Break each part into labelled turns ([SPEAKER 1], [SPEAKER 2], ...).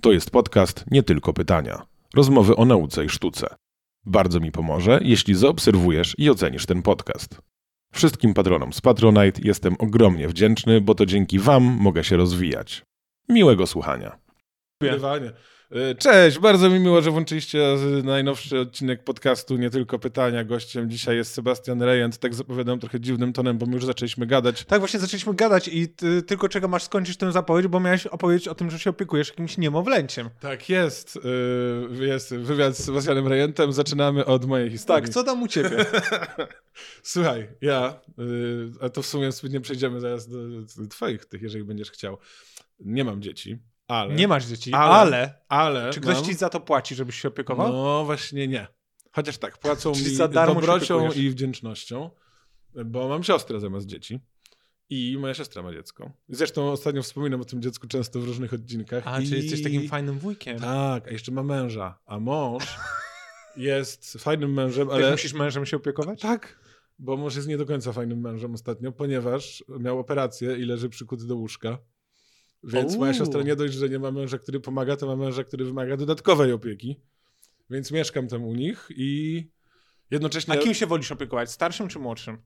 [SPEAKER 1] To jest podcast nie tylko pytania. Rozmowy o nauce i sztuce. Bardzo mi pomoże, jeśli zaobserwujesz i ocenisz ten podcast. Wszystkim patronom z Patronite jestem ogromnie wdzięczny, bo to dzięki Wam mogę się rozwijać. Miłego słuchania. Nagrywanie. E, Cześć, bardzo mi miło, że włączyliście z- najnowszy odcinek podcastu Nie Tylko Pytania. Gościem dzisiaj jest Sebastian Rejent. Tak zapowiadam trochę dziwnym tonem, bo my już zaczęliśmy gadać.
[SPEAKER 2] Tak, właśnie zaczęliśmy gadać i ty, tylko czego masz skończyć tę zapowiedź, bo miałeś opowiedzieć o tym, że się opiekujesz jakimś niemowlęciem.
[SPEAKER 1] Tak jest, y, jest wywiad z Sebastianem Rejentem. Zaczynamy od mojej historii.
[SPEAKER 2] Tak, co tam u ciebie?
[SPEAKER 1] Słuchaj, ja, y, a to w sumie nie przejdziemy zaraz do do twoich tych, jeżeli będziesz chciał. Nie mam dzieci, ale...
[SPEAKER 2] Nie masz dzieci,
[SPEAKER 1] Ale-
[SPEAKER 2] ale, No.
[SPEAKER 1] Ale
[SPEAKER 2] czy ktoś
[SPEAKER 1] mam...
[SPEAKER 2] ci za to płaci, żebyś się opiekował?
[SPEAKER 1] No właśnie nie. Chociaż tak, płacą mi
[SPEAKER 2] Czyli za darmo się
[SPEAKER 1] dobrocią
[SPEAKER 2] opiekujesz.
[SPEAKER 1] i wdzięcznością, bo mam siostrę zamiast dzieci. I moja siostra ma dziecko. Zresztą ostatnio wspominam o tym dziecku często w różnych odcinkach.
[SPEAKER 2] A,
[SPEAKER 1] I...
[SPEAKER 2] czyli jesteś takim fajnym wujkiem.
[SPEAKER 1] Tak, a jeszcze ma męża. A mąż jest fajnym mężem,
[SPEAKER 2] Ale
[SPEAKER 1] ale...
[SPEAKER 2] musisz mężem się opiekować?
[SPEAKER 1] Tak, bo mąż jest nie do końca fajnym mężem ostatnio, ponieważ miał operację i leży przykuty do łóżka. Więc moja
[SPEAKER 2] Ouu.
[SPEAKER 1] siostra nie dość, że nie ma męża, który pomaga, to ma męża, który wymaga dodatkowej opieki. Więc mieszkam tam u nich i jednocześnie
[SPEAKER 2] A kim się wolisz opiekować? Starszym czy młodszym?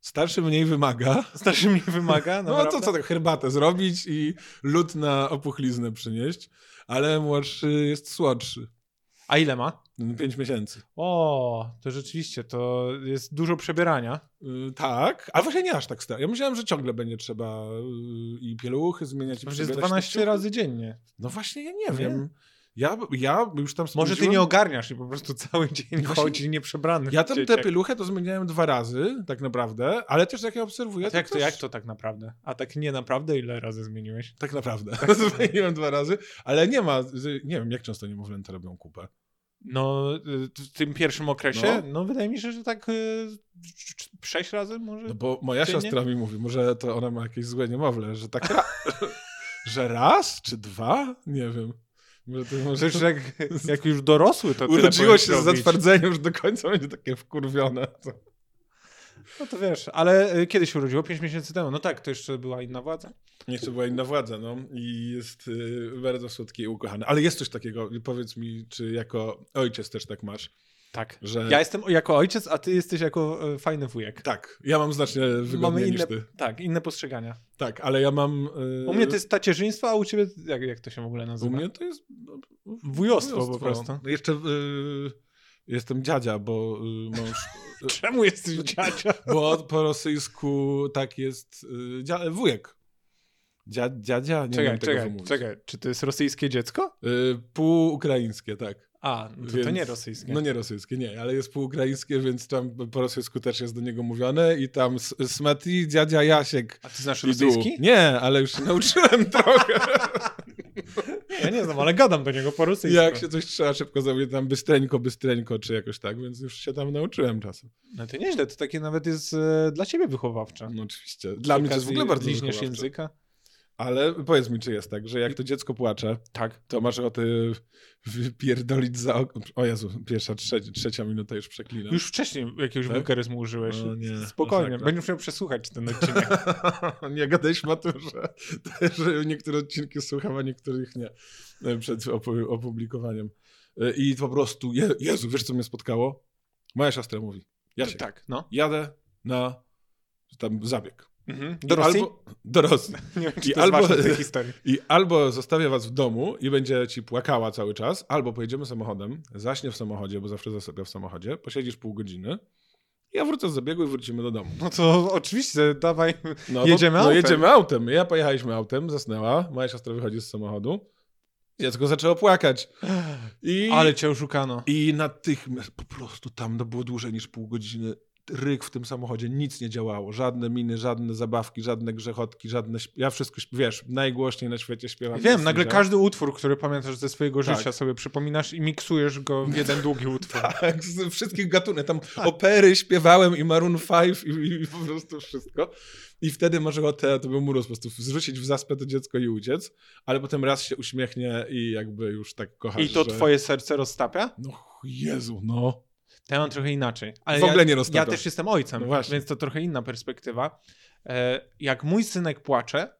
[SPEAKER 1] starszy mniej wymaga.
[SPEAKER 2] Starszym nie wymaga?
[SPEAKER 1] No a to co, tak herbatę zrobić i lód na opuchliznę przynieść, ale młodszy jest słodszy. Mm,
[SPEAKER 2] A ile ma?
[SPEAKER 1] Pięć miesięcy.
[SPEAKER 2] O, to rzeczywiście, to jest dużo przebierania.
[SPEAKER 1] Y, Tak, ale właśnie nie aż tak stary. Ja myślałem, że ciągle będzie trzeba y, i pieluchy zmieniać. i
[SPEAKER 2] To jest
[SPEAKER 1] przebierać te
[SPEAKER 2] 12
[SPEAKER 1] ciuchy.
[SPEAKER 2] razy dziennie.
[SPEAKER 1] No właśnie, ja nie
[SPEAKER 2] Nie.
[SPEAKER 1] wiem. Ja, ja już tam
[SPEAKER 2] Może ty
[SPEAKER 1] spędziłem-
[SPEAKER 2] nie ogarniasz i po prostu cały dzień
[SPEAKER 1] Właśnie-
[SPEAKER 2] chodzi nieprzebrany.
[SPEAKER 1] Ja tam
[SPEAKER 2] dzieciak.
[SPEAKER 1] tę pieluchę to zmieniałem dwa razy, tak naprawdę, ale też jak ja obserwuję,
[SPEAKER 2] A to jak, to,
[SPEAKER 1] też-
[SPEAKER 2] jak to tak naprawdę? A tak nie naprawdę ile razy zmieniłeś?
[SPEAKER 1] Tak naprawdę, zmieniłem dwa razy, ale nie ma, z- nie wiem, jak często niemowlęta robią kupę.
[SPEAKER 2] No, y, w tym pierwszym okresie? No, wydaje mi się, że tak y, c- c- sześć razy może?
[SPEAKER 1] No bo moja
[SPEAKER 2] Czy nie?
[SPEAKER 1] siostra mi mówi, może to ona ma jakieś złe niemowlę, że tak ra- że raz czy dwa? Nie wiem. Może to, może
[SPEAKER 2] Przecież
[SPEAKER 1] to
[SPEAKER 2] jak, jak już dorosły, to tyle
[SPEAKER 1] urodziło
[SPEAKER 2] powinieneś
[SPEAKER 1] się z
[SPEAKER 2] robić.
[SPEAKER 1] zatwardzeniem, że do końca będzie takie wkurwione. To...
[SPEAKER 2] No to wiesz, ale y, kiedy się urodziło? Pięć miesięcy temu. No tak, to jeszcze była inna władza.
[SPEAKER 1] Jeszcze była inna władza, no i jest y, bardzo słodki i ukochany. Ale jest coś takiego, powiedz mi, czy jako ojciec też tak masz,
[SPEAKER 2] Tak.
[SPEAKER 1] że...
[SPEAKER 2] Ja jestem jako ojciec, a ty jesteś jako y, fajny wujek.
[SPEAKER 1] Tak, ja mam znacznie
[SPEAKER 2] Mamy
[SPEAKER 1] wygodniej
[SPEAKER 2] inne,
[SPEAKER 1] niż ty.
[SPEAKER 2] tak, inne postrzegania.
[SPEAKER 1] Tak, ale ja mam... y,
[SPEAKER 2] U mnie to jest tacierzyństwo, a u ciebie, jak, jak to się w ogóle
[SPEAKER 1] U
[SPEAKER 2] nazywa?
[SPEAKER 1] mnie to jest... no,
[SPEAKER 2] Wujostwo, po prostu.
[SPEAKER 1] No Jeszcze y, jestem dziadzia, bo y, mąż...
[SPEAKER 2] Czemu jesteś dziadzia?
[SPEAKER 1] bo po rosyjsku tak jest y, dzia, wujek. Dzia, dziadzia? Nie
[SPEAKER 2] Czekaj,
[SPEAKER 1] wiem tego
[SPEAKER 2] czekaj,
[SPEAKER 1] wymówić.
[SPEAKER 2] czekaj. Czy to jest rosyjskie dziecko?
[SPEAKER 1] Y, półukraińskie, tak.
[SPEAKER 2] A, no to, to
[SPEAKER 1] Więc-
[SPEAKER 2] nie rosyjskie.
[SPEAKER 1] No nie rosyjskie, nie, ale jest półukraińskie, więc tam po rosyjsku też jest do niego mówione i tam s- Smati, dziadzia Jasiek.
[SPEAKER 2] A ty znasz
[SPEAKER 1] i du.
[SPEAKER 2] rosyjski?
[SPEAKER 1] Nie, ale już się nauczyłem trochę.
[SPEAKER 2] Nie, ja nie znam, ale gadam do niego po rosyjsku.
[SPEAKER 1] Jak się coś trzeba szybko zrobić, tam bystreńko, bystreńko, czy jakoś tak, więc już się tam nauczyłem czasem.
[SPEAKER 2] No to nieźle, to takie nawet jest e, dla ciebie wychowawcze.
[SPEAKER 1] No oczywiście. Dla mnie to jest w ogóle bardzo
[SPEAKER 2] Liźniesz
[SPEAKER 1] wychowawcze.
[SPEAKER 2] języka?
[SPEAKER 1] Ale powiedz mi, czy jest tak, że jak to dziecko płacze,
[SPEAKER 2] Tak.
[SPEAKER 1] to masz o ty wypierdolić za okno. O Jezu, pierwsza, trzecia, trzecia minuta już przeklinam.
[SPEAKER 2] Już wcześniej jakiegoś
[SPEAKER 1] Tak?
[SPEAKER 2] wulgaryzmu użyłeś.
[SPEAKER 1] O nie.
[SPEAKER 2] Spokojnie,
[SPEAKER 1] No tak, tak.
[SPEAKER 2] będziesz musiał przesłuchać ten odcinek.
[SPEAKER 1] nie gadaliśmy o tym, że, że niektóre odcinki słucham, a niektórych nie e, przed opu- opublikowaniem. E, I po prostu, je, Jezu, wiesz co mnie spotkało? Moja siostra mówi, ja się
[SPEAKER 2] tak, no.
[SPEAKER 1] jadę na tam zabieg.
[SPEAKER 2] Mhm.
[SPEAKER 1] I
[SPEAKER 2] Do Rosji?
[SPEAKER 1] Albo, do Rosji.
[SPEAKER 2] Nie wiem, czy
[SPEAKER 1] I
[SPEAKER 2] to albo...
[SPEAKER 1] albo-
[SPEAKER 2] jest ważne w tej historii.
[SPEAKER 1] I albo zostawię was w domu i będzie ci płakała cały czas, albo pojedziemy samochodem, zaśnie w samochodzie, bo zawsze zasypia w samochodzie, posiedzisz pół godziny, ja wrócę z zabiegu i wrócimy do domu.
[SPEAKER 2] No to oczywiście, dawaj.
[SPEAKER 1] No,
[SPEAKER 2] Jedziemy
[SPEAKER 1] no,
[SPEAKER 2] autem.
[SPEAKER 1] No jedziemy autem. Ja pojechaliśmy autem, zasnęła. Moja siostra wychodzi z samochodu. Dziecko zaczęło płakać. I,
[SPEAKER 2] Ale cię oszukano.
[SPEAKER 1] I natychmiast po prostu tam to było dłużej niż pół godziny. Ryk w tym samochodzie, nic nie działało. Żadne miny, żadne zabawki, żadne grzechotki, żadne. śp- Ja wszystko, śp- wiesz, najgłośniej na świecie śpiewam.
[SPEAKER 2] Wiem,
[SPEAKER 1] Nic
[SPEAKER 2] nagle
[SPEAKER 1] nie działa.
[SPEAKER 2] każdy utwór, który pamiętasz ze swojego
[SPEAKER 1] Tak.
[SPEAKER 2] życia sobie przypominasz i miksujesz go w jeden długi utwór.
[SPEAKER 1] Tak, z wszystkich gatunek. Tam
[SPEAKER 2] Tak.
[SPEAKER 1] opery śpiewałem i Maroon 5 i, i po prostu wszystko. I wtedy może ochotę, to bym urósł po prostu, zrzucić w zaspę to dziecko i uciec, ale potem raz się uśmiechnie i jakby już tak kochasz,
[SPEAKER 2] I to
[SPEAKER 1] że...
[SPEAKER 2] twoje serce roztapia?
[SPEAKER 1] No ch- Jezu, no.
[SPEAKER 2] To ja mam trochę inaczej. Ale
[SPEAKER 1] W ogóle
[SPEAKER 2] ja,
[SPEAKER 1] nie roztapia.
[SPEAKER 2] Ja też jestem ojcem,
[SPEAKER 1] No właśnie.
[SPEAKER 2] więc to trochę inna perspektywa. E, Jak mój synek płacze,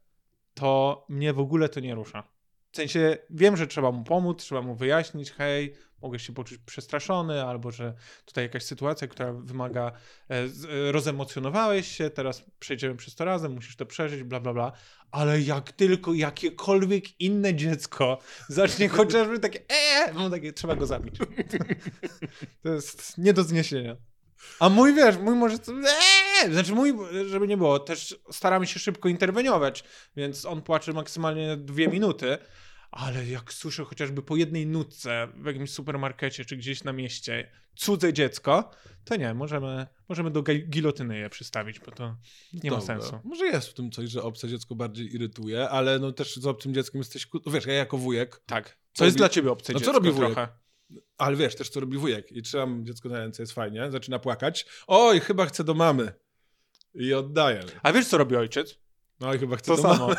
[SPEAKER 2] to mnie w ogóle to nie rusza. W sensie wiem, że trzeba mu pomóc, trzeba mu wyjaśnić, hej, mogę się poczuć przestraszony, albo że tutaj jakaś sytuacja, która wymaga, e, z- e, rozemocjonowałeś się, teraz przejdziemy przez to razem, musisz to przeżyć, bla, bla, bla. Ale jak tylko jakiekolwiek inne dziecko zacznie chociażby takie, eee, mam takie, trzeba go zabić. To jest nie do zniesienia. A mój, wiesz, mój może, co- eee, znaczy mój, żeby nie było, też staramy się szybko interweniować, więc on płacze maksymalnie dwie minuty, ale jak słyszę chociażby po jednej nutce w jakimś supermarkecie czy gdzieś na mieście cudze dziecko, to nie, możemy, możemy do gi- gilotyny je przystawić, bo to nie ma
[SPEAKER 1] Dobra.
[SPEAKER 2] sensu.
[SPEAKER 1] Może jest w tym coś, że obce dziecko bardziej irytuje, ale no też z obcym dzieckiem jesteś... ku- Wiesz, ja jako wujek,
[SPEAKER 2] Tak. Co
[SPEAKER 1] Co
[SPEAKER 2] jest
[SPEAKER 1] robi-
[SPEAKER 2] dla ciebie obce
[SPEAKER 1] No co
[SPEAKER 2] dziecko
[SPEAKER 1] robi wujek?
[SPEAKER 2] trochę?
[SPEAKER 1] ale wiesz też, co robi wujek. I trzymam dziecko na ręce, jest fajnie, zaczyna płakać. Oj, chyba chcę do mamy. I oddaję.
[SPEAKER 2] A wiesz, co robi ojciec?
[SPEAKER 1] No i chyba chcę do
[SPEAKER 2] To
[SPEAKER 1] mamy.
[SPEAKER 2] samo.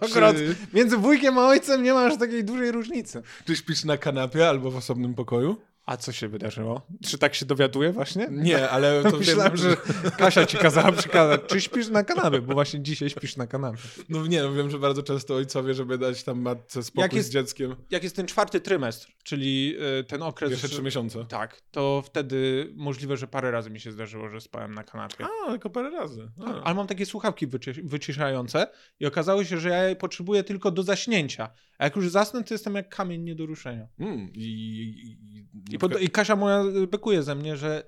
[SPEAKER 2] Akurat
[SPEAKER 1] Czy,
[SPEAKER 2] między wujkiem a ojcem nie ma aż takiej dużej różnicy.
[SPEAKER 1] czy śpisz na kanapie albo w osobnym pokoju?
[SPEAKER 2] A co się wydarzyło? Czy tak się dowiaduje właśnie?
[SPEAKER 1] Nie, ale to
[SPEAKER 2] Myślałem,
[SPEAKER 1] wiem,
[SPEAKER 2] że Kasia ci kazała przekazać, czy śpisz na kanapie, bo właśnie dzisiaj śpisz na kanapie.
[SPEAKER 1] No nie, no wiem, że bardzo często ojcowie, żeby dać tam matce spokój
[SPEAKER 2] Jak jest-
[SPEAKER 1] z dzieckiem.
[SPEAKER 2] Jak jest ten czwarty trymestr, czyli y, ten okres...
[SPEAKER 1] Pierwsze trzy miesiące.
[SPEAKER 2] Tak, to wtedy możliwe, że parę razy mi się zdarzyło, że spałem na kanapie.
[SPEAKER 1] A, tylko parę razy. A.
[SPEAKER 2] Ale mam takie słuchawki wyci- wyciszające i okazało się, że ja je potrzebuję tylko do zaśnięcia. A jak już zasnę, to jestem jak kamień nie do ruszenia.
[SPEAKER 1] Mm, i, i, i,
[SPEAKER 2] I, pod, I Kasia moja bekuje ze mnie, że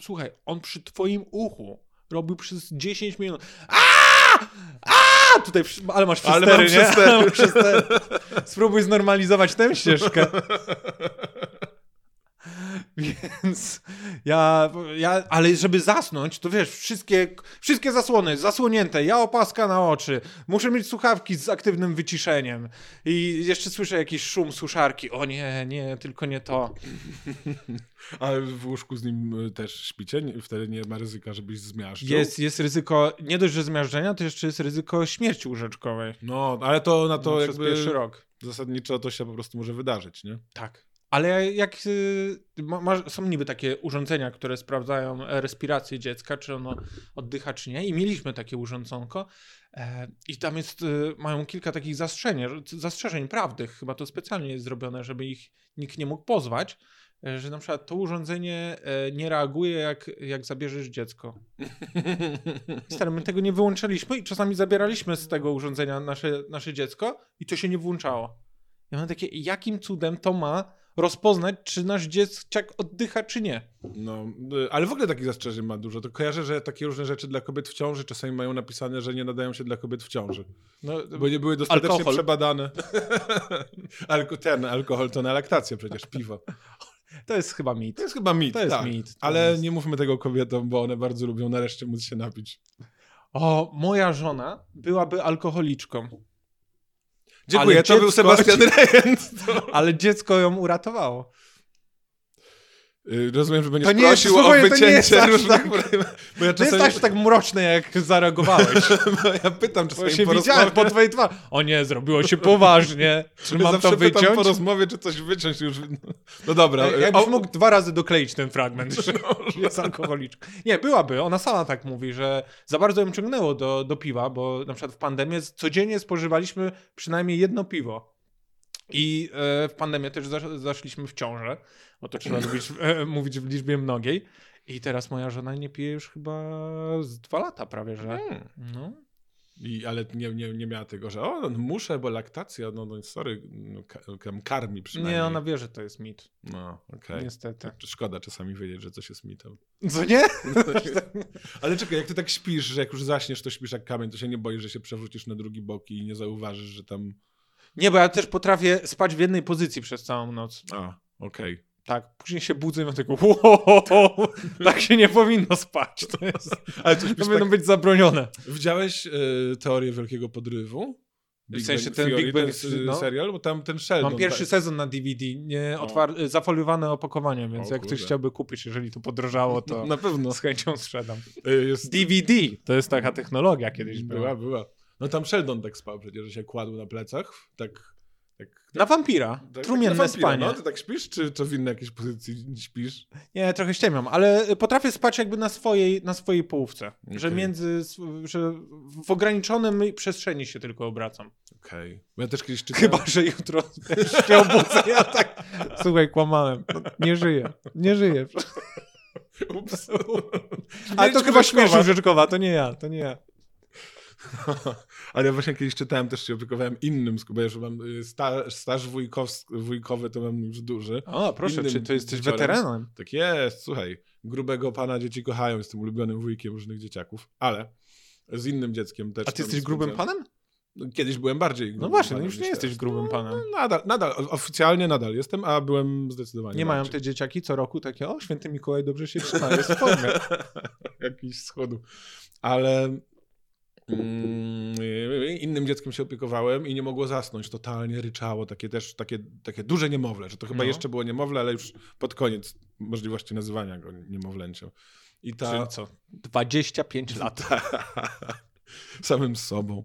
[SPEAKER 2] słuchaj, on przy twoim uchu robił przez 10 minut. Aaa! Aaa! Tutaj, przy- ale masz
[SPEAKER 1] Ale
[SPEAKER 2] przystery,
[SPEAKER 1] mam
[SPEAKER 2] nie?
[SPEAKER 1] przystery.
[SPEAKER 2] Ale mam przystery. Spróbuj znormalizować tę ścieżkę. Więc ja, ja, ale żeby zasnąć, to wiesz, wszystkie, wszystkie zasłony zasłonięte, ja opaska na oczy, muszę mieć słuchawki z aktywnym wyciszeniem i jeszcze słyszę jakiś szum suszarki. O nie, nie, tylko nie to.
[SPEAKER 1] A w łóżku z nim y, też śpicie? Nie- Wtedy nie ma ryzyka, żebyś zmiażdżył?
[SPEAKER 2] Jest, jest ryzyko, nie dość, że zmiażdżenia, to jeszcze jest ryzyko śmierci łóżeczkowej.
[SPEAKER 1] No, ale to na to
[SPEAKER 2] To przez
[SPEAKER 1] jakby
[SPEAKER 2] pierwszy rok.
[SPEAKER 1] zasadniczo to się po prostu może wydarzyć, nie?
[SPEAKER 2] Tak. Ale jak y, ma, masz- są niby takie urządzenia, które sprawdzają e, respirację dziecka, czy ono oddycha, czy nie. I mieliśmy takie urządzonko. E, I tam jest, e, mają kilka takich zastrzeżeń, zastrzeżeń prawdy. Chyba to specjalnie jest zrobione, żeby ich nikt nie mógł pozwać. e, Że na przykład to urządzenie e, nie reaguje, jak, jak zabierzesz dziecko. Stary, my tego nie wyłączaliśmy i czasami zabieraliśmy z tego urządzenia nasze, nasze dziecko i to się nie włączało. Ja mam takie, jakim cudem to ma rozpoznać, czy nasz dzieciak oddycha, czy nie?
[SPEAKER 1] No, y, ale w ogóle takich zastrzeżeń ma dużo. To kojarzę, że takie różne rzeczy dla kobiet w ciąży czasami mają napisane, że nie nadają się dla kobiet w ciąży.
[SPEAKER 2] No,
[SPEAKER 1] Bo nie były dostatecznie
[SPEAKER 2] Alkohol.
[SPEAKER 1] przebadane. Alko, ten alkohol to na laktację przecież, piwo.
[SPEAKER 2] to jest chyba mit.
[SPEAKER 1] To jest chyba mit,
[SPEAKER 2] To jest
[SPEAKER 1] tak.
[SPEAKER 2] mit. To
[SPEAKER 1] Ale
[SPEAKER 2] jest...
[SPEAKER 1] nie mówmy tego kobietom, bo one bardzo lubią nareszcie móc się napić.
[SPEAKER 2] O, moja żona byłaby alkoholiczką,
[SPEAKER 1] Dziękuję, to był
[SPEAKER 2] dziecko-
[SPEAKER 1] Sebastian Rejent.
[SPEAKER 2] ale dziecko ją uratowało.
[SPEAKER 1] Y, Rozumiem, że będziesz
[SPEAKER 2] To nie jest-
[SPEAKER 1] prosił o
[SPEAKER 2] słuchaj, to nie jest
[SPEAKER 1] wycięcie
[SPEAKER 2] aż
[SPEAKER 1] różnych...
[SPEAKER 2] tak-
[SPEAKER 1] Bo ja
[SPEAKER 2] To jest
[SPEAKER 1] czasami...
[SPEAKER 2] aż tak mroczne, jak zareagowałeś.
[SPEAKER 1] tak- bo ja pytam
[SPEAKER 2] Bo
[SPEAKER 1] czasami
[SPEAKER 2] się
[SPEAKER 1] po
[SPEAKER 2] widziałem
[SPEAKER 1] rozmowie-
[SPEAKER 2] po twojej twarzy. O nie, zrobiło się poważnie. Czy mam
[SPEAKER 1] Zawsze
[SPEAKER 2] to
[SPEAKER 1] pytam po
[SPEAKER 2] wyciąć?
[SPEAKER 1] rozmowie, czy coś wyciąć już. No dobra.
[SPEAKER 2] Ej, Jakbyś mógł dwa razy dokleić ten fragment, że jest alkoholiczka. Nie, byłaby. Ona sama tak mówi, że za bardzo ją ciągnęło do, do piwa, bo na przykład w pandemię z- codziennie spożywaliśmy przynajmniej jedno piwo. I e, w pandemię też zasz, zaszliśmy w ciążę, bo to trzeba mówić, e, mówić w liczbie mnogiej. I teraz moja żona nie pije już chyba z dwa lata prawie, że.
[SPEAKER 1] Hmm.
[SPEAKER 2] No.
[SPEAKER 1] I, ale nie, nie, nie miała tego, że o, no, muszę, bo laktacja, no, no sorry, no, ka- tam karmi przynajmniej.
[SPEAKER 2] Nie, ona wie, że to jest mit,
[SPEAKER 1] No, okej.
[SPEAKER 2] niestety.
[SPEAKER 1] Szkoda czasami wiedzieć, że coś jest mitem.
[SPEAKER 2] Tak. Co nie?
[SPEAKER 1] Ale czekaj, jak ty tak śpisz, że jak już zaśniesz, to śpisz jak kamień, to się nie boisz, że się przewrócisz na drugi bok i nie zauważysz, że tam...
[SPEAKER 2] Nie, bo ja też potrafię spać w jednej pozycji przez całą noc.
[SPEAKER 1] A, okej.
[SPEAKER 2] Tak, później się budzę i mam tylko wow, tak się nie powinno spać. To, jest,
[SPEAKER 1] Ale coś
[SPEAKER 2] to
[SPEAKER 1] śpisz
[SPEAKER 2] powinno
[SPEAKER 1] tak...
[SPEAKER 2] być zabronione.
[SPEAKER 1] Widziałeś y, teorię wielkiego podrywu? Big
[SPEAKER 2] sensie
[SPEAKER 1] Bang
[SPEAKER 2] ten
[SPEAKER 1] Theory,
[SPEAKER 2] Big Bang
[SPEAKER 1] ten,
[SPEAKER 2] Theory,
[SPEAKER 1] y,
[SPEAKER 2] no.
[SPEAKER 1] serial, bo tam ten Sheldon... tak
[SPEAKER 2] Mam pierwszy sezon na DVD, nie otwar- zafoliowane opakowanie, więc
[SPEAKER 1] O
[SPEAKER 2] jak ktoś
[SPEAKER 1] kurde. No.
[SPEAKER 2] chciałby kupić, jeżeli to podrożało, to no
[SPEAKER 1] Na pewno.
[SPEAKER 2] z chęcią sprzedam.
[SPEAKER 1] Y, Jest
[SPEAKER 2] DVD to jest taka
[SPEAKER 1] No.
[SPEAKER 2] technologia kiedyś była.
[SPEAKER 1] była. No tam Sheldon tak spał przecież, że się kładł na plecach, tak Tak,
[SPEAKER 2] Na wampira.
[SPEAKER 1] tak,
[SPEAKER 2] Trumienne
[SPEAKER 1] tak na wampira,
[SPEAKER 2] spanie.
[SPEAKER 1] No, ty tak śpisz, czy, czy w innej jakiejś pozycji śpisz?
[SPEAKER 2] Nie, trochę ściemiam, ale y, potrafię spać jakby na swojej, na swojej połówce. Że
[SPEAKER 1] Okej.
[SPEAKER 2] między, że w ograniczonym przestrzeni się tylko obracam.
[SPEAKER 1] Okej. Bo Ja też kiedyś czytałem...
[SPEAKER 2] Chyba, że jutro też się obudzę. Ja tak, słuchaj, kłamałem. No, Nie żyję, nie żyję.
[SPEAKER 1] Ups.
[SPEAKER 2] Ale to
[SPEAKER 1] Rzeczkowa.
[SPEAKER 2] chyba śmieszna Rzeczkowa, to nie ja, to nie ja.
[SPEAKER 1] Ale ja właśnie kiedyś czytałem, też się opiekowałem innym, sk- bo ja już mam y, sta, staż wujkowsk, wujkowy, to mam już duży.
[SPEAKER 2] O, proszę,
[SPEAKER 1] Innym
[SPEAKER 2] czy to jesteś
[SPEAKER 1] dzieciorem.
[SPEAKER 2] weteranem?
[SPEAKER 1] Tak jest, słuchaj, grubego pana dzieci kochają, jestem ulubionym wujkiem różnych dzieciaków, ale z innym dzieckiem też.
[SPEAKER 2] A ty
[SPEAKER 1] tam
[SPEAKER 2] jesteś grubym
[SPEAKER 1] spędzałem-
[SPEAKER 2] panem?
[SPEAKER 1] No, Kiedyś byłem bardziej grubym
[SPEAKER 2] No właśnie, no
[SPEAKER 1] panem
[SPEAKER 2] już
[SPEAKER 1] niż
[SPEAKER 2] nie
[SPEAKER 1] teraz.
[SPEAKER 2] jesteś grubym panem.
[SPEAKER 1] No, Nadal, nadal, o- oficjalnie nadal jestem, a byłem zdecydowanie
[SPEAKER 2] Nie mają
[SPEAKER 1] bardziej.
[SPEAKER 2] te dzieciaki co roku takie, o, święty Mikołaj dobrze się trzyma, jest w formie.
[SPEAKER 1] jakichś schodów. Ale mm, innym dzieckiem się opiekowałem i nie mogło zasnąć. Totalnie ryczało. Takie też, takie, takie duże niemowlę, że to chyba
[SPEAKER 2] No.
[SPEAKER 1] jeszcze było niemowlę, ale już pod koniec możliwości nazywania go niemowlęciem. I ta...
[SPEAKER 2] Czyli co? Tak. 25 Tak. lat.
[SPEAKER 1] samym sobą.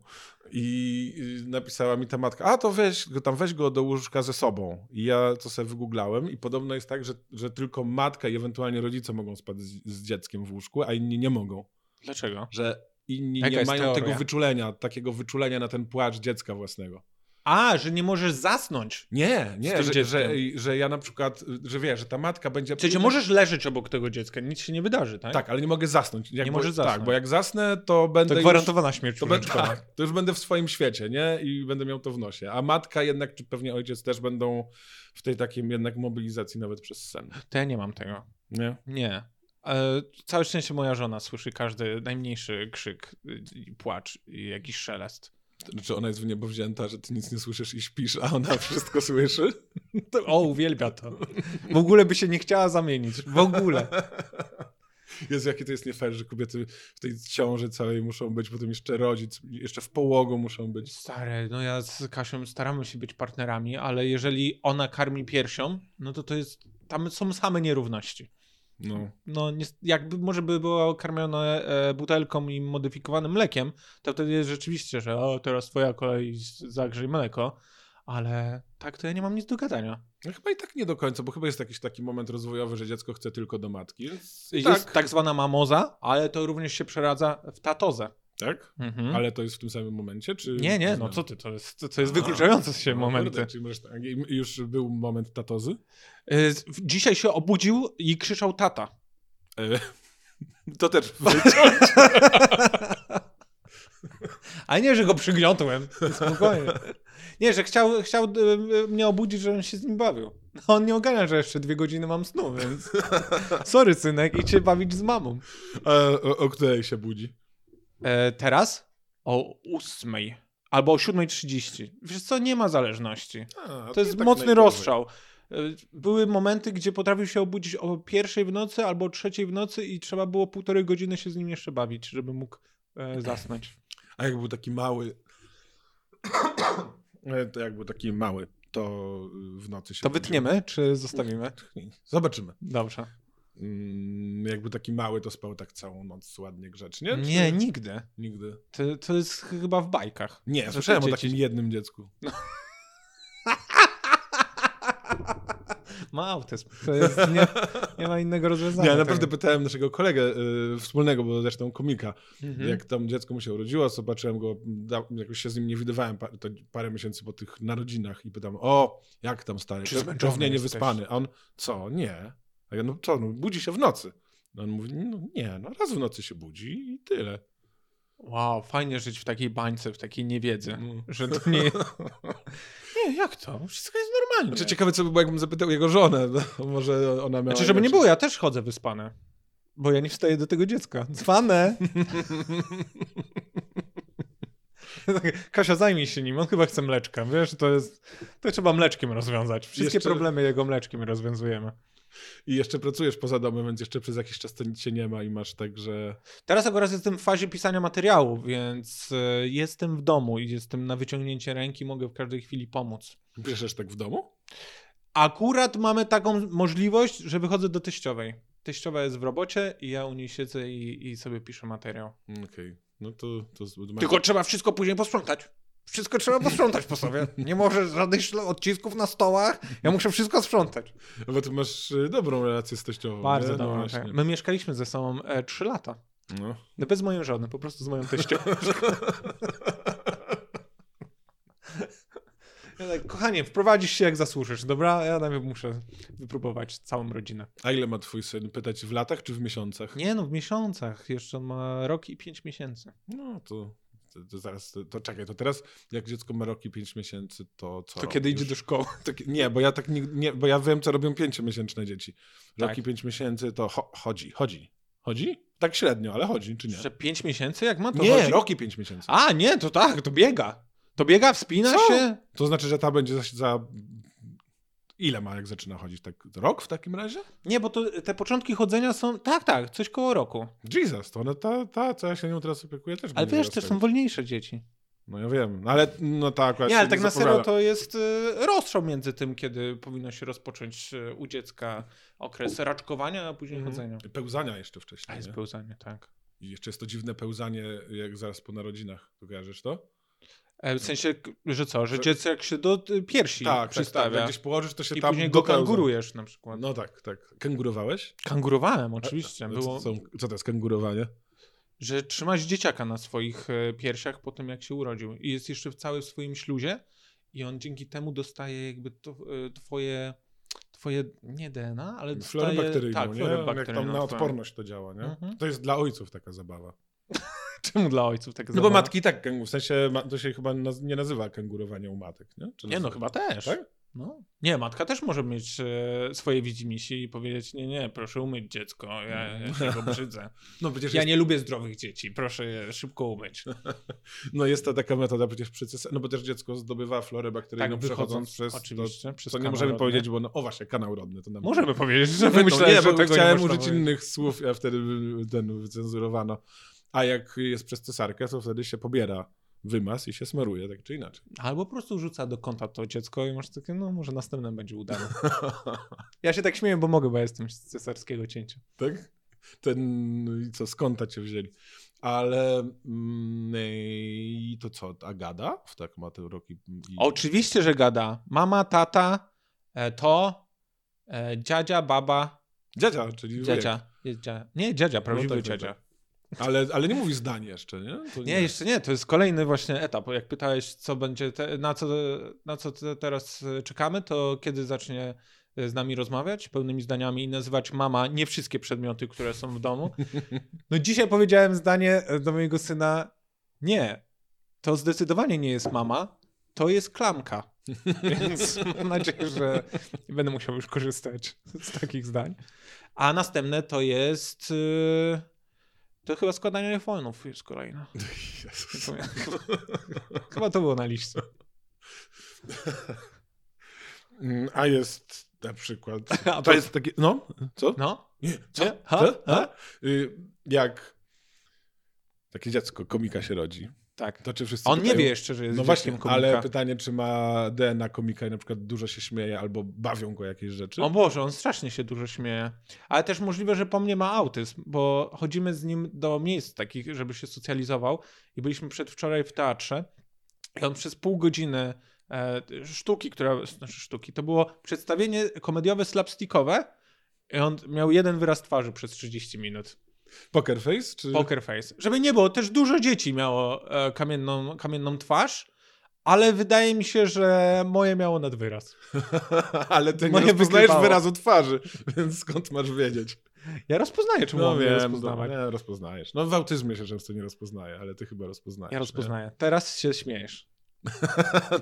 [SPEAKER 1] I y, napisała mi ta matka, a to weź go tam, weź go do łóżka ze sobą. I ja to sobie wygooglałem i podobno jest tak, że, że tylko matka i ewentualnie rodzice mogą spać z, z dzieckiem w łóżku, a inni nie mogą.
[SPEAKER 2] Dlaczego?
[SPEAKER 1] że inni
[SPEAKER 2] Jaka
[SPEAKER 1] nie
[SPEAKER 2] jest
[SPEAKER 1] mają
[SPEAKER 2] teoria?
[SPEAKER 1] tego wyczulenia, takiego wyczulenia na ten płacz dziecka własnego.
[SPEAKER 2] A, że nie możesz zasnąć.
[SPEAKER 1] Nie,
[SPEAKER 2] Z
[SPEAKER 1] nie,
[SPEAKER 2] tym
[SPEAKER 1] że,
[SPEAKER 2] dzieckiem.
[SPEAKER 1] że, że ja na przykład, że wiesz, że ta matka będzie...
[SPEAKER 2] W sensie możesz leżeć obok tego dziecka, nic się nie wydarzy, tak?
[SPEAKER 1] Tak, ale nie mogę zasnąć. Jak
[SPEAKER 2] Nie możesz
[SPEAKER 1] Tak,
[SPEAKER 2] zasnąć.
[SPEAKER 1] bo jak zasnę, to
[SPEAKER 2] To
[SPEAKER 1] będę już...
[SPEAKER 2] gwarantowana śmierć
[SPEAKER 1] To, będę,
[SPEAKER 2] łóżeczkowa.
[SPEAKER 1] tak, to już będę w swoim świecie, nie? I będę miał to w nosie. A matka jednak, czy pewnie ojciec też będą w tej takiej jednak mobilizacji nawet przez sen.
[SPEAKER 2] To ja nie mam tego.
[SPEAKER 1] Nie?
[SPEAKER 2] Nie. E, całe szczęście moja żona słyszy każdy najmniejszy krzyk, y, i płacz i jakiś szelest.
[SPEAKER 1] Znaczy ona jest w niebo wzięta, że ty nic nie słyszysz i śpisz, a ona wszystko słyszy?
[SPEAKER 2] To- O, uwielbia to. W ogóle by się nie chciała zamienić. W ogóle.
[SPEAKER 1] Jezu, jakie to jest nie fair, że kobiety w tej ciąży całej muszą być, potem jeszcze rodzic, jeszcze w połogu muszą być.
[SPEAKER 2] Stary, no ja z Kasią staramy się być partnerami, ale jeżeli ona karmi piersią, no to to jest, tam są same nierówności.
[SPEAKER 1] No.
[SPEAKER 2] no nies- jakby może by było karmione e, butelką i modyfikowanym mlekiem, to wtedy jest rzeczywiście, że o, teraz twoja kolej, z- zagrzej mleko, ale tak to ja nie mam nic do gadania.
[SPEAKER 1] no. Chyba i tak nie do końca, bo chyba jest jakiś taki moment rozwojowy, że dziecko chce tylko do matki. Więc
[SPEAKER 2] Jest
[SPEAKER 1] tak.
[SPEAKER 2] tak zwana mamoza, ale to również się przeradza w tatozę.
[SPEAKER 1] tak?
[SPEAKER 2] Mhm.
[SPEAKER 1] Ale to jest w tym samym momencie, czy...
[SPEAKER 2] Nie, nie, no
[SPEAKER 1] znam.
[SPEAKER 2] co ty, to jest, to, to jest
[SPEAKER 1] A.
[SPEAKER 2] wykluczające się
[SPEAKER 1] No,
[SPEAKER 2] momenty.
[SPEAKER 1] kurde, czyli możesz tak. I i już był moment tatozy?
[SPEAKER 2] Y, z- w- Dzisiaj się obudził i krzyczał tata.
[SPEAKER 1] E, to też...
[SPEAKER 2] A nie, że go przygniotłem. Spokojnie. Nie, że chciał, chciał y, y, mnie obudzić, żebym się z nim bawił. No, on nie ogania, że jeszcze dwie godziny mam snu, więc. Sorry, synek, idź się bawić z mamą.
[SPEAKER 1] E, o, o której się budzi?
[SPEAKER 2] E, teraz o ósmej albo o 7.30. Wiesz co, nie ma zależności.
[SPEAKER 1] A,
[SPEAKER 2] To jest
[SPEAKER 1] tak
[SPEAKER 2] mocny
[SPEAKER 1] najgorzej.
[SPEAKER 2] rozstrzał. E, Były momenty, gdzie potrafił się obudzić o pierwszej w nocy albo o trzeciej w nocy i trzeba było półtorej godziny się z nim jeszcze bawić, żeby mógł e, zasnąć.
[SPEAKER 1] A jak był taki mały... E, to jak był taki mały, to y, w nocy się
[SPEAKER 2] To
[SPEAKER 1] budził.
[SPEAKER 2] wytniemy, czy zostawimy?
[SPEAKER 1] Zobaczymy.
[SPEAKER 2] Dobrze.
[SPEAKER 1] Mm, jakby taki mały, to spał tak całą noc ładnie, grzecznie? czy
[SPEAKER 2] Nie, nigdy.
[SPEAKER 1] Nigdy.
[SPEAKER 2] To, to jest chyba w bajkach.
[SPEAKER 1] Nie,
[SPEAKER 2] To
[SPEAKER 1] słyszałem o
[SPEAKER 2] Znaczy, dzieci-
[SPEAKER 1] takim jednym dziecku.
[SPEAKER 2] Ma autyzm. To jest, nie, nie ma innego rozwiązania.
[SPEAKER 1] Ja naprawdę
[SPEAKER 2] tego.
[SPEAKER 1] pytałem naszego kolegę y, wspólnego, bo zresztą komika,
[SPEAKER 2] Mhm.
[SPEAKER 1] jak tam dziecko mu się urodziło, zobaczyłem go, da, jakoś się z nim nie widywałem pa, to parę miesięcy po tych narodzinach i pytam, o, jak tam stary,
[SPEAKER 2] Czy
[SPEAKER 1] pe-
[SPEAKER 2] zmęczony
[SPEAKER 1] pewnie
[SPEAKER 2] jesteś?
[SPEAKER 1] niewyspany. A on, co, nie. A ja, no co, no, budzi się w nocy. No on mówi, no nie, no raz w nocy się budzi i tyle.
[SPEAKER 2] Wow, fajnie żyć w takiej bańce, w takiej niewiedzy.
[SPEAKER 1] No.
[SPEAKER 2] Że to nie... nie, jak to? Wszystko jest normalne.
[SPEAKER 1] Znaczy ciekawe, co by było, jakbym zapytał jego żonę, no, może ona miała...
[SPEAKER 2] Znaczy, żeby nie
[SPEAKER 1] inaczej.
[SPEAKER 2] było, ja też chodzę wyspane. Bo ja nie wstaję do tego dziecka. Cwane! Kasia, zajmij się nim, on chyba chce mleczka. Wiesz, to jest... To trzeba mleczkiem rozwiązać. Wszystkie
[SPEAKER 1] Jeszcze-
[SPEAKER 2] problemy jego mleczkiem rozwiązujemy.
[SPEAKER 1] I jeszcze pracujesz poza domem, więc jeszcze przez jakiś czas to nic się nie ma i masz tak, że...
[SPEAKER 2] Teraz akurat jestem w fazie pisania materiału, więc e, jestem w domu i jestem na wyciągnięcie ręki, mogę w każdej chwili pomóc.
[SPEAKER 1] Piszesz tak w domu?
[SPEAKER 2] Akurat mamy taką możliwość, że wychodzę do teściowej. Teściowa jest w robocie i ja u niej siedzę i, i sobie piszę materiał.
[SPEAKER 1] Okej. No to... to z-
[SPEAKER 2] Tylko trzeba wszystko później posprzątać. Wszystko trzeba posprzątać po sobie. Nie może żadnych śla- odcisków na stołach. Ja muszę wszystko sprzątać.
[SPEAKER 1] No Bo ty masz y, dobrą relację z teściową.
[SPEAKER 2] Bardzo tak.
[SPEAKER 1] nie? No
[SPEAKER 2] dobrze.
[SPEAKER 1] właśnie.
[SPEAKER 2] My mieszkaliśmy ze sobą e, 3 lata.
[SPEAKER 1] No.
[SPEAKER 2] No bez mojej żony, po prostu z moją teścią. Ja tak, kochanie, wprowadzisz się jak zasłużysz, dobra? Ja najpierw muszę wypróbować całą rodzinę.
[SPEAKER 1] A ile ma twój syn? Pytać w latach czy w miesiącach?
[SPEAKER 2] Nie no, w miesiącach. Jeszcze on ma rok i pięć miesięcy.
[SPEAKER 1] No to, to, to zaraz, to, to czekaj, to teraz jak dziecko ma rok i 5 miesięcy, to co
[SPEAKER 2] To kiedy idzie do
[SPEAKER 1] szkoły? nie, bo ja tak nie, nie, bo ja wiem, co robią pięciomiesięczne dzieci. Rok
[SPEAKER 2] Tak.
[SPEAKER 1] i 5 miesięcy to cho, chodzi, chodzi. Chodzi? Tak średnio, ale chodzi, czy nie?
[SPEAKER 2] Że pięć miesięcy? Jak ma to
[SPEAKER 1] nie,
[SPEAKER 2] chodzi?
[SPEAKER 1] rok i 5 miesięcy.
[SPEAKER 2] A, nie, to tak, to biega. To biega, wspina
[SPEAKER 1] Co?
[SPEAKER 2] się.
[SPEAKER 1] To znaczy, że ta będzie za, za... Ile ma, jak zaczyna chodzić? Tak, rok w takim razie?
[SPEAKER 2] Nie, bo to, te początki chodzenia są, tak, tak, coś koło roku.
[SPEAKER 1] Jesus, to ona, ta, ta, co ja się nią teraz opiekuję, też
[SPEAKER 2] Ale
[SPEAKER 1] będzie
[SPEAKER 2] wiesz, też
[SPEAKER 1] wyrastać.
[SPEAKER 2] są wolniejsze dzieci.
[SPEAKER 1] No ja wiem, no ale no ta akurat
[SPEAKER 2] Nie,
[SPEAKER 1] się
[SPEAKER 2] ale tak na serio
[SPEAKER 1] zapowiada.
[SPEAKER 2] to jest y, rozstrzał między tym, kiedy powinno się rozpocząć y, u dziecka okres raczkowania, a później
[SPEAKER 1] Mhm.
[SPEAKER 2] chodzenia.
[SPEAKER 1] Pełzania jeszcze wcześniej.
[SPEAKER 2] A jest
[SPEAKER 1] nie?
[SPEAKER 2] pełzanie, tak.
[SPEAKER 1] I jeszcze jest to dziwne pełzanie, jak zaraz po narodzinach. Kojarzysz to?
[SPEAKER 2] E, W sensie, k- że co, że
[SPEAKER 1] Że-
[SPEAKER 2] dziecko jak się do y, piersi
[SPEAKER 1] tak, tak,
[SPEAKER 2] przystawia
[SPEAKER 1] Jak gdzieś położysz, to się
[SPEAKER 2] i
[SPEAKER 1] tam
[SPEAKER 2] później go
[SPEAKER 1] dopełza.
[SPEAKER 2] kangurujesz na przykład.
[SPEAKER 1] No tak, tak. Kangurowałeś?
[SPEAKER 2] Kangurowałem oczywiście,
[SPEAKER 1] No
[SPEAKER 2] było,
[SPEAKER 1] Co, są- co to jest kangurowanie?
[SPEAKER 2] że trzymasz dzieciaka na swoich e, piersiach po tym, jak się urodził i jest jeszcze w całym swoim śluzie i on dzięki temu dostaje jakby to, e, twoje, twoje, nie DNA, ale dostaje...
[SPEAKER 1] Florę bakteryjną,
[SPEAKER 2] tak,
[SPEAKER 1] nie?
[SPEAKER 2] florę
[SPEAKER 1] Jak tam
[SPEAKER 2] bakteryjną,
[SPEAKER 1] na
[SPEAKER 2] tak.
[SPEAKER 1] odporność to działa, nie?
[SPEAKER 2] Mhm.
[SPEAKER 1] To jest dla ojców taka zabawa.
[SPEAKER 2] Czemu dla ojców tak
[SPEAKER 1] No bo matki tak, kangu- w sensie ma- to się chyba naz- nie nazywa kangurowanie u matek, nie? Czy
[SPEAKER 2] Nie no,
[SPEAKER 1] nazywa?
[SPEAKER 2] chyba też.
[SPEAKER 1] Tak?
[SPEAKER 2] No. Nie, matka też może mieć e, swoje widzimisi i powiedzieć, nie, nie, proszę umyć dziecko, ja, ja się go brzydzę.
[SPEAKER 1] No przecież
[SPEAKER 2] Ja
[SPEAKER 1] Mm. jest,
[SPEAKER 2] nie lubię zdrowych dzieci, proszę je szybko umyć.
[SPEAKER 1] no jest ta taka metoda przecież przy ces- no bo też dziecko zdobywa florę bakteryjną
[SPEAKER 2] Tak,
[SPEAKER 1] przechodząc
[SPEAKER 2] wychodząc
[SPEAKER 1] przez...
[SPEAKER 2] oczywiście. przez
[SPEAKER 1] To, to nie
[SPEAKER 2] kanał
[SPEAKER 1] możemy
[SPEAKER 2] rodny.
[SPEAKER 1] powiedzieć, bo no, o właśnie, kanał rodny, to nam
[SPEAKER 2] Możemy powiedzieć, że
[SPEAKER 1] No
[SPEAKER 2] myślałem,
[SPEAKER 1] nie,
[SPEAKER 2] że
[SPEAKER 1] bo
[SPEAKER 2] tego
[SPEAKER 1] chciałem
[SPEAKER 2] nie można
[SPEAKER 1] użyć
[SPEAKER 2] powiedzieć.
[SPEAKER 1] innych słów, a wtedy by- ten wycenzurowano. A jak jest przez cesarkę, to wtedy się pobiera wymaz i się smaruje, tak czy inaczej.
[SPEAKER 2] Albo po prostu rzuca do kąta to dziecko i masz takie, no może następne będzie udane. Ja się tak śmieję, bo mogę, bo ja jestem z cesarskiego cięcia.
[SPEAKER 1] tak? Ten, i co, skąd ta cię wzięli? Ale mm, i to co, Agada? Tak ma te roki. I...
[SPEAKER 2] Oczywiście, że gada. Mama, tata, e, to, e, dziadzia, baba,
[SPEAKER 1] Dziadzia, czyli dziadzia.
[SPEAKER 2] dziadzia. Jest dzia... Nie, dziadzia, prawdziwy
[SPEAKER 1] tak, tak,
[SPEAKER 2] dziadzia.
[SPEAKER 1] Ale, ale nie mówi zdanie jeszcze, nie? To
[SPEAKER 2] Nie, jeszcze nie, to jest kolejny właśnie etap. Jak pytałeś, co będzie, te, na co, na co te teraz e, czekamy, to kiedy zacznie e, z nami rozmawiać pełnymi zdaniami i nazywać mama nie wszystkie przedmioty, które są w domu. No dzisiaj powiedziałem zdanie e, do mojego syna, nie, to zdecydowanie nie jest mama, to jest klamka. Więc mam nadzieję, że nie będę musiał już korzystać z takich zdań. A następne to jest... e, To chyba składanie iPhone'ów jest kolejne. Nie
[SPEAKER 1] Jezus.
[SPEAKER 2] pamiętam. Chyba to było na liście.
[SPEAKER 1] Mm, A jest na przykład.
[SPEAKER 2] A
[SPEAKER 1] To
[SPEAKER 2] po-
[SPEAKER 1] jest takie. No, co?
[SPEAKER 2] No?
[SPEAKER 1] Nie, co?
[SPEAKER 2] Nie?
[SPEAKER 1] Ha?
[SPEAKER 2] Ha?
[SPEAKER 1] Co?
[SPEAKER 2] Ha?
[SPEAKER 1] Ha? Y, Jak takie dziecko komika się rodzi,
[SPEAKER 2] Tak.
[SPEAKER 1] to czy wszyscy.
[SPEAKER 2] On nie
[SPEAKER 1] pytają-
[SPEAKER 2] wie jeszcze, że jest
[SPEAKER 1] No właśnie,
[SPEAKER 2] komika.
[SPEAKER 1] ale pytanie, czy ma DNA komika i na przykład dużo się śmieje albo bawią go jakieś rzeczy.
[SPEAKER 2] O Boże, on strasznie się dużo śmieje. Ale też możliwe, że po mnie ma autyzm, bo chodzimy z nim do miejsc takich, żeby się socjalizował i byliśmy przedwczoraj w teatrze i on przez pół godziny e, sztuki, która, znaczy sztuki, to było przedstawienie komediowe slapstickowe i on miał jeden wyraz twarzy przez 30 minut.
[SPEAKER 1] Poker face? Czy...
[SPEAKER 2] Poker Face. Żeby nie było, też dużo dzieci miało e, kamienną, kamienną twarz, ale wydaje mi się, że moje miało nadwyraz.
[SPEAKER 1] ale ty nie
[SPEAKER 2] Moje
[SPEAKER 1] rozpoznajesz
[SPEAKER 2] wygrywało.
[SPEAKER 1] wyrazu twarzy, więc skąd masz wiedzieć?
[SPEAKER 2] Ja rozpoznaję, czemu mam nie
[SPEAKER 1] no,
[SPEAKER 2] rozpoznawać.
[SPEAKER 1] nie rozpoznajesz. No w autyzmie się często nie rozpoznaje, ale ty chyba rozpoznajesz.
[SPEAKER 2] Ja
[SPEAKER 1] nie?
[SPEAKER 2] rozpoznaję. Teraz się śmiejesz.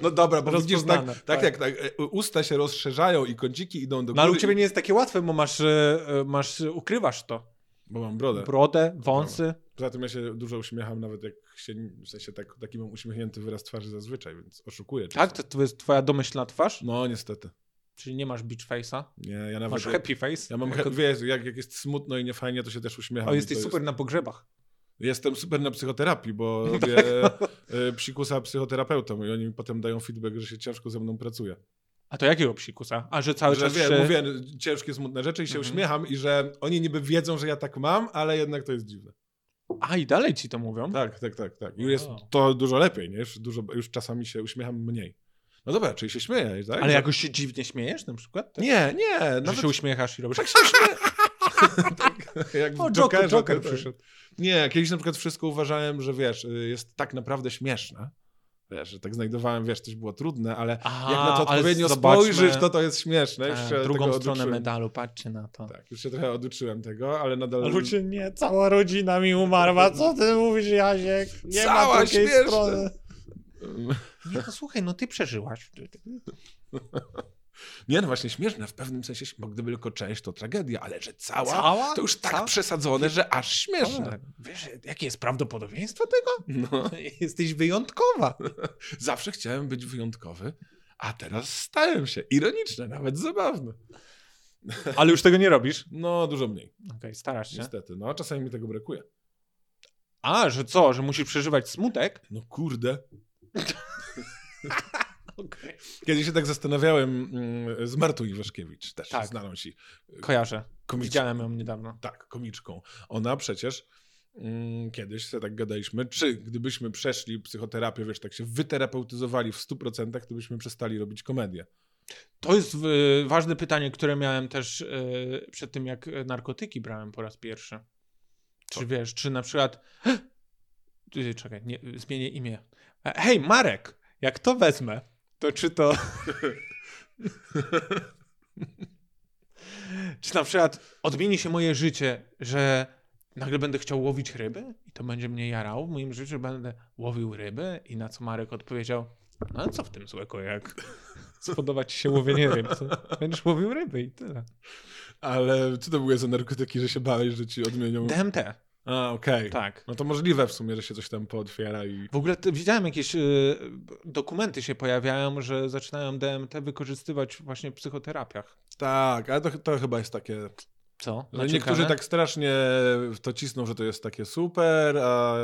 [SPEAKER 1] No dobra, bo widzisz, tak,
[SPEAKER 2] Rozpoznane,
[SPEAKER 1] tak,
[SPEAKER 2] tak.
[SPEAKER 1] jak tak, e, usta się rozszerzają i kąciki idą do
[SPEAKER 2] No
[SPEAKER 1] góry.
[SPEAKER 2] ale u ciebie nie jest takie łatwe, bo masz, e, e, masz e, ukrywasz to.
[SPEAKER 1] Bo mam brodę.
[SPEAKER 2] Brodę, wąsy.
[SPEAKER 1] Poza tym ja się dużo uśmiecham, nawet jak się, w sensie tak, taki mam uśmiechnięty wyraz twarzy zazwyczaj, więc oszukuję.
[SPEAKER 2] Tak?
[SPEAKER 1] czasem.
[SPEAKER 2] To, to jest twoja domyślna twarz?
[SPEAKER 1] No niestety.
[SPEAKER 2] Czyli nie masz beach face'a?
[SPEAKER 1] Nie, ja nawet...
[SPEAKER 2] Masz happy face?
[SPEAKER 1] Ja mam,
[SPEAKER 2] Jako-
[SPEAKER 1] he- wiesz, jak, jak jest smutno i niefajnie, to się też uśmiecham.
[SPEAKER 2] O,
[SPEAKER 1] i
[SPEAKER 2] jesteś
[SPEAKER 1] to
[SPEAKER 2] super No na pogrzebach.
[SPEAKER 1] Jest, jestem super na psychoterapii, bo robię
[SPEAKER 2] tak.
[SPEAKER 1] e, psikusa psychoterapeutą i oni mi potem dają feedback, że się ciężko ze mną pracuje.
[SPEAKER 2] A to jakiego psikusa? A że cały
[SPEAKER 1] że
[SPEAKER 2] czas
[SPEAKER 1] wie,
[SPEAKER 2] się...
[SPEAKER 1] mówię ciężkie, smutne rzeczy i się
[SPEAKER 2] Mhm.
[SPEAKER 1] uśmiecham i że oni niby wiedzą, że ja tak mam, ale jednak to jest dziwne.
[SPEAKER 2] A i dalej ci to mówią?
[SPEAKER 1] Tak, tak, tak, tak. Już jest
[SPEAKER 2] Wow.
[SPEAKER 1] to dużo lepiej, nie? Już, dużo, już czasami się uśmiecham mniej. No dobra, czyli się śmieję, tak?
[SPEAKER 2] Ale jakoś się dziwnie śmiejesz na przykład? Tak?
[SPEAKER 1] Nie, nie,
[SPEAKER 2] Że
[SPEAKER 1] nawet
[SPEAKER 2] się uśmiechasz i robisz...
[SPEAKER 1] Tak się śmieję. tak, jak w
[SPEAKER 2] O, Joker,
[SPEAKER 1] Jokerze,
[SPEAKER 2] Joker
[SPEAKER 1] tak.
[SPEAKER 2] przyszedł.
[SPEAKER 1] Nie, kiedyś na przykład wszystko uważałem, że wiesz, y, jest tak naprawdę śmieszne. Wiesz, że tak znajdowałem, wiesz, coś było trudne, ale
[SPEAKER 2] Aha,
[SPEAKER 1] jak na to
[SPEAKER 2] ale
[SPEAKER 1] odpowiednio
[SPEAKER 2] zobaczmy-
[SPEAKER 1] spojrzysz, to to jest śmieszne. Już
[SPEAKER 2] Tak,
[SPEAKER 1] się
[SPEAKER 2] drugą
[SPEAKER 1] tego
[SPEAKER 2] stronę
[SPEAKER 1] oduczyłem.
[SPEAKER 2] medalu, patrzcie na to.
[SPEAKER 1] Tak, już się trochę oduczyłem tego, ale nadal...
[SPEAKER 2] Ludzie, nie, cała rodzina mi umarła, co ty mówisz, Jaziek? Nie ma
[SPEAKER 1] Cała
[SPEAKER 2] drugiej
[SPEAKER 1] śmieszne.
[SPEAKER 2] strony. Nie, no słuchaj, no ty przeżyłaś.
[SPEAKER 1] Nie, no właśnie śmieszne, w pewnym sensie, bo gdyby tylko część, to tragedia, ale że cała,
[SPEAKER 2] Cała?
[SPEAKER 1] to już tak
[SPEAKER 2] Cała?
[SPEAKER 1] przesadzone, że aż śmieszne.
[SPEAKER 2] Tak. Wiesz, jakie jest prawdopodobieństwo tego?
[SPEAKER 1] No,
[SPEAKER 2] Jesteś wyjątkowa.
[SPEAKER 1] zawsze chciałem być wyjątkowy, a teraz stałem się. Ironiczne, nawet zabawne.
[SPEAKER 2] Ale już tego nie robisz?
[SPEAKER 1] No, dużo mniej.
[SPEAKER 2] Okej, starasz się.
[SPEAKER 1] Niestety, no czasami mi tego brakuje.
[SPEAKER 2] A, że co, że musisz przeżywać smutek?
[SPEAKER 1] No kurde.
[SPEAKER 2] Okej.
[SPEAKER 1] Kiedyś się tak zastanawiałem mm, z Martą Iwaszkiewicz też,
[SPEAKER 2] Tak.
[SPEAKER 1] znaną ci
[SPEAKER 2] Kojarzę.
[SPEAKER 1] komiczką.
[SPEAKER 2] Widziałem ją niedawno.
[SPEAKER 1] Tak, komiczką. Ona przecież mm, kiedyś sobie tak gadaliśmy, czy gdybyśmy przeszli psychoterapię, wiesz, tak się wyterapeutyzowali w 100%, to byśmy przestali robić komedię.
[SPEAKER 2] To jest y, ważne pytanie, które miałem też y, przed tym, jak y, narkotyki brałem po raz pierwszy. Czy
[SPEAKER 1] Co?
[SPEAKER 2] wiesz, czy na przykład. Ty, Czekaj, nie, y, zmienię imię. E, Hej, Marek, jak to wezmę, to czy to. czy na przykład odmieni się moje życie, że nagle będę chciał łowić ryby i to będzie mnie jarał w moim życiu, będę łowił ryby i na co Marek odpowiedział, no ale co w tym złego, jak spodoba ci się łowienie ryb, to będziesz łowił ryby i tyle.
[SPEAKER 1] Ale co to były za narkotyki, że się bałeś, że ci odmienią?
[SPEAKER 2] DMT,
[SPEAKER 1] A, okej.
[SPEAKER 2] tak.
[SPEAKER 1] No to możliwe w sumie, że się coś tam pootwiera i...
[SPEAKER 2] W ogóle to, widziałem jakieś y, dokumenty się pojawiają, że zaczynają DMT wykorzystywać właśnie w psychoterapiach.
[SPEAKER 1] Tak, ale to, to chyba jest takie
[SPEAKER 2] Co?
[SPEAKER 1] Że niektórzy tak strasznie w to cisną, że to jest takie super, a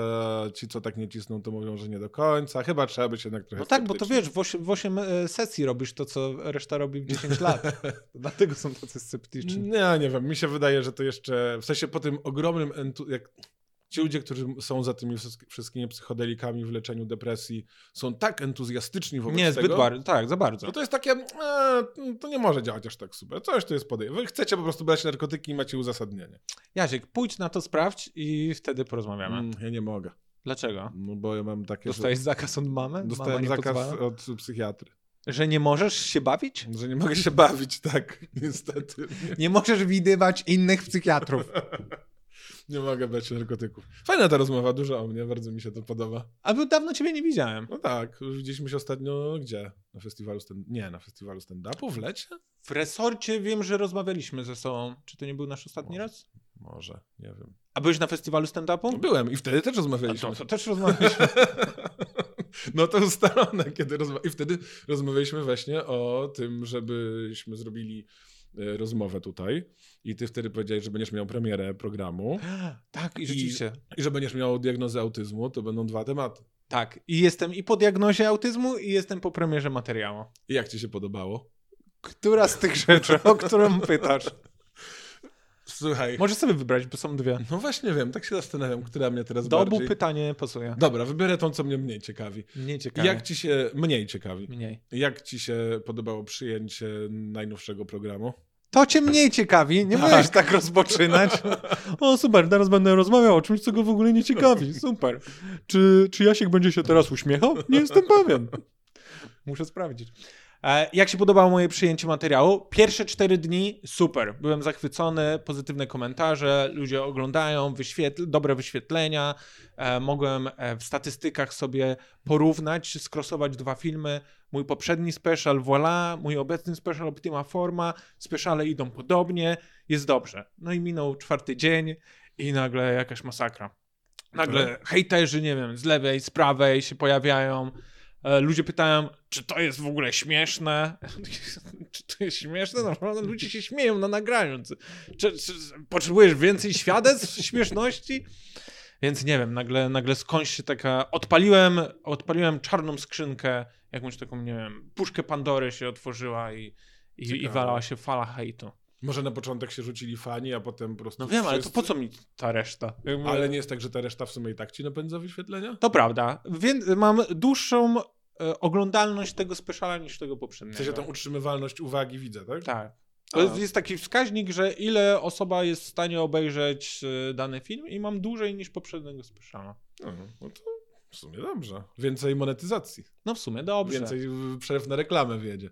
[SPEAKER 1] ci, co tak nie cisną, to mówią, że nie do końca. Chyba trzeba być jednak trochę
[SPEAKER 2] No tak, bo to
[SPEAKER 1] sceptycznym.
[SPEAKER 2] wiesz, w 8, w osiem, e, sesji robisz to, co reszta robi w 10 lat. Dlatego są tacy sceptyczni.
[SPEAKER 1] Nie, No, ja nie wiem, mi się wydaje, że to jeszcze, w sensie po tym ogromnym, entu... jak ci ludzie, którzy są za tymi wszystk- wszystkimi psychodelikami w leczeniu depresji, są tak entuzjastyczni wobec
[SPEAKER 2] Nie, zbyt
[SPEAKER 1] tego,
[SPEAKER 2] bardzo. Tak, za bardzo.
[SPEAKER 1] że to jest takie, e, to nie może działać aż tak super. Coś tu jest podejście. Wy chcecie po prostu brać narkotyki i macie uzasadnienie.
[SPEAKER 2] Jaziek, pójdź na to, sprawdź i wtedy porozmawiamy.
[SPEAKER 1] Mm, ja nie mogę,
[SPEAKER 2] Dlaczego?
[SPEAKER 1] no bo ja mam takie,
[SPEAKER 2] Dostajesz zakaz od mamy?
[SPEAKER 1] że
[SPEAKER 2] Mama
[SPEAKER 1] dostałem
[SPEAKER 2] nie
[SPEAKER 1] zakaz
[SPEAKER 2] pozwala?
[SPEAKER 1] od psychiatry.
[SPEAKER 2] Że nie możesz się bawić?
[SPEAKER 1] Że nie mogę się bawić, tak, niestety. Nie,
[SPEAKER 2] Nie możesz widywać innych psychiatrów.
[SPEAKER 1] nie mogę brać narkotyków. Fajna ta rozmowa, dużo o mnie, bardzo mi się to podoba.
[SPEAKER 2] A bo dawno ciebie nie widziałem.
[SPEAKER 1] No tak, już widzieliśmy się ostatnio gdzie? Na festiwalu stand Nie, na festiwalu stand-upu w lecie?
[SPEAKER 2] W resorcie wiem, że rozmawialiśmy ze sobą. Czy to nie był nasz ostatni
[SPEAKER 1] Może.
[SPEAKER 2] raz?
[SPEAKER 1] Może, nie wiem. No
[SPEAKER 2] A byłeś na festiwalu stand-upu?
[SPEAKER 1] Byłem i wtedy też
[SPEAKER 2] A
[SPEAKER 1] rozmawialiśmy.
[SPEAKER 2] to, to też rozmawialiśmy.
[SPEAKER 1] No to ustalone, kiedy rozmawialiśmy. I wtedy rozmawialiśmy właśnie o tym, żebyśmy zrobili e, rozmowę tutaj i ty wtedy powiedziałeś, że będziesz miał premierę programu
[SPEAKER 2] tak, i
[SPEAKER 1] I-
[SPEAKER 2] rzeczywiście.
[SPEAKER 1] i że będziesz miał diagnozę autyzmu, to będą dwa tematy.
[SPEAKER 2] Tak, i jestem i po diagnozie autyzmu, i jestem po premierze materiału.
[SPEAKER 1] I jak ci się podobało?
[SPEAKER 2] Która z tych rzeczy, o którą pytasz?
[SPEAKER 1] Słuchaj.
[SPEAKER 2] Możesz sobie wybrać, bo są dwie.
[SPEAKER 1] No właśnie wiem, tak się zastanawiam, która mnie teraz
[SPEAKER 2] Do obu
[SPEAKER 1] bardziej...
[SPEAKER 2] pytanie pasuje.
[SPEAKER 1] Dobra, wybiorę tą, co mnie mniej ciekawi.
[SPEAKER 2] Nie ciekawe.
[SPEAKER 1] Jak ci się... Mniej ciekawi.
[SPEAKER 2] Mniej.
[SPEAKER 1] Jak ci się podobało przyjęcie najnowszego programu?
[SPEAKER 2] To cię mniej ciekawi, nie tak. możesz tak rozpoczynać. O super, teraz będę rozmawiał o czymś, co go w ogóle nie ciekawi, super. Czy, czy Jasiek będzie się teraz uśmiechał? Nie jestem pewien. Muszę sprawdzić. E, Jak się podobało moje przyjęcie materiału? Pierwsze cztery dni super. Byłem zachwycony, pozytywne komentarze, ludzie oglądają, wyświetl, dobre wyświetlenia. E, Mogłem e, w statystykach sobie porównać, skrosować dwa filmy. Mój poprzedni special, voilà, mój obecny special, optima forma, speciale idą podobnie, jest dobrze. No i minął czwarty dzień i nagle jakaś masakra. Nagle hejterzy, nie wiem, z lewej, z prawej się pojawiają. E, Ludzie pytają, czy to jest w ogóle śmieszne? czy to jest śmieszne? Naprawdę ludzie się śmieją na nagraniu. Czy, czy, czy potrzebujesz więcej świadectw śmieszności? Więc nie wiem, nagle, nagle skądś się taka... Odpaliłem, odpaliłem czarną skrzynkę, jakąś taką, nie wiem, puszkę Pandory się otworzyła i, i, i
[SPEAKER 1] Ciekawe.
[SPEAKER 2] walała się fala hejtu.
[SPEAKER 1] Może na początek się rzucili fani, a potem po prostu.
[SPEAKER 2] No wiem, ale to
[SPEAKER 1] wszyscy.
[SPEAKER 2] po co mi ta reszta? Jakby-
[SPEAKER 1] Ale nie jest tak, że ta reszta w sumie i tak ci napędza wyświetlenia?
[SPEAKER 2] To prawda. Więc mam dłuższą e, oglądalność tego speciala niż tego
[SPEAKER 1] W
[SPEAKER 2] poprzedniego.
[SPEAKER 1] sensie tą utrzymywalność uwagi widzę, tak?
[SPEAKER 2] no. Tak.
[SPEAKER 1] A.
[SPEAKER 2] To jest taki wskaźnik, że ile osoba jest w stanie obejrzeć e, dany film i mam dłużej niż poprzedniego speciala.
[SPEAKER 1] No, no to w sumie dobrze. Więcej monetyzacji.
[SPEAKER 2] No w sumie dobrze.
[SPEAKER 1] Więcej y, przerw na reklamę wiedzie.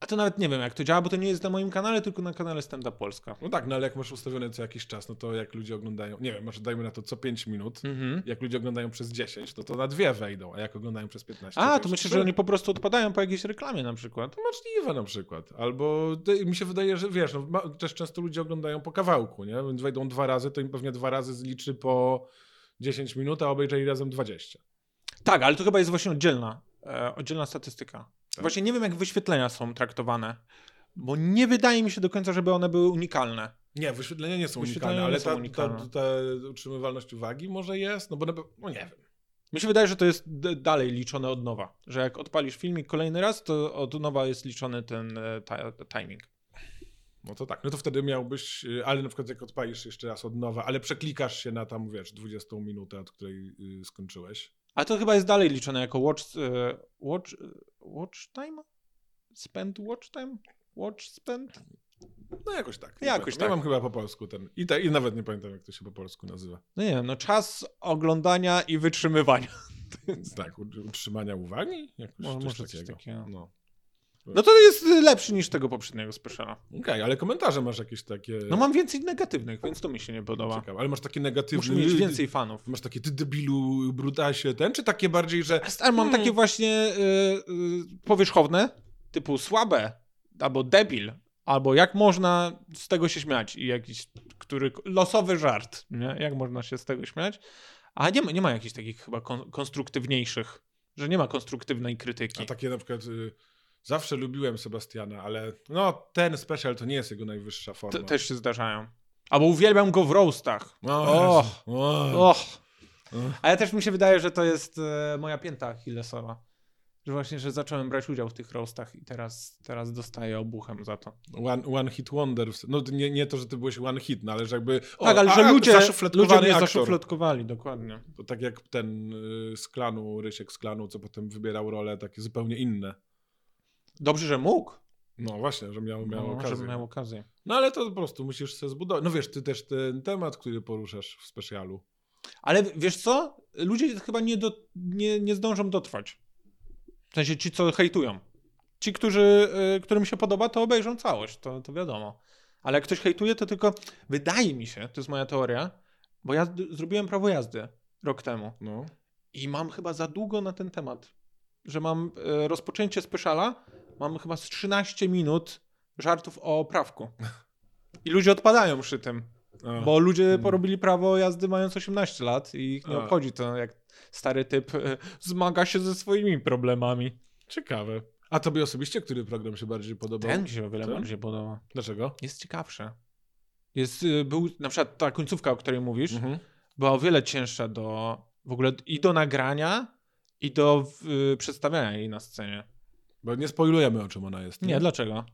[SPEAKER 2] A to nawet nie wiem jak to działa, bo to nie jest na moim kanale, tylko na kanale Stand Up Polska.
[SPEAKER 1] No tak, no ale jak masz ustawione co jakiś czas, no to jak ludzie oglądają, nie wiem, może dajmy na to co 5 minut,
[SPEAKER 2] Mhm.
[SPEAKER 1] jak ludzie oglądają przez 10, no to na dwie wejdą, a jak oglądają przez 15.
[SPEAKER 2] A, to
[SPEAKER 1] już
[SPEAKER 2] myślę,
[SPEAKER 1] trzy.
[SPEAKER 2] że oni po prostu odpadają po jakiejś reklamie na przykład.
[SPEAKER 1] Możliwe na przykład. Albo ty- mi się wydaje, że wiesz, no, ma, też często ludzie oglądają po kawałku, nie? Więc wejdą dwa razy, to im pewnie dwa razy zliczy po 10 minut, a obejrzeli razem 20.
[SPEAKER 2] Tak, ale to chyba jest właśnie oddzielna, e, oddzielna statystyka.
[SPEAKER 1] Tak.
[SPEAKER 2] Właśnie nie wiem, jak wyświetlenia są traktowane, bo nie wydaje mi się do końca, żeby one były unikalne.
[SPEAKER 1] Nie, wyświetlenia nie są
[SPEAKER 2] Wyświetlenia
[SPEAKER 1] unikalne,
[SPEAKER 2] nie
[SPEAKER 1] ale
[SPEAKER 2] są
[SPEAKER 1] ta,
[SPEAKER 2] unikalne.
[SPEAKER 1] Ta, ta, utrzymywalność uwagi może jest, no bo na pewno, no nie wiem.
[SPEAKER 2] Mi się wydaje, że to jest d- dalej liczone od nowa. Że jak odpalisz filmik kolejny raz, to od nowa jest liczony ten e, ta, timing.
[SPEAKER 1] No to tak, no to wtedy miałbyś, y, ale na przykład jak odpalisz jeszcze raz od nowa, ale przeklikasz się na tam, wiesz, 20 minutę, od której y, skończyłeś.
[SPEAKER 2] A to chyba jest dalej liczone jako watch, e, watch, e, watch time? Spend watch time? Watch spend?
[SPEAKER 1] No jakoś tak.
[SPEAKER 2] Jakoś
[SPEAKER 1] pamiętam.
[SPEAKER 2] tak.
[SPEAKER 1] Ja mam chyba po polsku ten, i, te, i nawet nie pamiętam jak to się po polsku nazywa.
[SPEAKER 2] No nie wiem, no czas oglądania i wytrzymywania.
[SPEAKER 1] Tak, u- utrzymania uwagi? Jakoś
[SPEAKER 2] Może-
[SPEAKER 1] coś
[SPEAKER 2] może coś
[SPEAKER 1] takiego.
[SPEAKER 2] takiego.
[SPEAKER 1] No.
[SPEAKER 2] No to jest lepszy niż tego poprzedniego speciala.
[SPEAKER 1] Okej, ale komentarze masz jakieś takie...
[SPEAKER 2] No mam więcej negatywnych, więc to mi się nie podoba.
[SPEAKER 1] Ciekawe, ale masz takie negatywne...
[SPEAKER 2] Muszę mieć więcej fanów.
[SPEAKER 1] Masz takie, ty debilu, brutasie, ten, czy takie bardziej, że...
[SPEAKER 2] A stary, mam
[SPEAKER 1] Hmm.
[SPEAKER 2] takie właśnie y, y, powierzchowne, typu słabe, albo debil, albo jak można z tego się śmiać i jakiś, który, losowy żart, nie? jak można się z tego śmiać. A nie ma, nie ma jakichś takich chyba kon, konstruktywniejszych, że nie ma konstruktywnej krytyki.
[SPEAKER 1] A takie na przykład... Y, zawsze lubiłem Sebastiana, ale no ten special to nie jest jego najwyższa forma.
[SPEAKER 2] T- Też się zdarzają. Albo uwielbiam go w roastach.
[SPEAKER 1] O,
[SPEAKER 2] Och.
[SPEAKER 1] Jezu. o.
[SPEAKER 2] Och.
[SPEAKER 1] No.
[SPEAKER 2] Ale też mi się wydaje, że to jest e, moja pięta Achillesowa. Że właśnie, że zacząłem brać udział w tych roastach i teraz, teraz dostaję obuchem za to.
[SPEAKER 1] One, one hit wonder. w- No to nie, nie to, że ty byłeś one hit, no ale że jakby... O,
[SPEAKER 2] tak, ale
[SPEAKER 1] a,
[SPEAKER 2] że
[SPEAKER 1] a,
[SPEAKER 2] ludzie,
[SPEAKER 1] zaszufladkowany
[SPEAKER 2] ludzie mnie
[SPEAKER 1] aktor.
[SPEAKER 2] zaszufladkowali, dokładnie.
[SPEAKER 1] To tak jak ten y, z klanu, Rysiek z klanu, co potem wybierał role takie zupełnie inne.
[SPEAKER 2] Dobrze, że mógł.
[SPEAKER 1] No właśnie, że miał, miał
[SPEAKER 2] no,
[SPEAKER 1] okazję.
[SPEAKER 2] Że miał okazję.
[SPEAKER 1] No ale to po prostu musisz sobie zbudować. No wiesz, ty też ten temat, który poruszasz w specjalu.
[SPEAKER 2] Ale wiesz co? Ludzie chyba nie, do, nie, nie zdążą dotrwać. W sensie ci, co hejtują. Ci, którzy, y, którym się podoba, to obejrzą całość, to, to wiadomo. Ale jak ktoś hejtuje, to tylko wydaje mi się, to jest moja teoria, bo ja d- zrobiłem prawo jazdy rok temu.
[SPEAKER 1] No.
[SPEAKER 2] I mam chyba za długo na ten temat, że mam e, rozpoczęcie speciala, mam chyba z 13 minut żartów o prawku. I ludzie odpadają przy tym,
[SPEAKER 1] A,
[SPEAKER 2] bo ludzie
[SPEAKER 1] Mm.
[SPEAKER 2] porobili prawo jazdy mając 18 lat i ich nie
[SPEAKER 1] A.
[SPEAKER 2] obchodzi to, jak stary typ e, zmaga się ze swoimi problemami.
[SPEAKER 1] Ciekawe. A tobie osobiście, który program się bardziej podobał?
[SPEAKER 2] Ten Tak mi się o wiele
[SPEAKER 1] Ten?
[SPEAKER 2] bardziej podoba.
[SPEAKER 1] Dlaczego?
[SPEAKER 2] Jest ciekawsze. Jest, e, był na przykład ta końcówka, o której mówisz,
[SPEAKER 1] Mhm.
[SPEAKER 2] była o wiele cięższa do w ogóle i do nagrania, i do y, przedstawiania jej na scenie.
[SPEAKER 1] Bo nie spoilujemy, o czym ona jest.
[SPEAKER 2] Nie, dlaczego?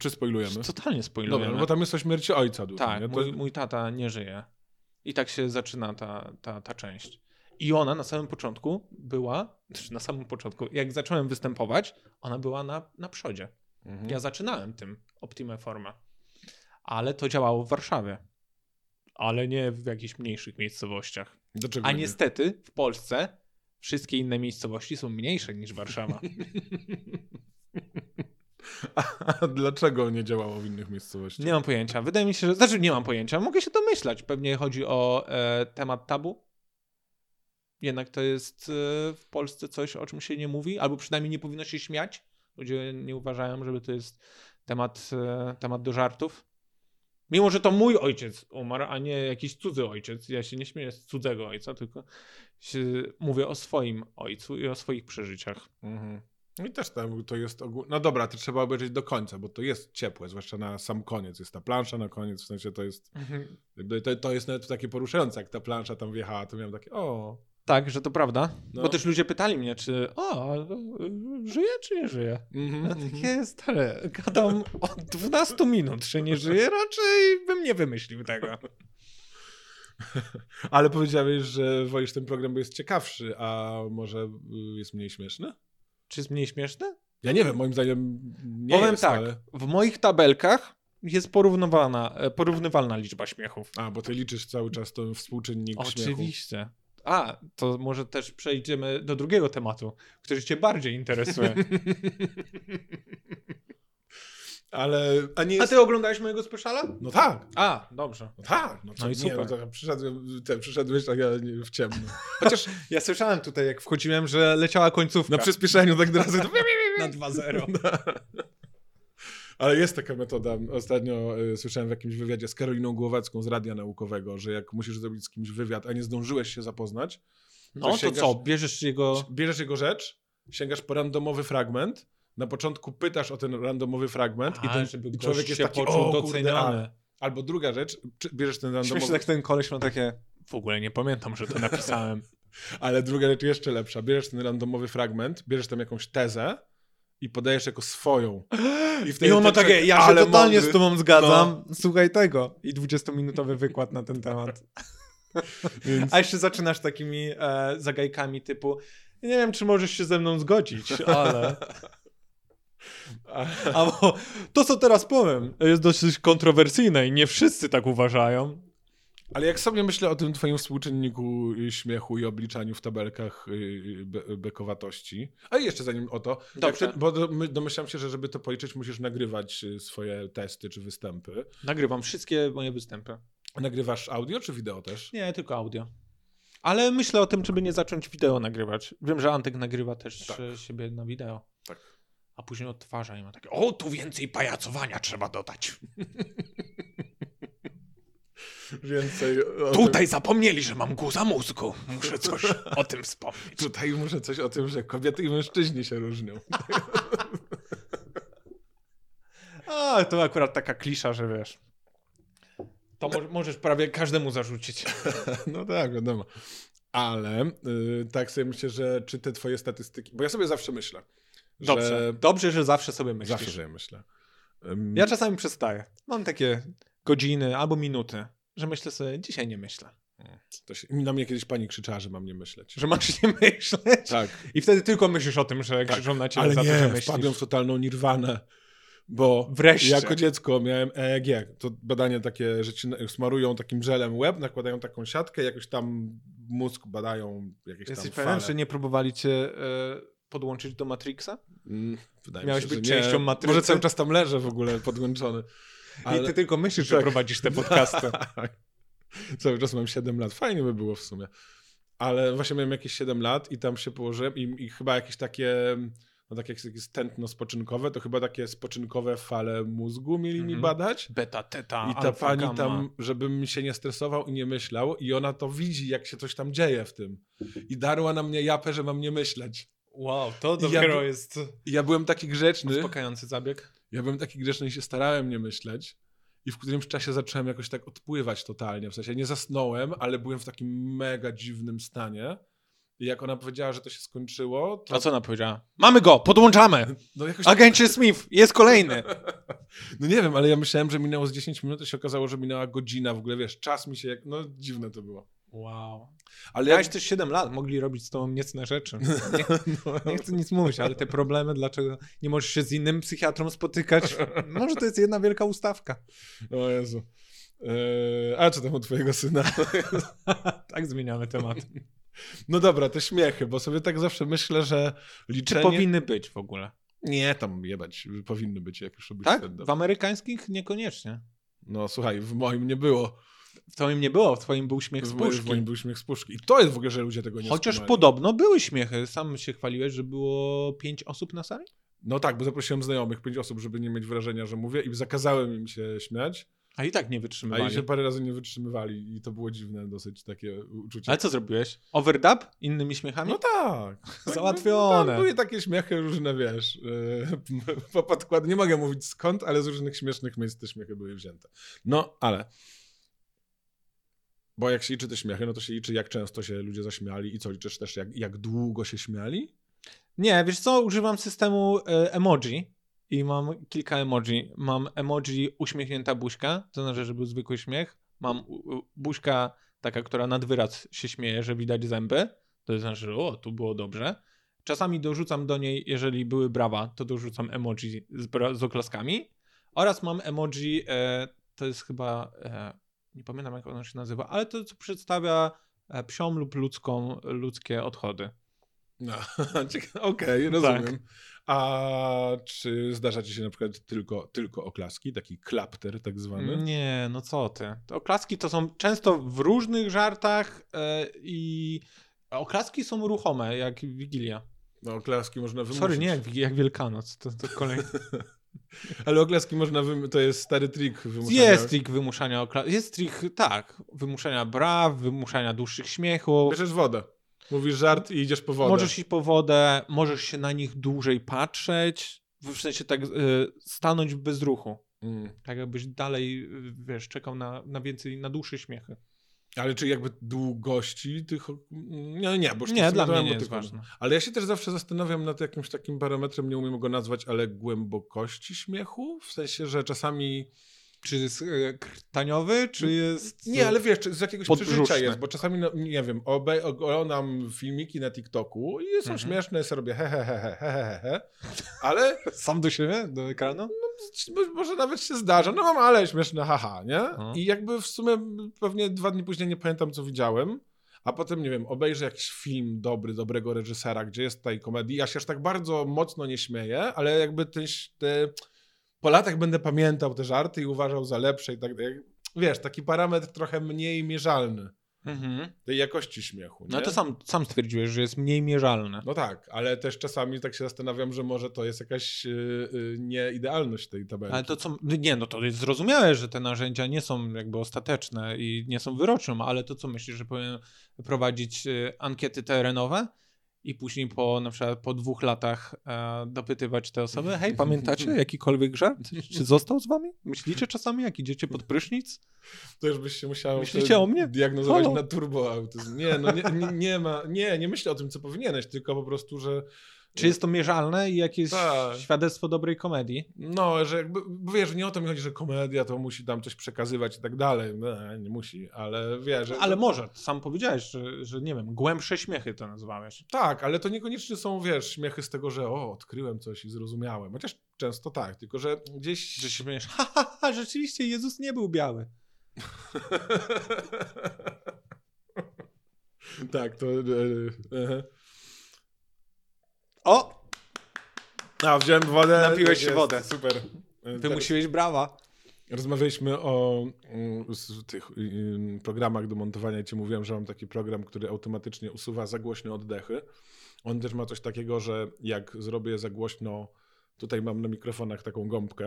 [SPEAKER 1] Czy spoilujemy?
[SPEAKER 2] Totalnie spoilujemy.
[SPEAKER 1] Mhm. Dobra, no bo tam jest o śmierci ojca dużo.
[SPEAKER 2] Tak,
[SPEAKER 1] nie? To...
[SPEAKER 2] mój, mój tata nie żyje. I tak się zaczyna ta, ta, ta część. I ona na samym początku była, znaczy na samym początku, jak zacząłem występować, ona była na, na przodzie.
[SPEAKER 1] Mhm.
[SPEAKER 2] Ja zaczynałem tym Optimę Formę. Ale to działało w Warszawie. Ale nie w jakichś mniejszych miejscowościach.
[SPEAKER 1] Dlaczego
[SPEAKER 2] A
[SPEAKER 1] nie?
[SPEAKER 2] niestety w Polsce wszystkie inne miejscowości są mniejsze niż Warszawa.
[SPEAKER 1] A dlaczego nie działało w innych miejscowościach?
[SPEAKER 2] Nie mam pojęcia. Wydaje mi się, że. Znaczy, nie mam pojęcia. Mogę się domyślać. Pewnie chodzi o e, temat tabu. Jednak to jest e, w Polsce coś, o czym się nie mówi, albo przynajmniej nie powinno się śmiać. Ludzie nie uważają, żeby to jest temat, e, temat do żartów. Mimo, że to mój ojciec umarł, a nie jakiś cudzy ojciec. Ja się nie śmieję z cudzego ojca, tylko się, mówię o swoim ojcu i o swoich przeżyciach.
[SPEAKER 1] Mhm. I też tam to jest ogólnie. No dobra, to trzeba obejrzeć do końca, bo to jest ciepłe, zwłaszcza na sam koniec. Jest ta plansza na koniec, w sensie to jest. jakby To, to jest nawet takie poruszające, jak ta plansza tam wjechała, to miałem takie, o,
[SPEAKER 2] Tak, że to prawda.
[SPEAKER 1] No.
[SPEAKER 2] Bo też ludzie pytali mnie, czy o, y, żyje, czy nie żyje. Ja
[SPEAKER 1] Mhm, mhm.
[SPEAKER 2] takie stare, gadam od 12 minut, że nie żyje, raczej bym nie wymyślił tego.
[SPEAKER 1] Ale powiedziałeś, że wolisz ten program, bo jest ciekawszy, a może y, jest mniej śmieszny?
[SPEAKER 2] Czy jest mniej śmieszne?
[SPEAKER 1] Ja nie wiem, moim zdaniem nie
[SPEAKER 2] Powiem
[SPEAKER 1] jest,
[SPEAKER 2] tak,
[SPEAKER 1] ale...
[SPEAKER 2] w moich tabelkach jest porównywana, e, porównywalna liczba śmiechów.
[SPEAKER 1] A, bo ty liczysz cały czas ten współczynnik śmiechu.
[SPEAKER 2] Oczywiście. A, to może też przejdziemy do drugiego tematu, który cię bardziej interesuje.
[SPEAKER 1] Ale, a nie
[SPEAKER 2] A
[SPEAKER 1] jest...
[SPEAKER 2] ty oglądałeś mojego speciala?
[SPEAKER 1] No tak,
[SPEAKER 2] A, dobrze.
[SPEAKER 1] no tak. No,
[SPEAKER 2] No i
[SPEAKER 1] i nie,
[SPEAKER 2] super.
[SPEAKER 1] No, to przyszedłem, te, przyszedłeś tak ja nie, w ciemno. Chociaż
[SPEAKER 2] Ja słyszałem tutaj, jak wchodziłem, że leciała końcówka
[SPEAKER 1] na przyspieszeniu tak razy to...
[SPEAKER 2] na 2-0.
[SPEAKER 1] Ale jest taka metoda. Ostatnio y, słyszałem w jakimś wywiadzie z Karoliną Głowacką z Radia Naukowego, że jak musisz zrobić z kimś wywiad, a nie zdążyłeś się zapoznać,
[SPEAKER 2] No to
[SPEAKER 1] sięgasz-
[SPEAKER 2] co, bierzesz jego...
[SPEAKER 1] bierzesz jego rzecz, sięgasz po randomowy fragment, na początku pytasz o ten randomowy fragment i
[SPEAKER 2] A,
[SPEAKER 1] ten
[SPEAKER 2] żeby
[SPEAKER 1] i
[SPEAKER 2] Tak. człowiek
[SPEAKER 1] człowiek
[SPEAKER 2] się
[SPEAKER 1] jest taki,
[SPEAKER 2] poczuł
[SPEAKER 1] o kurde, a.
[SPEAKER 2] doceniany.
[SPEAKER 1] Albo druga rzecz, czy- bierzesz ten randomowy,
[SPEAKER 2] Śmiesznie tak ten koleś ma takie, w ogóle nie pamiętam, że to napisałem.
[SPEAKER 1] ale druga rzecz jeszcze lepsza, bierzesz ten randomowy fragment, bierzesz tam jakąś tezę i podajesz jako swoją. I,
[SPEAKER 2] I tak,
[SPEAKER 1] wtedy
[SPEAKER 2] ono
[SPEAKER 1] ten
[SPEAKER 2] takie,
[SPEAKER 1] człowiek,
[SPEAKER 2] ja się
[SPEAKER 1] ale
[SPEAKER 2] totalnie
[SPEAKER 1] mądry.
[SPEAKER 2] z tobą zgadzam, słuchaj tego. I 20-minutowy wykład na ten temat.
[SPEAKER 1] Więc-
[SPEAKER 2] A jeszcze zaczynasz takimi e, zagajkami typu, nie wiem, czy możesz się ze mną zgodzić, ale... Albo to, co teraz powiem, jest dosyć kontrowersyjne i nie wszyscy tak uważają.
[SPEAKER 1] Ale jak sobie myślę o tym twoim współczynniku y, śmiechu i obliczaniu w tabelkach y, y, be- bekowatości, a jeszcze zanim o to, jak
[SPEAKER 2] Dobrze.
[SPEAKER 1] ty, bo domy- domyślam się, że żeby to policzyć musisz nagrywać y, swoje testy czy występy.
[SPEAKER 2] Nagrywam wszystkie moje występy.
[SPEAKER 1] Nagrywasz audio czy wideo też?
[SPEAKER 2] Nie, tylko audio. Ale myślę o tym, żeby nie zacząć wideo nagrywać. Wiem, że Antek nagrywa też
[SPEAKER 1] Tak.
[SPEAKER 2] e, siebie na wideo.
[SPEAKER 1] Tak.
[SPEAKER 2] A później odtwarza i ma takie, o, tu więcej pajacowania trzeba dodać.
[SPEAKER 1] Więcej o
[SPEAKER 2] Tutaj zapomnieli, że mam guza mózgu. Muszę coś o tym wspomnieć.
[SPEAKER 1] Tym, tutaj muszę coś o tym, że kobiety i mężczyźni się różnią.
[SPEAKER 2] A, to akurat taka klisza, że wiesz. To mo- możesz prawie każdemu zarzucić.
[SPEAKER 1] No tak, wiadomo. Ale y, tak sobie myślę, że czy te twoje statystyki, bo ja sobie zawsze myślę,
[SPEAKER 2] Dobrze,
[SPEAKER 1] że...
[SPEAKER 2] dobrze, że zawsze sobie myślisz.
[SPEAKER 1] Zawsze sobie myślę. Ym,
[SPEAKER 2] Ja czasami przestaję. Mam takie godziny albo minuty, że myślę sobie, dzisiaj nie myślę.
[SPEAKER 1] to się, na mnie kiedyś pani krzyczała, że mam nie myśleć.
[SPEAKER 2] Że masz nie myśleć.
[SPEAKER 1] Tak.
[SPEAKER 2] I wtedy tylko myślisz o tym, że
[SPEAKER 1] Tak,
[SPEAKER 2] krzyczą na ciebie
[SPEAKER 1] Ale
[SPEAKER 2] za to, że
[SPEAKER 1] nie,
[SPEAKER 2] myślisz.
[SPEAKER 1] wpadłem w totalną nirwanę, bo
[SPEAKER 2] Wreszcie.
[SPEAKER 1] jako dziecko miałem EEG. To badanie takie, że ci na- smarują takim żelem łeb, nakładają taką siatkę, jakoś tam mózg badają, jakieś
[SPEAKER 2] Jesteś
[SPEAKER 1] tam
[SPEAKER 2] pewien,
[SPEAKER 1] fale.
[SPEAKER 2] że nie próbowali cię e, podłączyć do Matrixa?
[SPEAKER 1] Mm, Wydaje
[SPEAKER 2] miałeś
[SPEAKER 1] mi się,
[SPEAKER 2] być
[SPEAKER 1] że nie.
[SPEAKER 2] częścią matrycy?
[SPEAKER 1] Może cały czas tam leżę w ogóle podłączony. Ale
[SPEAKER 2] I ty tylko myślisz, że
[SPEAKER 1] Tak.
[SPEAKER 2] prowadzisz te podcasty.
[SPEAKER 1] cały czas mam 7 lat. Fajnie by było w sumie. Ale właśnie miałem jakieś 7 lat i tam się położyłem i, i chyba jakieś takie... No tak jak jest tętno spoczynkowe, to chyba takie spoczynkowe fale mózgu mieli mi
[SPEAKER 2] Mhm.
[SPEAKER 1] badać.
[SPEAKER 2] Beta, teta,
[SPEAKER 1] I ta
[SPEAKER 2] alfa,
[SPEAKER 1] pani
[SPEAKER 2] gamma.
[SPEAKER 1] tam, żebym się nie stresował i nie myślał, i ona to widzi, jak się coś tam dzieje w tym. I darła na mnie japę, że mam nie myśleć.
[SPEAKER 2] Wow, to
[SPEAKER 1] I
[SPEAKER 2] dopiero
[SPEAKER 1] ja-
[SPEAKER 2] jest
[SPEAKER 1] I ja byłem taki grzeczny,
[SPEAKER 2] uspokajający zabieg.
[SPEAKER 1] ja byłem taki grzeczny i się starałem nie myśleć. I w którymś czasie zacząłem jakoś tak odpływać totalnie. W sensie nie zasnąłem, ale byłem w takim mega dziwnym stanie. I jak ona powiedziała, że to się skończyło, to
[SPEAKER 2] A co ona powiedziała? Mamy go, podłączamy!
[SPEAKER 1] no jakoś
[SPEAKER 2] Agencie Smith, jest kolejny!
[SPEAKER 1] No nie wiem, ale ja myślałem, że minęło z 10 minut, a się okazało, że minęła godzina. W ogóle wiesz, czas mi się jak... No dziwne to było.
[SPEAKER 2] Wow.
[SPEAKER 1] Ale jak...
[SPEAKER 2] Miałeś też 7 lat, mogli robić z tobą niecne rzeczy.
[SPEAKER 1] No.
[SPEAKER 2] Nie, nie chcę nic mówić, ale te problemy, dlaczego nie możesz się z innym psychiatrą spotykać? Może to jest jedna wielka ustawka.
[SPEAKER 1] O Jezu. Eee, a co tam u twojego syna?
[SPEAKER 2] Tak zmieniamy temat.
[SPEAKER 1] No dobra, te śmiechy, bo sobie tak zawsze myślę, że liczenie...
[SPEAKER 2] Powinny być w ogóle.
[SPEAKER 1] Nie, tam jebać, powinny być, jak już robisz
[SPEAKER 2] Tak?
[SPEAKER 1] stand-up.
[SPEAKER 2] W amerykańskich niekoniecznie.
[SPEAKER 1] No słuchaj, w moim nie było.
[SPEAKER 2] W twoim nie było, w twoim był śmiech z
[SPEAKER 1] W, moim- w
[SPEAKER 2] puszki.
[SPEAKER 1] moim był śmiech z puszki. I to jest w ogóle, że ludzie tego nie
[SPEAKER 2] Chociaż
[SPEAKER 1] skumali.
[SPEAKER 2] podobno były śmiechy. Sam się chwaliłeś, że było pięć osób na sali?
[SPEAKER 1] No tak, bo zaprosiłem znajomych, pięć osób, żeby nie mieć wrażenia, że mówię i zakazałem im się śmiać,
[SPEAKER 2] A i tak nie
[SPEAKER 1] a
[SPEAKER 2] wytrzymywali.
[SPEAKER 1] i się parę razy nie wytrzymywali i to było dziwne dosyć takie uczucie.
[SPEAKER 2] Ale co zrobiłeś? Overdub? Innymi śmiechami?
[SPEAKER 1] No tak.
[SPEAKER 2] Załatwione.
[SPEAKER 1] No, tam były takie śmiechy różne, wiesz, yy, podkład. Nie mogę mówić skąd, ale z różnych śmiesznych miejsc te śmiechy były wzięte. No, ale Bo jak się liczy te śmiechy, no to się liczy, jak często się ludzie zaśmiali i co liczysz też, jak, jak długo się śmiali?
[SPEAKER 2] Nie, wiesz co, używam systemu e, emoji i mam kilka emoji. Mam emoji uśmiechnięta buźka, to znaczy, że był zwykły śmiech. Mam u- u- buźka taka, która nad wyraz się śmieje, że widać zęby. To znaczy, że o, tu było dobrze. Czasami dorzucam do niej, jeżeli były brawa, to dorzucam emoji z, bra- z oklaskami. Oraz mam emoji, e, to jest chyba, e, nie pamiętam jak ono się nazywa, ale to co przedstawia e, psią lub ludzką, ludzkie odchody.
[SPEAKER 1] No, cieka-
[SPEAKER 2] Tak.
[SPEAKER 1] okej, rozumiem. A czy zdarza ci się na przykład tylko, tylko oklaski, taki klapter tak zwany?
[SPEAKER 2] Nie, no co ty. Te Oklaski to są często w różnych żartach e, i oklaski są ruchome, jak Wigilia.
[SPEAKER 1] No, oklaski można wymusić.
[SPEAKER 2] Sorry, nie jak, Wigi- jak Wielkanoc, to, to kolejny.
[SPEAKER 1] Ale oklaski można wym... to jest stary trik wymuszania.
[SPEAKER 2] Jest trik wymuszania oklasków, jest trik, tak, wymuszania braw, wymuszania dłuższych śmiechów.
[SPEAKER 1] Bierzesz wodę. Mówisz żart i idziesz po wodę.
[SPEAKER 2] Możesz iść po wodę, możesz się na nich dłużej patrzeć, w sensie tak e, stanąć bez ruchu.
[SPEAKER 1] Mm.
[SPEAKER 2] Tak jakbyś dalej, e, wiesz, czekał na, na więcej, na dłuższe śmiechy.
[SPEAKER 1] Ale czy jakby długości tych... ok- mm, Nie, nie, bo już
[SPEAKER 2] Nie,
[SPEAKER 1] nie
[SPEAKER 2] dla mnie
[SPEAKER 1] zbadałem,
[SPEAKER 2] nie
[SPEAKER 1] bo
[SPEAKER 2] jest
[SPEAKER 1] tylko-
[SPEAKER 2] ważne.
[SPEAKER 1] Ale ja się też zawsze zastanawiam nad jakimś takim parametrem, nie umiem go nazwać, ale głębokości śmiechu? W sensie, że czasami...
[SPEAKER 2] Czy jest e, krtaniowy, czy jest.
[SPEAKER 1] Nie, ale wiesz, czy z jakiegoś
[SPEAKER 2] Podbrzuszne.
[SPEAKER 1] przeżycia jest, bo czasami, no, nie wiem, obej- oglądam filmiki na TikToku i są
[SPEAKER 2] Mhm.
[SPEAKER 1] śmieszne, sobie robię he, he, he, he, he, he, he, ale
[SPEAKER 2] e, Sam do siebie, do ekranu?
[SPEAKER 1] Bo- może nawet się zdarza, no mam ale śmieszne haha, nie?
[SPEAKER 2] No.
[SPEAKER 1] I jakby w sumie pewnie dwa dni później nie pamiętam, co widziałem, a potem, nie wiem, obejrzę jakiś film dobry, dobrego reżysera, gdzie jest tutaj komedii, ja się aż tak bardzo mocno nie śmieję, ale jakby te, ś- te... po latach będę pamiętał te żarty i uważał za lepsze i tak dalej. Wiesz, taki parametr trochę mniej mierzalny
[SPEAKER 2] Mhm.
[SPEAKER 1] tej jakości śmiechu, nie?
[SPEAKER 2] No to sam, sam stwierdziłeś, że jest mniej mierzalne.
[SPEAKER 1] No tak, ale też czasami tak się zastanawiam, że może to jest jakaś yy, yy, nieidealność tej tabeli.
[SPEAKER 2] Ale to co. Nie, no to jest zrozumiałe, że te narzędzia nie są jakby ostateczne i nie są wyroczne, ale to co myślisz, że powinien prowadzić e, ankiety terenowe? I później po na przykład po dwóch latach e, dopytywać te osoby, hej, pamiętacie jakikolwiek żart? Czy został z wami? Myślicie czasami, jak idziecie pod prysznic?
[SPEAKER 1] To już byś się musiał
[SPEAKER 2] Myślicie
[SPEAKER 1] wtedy
[SPEAKER 2] o mnie?
[SPEAKER 1] diagnozować
[SPEAKER 2] Halo?
[SPEAKER 1] na turboautyzm. Nie, no nie, nie, nie ma, nie, nie myślę o tym, co powinieneś, tylko po prostu, że
[SPEAKER 2] Czy jest to mierzalne i jakie jest
[SPEAKER 1] Tak.
[SPEAKER 2] świadectwo dobrej komedii?
[SPEAKER 1] no, że jakby, bo wiesz, nie o to mi chodzi, że komedia to musi tam coś przekazywać i tak dalej. No, nie musi, ale wiesz. że-
[SPEAKER 2] Ale może, sam powiedziałeś, że, że nie wiem, głębsze śmiechy to nazwałeś.
[SPEAKER 1] Tak, ale to niekoniecznie są, wiesz, śmiechy z tego, że o, odkryłem coś i zrozumiałem. Chociaż często tak, tylko że gdzieś...
[SPEAKER 2] Że się śmiejesz, ha, ha, ha, rzeczywiście Jezus nie był biały.
[SPEAKER 1] tak, to... e, e,
[SPEAKER 2] O,
[SPEAKER 1] A, wziąłem wodę.
[SPEAKER 2] Napiłeś
[SPEAKER 1] tak
[SPEAKER 2] się
[SPEAKER 1] jest,
[SPEAKER 2] wodę.
[SPEAKER 1] Super. E, teraz-
[SPEAKER 2] wymusiłeś brawa.
[SPEAKER 1] Rozmawialiśmy o mm, z- tych mm, programach do montowania i ci mówiłem, że mam taki program, który automatycznie usuwa za głośne oddechy. On też ma coś takiego, że jak zrobię za głośno, tutaj mam na mikrofonach taką gąbkę,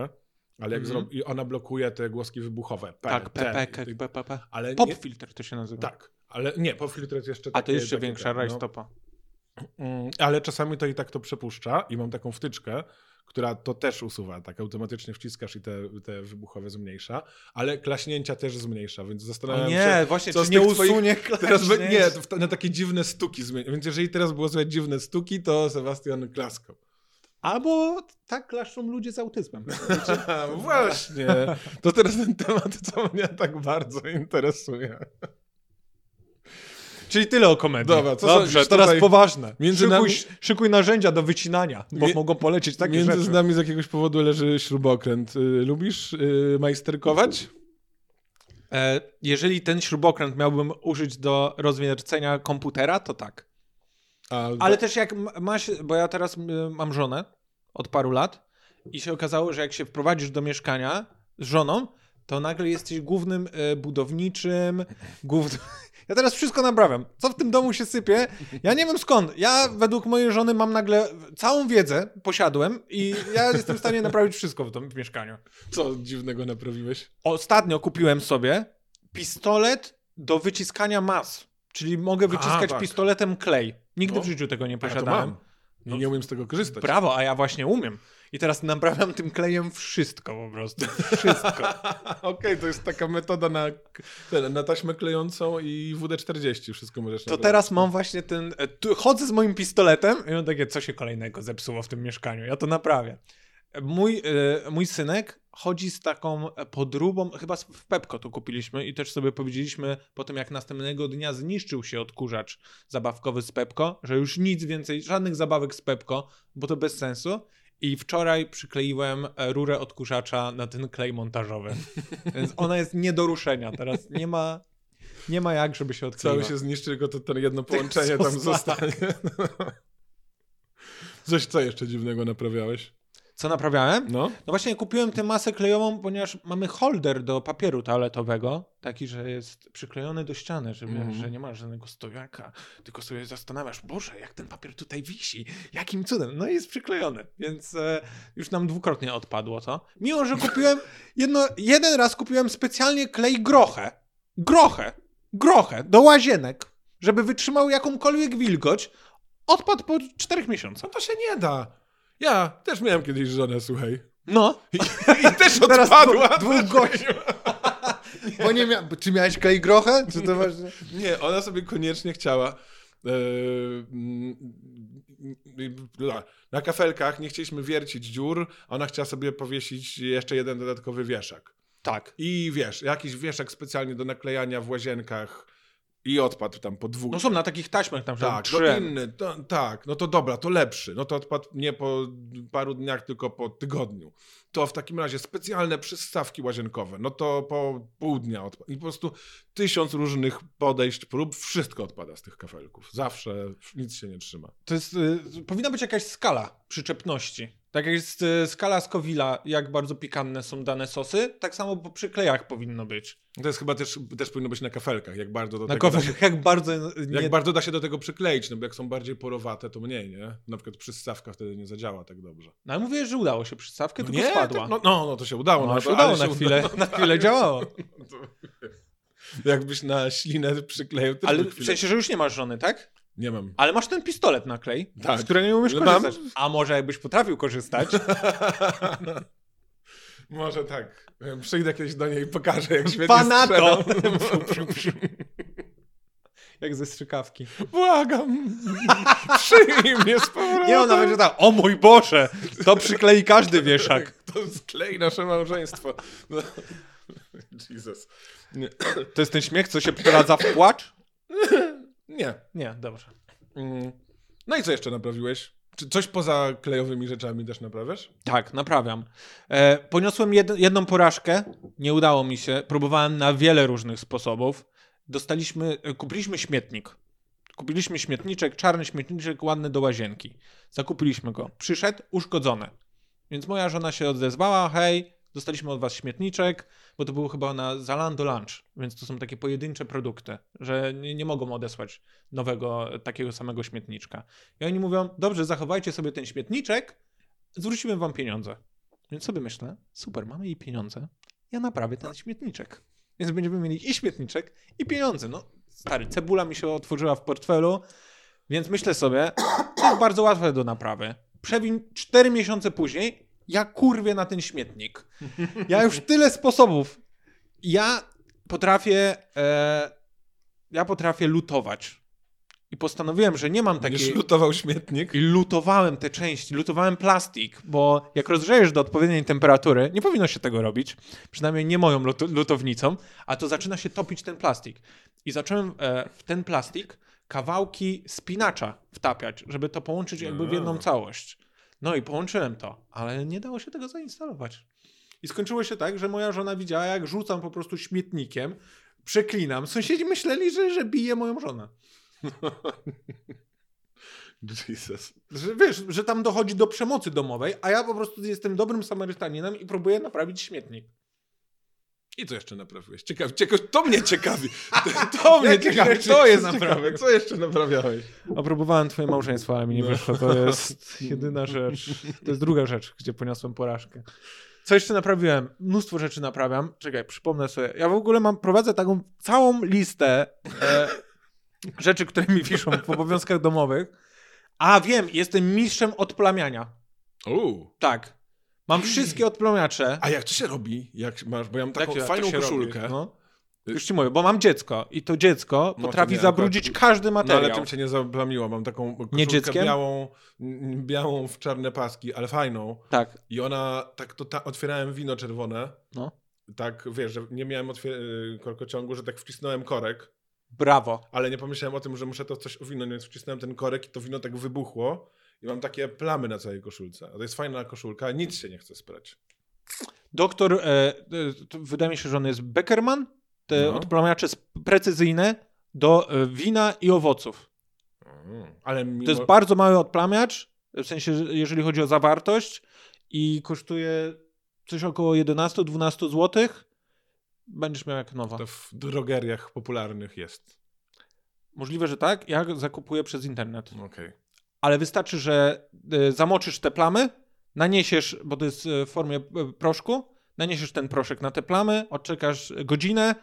[SPEAKER 1] ale jak
[SPEAKER 2] Mhm.
[SPEAKER 1] zrobię, i ona blokuje te głoski wybuchowe. P,
[SPEAKER 2] Tak,
[SPEAKER 1] T,
[SPEAKER 2] PP,
[SPEAKER 1] i
[SPEAKER 2] kek,
[SPEAKER 1] tak-
[SPEAKER 2] PPP.
[SPEAKER 1] Ale nie,
[SPEAKER 2] Pop filter to się nazywa.
[SPEAKER 1] tak, ale nie, po filtrze jest jeszcze
[SPEAKER 2] A to
[SPEAKER 1] takie-
[SPEAKER 2] jeszcze
[SPEAKER 1] takie-
[SPEAKER 2] większa
[SPEAKER 1] no.
[SPEAKER 2] rajstopa.
[SPEAKER 1] Mm, Ale czasami to i tak to przepuszcza i mam taką wtyczkę, która to też usuwa, tak automatycznie wciskasz i te, te wybuchowe zmniejsza, ale klaśnięcia też zmniejsza, więc
[SPEAKER 2] O
[SPEAKER 1] zastanawiam się...
[SPEAKER 2] nie, właśnie,
[SPEAKER 1] co
[SPEAKER 2] czy
[SPEAKER 1] z
[SPEAKER 2] nie
[SPEAKER 1] tych twoich-
[SPEAKER 2] usunie
[SPEAKER 1] Teraz be-
[SPEAKER 2] klaśnięć?
[SPEAKER 1] nie, to w- na takie dziwne stuki zmienia. Więc jeżeli teraz było słychać dziwne stuki, to Sebastian klaskał.
[SPEAKER 2] Albo tak klaszczą ludzie z autyzmem. No
[SPEAKER 1] No Właśnie. To teraz ten temat, co mnie tak bardzo interesuje.
[SPEAKER 2] Czyli tyle o komedii.
[SPEAKER 1] Dobra, co
[SPEAKER 2] Dobrze,
[SPEAKER 1] sądzisz
[SPEAKER 2] teraz
[SPEAKER 1] tutaj-
[SPEAKER 2] poważne.
[SPEAKER 1] Między
[SPEAKER 2] szykuj,
[SPEAKER 1] nami-
[SPEAKER 2] szykuj narzędzia do wycinania, bo
[SPEAKER 1] Mie-
[SPEAKER 2] mogą polecieć takie
[SPEAKER 1] Między
[SPEAKER 2] rzeczy.
[SPEAKER 1] nami z jakiegoś powodu leży śrubokręt. Y, Lubisz y, majsterkować?
[SPEAKER 2] E, jeżeli ten śrubokręt miałbym użyć do rozwiercenia komputera, to tak.
[SPEAKER 1] A,
[SPEAKER 2] Ale też jak m- masz, bo ja teraz y, mam żonę od paru lat i się okazało, że jak się wprowadzisz do mieszkania z żoną, to nagle jesteś głównym y, budowniczym, głównym... Ja teraz wszystko naprawiam. Co w tym domu się sypie? Ja nie wiem skąd. Ja według mojej żony mam nagle całą wiedzę, posiadłem i ja jestem w stanie naprawić wszystko w, dom, w mieszkaniu.
[SPEAKER 1] Co dziwnego naprawiłeś?
[SPEAKER 2] Ostatnio kupiłem sobie pistolet do wyciskania mas. Czyli mogę wyciskać
[SPEAKER 1] tak.
[SPEAKER 2] pistoletem klej. Nigdy
[SPEAKER 1] No.
[SPEAKER 2] w życiu tego
[SPEAKER 1] A
[SPEAKER 2] nie
[SPEAKER 1] ja to
[SPEAKER 2] posiadałem.
[SPEAKER 1] No. mam. I nie umiem z tego korzystać.
[SPEAKER 2] Brawo, a ja właśnie umiem. I teraz naprawiam tym klejem wszystko po prostu. Wszystko.
[SPEAKER 1] Okej, to jest taka metoda na, na taśmę klejącą i WD-40, wszystko możesz
[SPEAKER 2] To teraz mam właśnie ten. e, Tu chodzę z moim pistoletem i mam takie, co się kolejnego zepsuło w tym mieszkaniu. Ja to naprawię. E, Mój, e, mój synek chodzi z taką e, podróbą, chyba z- w Pepko to kupiliśmy i też sobie powiedzieliśmy po tym, jak następnego dnia zniszczył się odkurzacz zabawkowy z Pepko, że już nic więcej, żadnych zabawek z Pepko, bo to bez sensu. I wczoraj przykleiłem e, rurę odkurzacza na ten klej montażowy. Więc ona jest nie do ruszenia teraz. Nie ma, nie ma jak, żeby się odkleiła.
[SPEAKER 1] Cały się zniszczy, tylko to, to jedno połączenie
[SPEAKER 2] zostanie.
[SPEAKER 1] tam zostanie. Coś, co jeszcze dziwnego naprawiałeś?
[SPEAKER 2] Co naprawiałem?
[SPEAKER 1] No?
[SPEAKER 2] No właśnie kupiłem tę masę klejową, ponieważ mamy holder do papieru toaletowego, taki, że jest przyklejony do ściany, żeby,
[SPEAKER 1] Mhm.
[SPEAKER 2] że nie ma żadnego stojaka, tylko sobie zastanawiasz, Boże, jak ten papier tutaj wisi, jakim cudem, no i jest przyklejony, więc e, już nam dwukrotnie odpadło to. Mimo, że kupiłem, jedno, jeden raz kupiłem specjalnie klej grochę, grochę, grochę do łazienek, żeby wytrzymał jakąkolwiek wilgoć, odpadł po czterech miesiącach.
[SPEAKER 1] No to się nie da. Ja też miałem kiedyś żonę, słuchaj.
[SPEAKER 2] No,
[SPEAKER 1] I, i też
[SPEAKER 2] Teraz
[SPEAKER 1] odpadła.
[SPEAKER 2] dwu- dwóch gości. Bo nie mia... Czy miałeś klej grochę? Czy to ważne?
[SPEAKER 1] Nie, ona sobie koniecznie chciała. e, mm, bla, Na kafelkach nie chcieliśmy wiercić dziur, a ona chciała sobie powiesić jeszcze jeden dodatkowy wieszak.
[SPEAKER 2] Tak.
[SPEAKER 1] I wiesz, jakiś wieszak specjalnie do naklejania w łazienkach i odpadł tam po dwóch.
[SPEAKER 2] No są na takich taśmach tam, że
[SPEAKER 1] tak,
[SPEAKER 2] trzy.
[SPEAKER 1] no inny, to, tak, no to dobra, to lepszy. No to odpadł nie po paru dniach, tylko po tygodniu. To w takim razie specjalne przystawki łazienkowe, no to po pół dnia odpadł. I po prostu tysiąc różnych podejść, prób, wszystko odpada z tych kafelków. Zawsze nic się nie trzyma.
[SPEAKER 2] To jest, y, powinna być jakaś skala przyczepności. Tak jak jest y, skala Scoville'a, jak bardzo pikantne są dane sosy, tak samo po przyklejach powinno być.
[SPEAKER 1] To jest chyba też, też powinno być na kafelkach, jak bardzo do
[SPEAKER 2] Na
[SPEAKER 1] tego... tak Da się,
[SPEAKER 2] kowalach jak bardzo y, nie...
[SPEAKER 1] jak bardzo da się do tego przykleić, no bo jak są bardziej porowate, to mniej, nie? Na przykład przystawka wtedy nie zadziała tak dobrze.
[SPEAKER 2] No ale mówię, że udało się przystawkę,
[SPEAKER 1] No
[SPEAKER 2] tylko
[SPEAKER 1] nie,
[SPEAKER 2] spadła.
[SPEAKER 1] to- no, no, no to się udało.
[SPEAKER 2] no,
[SPEAKER 1] no,
[SPEAKER 2] ale się
[SPEAKER 1] to-
[SPEAKER 2] udało
[SPEAKER 1] ale
[SPEAKER 2] na
[SPEAKER 1] się
[SPEAKER 2] chwilę, na chwilę działało.
[SPEAKER 1] Jakbyś na ślinę przykleił tylko
[SPEAKER 2] Ale w
[SPEAKER 1] chwilę.
[SPEAKER 2] sensie, że już nie masz żony, tak?
[SPEAKER 1] Nie mam.
[SPEAKER 2] Ale masz ten pistolet na klej,
[SPEAKER 1] Tak.
[SPEAKER 2] z którego nie umiesz
[SPEAKER 1] No mam.
[SPEAKER 2] korzystać. A może jakbyś potrafił korzystać,
[SPEAKER 1] Może tak. Przyjdę kiedyś do niej i pokażę, jak świetnie
[SPEAKER 2] Panato!
[SPEAKER 1] strzelam.
[SPEAKER 2] jak ze strzykawki.
[SPEAKER 1] Błagam. Przyjmij mnie z powrotem.
[SPEAKER 2] Nie, ona będzie tak, o mój Boże, to przyklei każdy wieszak.
[SPEAKER 1] To sklei nasze małżeństwo. No. Jesus. Nie.
[SPEAKER 2] To jest ten śmiech, co się przeradza w płacz?
[SPEAKER 1] Nie.
[SPEAKER 2] Nie, dobrze.
[SPEAKER 1] Mm. No i co jeszcze naprawiłeś? Czy coś poza klejowymi rzeczami też naprawiasz?
[SPEAKER 2] Tak, naprawiam. E, poniosłem jed, jedną porażkę, nie udało mi się, próbowałem na wiele różnych sposobów. Dostaliśmy, e, kupiliśmy śmietnik. Kupiliśmy śmietniczek, czarny śmietniczek, ładny do łazienki. Zakupiliśmy go. Przyszedł uszkodzony. Więc moja żona się odezwała, hej, dostaliśmy od was śmietniczek, bo to było chyba na Zalando Lunch, więc to są takie pojedyncze produkty, że nie, nie mogą odesłać nowego e, takiego samego śmietniczka. I oni mówią, dobrze, zachowajcie sobie ten śmietniczek, zwrócimy wam pieniądze. Więc sobie myślę, super, mamy jej pieniądze, ja naprawię ten śmietniczek. Więc będziemy mieli i śmietniczek, i pieniądze. No, stary, cebula mi się otworzyła w portfelu, więc myślę sobie, to jest bardzo łatwe do naprawy. Przewin 4 miesiące później, ja kurwię na ten śmietnik. Ja już tyle sposobów. Ja potrafię, e, ja potrafię lutować. I postanowiłem, że nie mam takiej...
[SPEAKER 1] Będziesz lutował śmietnik?
[SPEAKER 2] I lutowałem te części, lutowałem plastik, bo jak rozgrzejesz do odpowiedniej temperatury, nie powinno się tego robić, przynajmniej nie moją lutu- lutownicą, a to zaczyna się topić ten plastik. I zacząłem e, w ten plastik kawałki spinacza wtapiać, żeby to połączyć jakby w jedną
[SPEAKER 1] A.
[SPEAKER 2] całość. No i połączyłem to, ale nie dało się tego zainstalować. I skończyło się tak, że moja żona widziała, jak rzucam po prostu śmietnikiem, przeklinam. Sąsiedzi myśleli, że, że bije moją żonę.
[SPEAKER 1] Jesus.
[SPEAKER 2] Że, wiesz, że tam dochodzi do przemocy domowej, a ja po prostu jestem dobrym Samarytaninem i próbuję naprawić śmietnik.
[SPEAKER 1] I co jeszcze naprawiłeś? Ciekaw, ciekaw, to mnie ciekawi. To, to mnie
[SPEAKER 2] Jakie
[SPEAKER 1] ciekawi.
[SPEAKER 2] rzeczy
[SPEAKER 1] To jest
[SPEAKER 2] jeszcze
[SPEAKER 1] ciekawe. Co jeszcze naprawiałeś?
[SPEAKER 2] Opróbowałem twoje małżeństwo, ale mi nie
[SPEAKER 1] No.
[SPEAKER 2] wyszło. To jest jedyna rzecz. To jest druga rzecz, gdzie poniosłem porażkę. Co jeszcze naprawiłem? Mnóstwo rzeczy naprawiam. Czekaj, przypomnę sobie. Ja w ogóle mam, prowadzę taką całą listę e, rzeczy, które mi wiszą w obowiązkach domowych. A wiem, jestem mistrzem odplamiania.
[SPEAKER 1] Uuu.
[SPEAKER 2] Tak. Mam wszystkie odplomiacze.
[SPEAKER 1] A jak to się robi? Jak masz, bo ja mam taką
[SPEAKER 2] Jak to
[SPEAKER 1] fajną
[SPEAKER 2] się
[SPEAKER 1] koszulkę.
[SPEAKER 2] Robi,
[SPEAKER 1] tak no.
[SPEAKER 2] no. Już ci mówię, bo mam dziecko i to dziecko
[SPEAKER 1] No to
[SPEAKER 2] potrafi
[SPEAKER 1] nie,
[SPEAKER 2] zabrudzić
[SPEAKER 1] akurat- no,
[SPEAKER 2] każdy materiał.
[SPEAKER 1] ale tym się nie zablamiło. Mam taką koszulkę
[SPEAKER 2] dzieckiem?
[SPEAKER 1] białą, n- białą w czarne paski, ale fajną.
[SPEAKER 2] Tak.
[SPEAKER 1] I ona, tak to ta, otwierałem wino czerwone.
[SPEAKER 2] No.
[SPEAKER 1] Tak, wiesz, że nie miałem otwier- y, korkociągu, że tak wcisnąłem korek,
[SPEAKER 2] Brawo.
[SPEAKER 1] ale nie pomyślałem o tym, że muszę to coś uwinąć, więc wcisnąłem ten korek i to wino tak wybuchło. I mam takie plamy na całej koszulce. A to jest fajna koszulka, nic się nie chce sprać.
[SPEAKER 2] Doktor, e, e, to wydaje mi się, że on jest Beckerman. Te
[SPEAKER 1] No.
[SPEAKER 2] odplamiacze sp- precyzyjne do e, wina i owoców.
[SPEAKER 1] Mm. Ale mimo...
[SPEAKER 2] To jest bardzo mały odplamiacz, w sensie, że jeżeli chodzi o zawartość i kosztuje coś około 11-12 zł. Będziesz miał jak nowa.
[SPEAKER 1] to w drogeriach popularnych jest.
[SPEAKER 2] Możliwe, że tak. Ja zakupuję przez internet.
[SPEAKER 1] Okej.
[SPEAKER 2] ale wystarczy, że y, zamoczysz te plamy, naniesiesz, bo to jest y, w formie y, proszku, naniesiesz ten proszek na te plamy, odczekasz godzinę,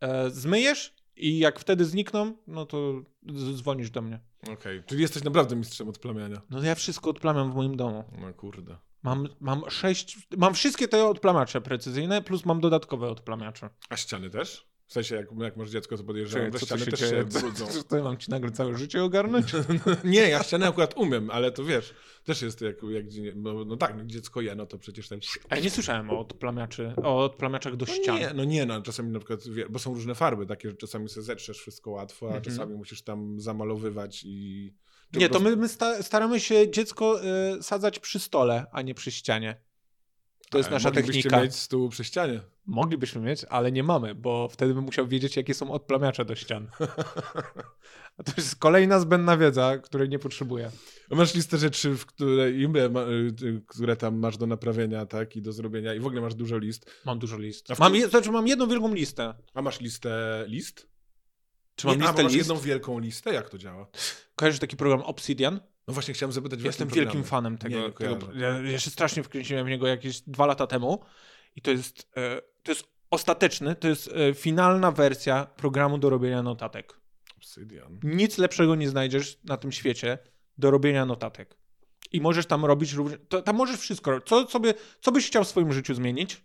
[SPEAKER 2] e, zmyjesz i jak wtedy znikną, no to z- dzwonisz do mnie.
[SPEAKER 1] Okej, czyli jesteś naprawdę mistrzem odplamiania.
[SPEAKER 2] No ja wszystko odplamiam w moim domu.
[SPEAKER 1] No kurde.
[SPEAKER 2] Mam, mam sześć, mam wszystkie te odplamacze precyzyjne, plus mam dodatkowe odplamiacze.
[SPEAKER 1] A ściany też? W sensie, jak, jak masz dziecko, to
[SPEAKER 2] Czekaj,
[SPEAKER 1] podejrzewam, że
[SPEAKER 2] co to
[SPEAKER 1] ściany
[SPEAKER 2] się
[SPEAKER 1] też
[SPEAKER 2] dzieje?
[SPEAKER 1] się brudzą.
[SPEAKER 2] Co to ja mam ci nagle całe życie ogarnąć?
[SPEAKER 1] nie, ja ściany akurat umiem, ale to wiesz, też jest jak, jak no, no tak, jak dziecko je, no to przecież tam...
[SPEAKER 2] Ej, nie słyszałem o odplamiaczy, o odplamiaczach do
[SPEAKER 1] No
[SPEAKER 2] ścian.
[SPEAKER 1] nie, no nie, no czasami na przykład, wie- bo są różne farby takie, że czasami sobie zetrzesz wszystko łatwo, a
[SPEAKER 2] Mhm.
[SPEAKER 1] czasami musisz tam zamalowywać i... czy
[SPEAKER 2] Nie,
[SPEAKER 1] po
[SPEAKER 2] to
[SPEAKER 1] prostu-
[SPEAKER 2] my, my sta staramy się dziecko y, sadzać przy stole, a nie przy ścianie. To jest
[SPEAKER 1] E,
[SPEAKER 2] nasza
[SPEAKER 1] moglibyście
[SPEAKER 2] technika.
[SPEAKER 1] mieć stół przy ścianie.
[SPEAKER 2] Moglibyśmy mieć, ale nie mamy, bo wtedy bym musiał wiedzieć, jakie są odplamiacze do ścian. A to jest kolejna zbędna wiedza, której nie potrzebuję.
[SPEAKER 1] A Masz listę rzeczy, w które, ile ma, y, y, które tam masz do naprawienia, tak, i do zrobienia i w ogóle masz dużo list.
[SPEAKER 2] Mam dużo list.
[SPEAKER 1] A w
[SPEAKER 2] Mam,
[SPEAKER 1] tym-
[SPEAKER 2] je, znaczy, mam jedną wielką listę.
[SPEAKER 1] A masz listę list?
[SPEAKER 2] Czy mam
[SPEAKER 1] Nie, a, bo
[SPEAKER 2] listę
[SPEAKER 1] masz
[SPEAKER 2] list?
[SPEAKER 1] jedną wielką listę? Jak to działa?
[SPEAKER 2] Kojarzysz taki program Obsidian?
[SPEAKER 1] No właśnie chciałem zapytać. w
[SPEAKER 2] Jestem
[SPEAKER 1] jakim
[SPEAKER 2] wielkim
[SPEAKER 1] programie.
[SPEAKER 2] fanem tego.
[SPEAKER 1] Nie, nie
[SPEAKER 2] tego
[SPEAKER 1] kojarzę.
[SPEAKER 2] ja, ja się strasznie wkręciłem w niego jakieś dwa lata temu i to jest, e, to jest ostateczny, to jest e, finalna wersja programu do robienia notatek.
[SPEAKER 1] Obsydian.
[SPEAKER 2] Nic lepszego nie znajdziesz na tym świecie do robienia notatek. I możesz tam robić również. To, tam możesz wszystko. robić. Co, co, by, co byś chciał w swoim życiu zmienić?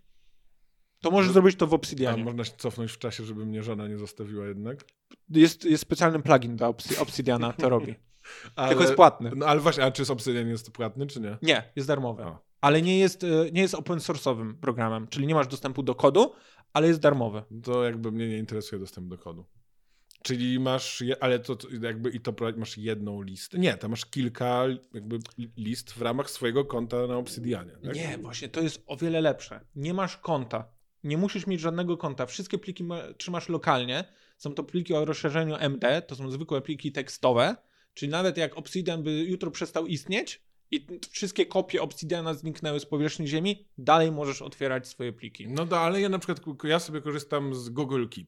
[SPEAKER 2] To możesz
[SPEAKER 1] No,
[SPEAKER 2] zrobić to w
[SPEAKER 1] A
[SPEAKER 2] Obsidianie.
[SPEAKER 1] można się cofnąć w czasie, żeby mnie żona nie zostawiła jednak.
[SPEAKER 2] Jest, jest specjalny plugin dla Obsi- Obsidiana, to robi.
[SPEAKER 1] Ale,
[SPEAKER 2] Tylko jest płatny.
[SPEAKER 1] No ale właśnie, a czy z Obsydian jest płatny, czy nie?
[SPEAKER 2] Nie, jest darmowy.
[SPEAKER 1] O.
[SPEAKER 2] Ale nie jest, e, nie jest open source'owym programem, czyli nie masz dostępu do kodu, ale jest darmowy.
[SPEAKER 1] To jakby mnie nie interesuje dostęp do kodu. Czyli masz, je, ale to to jakby i to pro- masz jedną listę. Nie, tam masz kilka jakby list w ramach swojego konta na Obsydianie. Tak?
[SPEAKER 2] Nie, właśnie to jest o wiele lepsze. Nie masz konta. Nie musisz mieć żadnego konta. Wszystkie pliki ma, trzymasz lokalnie. Są to pliki o rozszerzeniu MD, to są zwykłe pliki tekstowe. Czyli nawet jak Obsidian by jutro przestał istnieć i t- wszystkie kopie Obsidiana zniknęły z powierzchni Ziemi, dalej możesz otwierać swoje pliki.
[SPEAKER 1] No da, ale ja na przykład ku- ja sobie korzystam z Google Keep.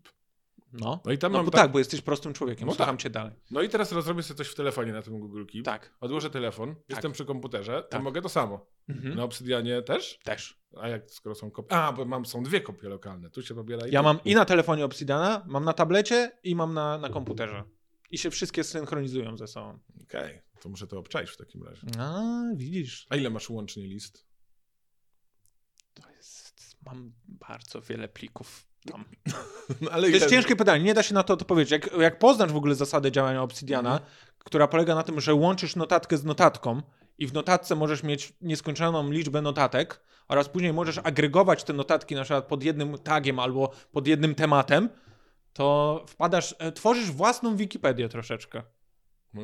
[SPEAKER 2] No.
[SPEAKER 1] No i tam
[SPEAKER 2] No
[SPEAKER 1] mam
[SPEAKER 2] bo
[SPEAKER 1] tak-
[SPEAKER 2] tak, bo jesteś prostym człowiekiem.
[SPEAKER 1] No
[SPEAKER 2] Słucham cię dalej.
[SPEAKER 1] No i teraz rozrobię sobie coś w telefonie na tym Google Keep.
[SPEAKER 2] Tak.
[SPEAKER 1] Odłożę telefon, jestem przy komputerze, to
[SPEAKER 2] Tak.
[SPEAKER 1] mogę to samo.
[SPEAKER 2] Mhm.
[SPEAKER 1] Na Obsydianie też?
[SPEAKER 2] Też.
[SPEAKER 1] A jak skoro są kopie? A, bo mam, są dwie kopie lokalne. Tu się pobiera i
[SPEAKER 2] Ja
[SPEAKER 1] tu.
[SPEAKER 2] mam i na telefonie Obsidiana, mam na tablecie i mam na, na komputerze. I się wszystkie synchronizują ze sobą.
[SPEAKER 1] Okej, to muszę to obczaić w takim razie.
[SPEAKER 2] A, widzisz.
[SPEAKER 1] A ile masz łącznie list?
[SPEAKER 2] To jest, mam bardzo wiele plików tam.
[SPEAKER 1] No, ale
[SPEAKER 2] To jest ciężkie pytanie, nie da się na to odpowiedzieć. Jak, jak poznasz w ogóle zasadę działania Obsidiana, która polega na tym, że łączysz notatkę z notatką i w notatce możesz mieć nieskończoną liczbę notatek oraz później możesz agregować te notatki na przykład pod jednym tagiem albo pod jednym tematem, to wpadasz, e, tworzysz własną Wikipedię troszeczkę.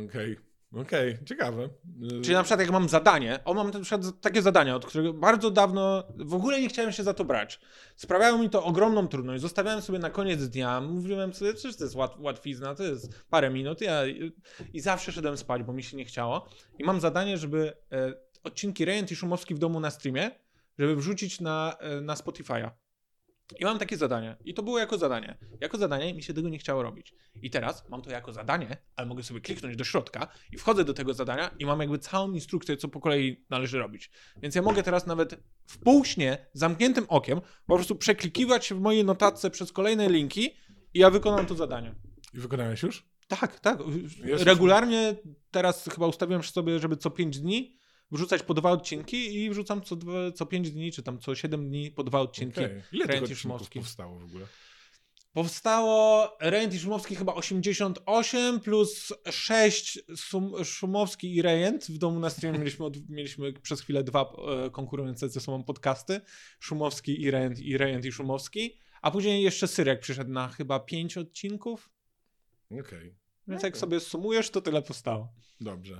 [SPEAKER 1] Okej, okej, ciekawe. Yy,
[SPEAKER 2] Czyli na przykład jak mam zadanie, o mam na przykład takie zadania, od którego bardzo dawno w ogóle nie chciałem się za to brać. Sprawiało mi to ogromną trudność. Zostawiałem sobie na koniec dnia, mówiłem sobie, przecież to jest łat, łatwizna, to jest parę minut ja, i zawsze szedłem spać, bo mi się nie chciało. I mam zadanie, żeby e, odcinki Rejent i Szumowski w domu na streamie, żeby wrzucić na, e, na Spotify'a. I mam takie zadanie. I to było jako zadanie. Jako zadanie mi się tego nie chciało robić. I teraz mam to jako zadanie, ale mogę sobie kliknąć do środka i wchodzę do tego zadania i mam jakby całą instrukcję, co po kolei należy robić. Więc ja mogę teraz nawet w półśnie, zamkniętym okiem, po prostu przeklikiwać się w mojej notatce przez kolejne linki i ja wykonam to zadanie.
[SPEAKER 1] I wykonałeś już?
[SPEAKER 2] Tak, tak.
[SPEAKER 1] Jest-
[SPEAKER 2] Regularnie teraz chyba ustawiłem sobie, żeby co 5 dni wrzucać po dwa odcinki i wrzucam co, dwa, co pięć dni, czy tam co siedem dni po dwa odcinki.
[SPEAKER 1] Okej. Ile tego
[SPEAKER 2] kręcisz
[SPEAKER 1] odcinków
[SPEAKER 2] mostki.
[SPEAKER 1] powstało w ogóle?
[SPEAKER 2] Powstało Rejent i Szumowski chyba 88 plus 6 Sum, Szumowski i Rejent. W domu na streamie mieliśmy, od, mieliśmy przez chwilę dwa e, konkurujące ze sobą podcasty. Szumowski i Rejent i Rejent i Szumowski. A później jeszcze Syriak przyszedł na chyba 5 odcinków.
[SPEAKER 1] Okej,
[SPEAKER 2] Więc
[SPEAKER 1] Okej.
[SPEAKER 2] jak sobie sumujesz, to tyle powstało.
[SPEAKER 1] dobrze.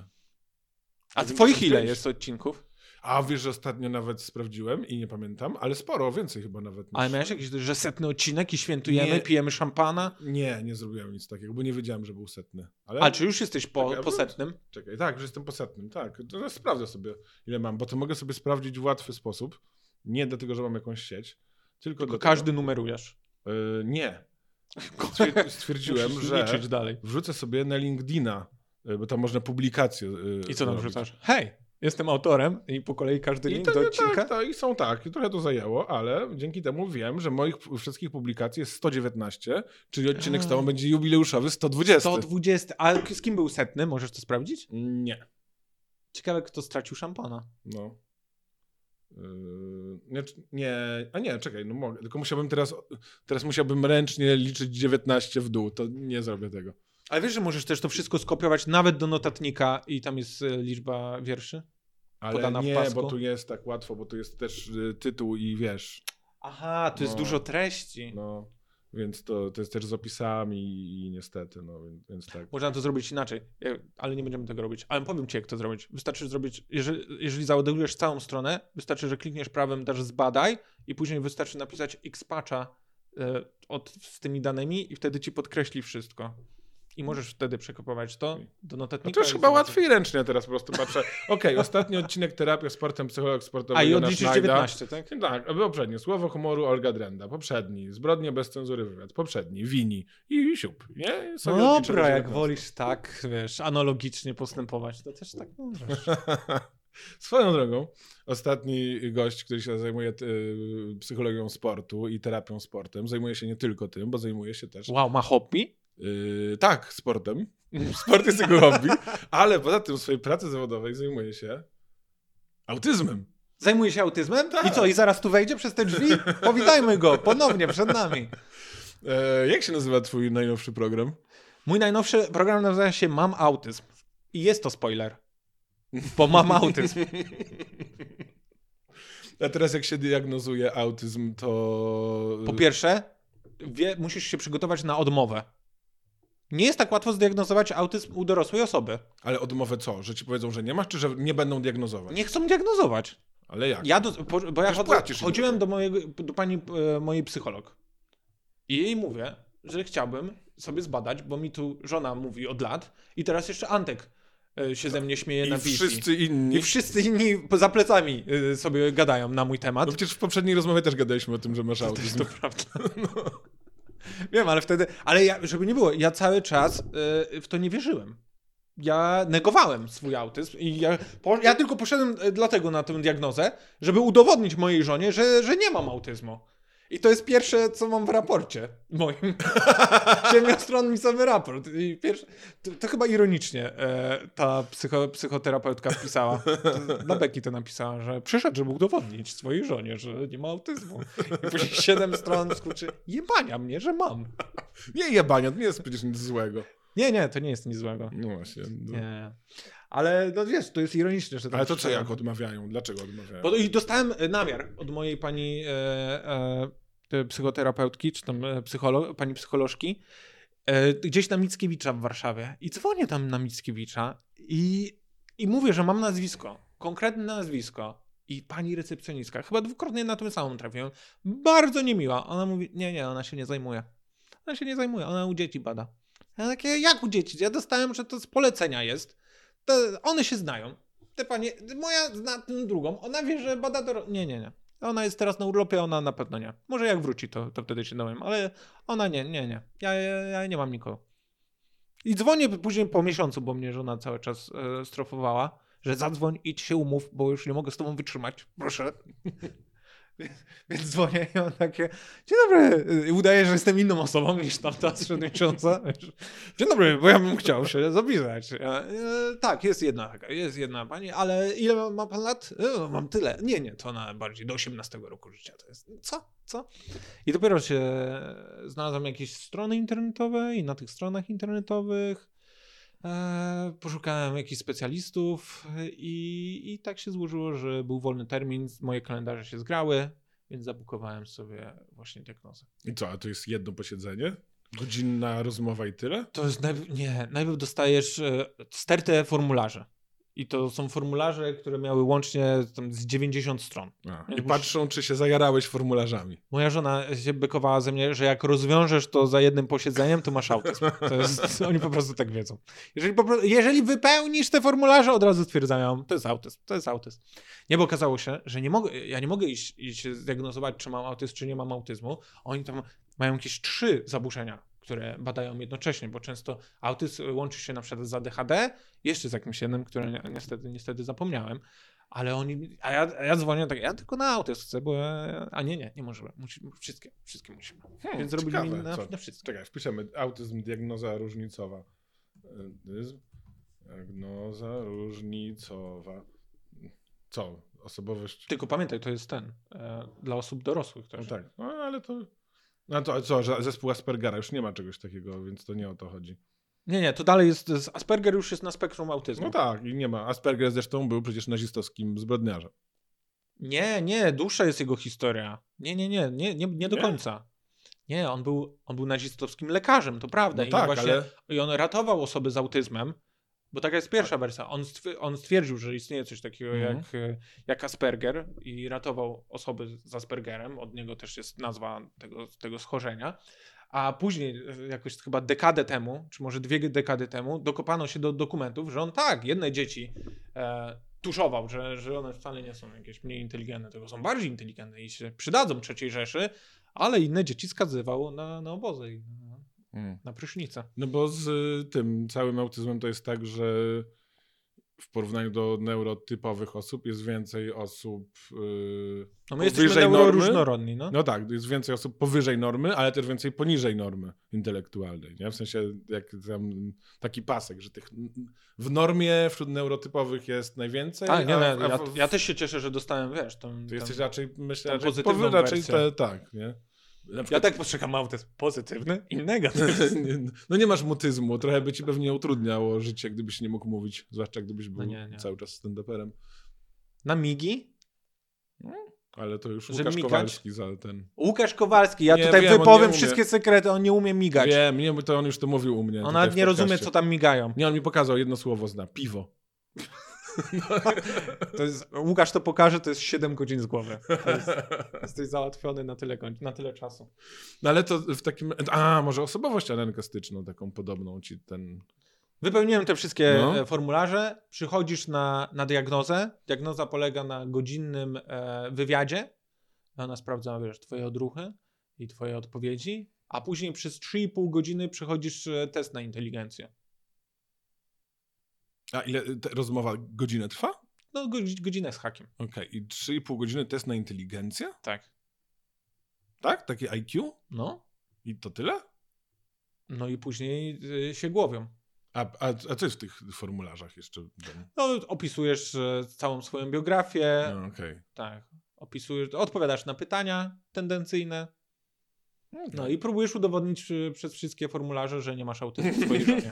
[SPEAKER 2] A
[SPEAKER 1] Dziewięćdziesiąt
[SPEAKER 2] twoich ile
[SPEAKER 1] pięć.
[SPEAKER 2] jest odcinków?
[SPEAKER 1] A wiesz, że ostatnio nawet sprawdziłem i nie pamiętam, ale sporo, więcej chyba nawet.
[SPEAKER 2] Ale
[SPEAKER 1] niż-
[SPEAKER 2] miałeś jakiś, że setny odcinek i świętujemy,
[SPEAKER 1] Nie.
[SPEAKER 2] pijemy szampana?
[SPEAKER 1] Nie, nie zrobiłem nic takiego, bo nie wiedziałem, że był setny. Ale
[SPEAKER 2] A czy już jesteś po,
[SPEAKER 1] Tak, ja
[SPEAKER 2] po
[SPEAKER 1] wiem.
[SPEAKER 2] setnym?
[SPEAKER 1] czekaj, tak, że jestem po setnym, tak. To ja sprawdzę sobie, ile mam, bo to mogę sobie sprawdzić w łatwy sposób. Nie dlatego, że mam jakąś sieć, tylko dlatego...
[SPEAKER 2] Każdy numerujesz.
[SPEAKER 1] Y, nie. Stwier- Stwierdziłem,
[SPEAKER 2] Musisz
[SPEAKER 1] że
[SPEAKER 2] liczyć dalej.
[SPEAKER 1] wrzucę sobie na LinkedIna, y, bo tam można publikacje y,
[SPEAKER 2] I co tam
[SPEAKER 1] robić.
[SPEAKER 2] wrzucasz? Hej, jestem autorem i po kolei każdy
[SPEAKER 1] I
[SPEAKER 2] link
[SPEAKER 1] to,
[SPEAKER 2] do odcinka.
[SPEAKER 1] tak, to, i są tak, i trochę to zajęło, ale dzięki temu wiem, że moich p- wszystkich publikacji jest 119, czyli odcinek z tobą
[SPEAKER 2] A.
[SPEAKER 1] będzie jubileuszowy 120.
[SPEAKER 2] 120. A k- z kim był setny? Możesz to sprawdzić?
[SPEAKER 1] Nie.
[SPEAKER 2] Ciekawe, kto stracił szampana.
[SPEAKER 1] No. Yy, nie, c- nie, a nie, czekaj, no mogę, tylko musiałbym teraz, teraz musiałbym ręcznie liczyć 19 w dół, to nie zrobię tego.
[SPEAKER 2] Ale wiesz, że możesz też to wszystko skopiować nawet do notatnika i tam jest e, liczba wierszy?
[SPEAKER 1] Ale
[SPEAKER 2] Podana w
[SPEAKER 1] nie,
[SPEAKER 2] pasku?
[SPEAKER 1] bo tu jest tak łatwo, bo tu jest też y, tytuł i wiesz,
[SPEAKER 2] Aha, tu jest
[SPEAKER 1] No.
[SPEAKER 2] dużo treści.
[SPEAKER 1] no, więc to, to jest też z opisami i, i niestety, no, więc, więc tak.
[SPEAKER 2] Można to zrobić inaczej, Ja- ale nie będziemy tego robić. Ale powiem ci, jak to zrobić. Wystarczy zrobić, jeżeli, jeżeli załadujesz całą stronę, wystarczy, że klikniesz prawym, dasz zbadaj i później wystarczy napisać xpatcha e, od, z tymi danymi i wtedy ci podkreśli wszystko. I możesz wtedy przekopiować to do notatnika.
[SPEAKER 1] No to już
[SPEAKER 2] i
[SPEAKER 1] chyba
[SPEAKER 2] zobaczyć.
[SPEAKER 1] łatwiej ręcznie teraz po prostu patrzę. Okej, ostatni odcinek terapia sportem, psycholog sportowy.
[SPEAKER 2] A i
[SPEAKER 1] Jonasz
[SPEAKER 2] odliczysz
[SPEAKER 1] Najda.
[SPEAKER 2] 19, tak?
[SPEAKER 1] Tak, poprzednie. Słowo humoru Olga Drenda, poprzedni. Zbrodnie bez cenzury wywiad, poprzedni. Wini i siup, nie? I sobie
[SPEAKER 2] No
[SPEAKER 1] odliczę do
[SPEAKER 2] dobra, jak
[SPEAKER 1] 19.
[SPEAKER 2] wolisz tak, wiesz, analogicznie postępować, to też tak możesz.
[SPEAKER 1] Swoją drogą, ostatni gość, który się zajmuje y, psychologią sportu i terapią sportem, zajmuje się nie tylko tym, bo zajmuje się też
[SPEAKER 2] Wow, ma hobby?
[SPEAKER 1] Yy, tak, sportem. Sport jest jego hobby, ale poza tym w swojej pracy zawodowej zajmuje się autyzmem.
[SPEAKER 2] Zajmuje się autyzmem?
[SPEAKER 1] Tak.
[SPEAKER 2] I co, i zaraz tu wejdzie przez te drzwi? Powitajmy go ponownie przed nami.
[SPEAKER 1] E, jak się nazywa twój najnowszy program?
[SPEAKER 2] Mój najnowszy program nazywa się Mam Autyzm. I jest to spoiler. Bo mam autyzm.
[SPEAKER 1] A teraz jak się diagnozuje autyzm, to...
[SPEAKER 2] Po pierwsze, wie, musisz się przygotować na odmowę. Nie jest tak łatwo zdiagnozować autyzm u dorosłej osoby.
[SPEAKER 1] Ale odmowę co? Że ci powiedzą, że nie masz, czy że nie będą diagnozować?
[SPEAKER 2] Nie chcą diagnozować.
[SPEAKER 1] Ale jak?
[SPEAKER 2] Ja do, po, bo ja
[SPEAKER 1] Też
[SPEAKER 2] chodzę,
[SPEAKER 1] płacisz im
[SPEAKER 2] chodziłem do, mojego, do pani e, mojej psycholog i jej mówię, że chciałbym sobie zbadać, bo mi tu żona mówi od lat i teraz jeszcze Antek e, się ze mnie śmieje na
[SPEAKER 1] I
[SPEAKER 2] wizji.
[SPEAKER 1] wszyscy inni...
[SPEAKER 2] I wszyscy inni po- za plecami e, sobie gadają na mój temat.
[SPEAKER 1] No przecież w poprzedniej rozmowie też gadaliśmy o tym, że masz
[SPEAKER 2] To
[SPEAKER 1] autyzm.
[SPEAKER 2] jest to prawda. Wiem, ale wtedy. Ale ja, żeby nie było, ja cały czas y, w to nie wierzyłem. Ja negowałem swój autyzm i ja, po, ja tylko poszedłem y, dlatego na tę diagnozę, żeby udowodnić mojej żonie, że, że nie mam autyzmu. I to jest pierwsze, co mam w raporcie moim. Siedmiostronnicowy raport. I pierwszy, to, to chyba ironicznie e, ta psycho, psychoterapeutka wpisała. To Dla Beki to napisała, że przyszedł, żeby udowodnić swojej żonie, że nie ma autyzmu. I później siedem stron w skrócie jebania mnie, że mam.
[SPEAKER 1] Nie jebania, to nie jest przecież nic złego.
[SPEAKER 2] Nie, nie, to nie jest nic złego.
[SPEAKER 1] No właśnie.
[SPEAKER 2] Nie, Nie. Ale no wiesz, to jest ironiczne, że tak
[SPEAKER 1] Ale to co,
[SPEAKER 2] pisała.
[SPEAKER 1] jak odmawiają? Dlaczego odmawiają?
[SPEAKER 2] Bo i dostałem e, namiar od mojej pani e, e, te psychoterapeutki, czy tam e, psycholo, pani psycholożki, e, gdzieś na Mickiewicza w Warszawie. I dzwonię tam na Mickiewicza i, i mówię, że mam nazwisko, konkretne nazwisko. I pani recepcjonistka, chyba dwukrotnie na tym samym trafiłem, bardzo niemiła. Ona mówi, nie, nie, ona się nie zajmuje. Ona się nie zajmuje, ona u dzieci bada. Ja takie, jak u dzieci? Ja dostałem, że to z polecenia jest. To one się znają. Te panie, moja zna tę drugą, ona wie, że bada do... Nie, nie, nie. Ona jest teraz na urlopie, ona na pewno nie. Może jak wróci, to, to wtedy się dowiem, ale ona nie, nie, nie. Ja, ja, ja nie mam nikogo. I dzwonię później po miesiącu, bo mnie żona cały czas e, strofowała, że zadzwoń, idź się umów, bo już nie mogę z tobą wytrzymać, proszę. Więc- Więc dzwonię i on takie, dzień dobry, i udaje, że jestem inną osobą niż tamta sprzed miesiąca. wiesz. Dzień dobry, bo ja bym chciał się zapisać. Ja, e, tak, jest jedna taka, jest jedna pani, ale ile ma- ma pan lat? E, mam tyle. Nie, nie, to na bardziej do 18 roku życia to jest. Co? Co? I dopiero się znalazłem jakieś strony internetowe i na tych stronach internetowych e, poszukałem jakichś specjalistów i, i tak się złożyło, że był wolny termin, moje kalendarze się zgrały, więc zabukowałem sobie właśnie diagnozę.
[SPEAKER 1] I co, a to jest jedno posiedzenie? Godzinna rozmowa i tyle?
[SPEAKER 2] To jest najpierw, nie, najpierw dostajesz e, stertę formularzy. I to są formularze, które miały łącznie tam z 90 stron.
[SPEAKER 1] I patrzą, czy się zajarałeś formularzami.
[SPEAKER 2] Moja żona się bykowała ze mnie, że jak rozwiążesz to za jednym posiedzeniem, to masz autyzm. To jest, oni po prostu tak wiedzą. Jeżeli, po, pro- jeżeli wypełnisz te formularze, od razu stwierdzają, to jest autyzm, to jest autyzm. Nie, bo okazało się, że nie mogę, ja nie mogę iść i się zdiagnozować, czy mam autyzm, czy nie mam autyzmu. Oni tam mają jakieś trzy zaburzenia, które badają jednocześnie, bo często autyzm łączy się na przykład z ADHD, jeszcze z jakimś jednym, które ni- niestety, niestety zapomniałem. Ale oni, a ja, a ja dzwonię tak, ja tylko na autyzm chcę, bo ja, a nie, nie, nie możemy, musi, wszystkie, wszystkie musimy. Więc robili mi
[SPEAKER 1] Hmm, ciekawe,
[SPEAKER 2] na,
[SPEAKER 1] co?
[SPEAKER 2] na wszystkie.
[SPEAKER 1] Czekaj, wpiszemy autyzm, diagnoza różnicowa. Autyzm, diagnoza różnicowa. Co? Osobowość?
[SPEAKER 2] Tylko pamiętaj, to jest ten, e, dla osób dorosłych
[SPEAKER 1] No
[SPEAKER 2] też.
[SPEAKER 1] tak, no, ale to... No to co, że zespół Aspergera już nie ma czegoś takiego, więc to nie o to chodzi.
[SPEAKER 2] Nie, nie, to dalej jest, z- Asperger już jest na spektrum autyzmu.
[SPEAKER 1] No tak, i nie ma. Asperger zresztą był przecież nazistowskim zbrodniarzem.
[SPEAKER 2] Nie, nie, dłuższa jest jego historia. Nie, nie, nie, nie, nie, nie do
[SPEAKER 1] Nie?
[SPEAKER 2] końca. Nie, on był, on był nazistowskim lekarzem, to prawda.
[SPEAKER 1] No
[SPEAKER 2] I, on
[SPEAKER 1] tak,
[SPEAKER 2] właśnie,
[SPEAKER 1] ale-
[SPEAKER 2] I on ratował osoby z autyzmem, bo taka jest pierwsza wersja. On, stw- on stwierdził, że istnieje coś takiego
[SPEAKER 1] Mhm.
[SPEAKER 2] jak, e, jak Asperger i ratował osoby z Aspergerem. Od niego też jest nazwa tego, tego schorzenia. A później, e, jakoś chyba dekadę temu, czy może dwie dekady temu, dokopano się do dokumentów, że on tak, jedne dzieci e, tuszował, że, że one wcale nie są jakieś mniej inteligentne, tylko są bardziej inteligentne i się przydadzą trzeciej Rzeszy, ale inne dzieci skazywał na, na obozy i na, na prysznicę.
[SPEAKER 1] No bo z y, tym całym autyzmem to jest tak, że w porównaniu do neurotypowych osób jest więcej osób. y,
[SPEAKER 2] No my jesteśmy
[SPEAKER 1] Powyżej normy?
[SPEAKER 2] neuroróżnorodni, no.
[SPEAKER 1] No tak, jest więcej osób powyżej normy, ale też więcej poniżej normy intelektualnej. Nie? W sensie jak tam taki pasek, że tych w normie wśród neurotypowych jest najwięcej.
[SPEAKER 2] Tak, nie,
[SPEAKER 1] a,
[SPEAKER 2] nie,
[SPEAKER 1] a
[SPEAKER 2] ja,
[SPEAKER 1] w-
[SPEAKER 2] ja też się cieszę, że dostałem, wiesz, tam,
[SPEAKER 1] Ty
[SPEAKER 2] tam,
[SPEAKER 1] jesteś raczej, myślę,
[SPEAKER 2] tą
[SPEAKER 1] raczej,
[SPEAKER 2] pozytywną
[SPEAKER 1] powy- raczej
[SPEAKER 2] wersję.
[SPEAKER 1] te, tak, nie? Na
[SPEAKER 2] Ja
[SPEAKER 1] przykład-
[SPEAKER 2] tak postrzegam autyzm pozytywny i negatywny.
[SPEAKER 1] Nie, No nie masz mutyzmu, trochę by ci pewnie utrudniało życie, gdybyś nie mógł mówić, zwłaszcza gdybyś był
[SPEAKER 2] No nie, nie.
[SPEAKER 1] cały czas stand-uperem.
[SPEAKER 2] Na migi?
[SPEAKER 1] Ale to już
[SPEAKER 2] Żeby
[SPEAKER 1] Łukasz
[SPEAKER 2] migać?
[SPEAKER 1] Kowalski za ten...
[SPEAKER 2] Łukasz Kowalski, ja
[SPEAKER 1] Nie,
[SPEAKER 2] tutaj
[SPEAKER 1] wiem, on nie
[SPEAKER 2] wypowiem
[SPEAKER 1] umie.
[SPEAKER 2] wszystkie sekrety, on nie umie migać.
[SPEAKER 1] Wiem, nie, bo to on już to mówił u mnie.
[SPEAKER 2] on
[SPEAKER 1] tutaj
[SPEAKER 2] nawet
[SPEAKER 1] w
[SPEAKER 2] nie rozumie,
[SPEAKER 1] podcaście.
[SPEAKER 2] co tam migają.
[SPEAKER 1] Nie, on mi pokazał, jedno słowo zna, piwo.
[SPEAKER 2] To jest, Łukasz to pokaże, to jest 7 godzin z głowy. To jest, jesteś załatwiony na tyle, godzin- na tyle czasu.
[SPEAKER 1] No ale to w takim... A, może osobowość anenkastyczną, taką podobną ci ten...
[SPEAKER 2] Wypełniłem te wszystkie
[SPEAKER 1] No.
[SPEAKER 2] e, formularze. Przychodzisz na, na diagnozę. Diagnoza polega na godzinnym e, wywiadzie. Ona sprawdza, wiesz, twoje odruchy i twoje odpowiedzi, a później przez 3,5 godziny przechodzisz e, test na inteligencję.
[SPEAKER 1] A ile ta rozmowa, godzinę trwa?
[SPEAKER 2] No, godz- godzinę z hakiem.
[SPEAKER 1] Okej, i 3,5 godziny test na inteligencję?
[SPEAKER 2] Tak.
[SPEAKER 1] Tak? Takie IQ?
[SPEAKER 2] No.
[SPEAKER 1] I to tyle?
[SPEAKER 2] No i później e, się głowią.
[SPEAKER 1] A, a, a co jest w tych formularzach jeszcze? Tam?
[SPEAKER 2] No, opisujesz e, całą swoją biografię,
[SPEAKER 1] No, okej.
[SPEAKER 2] Tak. Opisujesz, odpowiadasz na pytania tendencyjne. No
[SPEAKER 1] tak.
[SPEAKER 2] i próbujesz udowodnić y, przez wszystkie formularze, że nie masz autyzmu w swojej żonie.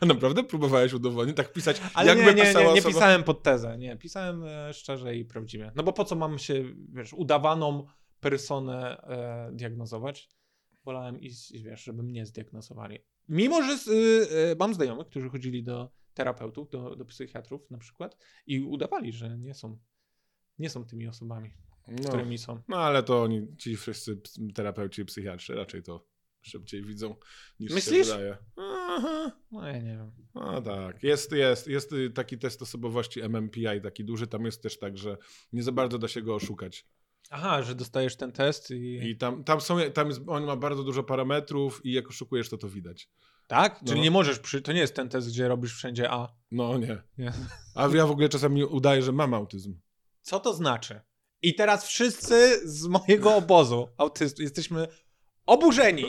[SPEAKER 1] A naprawdę próbowałeś udowodnić, tak pisać,
[SPEAKER 2] Ale
[SPEAKER 1] jakby
[SPEAKER 2] nie, nie,
[SPEAKER 1] pisała
[SPEAKER 2] nie, nie
[SPEAKER 1] osoba...
[SPEAKER 2] pisałem pod tezę. Nie, pisałem e, szczerze i prawdziwie. No bo po co mam się, wiesz, udawaną personę e, diagnozować? Wolałem iść, i wiesz, żeby mnie zdiagnozowali. Mimo, że z, y, y, mam znajomych, którzy chodzili do terapeutów, do, do psychiatrów na przykład i udawali, że nie są, nie są tymi osobami,
[SPEAKER 1] No.
[SPEAKER 2] którymi są.
[SPEAKER 1] no ale to oni, ci wszyscy ps- terapeuci i psychiatrzy raczej to szybciej widzą niż
[SPEAKER 2] Myślisz?
[SPEAKER 1] się wydaje. Aha.
[SPEAKER 2] No ja nie wiem.
[SPEAKER 1] No tak, jest, jest, jest y, taki test osobowości MMPI, taki duży, tam jest też tak, że nie za bardzo da się go oszukać.
[SPEAKER 2] Aha, że dostajesz ten test i.
[SPEAKER 1] I tam, tam są, tam jest, on ma bardzo dużo parametrów i jak oszukujesz, to to widać.
[SPEAKER 2] Tak?
[SPEAKER 1] No.
[SPEAKER 2] Czyli nie możesz przy. To nie jest ten test, gdzie robisz wszędzie A.
[SPEAKER 1] No nie.
[SPEAKER 2] Nie.
[SPEAKER 1] A ja w ogóle czasami udaję, że mam autyzm.
[SPEAKER 2] Co to znaczy? I teraz wszyscy z mojego obozu autystów jesteśmy oburzeni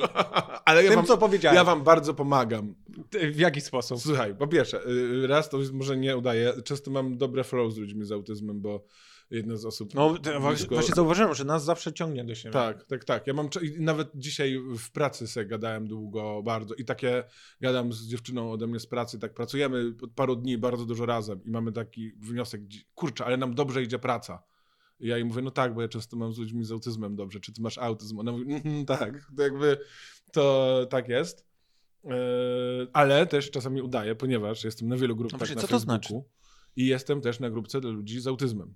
[SPEAKER 1] Ale ja
[SPEAKER 2] tym,
[SPEAKER 1] wam,
[SPEAKER 2] co powiedziałem.
[SPEAKER 1] ja wam bardzo pomagam.
[SPEAKER 2] Ty- W jaki sposób?
[SPEAKER 1] Słuchaj, po pierwsze, y, raz to może nie udaje. Często mam dobre flow z ludźmi z autyzmem, bo jedna z osób.
[SPEAKER 2] No, to wa-
[SPEAKER 1] blisko-
[SPEAKER 2] właśnie zauważyłem, że nas zawsze ciągnie do siebie.
[SPEAKER 1] Tak, tak, tak. Ja mam cze- i nawet dzisiaj w pracy se gadałem długo bardzo i takie gadam z dziewczyną ode mnie z pracy, tak pracujemy od paru dni bardzo dużo razem i mamy taki wniosek, dzi- kurczę, ale nam dobrze idzie praca. I ja jej mówię, no tak, bo ja często mam z ludźmi z autyzmem dobrze, czy ty masz autyzm? Ona mówi, mhm, tak, to jakby to tak jest. Yy, ale też czasami udaję, ponieważ jestem na wielu grupach
[SPEAKER 2] No właśnie,
[SPEAKER 1] na
[SPEAKER 2] co to
[SPEAKER 1] Facebooku i jestem też na grupce dla ludzi z autyzmem.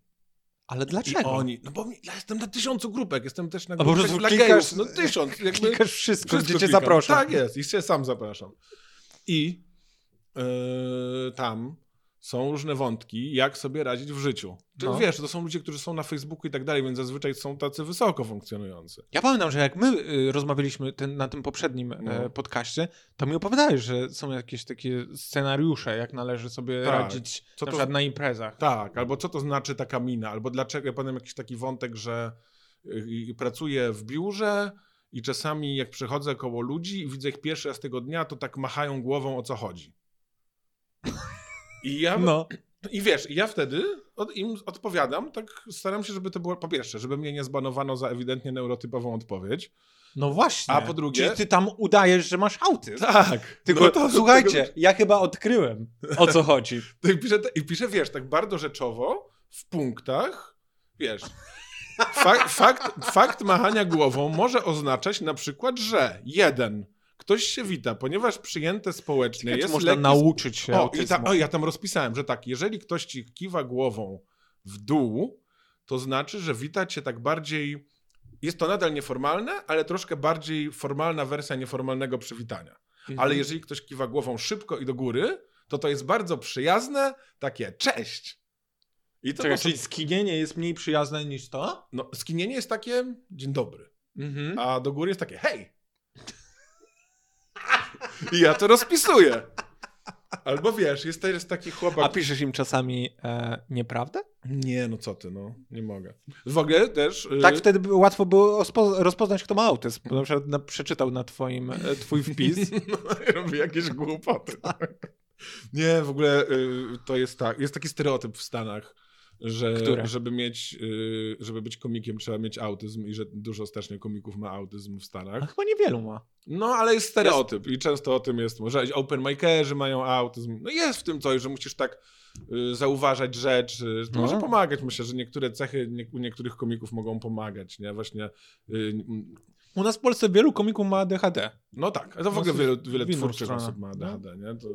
[SPEAKER 2] Ale
[SPEAKER 1] I
[SPEAKER 2] dlaczego?
[SPEAKER 1] oni, no bo mi- ja jestem na tysiącu grupek, jestem też na
[SPEAKER 2] A po
[SPEAKER 1] grupach
[SPEAKER 2] prostu
[SPEAKER 1] dla
[SPEAKER 2] klikasz-
[SPEAKER 1] gejów, no tysiąc, jakby
[SPEAKER 2] Klikasz wszystko,
[SPEAKER 1] wszystko
[SPEAKER 2] gdzie cię
[SPEAKER 1] klikam.
[SPEAKER 2] zaproszą.
[SPEAKER 1] Tak jest, i się sam zapraszam. I yy, tam są różne wątki, jak sobie radzić w życiu. Ty
[SPEAKER 2] No.
[SPEAKER 1] Wiesz, to są ludzie, którzy są na Facebooku i tak dalej, więc zazwyczaj są tacy wysoko funkcjonujący.
[SPEAKER 2] Ja pamiętam, że jak my y, rozmawialiśmy ten, na tym poprzednim e,
[SPEAKER 1] No.
[SPEAKER 2] podcaście, to mi opowiadałeś, że są jakieś takie scenariusze, jak należy sobie
[SPEAKER 1] Tak.
[SPEAKER 2] radzić
[SPEAKER 1] Co
[SPEAKER 2] na
[SPEAKER 1] to-
[SPEAKER 2] przykład na imprezach.
[SPEAKER 1] Tak, albo co to znaczy taka mina, albo dlaczego, ja pamiętam jakiś taki wątek, że yy, pracuję w biurze i czasami jak przechodzę koło ludzi i widzę ich pierwszy raz tego dnia, to tak machają głową o co chodzi. I ja
[SPEAKER 2] No,
[SPEAKER 1] I wiesz, i ja wtedy od, im odpowiadam, tak staram się, żeby to było, po pierwsze, żeby mnie nie zbanowano za ewidentnie neurotypową odpowiedź.
[SPEAKER 2] no właśnie.
[SPEAKER 1] A po drugie-
[SPEAKER 2] Czyli ty tam udajesz, że masz autyzm.
[SPEAKER 1] Tak.
[SPEAKER 2] Tylko słuchajcie, ja chyba odkryłem, o co chodzi.
[SPEAKER 1] No I piszę, te- I piszę, wiesz, tak bardzo rzeczowo, w punktach, wiesz, fa fakt, fakt machania głową może oznaczać na przykład, że jeden, ktoś się wita, ponieważ przyjęte społecznie
[SPEAKER 2] Czy
[SPEAKER 1] jest
[SPEAKER 2] można
[SPEAKER 1] lekki
[SPEAKER 2] nauczyć się
[SPEAKER 1] O, i tak,
[SPEAKER 2] autyzmu.
[SPEAKER 1] ta, o, ja tam rozpisałem, że tak, jeżeli ktoś ci kiwa głową w dół, to znaczy, że wita cię tak bardziej. Jest to nadal nieformalne, ale troszkę bardziej formalna wersja nieformalnego przywitania.
[SPEAKER 2] Mhm.
[SPEAKER 1] Ale jeżeli ktoś kiwa głową szybko i do góry, to to jest bardzo przyjazne, takie cześć. I to
[SPEAKER 2] Czekaj,
[SPEAKER 1] po-
[SPEAKER 2] czyli skinienie jest mniej przyjazne niż to?
[SPEAKER 1] no, skinienie jest takie dzień dobry,
[SPEAKER 2] Mhm.
[SPEAKER 1] a do góry jest takie hej. I ja to rozpisuję. Albo wiesz, jest też taki chłopak.
[SPEAKER 2] A piszesz im czasami e, nieprawdę?
[SPEAKER 1] Nie, no co ty, no, nie mogę. W ogóle też. y,
[SPEAKER 2] Tak wtedy by- łatwo było ospo- rozpoznać, kto ma autyzm. bo Na przykład na, przeczytał na twoim, e, twój wpis.
[SPEAKER 1] no, robię jakieś głupoty. Tak. Nie, w ogóle y, to jest tak. Jest taki stereotyp w Stanach, że
[SPEAKER 2] Który?
[SPEAKER 1] żeby mieć, y, żeby być komikiem, trzeba mieć autyzm i że dużo strasznie komików ma autyzm w
[SPEAKER 2] A
[SPEAKER 1] Stanach.
[SPEAKER 2] chyba niewielu ma.
[SPEAKER 1] No, ale jest stereotyp i często o tym jest. Może open makerzy mają autyzm. No jest w tym coś, że musisz tak y, zauważać rzeczy. To
[SPEAKER 2] No.
[SPEAKER 1] może pomagać. Myślę, że niektóre cechy nie, u niektórych komików mogą pomagać, nie? Właśnie y,
[SPEAKER 2] U nas w Polsce wielu komików ma ADHD.
[SPEAKER 1] No tak, a to w
[SPEAKER 2] No,
[SPEAKER 1] ogóle
[SPEAKER 2] z-
[SPEAKER 1] wiele,
[SPEAKER 2] w
[SPEAKER 1] wiele
[SPEAKER 2] inną
[SPEAKER 1] twórczych
[SPEAKER 2] stronę. No.
[SPEAKER 1] osób ma ADHD, nie? To,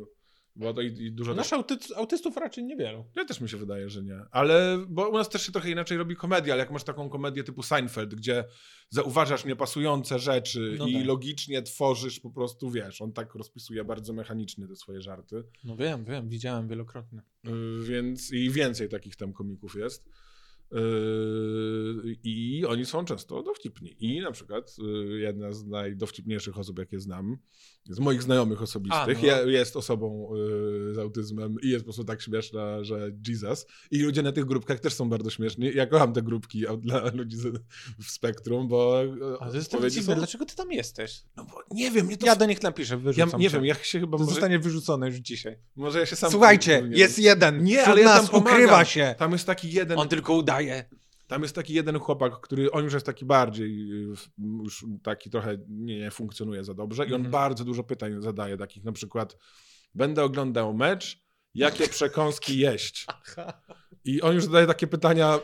[SPEAKER 1] bo to i, i dużo też,
[SPEAKER 2] Nasz auty- autystów raczej niewielu.
[SPEAKER 1] ja też mi się wydaje, że nie. Ale, bo u nas też się trochę inaczej robi komedia, ale jak masz taką komedię typu Seinfeld, gdzie zauważasz niepasujące rzeczy
[SPEAKER 2] No
[SPEAKER 1] i
[SPEAKER 2] tak.
[SPEAKER 1] logicznie tworzysz po prostu, wiesz, on tak rozpisuje bardzo mechanicznie te swoje żarty,
[SPEAKER 2] No wiem, wiem, widziałem wielokrotnie.
[SPEAKER 1] Yy, więc i więcej takich tam komików jest. Yy, I oni są często dowcipni. I na przykład yy, jedna z najdowcipniejszych osób, jakie znam, z moich znajomych osobistych,
[SPEAKER 2] A, no.
[SPEAKER 1] je- jest osobą yy, z autyzmem i jest po prostu tak śmieszna, że Jesus. I ludzie na tych grupkach też są bardzo śmieszni. Ja kocham te grupki au- dla ludzi z, w spektrum, bo. yy,
[SPEAKER 2] Ale to jest
[SPEAKER 1] odpowiedzi
[SPEAKER 2] dziwne,
[SPEAKER 1] są-
[SPEAKER 2] dlaczego ty tam jesteś?
[SPEAKER 1] No bo nie wiem, mnie to.
[SPEAKER 2] Ja do nich napiszę,
[SPEAKER 1] ja,
[SPEAKER 2] wyrzucam
[SPEAKER 1] nie
[SPEAKER 2] cię.
[SPEAKER 1] wiem, ja się chyba.
[SPEAKER 2] To
[SPEAKER 1] Może,
[SPEAKER 2] zostanie wyrzucone już dzisiaj.
[SPEAKER 1] może ja się sam.
[SPEAKER 2] Słuchajcie,
[SPEAKER 1] powinienem-
[SPEAKER 2] jest jeden.
[SPEAKER 1] Nie,
[SPEAKER 2] wśród
[SPEAKER 1] ale ja
[SPEAKER 2] nas
[SPEAKER 1] tam pomagam.
[SPEAKER 2] ukrywa się.
[SPEAKER 1] Tam jest taki jeden.
[SPEAKER 2] On tylko udaje.
[SPEAKER 1] Tam jest taki jeden chłopak, który on już jest taki bardziej, y, w- już taki trochę nie, nie funkcjonuje za dobrze i on
[SPEAKER 2] Mhm.
[SPEAKER 1] bardzo dużo pytań zadaje, takich na przykład będę oglądał mecz, jakie przekąski jeść? I on już zadaje takie pytania,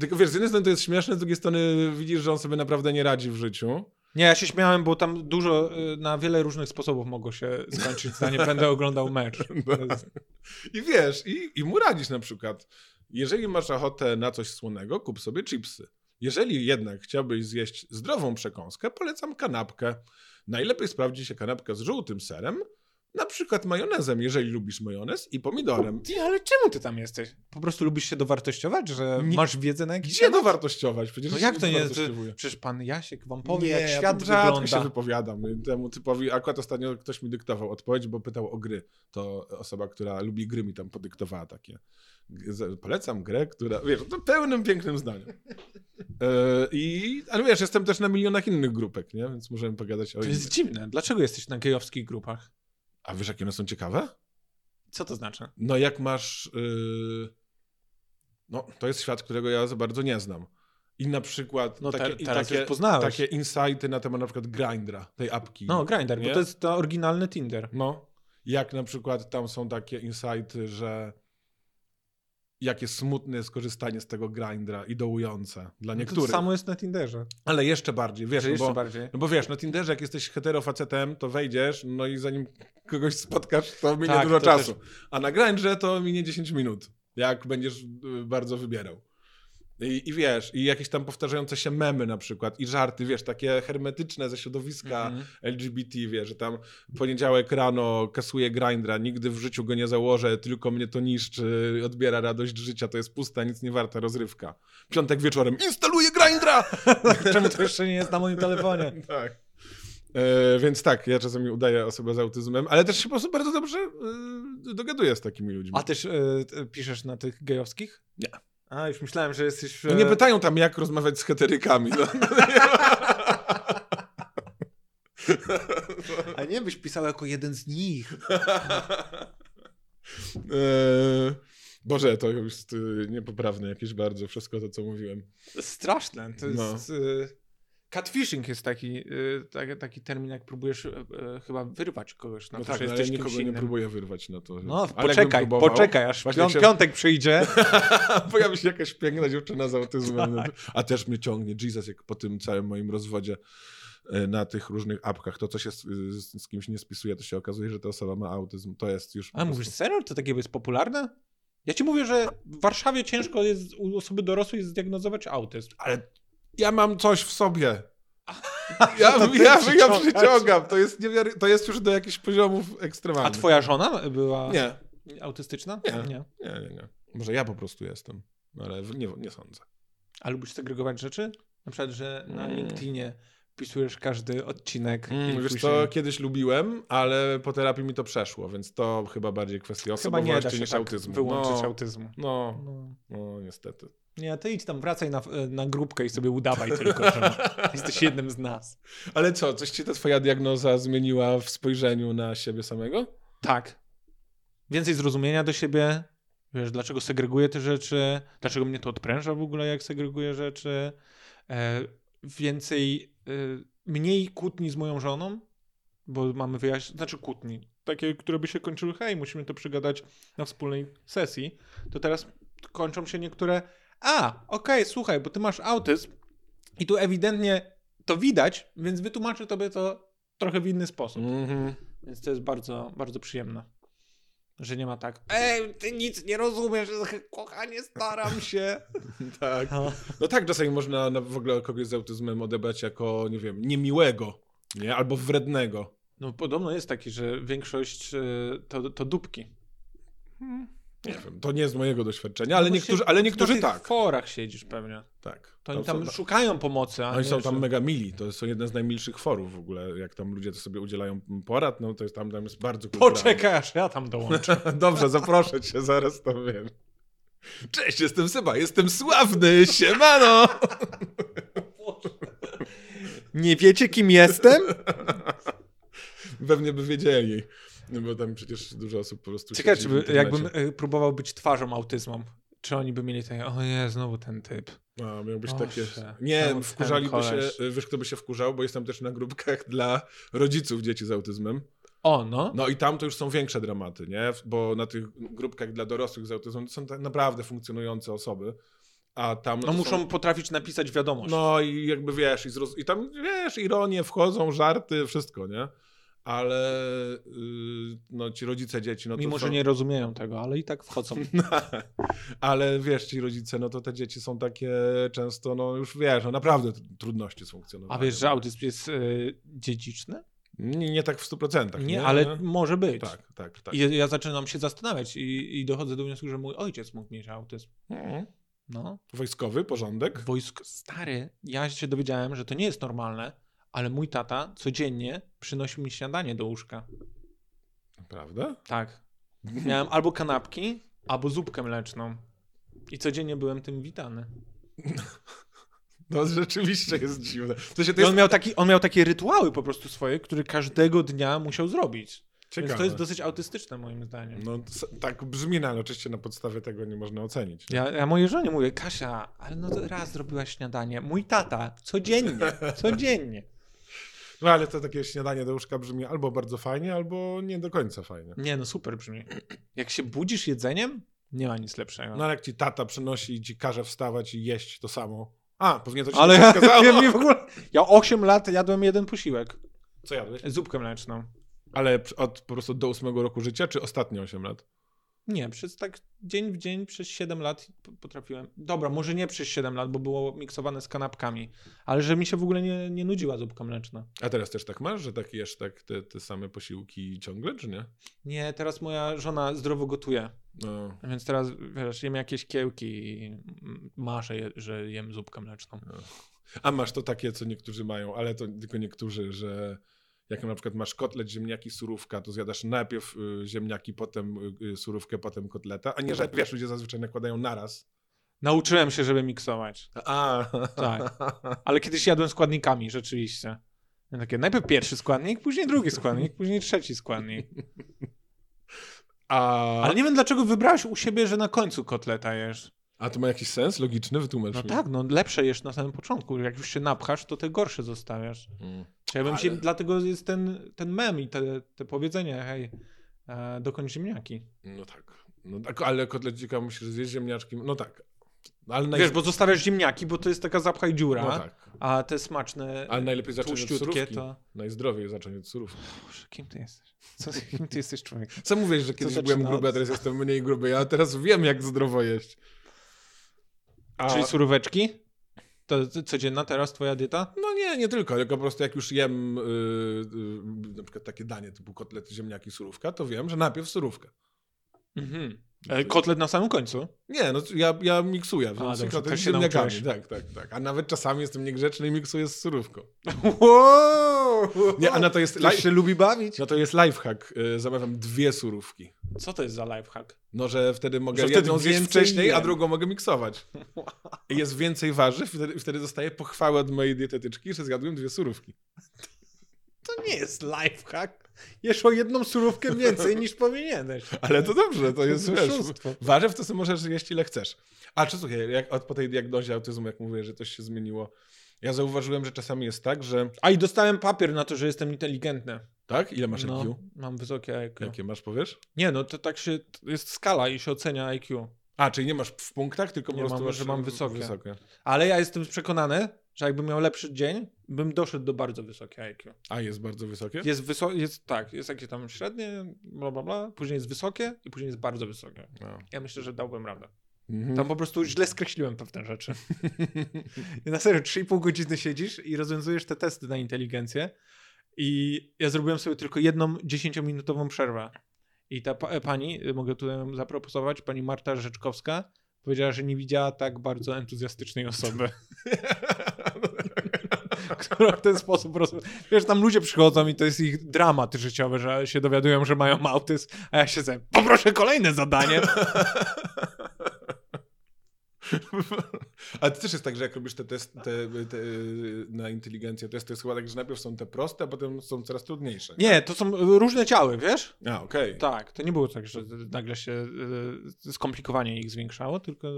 [SPEAKER 1] tylko wiesz, z jednej strony to jest śmieszne, z drugiej strony widzisz, że on sobie naprawdę nie radzi w życiu.
[SPEAKER 2] Nie, ja się śmiałem, bo tam dużo, y, na wiele różnych sposobów mogło się skończyć zdanie, będę oglądał mecz. To jest-
[SPEAKER 1] I wiesz, i, i mu radzisz na przykład, jeżeli masz ochotę na coś słonego, kup sobie chipsy. Jeżeli jednak chciałbyś zjeść zdrową przekąskę, polecam kanapkę. Najlepiej sprawdzi się kanapka z żółtym serem, Na przykład majonezem, jeżeli lubisz majonez i pomidorem.
[SPEAKER 2] Ty, ale czemu ty tam jesteś? Po prostu lubisz się dowartościować, że
[SPEAKER 1] Nie-
[SPEAKER 2] masz wiedzę na jakiś
[SPEAKER 1] Gdzie dowartościować? Przecież
[SPEAKER 2] No
[SPEAKER 1] się
[SPEAKER 2] jak to nie jest?
[SPEAKER 1] dowartościowuje.
[SPEAKER 2] Przecież pan Jasiek wam powie,
[SPEAKER 1] ja
[SPEAKER 2] jak
[SPEAKER 1] tam
[SPEAKER 2] świat
[SPEAKER 1] rzadko
[SPEAKER 2] wygląda.
[SPEAKER 1] się wypowiadam. Temu typowi, akurat ostatnio ktoś mi dyktował odpowiedź, bo pytał o gry. To osoba, która lubi gry, mi tam podyktowała takie. G- z- Polecam grę, która, wiesz, to pełnym pięknym zdaniem. E, I, ale wiesz, jestem też na milionach innych grupek, nie? Więc możemy pogadać o
[SPEAKER 2] To
[SPEAKER 1] innych.
[SPEAKER 2] jest dziwne. Dlaczego jesteś na gejowskich grupach?
[SPEAKER 1] A wiesz, jakie one są ciekawe?
[SPEAKER 2] Co to znaczy?
[SPEAKER 1] No jak masz... y, No, to jest świat, którego ja za bardzo nie znam. I na przykład
[SPEAKER 2] No
[SPEAKER 1] takie,
[SPEAKER 2] te,
[SPEAKER 1] i
[SPEAKER 2] teraz
[SPEAKER 1] takie,
[SPEAKER 2] już poznałeś.
[SPEAKER 1] takie insighty na temat na przykład Grindra, tej apki.
[SPEAKER 2] No, Grindr,
[SPEAKER 1] Nie?
[SPEAKER 2] bo to jest to oryginalny Tinder.
[SPEAKER 1] No. Jak na przykład tam są takie insighty, że jakie smutne jest korzystanie z tego grindra i dołujące dla niektórych.
[SPEAKER 2] No To samo jest na Tinderze.
[SPEAKER 1] Ale jeszcze bardziej, wiesz,
[SPEAKER 2] Że
[SPEAKER 1] no
[SPEAKER 2] jeszcze
[SPEAKER 1] bo,
[SPEAKER 2] bardziej.
[SPEAKER 1] no bo wiesz, na Tinderze jak jesteś heterofacetem, to wejdziesz, no i zanim kogoś spotkasz, to minie
[SPEAKER 2] Tak,
[SPEAKER 1] dużo
[SPEAKER 2] to
[SPEAKER 1] czasu. A na grindrze to minie 10 minut, jak będziesz y, bardzo wybierał. I, I wiesz, i jakieś tam powtarzające się memy na przykład, i żarty, wiesz, takie hermetyczne ze środowiska,
[SPEAKER 2] Mhm.
[SPEAKER 1] LGBT, wie, że tam poniedziałek rano kasuje grindra, nigdy w życiu go nie założę, tylko mnie to niszczy, odbiera radość życia, to jest pusta, nic nie warta rozrywka. Piątek wieczorem, instaluję grindra!
[SPEAKER 2] Czemu to jeszcze nie jest na moim telefonie?
[SPEAKER 1] tak. E, więc tak, ja czasami udaję osobę z autyzmem, ale też się po prostu bardzo dobrze e, dogaduję z takimi ludźmi.
[SPEAKER 2] A też e, t- piszesz na tych gejowskich?
[SPEAKER 1] Nie.
[SPEAKER 2] A, już myślałem, że jesteś...
[SPEAKER 1] No
[SPEAKER 2] e,
[SPEAKER 1] nie pytają tam, jak rozmawiać z heterykami. No.
[SPEAKER 2] A nie byś pisał jako jeden z nich.
[SPEAKER 1] Eee, Boże, to już jest y, niepoprawne jakieś bardzo, wszystko to, co mówiłem.
[SPEAKER 2] Straszne. To
[SPEAKER 1] No.
[SPEAKER 2] jest... e, Catfishing jest taki, e, taki, taki termin, jak próbujesz e, e, chyba wyrwać kogoś na
[SPEAKER 1] No
[SPEAKER 2] to,
[SPEAKER 1] tak,
[SPEAKER 2] że
[SPEAKER 1] no, ale ja
[SPEAKER 2] jesteś
[SPEAKER 1] nikogo
[SPEAKER 2] kimś
[SPEAKER 1] nie
[SPEAKER 2] innym.
[SPEAKER 1] próbuję wyrwać na to.
[SPEAKER 2] No,
[SPEAKER 1] Ale jakbym
[SPEAKER 2] poczekaj,
[SPEAKER 1] próbował,
[SPEAKER 2] poczekaj, aż
[SPEAKER 1] Właśnie
[SPEAKER 2] pią-
[SPEAKER 1] chciałem-
[SPEAKER 2] piątek przyjdzie.
[SPEAKER 1] Pojawi się jakaś piękna dziewczyna z autyzmem.
[SPEAKER 2] Tak.
[SPEAKER 1] no A też mnie ciągnie, Jesus, jak po tym całym moim rozwodzie e, na tych różnych apkach, to co się z, z, z kimś nie spisuje, to się okazuje, że ta osoba ma autyzm. To jest już... po
[SPEAKER 2] A mówisz serio? No, To takie jest popularne? Ja ci mówię, że w Warszawie ciężko jest u osoby dorosłej zdiagnozować autyzm.
[SPEAKER 1] Ale ja mam coś w sobie. Ja,
[SPEAKER 2] To ty
[SPEAKER 1] ja, ja
[SPEAKER 2] przyciągasz.
[SPEAKER 1] przyciągam. To jest, niewiary... to jest już do jakichś poziomów
[SPEAKER 2] A
[SPEAKER 1] ekstremalnych.
[SPEAKER 2] twoja żona była
[SPEAKER 1] Nie,
[SPEAKER 2] autystyczna?
[SPEAKER 1] Nie. nie, nie, nie. Może ja po prostu jestem, No, ale w- nie, nie sądzę.
[SPEAKER 2] A lubisz segregować rzeczy? Na przykład, że na
[SPEAKER 1] Mm.
[SPEAKER 2] LinkedInie wpisujesz każdy odcinek. i
[SPEAKER 1] Mm, wiesz
[SPEAKER 2] później-
[SPEAKER 1] co, kiedyś lubiłem, ale po terapii mi to przeszło, więc to chyba bardziej kwestia
[SPEAKER 2] Chyba nie da
[SPEAKER 1] osobowości
[SPEAKER 2] się
[SPEAKER 1] niż
[SPEAKER 2] tak
[SPEAKER 1] autyzmu.
[SPEAKER 2] wyłączyć
[SPEAKER 1] no,
[SPEAKER 2] autyzmu.
[SPEAKER 1] No,
[SPEAKER 2] No.
[SPEAKER 1] no, niestety.
[SPEAKER 2] Nie, ty idź tam, wracaj na, e, na grupkę i sobie udawaj tylko, że jesteś jednym z nas.
[SPEAKER 1] Ale co, coś ci ta twoja diagnoza zmieniła w spojrzeniu na siebie samego?
[SPEAKER 2] Tak. Więcej zrozumienia do siebie. Wiesz, dlaczego segreguję te rzeczy, dlaczego mnie to odpręża w ogóle, jak segreguję rzeczy. E, więcej, e, mniej kłótni z moją żoną, bo mamy wyjaśnienie, znaczy kłótni, takie, które by się kończyły, hej, musimy to przegadać na wspólnej sesji, to teraz kończą się niektóre, a, okej, słuchaj, bo ty masz autyzm i tu ewidentnie to widać, więc wytłumaczę tobie to trochę w inny sposób.
[SPEAKER 1] Mhm.
[SPEAKER 2] Więc to jest bardzo, bardzo przyjemne. Że nie ma tak. Ej, ty nic nie rozumiesz, kochanie, staram się.
[SPEAKER 1] Tak. No tak, czasami można na, w ogóle kogoś z autyzmem odebrać jako, nie wiem, niemiłego, nie? Albo wrednego.
[SPEAKER 2] No podobno jest taki, że większość y, to, to dupki.
[SPEAKER 1] Nie wiem, to nie jest mojego doświadczenia, ale
[SPEAKER 2] No bo
[SPEAKER 1] niektórzy,
[SPEAKER 2] się-
[SPEAKER 1] ale
[SPEAKER 2] na
[SPEAKER 1] niektórzy
[SPEAKER 2] tych
[SPEAKER 1] tak.
[SPEAKER 2] forach siedzisz pewnie.
[SPEAKER 1] tak.
[SPEAKER 2] To oni
[SPEAKER 1] są-
[SPEAKER 2] tam szukają pomocy, a
[SPEAKER 1] Oni
[SPEAKER 2] nie,
[SPEAKER 1] są tam
[SPEAKER 2] że-
[SPEAKER 1] mega mili, to są jeden z najmilszych forów w ogóle, jak tam ludzie to sobie udzielają porad, no to jest tam, tam jest bardzo kulturalnie.
[SPEAKER 2] Poczekaj, aż ja tam dołączę.
[SPEAKER 1] Dobrze, zaproszę cię, zaraz to wiem. Cześć, jestem Seba, jestem sławny, siemano!
[SPEAKER 2] Nie wiecie, kim jestem?
[SPEAKER 1] Pewnie by wiedzieli, no bo tam przecież dużo osób po prostu
[SPEAKER 2] Ciekawe,
[SPEAKER 1] siedzi
[SPEAKER 2] czy
[SPEAKER 1] w
[SPEAKER 2] by,
[SPEAKER 1] internecie.
[SPEAKER 2] jakbym y, próbował być twarzą autyzmu, czy oni by mieli takie, o nie, znowu ten typ.
[SPEAKER 1] A, miałbyś
[SPEAKER 2] Boże,
[SPEAKER 1] takie...
[SPEAKER 2] czemu
[SPEAKER 1] Nie,
[SPEAKER 2] ten
[SPEAKER 1] wkurzaliby się,
[SPEAKER 2] koleś?
[SPEAKER 1] wiesz kto by się wkurzał, bo jestem też na grupkach dla rodziców dzieci z autyzmem.
[SPEAKER 2] O, no.
[SPEAKER 1] No i tam to już są większe dramaty, nie? Bo na tych grupkach dla dorosłych z autyzmem to są tak naprawdę funkcjonujące osoby, a tam...
[SPEAKER 2] No
[SPEAKER 1] są-
[SPEAKER 2] muszą potrafić napisać wiadomość.
[SPEAKER 1] No i jakby wiesz, i, zroz... i tam wiesz, ironie wchodzą, żarty, wszystko, nie? Ale yy, no, ci rodzice dzieci, no to
[SPEAKER 2] Mimo,
[SPEAKER 1] są...
[SPEAKER 2] że nie rozumieją tego, ale i tak wchodzą.
[SPEAKER 1] Ale wiesz, ci rodzice, no to te dzieci są takie często, no już wiesz, no naprawdę tr- trudności z funkcjonowaniem.
[SPEAKER 2] A wiesz, że autyzm jest y, e, dziedziczny?
[SPEAKER 1] Nie, nie tak w 100%.
[SPEAKER 2] Nie, ale może być.
[SPEAKER 1] Tak, tak, tak.
[SPEAKER 2] I ja zaczynam się zastanawiać i, i dochodzę do wniosku, że mój ojciec mógł mieć autyzm.
[SPEAKER 1] Mhm.
[SPEAKER 2] No.
[SPEAKER 1] Wojskowy porządek.
[SPEAKER 2] Wojsk stary. Ja się dowiedziałem, że to nie jest normalne, ale mój tata codziennie przynosił mi śniadanie do łóżka.
[SPEAKER 1] Prawda?
[SPEAKER 2] Tak. Miałem albo kanapki, albo zupkę mleczną. I codziennie byłem tym witany.
[SPEAKER 1] No rzeczywiście jest dziwne. W sensie to
[SPEAKER 2] I on
[SPEAKER 1] jest
[SPEAKER 2] miał, taki, on miał takie rytuały po prostu swoje, które każdego dnia musiał zrobić.
[SPEAKER 1] ciekawe.
[SPEAKER 2] Więc to jest dosyć autystyczne moim zdaniem.
[SPEAKER 1] No s- tak brzmi, no, ale oczywiście na podstawie tego nie można ocenić.
[SPEAKER 2] Ja, ja mojej żonie mówię, Kasia, ale no to raz zrobiłaś śniadanie. Mój tata, codziennie, codziennie.
[SPEAKER 1] No ale to takie śniadanie do łóżka brzmi albo bardzo fajnie, albo nie do końca fajnie.
[SPEAKER 2] Nie, no super brzmi. Jak się budzisz jedzeniem, nie ma nic lepszego.
[SPEAKER 1] No ale jak ci tata przynosi i ci każe wstawać i jeść to samo. A, pewnie to ci
[SPEAKER 2] ale
[SPEAKER 1] nie
[SPEAKER 2] ja,
[SPEAKER 1] przeszkadzało.
[SPEAKER 2] ja, mi w ogóle, ja 8 lat jadłem jeden posiłek.
[SPEAKER 1] Co jadłeś?
[SPEAKER 2] Zupkę mleczną.
[SPEAKER 1] Ale przy- od po prostu do ósmego roku życia, czy ostatnie 8 lat?
[SPEAKER 2] Nie, przez tak dzień w dzień przez 7 lat p- potrafiłem. Dobra, może nie przez 7 lat, bo było miksowane z kanapkami, ale że mi się w ogóle nie, nie nudziła zupka mleczna.
[SPEAKER 1] A teraz też tak masz, że tak jesz tak te, te same posiłki ciągle, czy nie?
[SPEAKER 2] Nie, teraz moja żona zdrowo gotuje,
[SPEAKER 1] No.
[SPEAKER 2] więc teraz, wiesz, jem jakieś kiełki i mm, marzę, je- że jem zupkę mleczną.
[SPEAKER 1] No. A masz to takie, co niektórzy mają, ale to tylko niektórzy, że jak na przykład masz kotlet, ziemniaki, surówka, to zjadasz najpierw y, ziemniaki, potem y, y, surówkę, potem kotleta, a nie, że wiesz, ludzie zazwyczaj nakładają naraz.
[SPEAKER 2] Nauczyłem się, żeby miksować,
[SPEAKER 1] A,
[SPEAKER 2] Tak. ale kiedyś jadłem składnikami, rzeczywiście. Ja Takie, najpierw pierwszy składnik, później drugi składnik, później trzeci składnik.
[SPEAKER 1] No. A,
[SPEAKER 2] Ale nie wiem, dlaczego wybrałeś u siebie, że na końcu kotleta jesz.
[SPEAKER 1] a to ma jakiś sens logiczny? Wytłumacz
[SPEAKER 2] No
[SPEAKER 1] mi.
[SPEAKER 2] tak, no lepsze jesz na samym początku. Jak już się napchasz, to te gorsze zostawiasz.
[SPEAKER 1] Mm.
[SPEAKER 2] Czy ja bym się,
[SPEAKER 1] Ale-
[SPEAKER 2] dlatego jest ten, ten mem i te, te powiedzenie, hej, e, dokończ ziemniaki.
[SPEAKER 1] No tak. No tak, ale kotlecika musisz zjeść ziemniaczkiem. No tak. No Ale
[SPEAKER 2] Wiesz, bo zostawiasz ziemniaki, bo to jest taka zapchaj dziura,
[SPEAKER 1] No tak.
[SPEAKER 2] a te smaczne,
[SPEAKER 1] Ale najlepiej zacząć od
[SPEAKER 2] tłuściutkie
[SPEAKER 1] surówki.
[SPEAKER 2] to...
[SPEAKER 1] Najzdrowiej zacząć od surówki.
[SPEAKER 2] Boże, kim ty jesteś? Co, kim ty jesteś człowiek?
[SPEAKER 1] Co mówisz, że kiedyś
[SPEAKER 2] zaczyna
[SPEAKER 1] byłem
[SPEAKER 2] od-
[SPEAKER 1] gruby, a teraz jestem mniej gruby. Ja teraz wiem, jak zdrowo jeść. A...
[SPEAKER 2] Czyli suróweczki? To c- codzienna teraz twoja dieta?
[SPEAKER 1] No nie, nie tylko, tylko po prostu jak już jem yy, yy, na przykład takie danie typu kotlety, ziemniaki, surówka, to wiem, że najpierw surówkę.
[SPEAKER 2] Mhm.
[SPEAKER 1] No to
[SPEAKER 2] E,
[SPEAKER 1] jest-
[SPEAKER 2] kotlet na samym końcu?
[SPEAKER 1] Nie, no ja, ja miksuję, w sensie
[SPEAKER 2] dobrze,
[SPEAKER 1] kotlety
[SPEAKER 2] tak
[SPEAKER 1] z
[SPEAKER 2] się
[SPEAKER 1] ziemniakami.
[SPEAKER 2] nauczyłeś.
[SPEAKER 1] Tak, tak, tak. A nawet czasami jestem niegrzeczny i miksuję z surówką.
[SPEAKER 2] Wow!
[SPEAKER 1] Nie, a na to jest,
[SPEAKER 2] Ktoś
[SPEAKER 1] li-
[SPEAKER 2] No, się lubi bawić?
[SPEAKER 1] na to jest lifehack. Yy, zamawiam dwie surówki.
[SPEAKER 2] Co to jest za lifehack?
[SPEAKER 1] No, że wtedy mogę
[SPEAKER 2] Że wtedy
[SPEAKER 1] jedną zjeść
[SPEAKER 2] więcej
[SPEAKER 1] wcześniej, a
[SPEAKER 2] jem.
[SPEAKER 1] drugą mogę miksować. I jest więcej warzyw, wtedy, wtedy dostaję pochwałę od mojej dietetyczki, że zjadłem dwie surówki.
[SPEAKER 2] To nie jest lifehack. Jesz o jedną surówkę więcej niż powinieneś.
[SPEAKER 1] Ale to dobrze, to jest wiesz,
[SPEAKER 2] oszustwo.
[SPEAKER 1] Warzyw to sobie możesz jeść ile chcesz. A czy słuchaj, jak od, po tej diagnozie autyzmu, jak mówię, że coś się zmieniło, ja zauważyłem, że czasami jest tak, że...
[SPEAKER 2] A i dostałem papier na to, że jestem inteligentny.
[SPEAKER 1] Tak? Ile masz
[SPEAKER 2] No,
[SPEAKER 1] IQ?
[SPEAKER 2] mam wysokie IQ.
[SPEAKER 1] Jakie masz, powiesz?
[SPEAKER 2] Nie, no to tak się, to jest skala i się ocenia IQ.
[SPEAKER 1] A, czyli nie masz w punktach, tylko po
[SPEAKER 2] Nie
[SPEAKER 1] prostu
[SPEAKER 2] mam,
[SPEAKER 1] masz
[SPEAKER 2] że mam wysokie.
[SPEAKER 1] wysokie.
[SPEAKER 2] Ale ja jestem przekonany, że jakbym miał lepszy dzień, bym doszedł do bardzo wysokiego IQ.
[SPEAKER 1] A, jest bardzo wysokie?
[SPEAKER 2] Jest wysokie, jest tak, jest jakieś tam średnie, bla bla bla, później jest wysokie i później jest bardzo wysokie.
[SPEAKER 1] No.
[SPEAKER 2] Ja myślę, że dałbym radę.
[SPEAKER 1] Mhm.
[SPEAKER 2] Tam po prostu źle skreśliłem pewne rzeczy. I na serio, 3,5 godziny siedzisz i rozwiązujesz te testy na inteligencję. I ja zrobiłem sobie tylko jedną 10-minutową przerwę. I ta pa- pani, y, mogę tutaj ją zaproponować, pani Marta Rzeczkowska, powiedziała, że nie widziała tak bardzo entuzjastycznej osoby, która w ten sposób rozmawia. Wiesz, tam ludzie przychodzą i to jest ich dramat życiowy, że się dowiadują, że mają autyzm, a ja się sobie, poproszę kolejne zadanie.
[SPEAKER 1] A to też jest tak, że jak robisz te testy te, te, na inteligencję, to jest, to jest chyba tak, że najpierw są te proste, a potem są coraz trudniejsze.
[SPEAKER 2] Nie, to są y, różne ciały, wiesz?
[SPEAKER 1] A, okej.
[SPEAKER 2] Tak, to nie było tak, że nagle się y, skomplikowanie ich zwiększało, tylko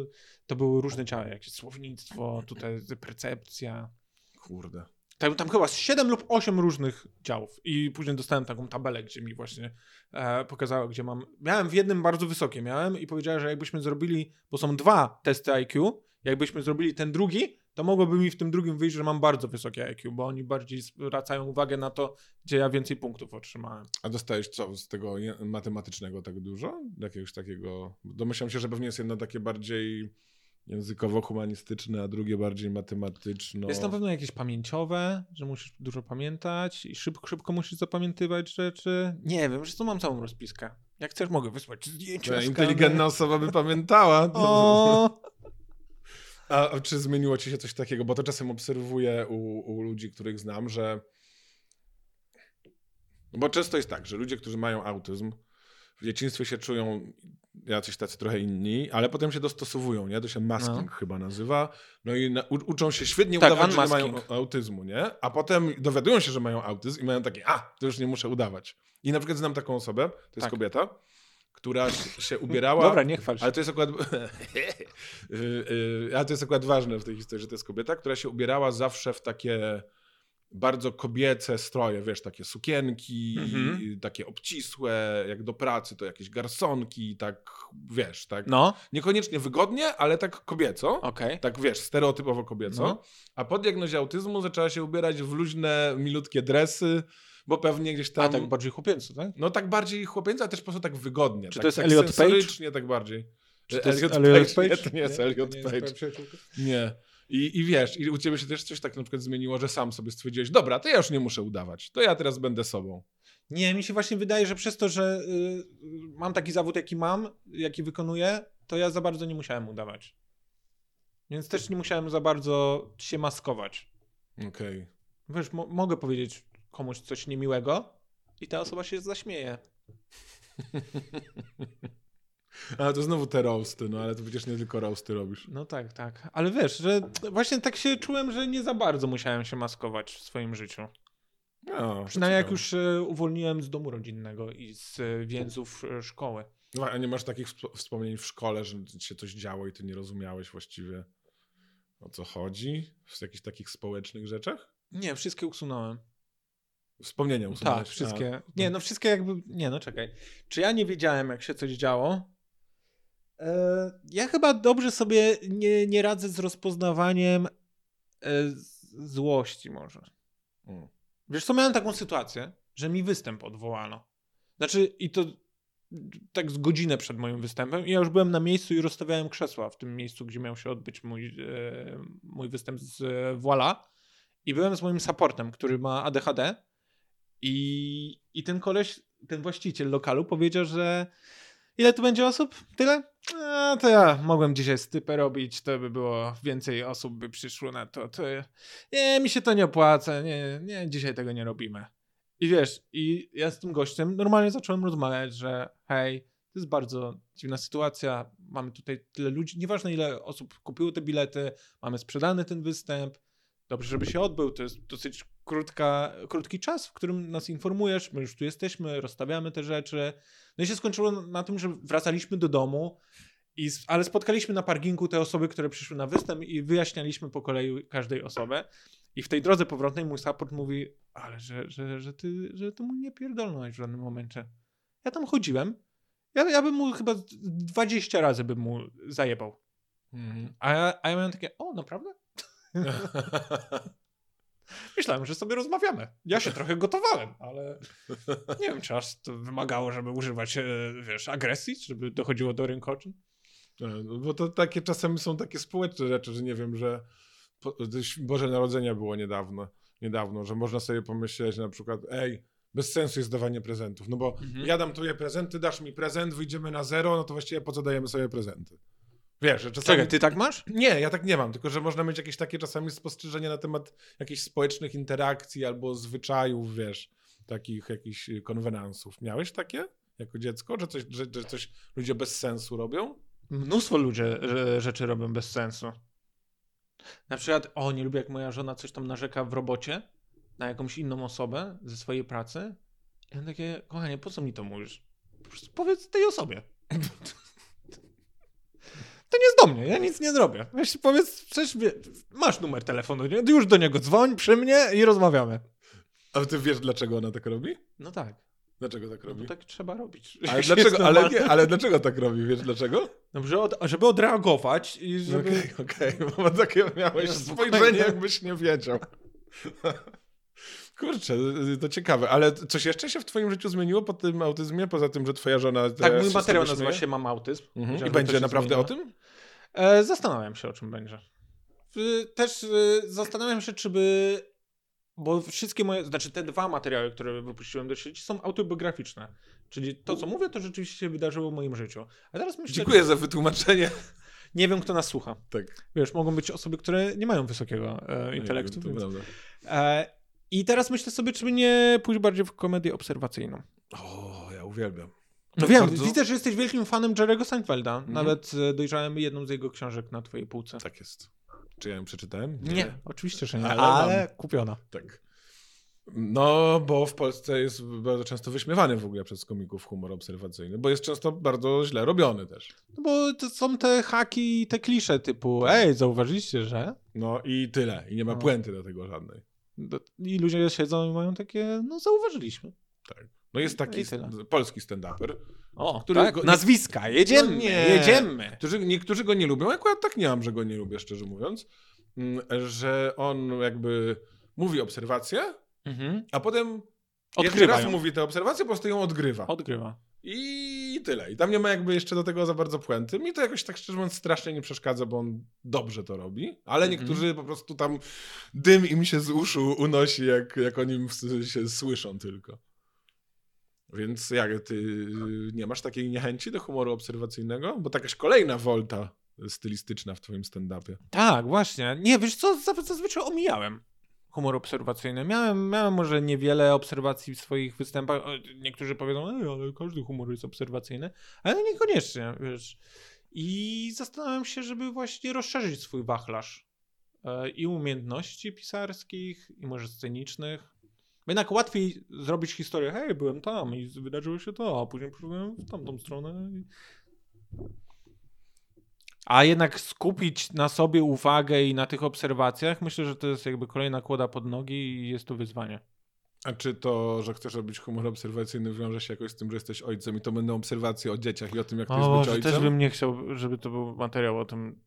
[SPEAKER 2] to były różne ciała, jakieś słownictwo, tutaj percepcja.
[SPEAKER 1] Kurde.
[SPEAKER 2] Tam, tam chyba z 7 lub 8 różnych działów. I później dostałem taką tabelę, gdzie mi właśnie e, pokazało, gdzie mam. Miałem w jednym bardzo wysokie, miałem i powiedziała, że jakbyśmy zrobili, bo są dwa testy IQ, jakbyśmy zrobili ten drugi, to mogłoby mi w tym drugim wyjść, że mam bardzo wysokie IQ, bo oni bardziej zwracają uwagę na to, gdzie ja więcej punktów otrzymałem.
[SPEAKER 1] A dostałeś co z tego je- matematycznego tak dużo? Jakiegoś takiego? Domyślam się, że pewnie jest jedno takie bardziej językowo-humanistyczne, a drugie bardziej matematyczno.
[SPEAKER 2] Jest na pewno jakieś pamięciowe, że musisz dużo pamiętać i szybko, szybko musisz zapamiętywać rzeczy. Nie wiem, że tu mam całą rozpiskę. Jak chcesz, mogę wysłać zdjęcia.
[SPEAKER 1] Ta
[SPEAKER 2] z
[SPEAKER 1] inteligentna osoba by pamiętała.
[SPEAKER 2] kamery. O,
[SPEAKER 1] A czy zmieniło ci się coś takiego? Bo to czasem obserwuję u, u ludzi, których znam, że. Bo często jest tak, że ludzie, którzy mają autyzm, w dzieciństwie się czują jacyś tacy trochę inni, ale potem się dostosowują, nie? To się masking chyba nazywa. No i na, u, uczą się świetnie
[SPEAKER 2] Tak,
[SPEAKER 1] udawać, że nie mają
[SPEAKER 2] unmasking.
[SPEAKER 1] au- autyzmu, nie? A potem dowiadują się, że mają autyzm i mają takie, a, to już nie muszę udawać. I na przykład znam taką osobę, to jest
[SPEAKER 2] Tak.
[SPEAKER 1] kobieta, która się się ubierała...
[SPEAKER 2] dobra, nie chwal się.
[SPEAKER 1] Ale to jest akurat. Yy, yy, Ale to jest akurat ważne w tej historii, że to jest kobieta, która się ubierała zawsze w takie bardzo kobiece stroje, wiesz, takie sukienki,
[SPEAKER 2] Mhm.
[SPEAKER 1] yy, takie obcisłe, jak do pracy, to jakieś garsonki, tak wiesz, tak.
[SPEAKER 2] No,
[SPEAKER 1] Niekoniecznie wygodnie, ale tak kobieco.
[SPEAKER 2] okej.
[SPEAKER 1] Tak wiesz, stereotypowo kobieco.
[SPEAKER 2] No.
[SPEAKER 1] A po diagnozie autyzmu zaczęła się ubierać w luźne, milutkie dresy, bo pewnie gdzieś tam.
[SPEAKER 2] A tak bardziej chłopięco, tak?
[SPEAKER 1] No tak bardziej chłopięca, ale też po prostu tak wygodnie.
[SPEAKER 2] Czy
[SPEAKER 1] tak,
[SPEAKER 2] to jest
[SPEAKER 1] tak
[SPEAKER 2] Elliot Page?
[SPEAKER 1] sensorycznie, tak bardziej.
[SPEAKER 2] Czy to jest
[SPEAKER 1] Elliot
[SPEAKER 2] Elliot
[SPEAKER 1] Page?
[SPEAKER 2] Page?
[SPEAKER 1] Nie, to nie jest Elliot Page. Nie. I, I wiesz, i u ciebie się też coś tak na przykład zmieniło, że sam sobie stwierdziłeś, dobra, to ja już nie muszę udawać, to ja teraz będę sobą.
[SPEAKER 2] Nie, mi się właśnie wydaje, że przez to, że y, mam taki zawód, jaki mam, jaki wykonuję, to ja za bardzo nie musiałem udawać. Więc też nie musiałem za bardzo się maskować.
[SPEAKER 1] Okej.
[SPEAKER 2] Wiesz, mo- mogę powiedzieć komuś coś niemiłego i ta osoba się zaśmieje.
[SPEAKER 1] Ale to znowu te roasty, no ale to przecież nie tylko roasty robisz.
[SPEAKER 2] No tak, tak. Ale wiesz, że właśnie tak się czułem, że nie za bardzo musiałem się maskować w swoim życiu.
[SPEAKER 1] No,
[SPEAKER 2] Przynajmniej jak już e, uwolniłem z domu rodzinnego i z e, więzów e, szkoły.
[SPEAKER 1] No, a nie masz takich wsp- wspomnień w szkole, że ci się coś działo i ty nie rozumiałeś właściwie o co chodzi w jakichś takich społecznych rzeczach?
[SPEAKER 2] Nie, wszystkie usunąłem.
[SPEAKER 1] Wspomnienia usunąłeś.
[SPEAKER 2] Tak, wszystkie. Nie, no wszystkie jakby. Nie, no czekaj. Czy ja nie wiedziałem, jak się coś działo? E, ja chyba dobrze sobie nie, nie radzę z rozpoznawaniem e, z- złości, może.
[SPEAKER 1] A, mm.
[SPEAKER 2] Wiesz, co miałem taką sytuację, że mi występ odwołano. Znaczy, i to tak z godzinę przed moim występem, i ja już byłem na miejscu i rozstawiałem krzesła w tym miejscu, gdzie miał się odbyć mój, e, mój występ z e, Voila. I byłem z moim supportem, który ma ADHD. I, I ten koleś, ten właściciel lokalu powiedział, że ile tu będzie osób? Tyle? A, to ja mogłem dzisiaj stypę robić, to by było więcej osób by przyszło na to. to nie, mi się to nie opłaca, nie, nie, dzisiaj tego nie robimy. I wiesz, i ja z tym gościem normalnie zacząłem rozmawiać, że hej, to jest bardzo dziwna sytuacja, mamy tutaj tyle ludzi, nieważne ile osób kupiło te bilety, mamy sprzedany ten występ, dobrze, żeby się odbył, to jest dosyć krótka, krótki czas, w którym nas informujesz, my już tu jesteśmy, rozstawiamy te rzeczy. No i się skończyło na tym, że wracaliśmy do domu, i, s- ale spotkaliśmy na parkingu te osoby, które przyszły na występ i wyjaśnialiśmy po kolei każdej osobę. I w tej drodze powrotnej mój support mówi, ale że, że, że, ty, że ty mu nie pierdolnąłeś w żadnym momencie. Ja tam chodziłem, ja, ja bym mu chyba z- 20 razy bym mu zajebał.
[SPEAKER 1] Mhm.
[SPEAKER 2] A ja, a ja miałem takie, o naprawdę? Myślałem, że sobie rozmawiamy. Ja się trochę gotowałem, ale nie wiem, czy aż to wymagało, żeby używać, e, wiesz, agresji, żeby dochodziło do rękoczyn.
[SPEAKER 1] E, no Bo to takie czasem są takie społeczne rzeczy, że nie wiem, że po- gdzieś Boże Narodzenia było niedawno, niedawno, że można sobie pomyśleć na przykład, ej, bez sensu jest dawanie prezentów, no bo
[SPEAKER 2] Mhm.
[SPEAKER 1] ja dam tobie prezent, ty dasz mi prezent, wyjdziemy na zero, no to właściwie po co dajemy sobie prezenty? Wiesz, że czasami...
[SPEAKER 2] Czekaj, ty tak masz?
[SPEAKER 1] Nie, ja tak nie mam, tylko że można mieć jakieś takie czasami spostrzeżenia na temat jakichś społecznych interakcji albo zwyczajów, wiesz, takich jakichś y, konwenansów. Miałeś takie jako dziecko, że coś, że, że coś ludzie bez sensu robią?
[SPEAKER 2] Mnóstwo ludzi e, rzeczy robią bez sensu. Na przykład, o, nie lubię, jak moja żona coś tam narzeka w robocie na jakąś inną osobę ze swojej pracy. I ja takie, kochanie, po co mi to mówisz? Po prostu powiedz tej osobie. To nie jest do mnie, ja nic nie zrobię. Weź powiedz, przecież wie, masz numer telefonu, nie? już do niego dzwoń przy mnie i rozmawiamy.
[SPEAKER 1] Ale ty wiesz, dlaczego ona tak robi?
[SPEAKER 2] No tak,
[SPEAKER 1] Dlaczego tak
[SPEAKER 2] no
[SPEAKER 1] robi?
[SPEAKER 2] bo tak trzeba robić.
[SPEAKER 1] Ale,
[SPEAKER 2] Jest
[SPEAKER 1] dlaczego, ale,
[SPEAKER 2] normalne.
[SPEAKER 1] nie, ale dlaczego tak robi? Wiesz dlaczego? No
[SPEAKER 2] No, że od, żeby odreagować i żeby...
[SPEAKER 1] Okej, okej, bo takie miałeś
[SPEAKER 2] Ja
[SPEAKER 1] spojrzenie,
[SPEAKER 2] spokojnie.
[SPEAKER 1] jakbyś nie wiedział. Kurczę, to ciekawe, ale coś jeszcze się w twoim życiu zmieniło po tym autyzmie, poza tym, że twoja żona...
[SPEAKER 2] Tak,
[SPEAKER 1] teraz
[SPEAKER 2] mój
[SPEAKER 1] się z
[SPEAKER 2] materiał
[SPEAKER 1] tego
[SPEAKER 2] nazywa
[SPEAKER 1] śmieje?
[SPEAKER 2] się Mam autyzm.
[SPEAKER 1] Mhm. I
[SPEAKER 2] Wiedziałem, że to
[SPEAKER 1] będzie
[SPEAKER 2] się
[SPEAKER 1] naprawdę
[SPEAKER 2] zmienia.
[SPEAKER 1] o tym?
[SPEAKER 2] E, zastanawiam się, o czym będzie. Y, Też y, zastanawiam się, czy by. Bo wszystkie moje, znaczy te dwa materiały, które wypuściłem do sieci, są autobiograficzne. Czyli to, co mówię, to rzeczywiście się wydarzyło w moim życiu. A teraz myślę,
[SPEAKER 1] Dziękuję za wytłumaczenie.
[SPEAKER 2] nie wiem, kto nas słucha.
[SPEAKER 1] Tak. no
[SPEAKER 2] Wiesz, mogą być osoby, które nie mają wysokiego e, intelektu.
[SPEAKER 1] To
[SPEAKER 2] więc...
[SPEAKER 1] prawda.
[SPEAKER 2] e, I teraz myślę sobie, czy by nie pójść bardziej w komedię obserwacyjną.
[SPEAKER 1] O, ja uwielbiam.
[SPEAKER 2] No wiem,
[SPEAKER 1] Bardzo-
[SPEAKER 2] widzę, że jesteś wielkim fanem Jerego Seinfelda.
[SPEAKER 1] Mhm.
[SPEAKER 2] Nawet e, dojrzałem jedną z jego książek na twojej półce.
[SPEAKER 1] Tak jest. Czy ja ją przeczytałem?
[SPEAKER 2] Nie, oczywiście, że nie,
[SPEAKER 1] Ale
[SPEAKER 2] ale, kupiona.
[SPEAKER 1] Tak. No, bo w Polsce jest bardzo często wyśmiewany w ogóle przez komików humor obserwacyjny, bo jest często bardzo źle robiony też.
[SPEAKER 2] No bo to są te haki i te klisze typu ej, zauważyliście, że?
[SPEAKER 1] No i tyle. I nie ma
[SPEAKER 2] No.
[SPEAKER 1] puenty do tego żadnej.
[SPEAKER 2] Do- I ludzie siedzą i mają takie, no zauważyliśmy.
[SPEAKER 1] No jest taki
[SPEAKER 2] I tyle.
[SPEAKER 1] st- polski stand-uper,
[SPEAKER 2] O,
[SPEAKER 1] Który
[SPEAKER 2] tak?
[SPEAKER 1] go-
[SPEAKER 2] Nazwiska, jedziemy,
[SPEAKER 1] No nie.
[SPEAKER 2] jedziemy.
[SPEAKER 1] którzy, niektórzy go nie lubią, akurat tak nie mam, że go nie lubię, szczerze mówiąc, Mm, że on jakby mówi obserwacje,
[SPEAKER 2] Mhm.
[SPEAKER 1] a potem jeszcze
[SPEAKER 2] Odgrywa
[SPEAKER 1] raz
[SPEAKER 2] ją.
[SPEAKER 1] mówi te obserwacje, po prostu ją odgrywa.
[SPEAKER 2] Odgrywa.
[SPEAKER 1] I tyle. I tam nie ma jakby jeszcze do tego za bardzo puenty. Mi to jakoś tak szczerze mówiąc strasznie nie przeszkadza, bo on dobrze to robi, ale
[SPEAKER 2] Mhm.
[SPEAKER 1] niektórzy po prostu tam dym im się z uszu unosi, jak, jak o nim s- się słyszą tylko. Więc jak ty y, nie masz takiej niechęci do humoru obserwacyjnego? Bo to jakaś kolejna wolta stylistyczna w twoim stand-upie.
[SPEAKER 2] Tak, właśnie. Nie, wiesz co, za- zazwyczaj omijałem humor obserwacyjny. Miałem, miałem może niewiele obserwacji w swoich występach. O, Niektórzy powiedzą, Ej, ale każdy humor jest obserwacyjny, ale niekoniecznie, wiesz. I zastanawiam się, żeby właśnie rozszerzyć swój wachlarz e, i umiejętności pisarskich, i może scenicznych. Bo Jednak łatwiej zrobić historię, hej, byłem tam i wydarzyło się to, a później poszedłem w tamtą stronę. i- A jednak skupić na sobie uwagę i na tych obserwacjach, myślę, że to jest jakby kolejna kłoda pod nogi i jest to wyzwanie.
[SPEAKER 1] A czy to, że chcesz robić humor obserwacyjny wiąże się jakoś z tym, że jesteś ojcem i to będą obserwacje o dzieciach i o tym, jak to jest być ojcem?
[SPEAKER 2] też bym nie chciał, żeby to był materiał o tym,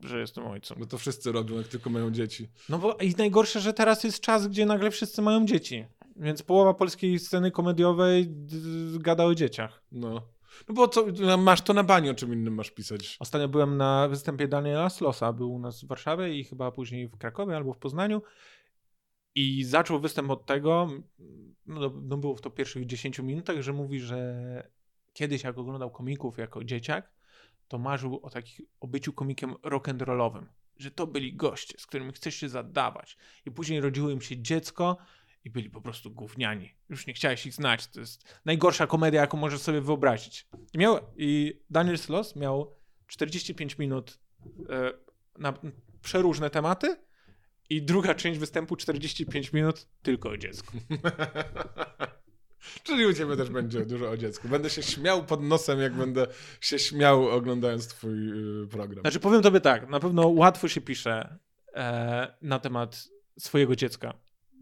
[SPEAKER 2] że jestem ojcem.
[SPEAKER 1] Bo to wszyscy robią, jak tylko mają dzieci.
[SPEAKER 2] No bo i najgorsze, że teraz jest czas, gdzie nagle wszyscy mają dzieci. Więc połowa polskiej sceny komediowej d- gada o dzieciach.
[SPEAKER 1] No. No bo co, no masz to na bani, o czym innym masz pisać.
[SPEAKER 2] Ostatnio byłem na występie Daniela Slosa, był u nas w Warszawie i chyba później w Krakowie albo w Poznaniu. I zaczął występ od tego, no, no było w to pierwszych 10 minutach, że mówi, że kiedyś jak oglądał komików jako dzieciak, to marzył o, takich, o byciu komikiem rock'n'rollowym. Że to byli goście, z którymi chcesz się zadawać. I później rodziło im się dziecko i byli po prostu gówniani. Już nie chciałeś ich znać. To jest najgorsza komedia, jaką możesz sobie wyobrazić. I, miał, i Daniel Sloss miał 45 minut e, na przeróżne tematy i druga część występu 45 minut tylko o dziecku.
[SPEAKER 1] Czyli u ciebie też będzie dużo o dziecku. Będę się śmiał pod nosem, jak będę się śmiał oglądając twój y, program.
[SPEAKER 2] Znaczy powiem tobie tak, na pewno łatwo się pisze e, na temat swojego dziecka,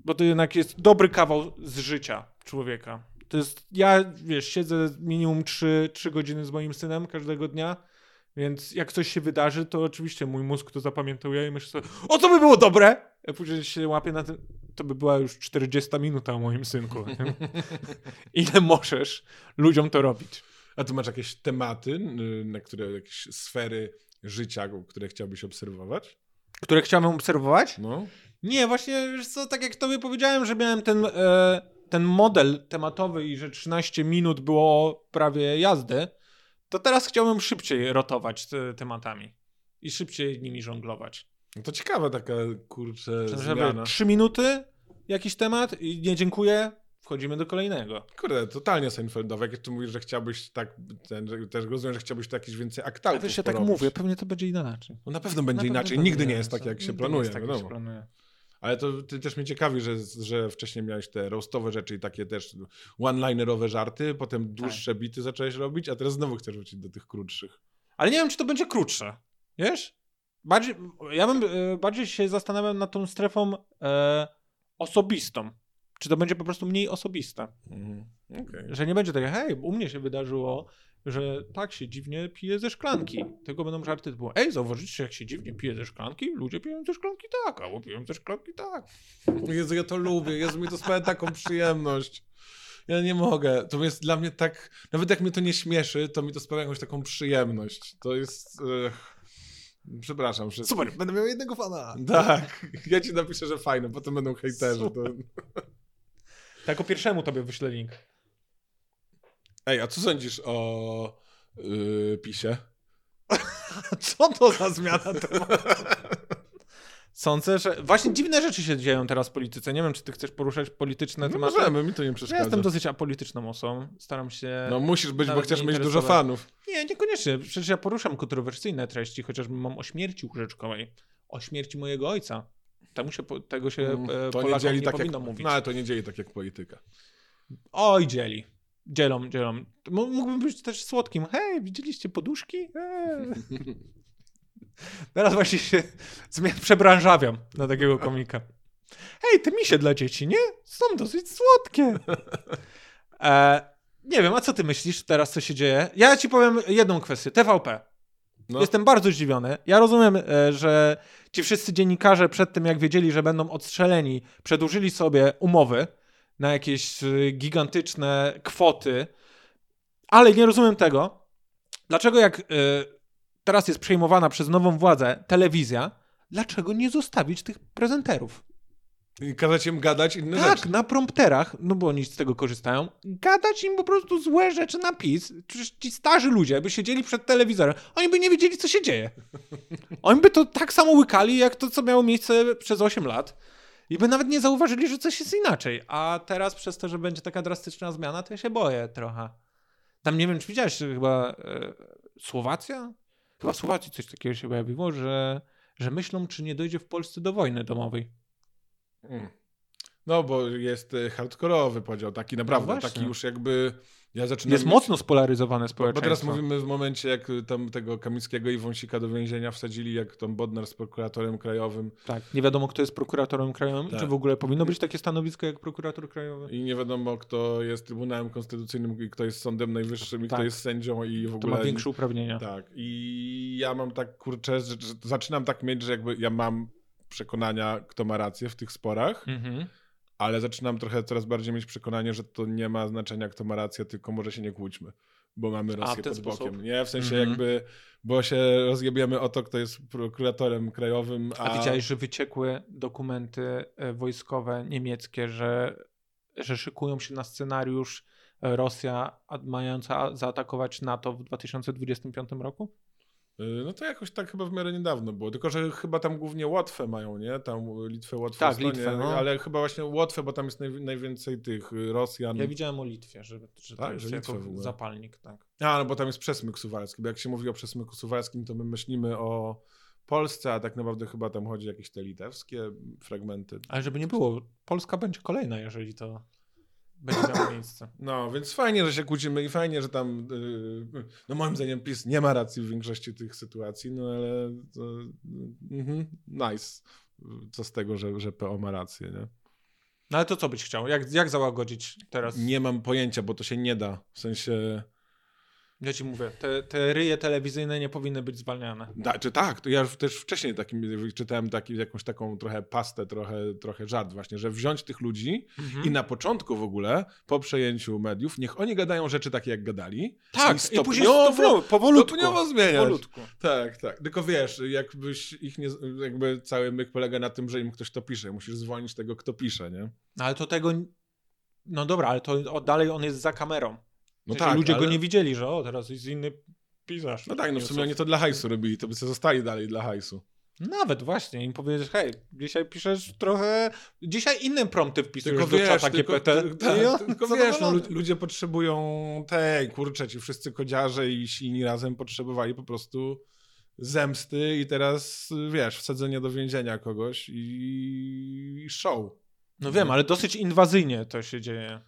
[SPEAKER 2] bo to jednak jest dobry kawał z życia człowieka. To jest, ja wiesz, siedzę minimum 3, 3 godziny z moim synem każdego dnia, więc jak coś się wydarzy, to oczywiście mój mózg to zapamiętuje i myślę sobie, o co by było dobre? A później się łapię na tym, to by była już 40 minuta o moim synku. Ile możesz ludziom to robić?
[SPEAKER 1] A tu masz jakieś tematy, y, na które jakieś sfery życia, które chciałbyś obserwować?
[SPEAKER 2] Które chciałbym obserwować?
[SPEAKER 1] No.
[SPEAKER 2] Nie, właśnie, wiesz co, tak jak tobie powiedziałem, że miałem ten, e, ten model tematowy i że 13 minut było prawie jazdy, to teraz chciałbym szybciej rotować te, tematami i szybciej nimi żonglować.
[SPEAKER 1] no to ciekawa taka, kurczę,
[SPEAKER 2] Żeby
[SPEAKER 1] zmiana.
[SPEAKER 2] 3 minuty, jakiś temat i nie dziękuję, wchodzimy do kolejnego.
[SPEAKER 1] Kurde, totalnie Seinfeldowe. Jak tu mówisz, że chciałbyś tak, ten, że, też rozumiem, że chciałbyś tu jakieś więcej
[SPEAKER 2] Ale
[SPEAKER 1] aktautów
[SPEAKER 2] wiesz, ja tak
[SPEAKER 1] porobić.
[SPEAKER 2] mówię, pewnie to będzie inaczej.
[SPEAKER 1] No na pewno będzie
[SPEAKER 2] Na pewno
[SPEAKER 1] inaczej.
[SPEAKER 2] to
[SPEAKER 1] Nigdy
[SPEAKER 2] będzie
[SPEAKER 1] nie jest tak,
[SPEAKER 2] inaczej.
[SPEAKER 1] jak się
[SPEAKER 2] Nigdy
[SPEAKER 1] planuje.
[SPEAKER 2] Nie jest tak, jak się
[SPEAKER 1] wiadomo.
[SPEAKER 2] planuje.
[SPEAKER 1] Ale to ty też mnie ciekawi, że, że wcześniej miałeś te roastowe rzeczy i takie też one-linerowe żarty, potem dłuższe bity zacząłeś robić, a teraz znowu chcesz wrócić do tych krótszych.
[SPEAKER 2] Ale nie wiem, czy to będzie krótsze. Wiesz? Bardziej, ja bym e, bardziej się zastanawiam nad tą strefą e, osobistą. Czy to będzie po prostu mniej osobiste?
[SPEAKER 1] Okej.
[SPEAKER 2] Że nie będzie tak, hej, u mnie się wydarzyło, że tak się dziwnie pije ze szklanki. Tylko będą żarty typu, ej, zauważyliście, jak się dziwnie pije ze szklanki? Ludzie piją ze szklanki tak, albo piją ze szklanki tak.
[SPEAKER 1] Jezu, ja to lubię, Jezu, mi to sprawia taką przyjemność. Ja nie mogę. To jest dla mnie tak, nawet jak mnie to nie śmieszy, to mi to sprawia jakąś taką przyjemność. To jest... Ech. Przepraszam, że...
[SPEAKER 2] Super, będę miał jednego fana.
[SPEAKER 1] Tak, ja ci napiszę, że fajne, potem będą hejterzy. To...
[SPEAKER 2] Tak, jako pierwszemu tobie wyślę link.
[SPEAKER 1] Ej, a co sądzisz o yy, PiSie?
[SPEAKER 2] Co to za zmiana tematu? Sądzę, że właśnie dziwne rzeczy się dzieją teraz w polityce. Nie wiem, czy ty chcesz poruszać polityczne
[SPEAKER 1] No
[SPEAKER 2] tematy.
[SPEAKER 1] możemy, mi to nie
[SPEAKER 2] Ja
[SPEAKER 1] przeszkadza.
[SPEAKER 2] jestem dosyć apolityczną osobą. Staram się.
[SPEAKER 1] No musisz być, bo
[SPEAKER 2] Nawet
[SPEAKER 1] chcesz
[SPEAKER 2] nie
[SPEAKER 1] mieć dużo
[SPEAKER 2] interesować.
[SPEAKER 1] fanów.
[SPEAKER 2] Nie, niekoniecznie. Przecież ja poruszam kontrowersyjne treści, chociażby mam o śmierci Łyżeczkowej, o śmierci mojego ojca. Temu się, po- tego się
[SPEAKER 1] Mm,
[SPEAKER 2] e,
[SPEAKER 1] To nie
[SPEAKER 2] Polakom
[SPEAKER 1] dzieli
[SPEAKER 2] nie
[SPEAKER 1] tak jak...
[SPEAKER 2] powinno mówić.
[SPEAKER 1] No ale to nie dzieli tak jak polityka.
[SPEAKER 2] Oj, dzieli. Dzielą, dzielą. M- Mógłbym być też słodkim. Hej, widzieliście poduszki? Eee. Teraz właśnie się zmie- przebranżawiam na takiego komika. Hej, te misie dla dzieci, nie? Są dosyć słodkie. E, nie wiem, a co ty myślisz teraz, co się dzieje? Ja ci powiem jedną kwestię. TVP.
[SPEAKER 1] No.
[SPEAKER 2] Jestem bardzo zdziwiony. Ja rozumiem, e, że ci wszyscy dziennikarze przed tym, jak wiedzieli, że będą odstrzeleni, przedłużyli sobie umowy na jakieś y, gigantyczne kwoty, ale nie rozumiem tego, dlaczego jak y, teraz jest przejmowana przez nową władzę telewizja, dlaczego nie zostawić tych prezenterów?
[SPEAKER 1] I kazać im gadać inne
[SPEAKER 2] tak,
[SPEAKER 1] rzeczy.
[SPEAKER 2] na prompterach, no bo oni z tego korzystają, gadać im po prostu złe rzeczy na PiS. Przecież ci starzy ludzie by siedzieli przed telewizorem, oni by nie wiedzieli, co się dzieje. Oni by to tak samo łykali, jak to, co miało miejsce przez 8 lat. I by nawet nie zauważyli, że coś jest inaczej. A teraz przez to, że będzie taka drastyczna zmiana, to ja się boję trochę. Tam nie wiem, czy widziałeś, chyba e, Słowacja? Chyba w Słowacji coś takiego się pojawiło, że, że myślą, czy nie dojdzie w Polsce do wojny domowej.
[SPEAKER 1] Mm. No bo jest y, hardkorowy podział, taki naprawdę,
[SPEAKER 2] No właśnie.
[SPEAKER 1] taki już jakby... Ja zaczynam...
[SPEAKER 2] Jest mocno spolaryzowane
[SPEAKER 1] No Bo
[SPEAKER 2] społeczeństwo.
[SPEAKER 1] teraz mówimy w momencie, jak y, tam tego Kamińskiego i Wąsika do więzienia wsadzili, jak tam Bodnar z prokuratorem krajowym
[SPEAKER 2] Tak, nie wiadomo, kto jest prokuratorem krajowym
[SPEAKER 1] Tak.
[SPEAKER 2] i czy w ogóle powinno być takie stanowisko jak prokurator krajowy.
[SPEAKER 1] i nie wiadomo, kto jest Trybunałem Konstytucyjnym i kto jest Sądem Najwyższym i
[SPEAKER 2] Tak.
[SPEAKER 1] kto jest sędzią i w
[SPEAKER 2] To
[SPEAKER 1] ogóle...
[SPEAKER 2] ma większe uprawnienia.
[SPEAKER 1] Tak. I ja mam tak, kurczę, że, że zaczynam tak mieć, że jakby ja mam przekonania, kto ma rację w tych sporach,
[SPEAKER 2] Mhm.
[SPEAKER 1] ale zaczynam trochę coraz bardziej mieć przekonanie, że to nie ma znaczenia, kto ma rację, tylko może się nie kłóćmy, bo mamy
[SPEAKER 2] A,
[SPEAKER 1] Rosję
[SPEAKER 2] w ten
[SPEAKER 1] pod bokiem.
[SPEAKER 2] sposób?
[SPEAKER 1] Nie, w sensie
[SPEAKER 2] Mhm.
[SPEAKER 1] jakby, bo się rozjebiemy o to, kto jest prokuratorem krajowym, a...
[SPEAKER 2] A widziałeś, że wyciekły dokumenty e, wojskowe niemieckie, że, że szykują się na scenariusz e, Rosja a- mająca a- zaatakować NATO w 2025 roku?
[SPEAKER 1] Y, No to jakoś tak chyba w miarę niedawno było. Tylko, że chyba tam głównie Łotwę mają, nie? Tam y, Litwę, Łotwę,
[SPEAKER 2] Tak,
[SPEAKER 1] Estonię,
[SPEAKER 2] Litwę, no.
[SPEAKER 1] ale chyba właśnie Łotwę, bo tam jest naj, najwięcej tych y, Rosjan.
[SPEAKER 2] Ja widziałem o Litwie, że, że
[SPEAKER 1] Tak,
[SPEAKER 2] to jest
[SPEAKER 1] że Litwę w
[SPEAKER 2] jako
[SPEAKER 1] ogóle.
[SPEAKER 2] zapalnik. Tak.
[SPEAKER 1] A, no bo tam jest przesmyk suwalski, bo jak się mówi o przesmyku suwalskim, to my myślimy o Polsce, a tak naprawdę chyba tam chodzi o jakieś te litewskie fragmenty.
[SPEAKER 2] Ale żeby nie było, Polska będzie kolejna, jeżeli to będzie miało miejsce.
[SPEAKER 1] No, więc fajnie, że się kłócimy i fajnie, że tam, yy, no moim zdaniem PiS nie ma racji w większości tych sytuacji, no ale to, mhm, nice. Co z tego, że, że PO ma rację, nie?
[SPEAKER 2] No ale to co byś chciał? Jak, jak załagodzić teraz?
[SPEAKER 1] Nie mam pojęcia, bo to się nie da. W sensie.
[SPEAKER 2] Ja ci mówię, te, te ryje telewizyjne nie powinny być zwalniane.
[SPEAKER 1] Da, czy tak? To ja już też wcześniej takim, czytałem taki, jakąś taką trochę pastę, trochę, trochę żart, właśnie, że wziąć tych ludzi
[SPEAKER 2] Mhm.
[SPEAKER 1] i na początku w ogóle, po przejęciu mediów, niech oni gadają rzeczy takie, jak gadali. Tak, i stopniowo,
[SPEAKER 2] stopniowo, powolutku.
[SPEAKER 1] stopniowo zmieniać.
[SPEAKER 2] powolutku.
[SPEAKER 1] Tak, tak. Tylko wiesz, jakbyś ich nie. Jakby cały myk polega na tym, że im ktoś to pisze. Musisz zwolnić tego, kto pisze, nie?
[SPEAKER 2] No ale to tego... No dobra, ale to o, dalej on jest za kamerą.
[SPEAKER 1] No
[SPEAKER 2] Przecież ludzie
[SPEAKER 1] ale-
[SPEAKER 2] go nie widzieli, że o, teraz jest inny pisarz.
[SPEAKER 1] No tak, no w sumie oni
[SPEAKER 2] nie...
[SPEAKER 1] to dla hajsu robili, to by sobie zostali dalej dla hajsu.
[SPEAKER 2] Nawet właśnie, im powiedziesz, hej, dzisiaj piszesz trochę... Dzisiaj inne prompty wpisujesz
[SPEAKER 1] Tylko
[SPEAKER 2] do
[SPEAKER 1] wiesz,
[SPEAKER 2] czata
[SPEAKER 1] tylko,
[SPEAKER 2] GPT.
[SPEAKER 1] ty- tak,
[SPEAKER 2] I on
[SPEAKER 1] tylko
[SPEAKER 2] zadowolony.
[SPEAKER 1] wiesz, no, lu- ludzie potrzebują tej, kurczę, ci wszyscy kodziarze i silni razem potrzebowali po prostu zemsty i teraz, wiesz, wsadzenie do więzienia kogoś i, i show.
[SPEAKER 2] No wiem, ale dosyć inwazyjnie to się dzieje.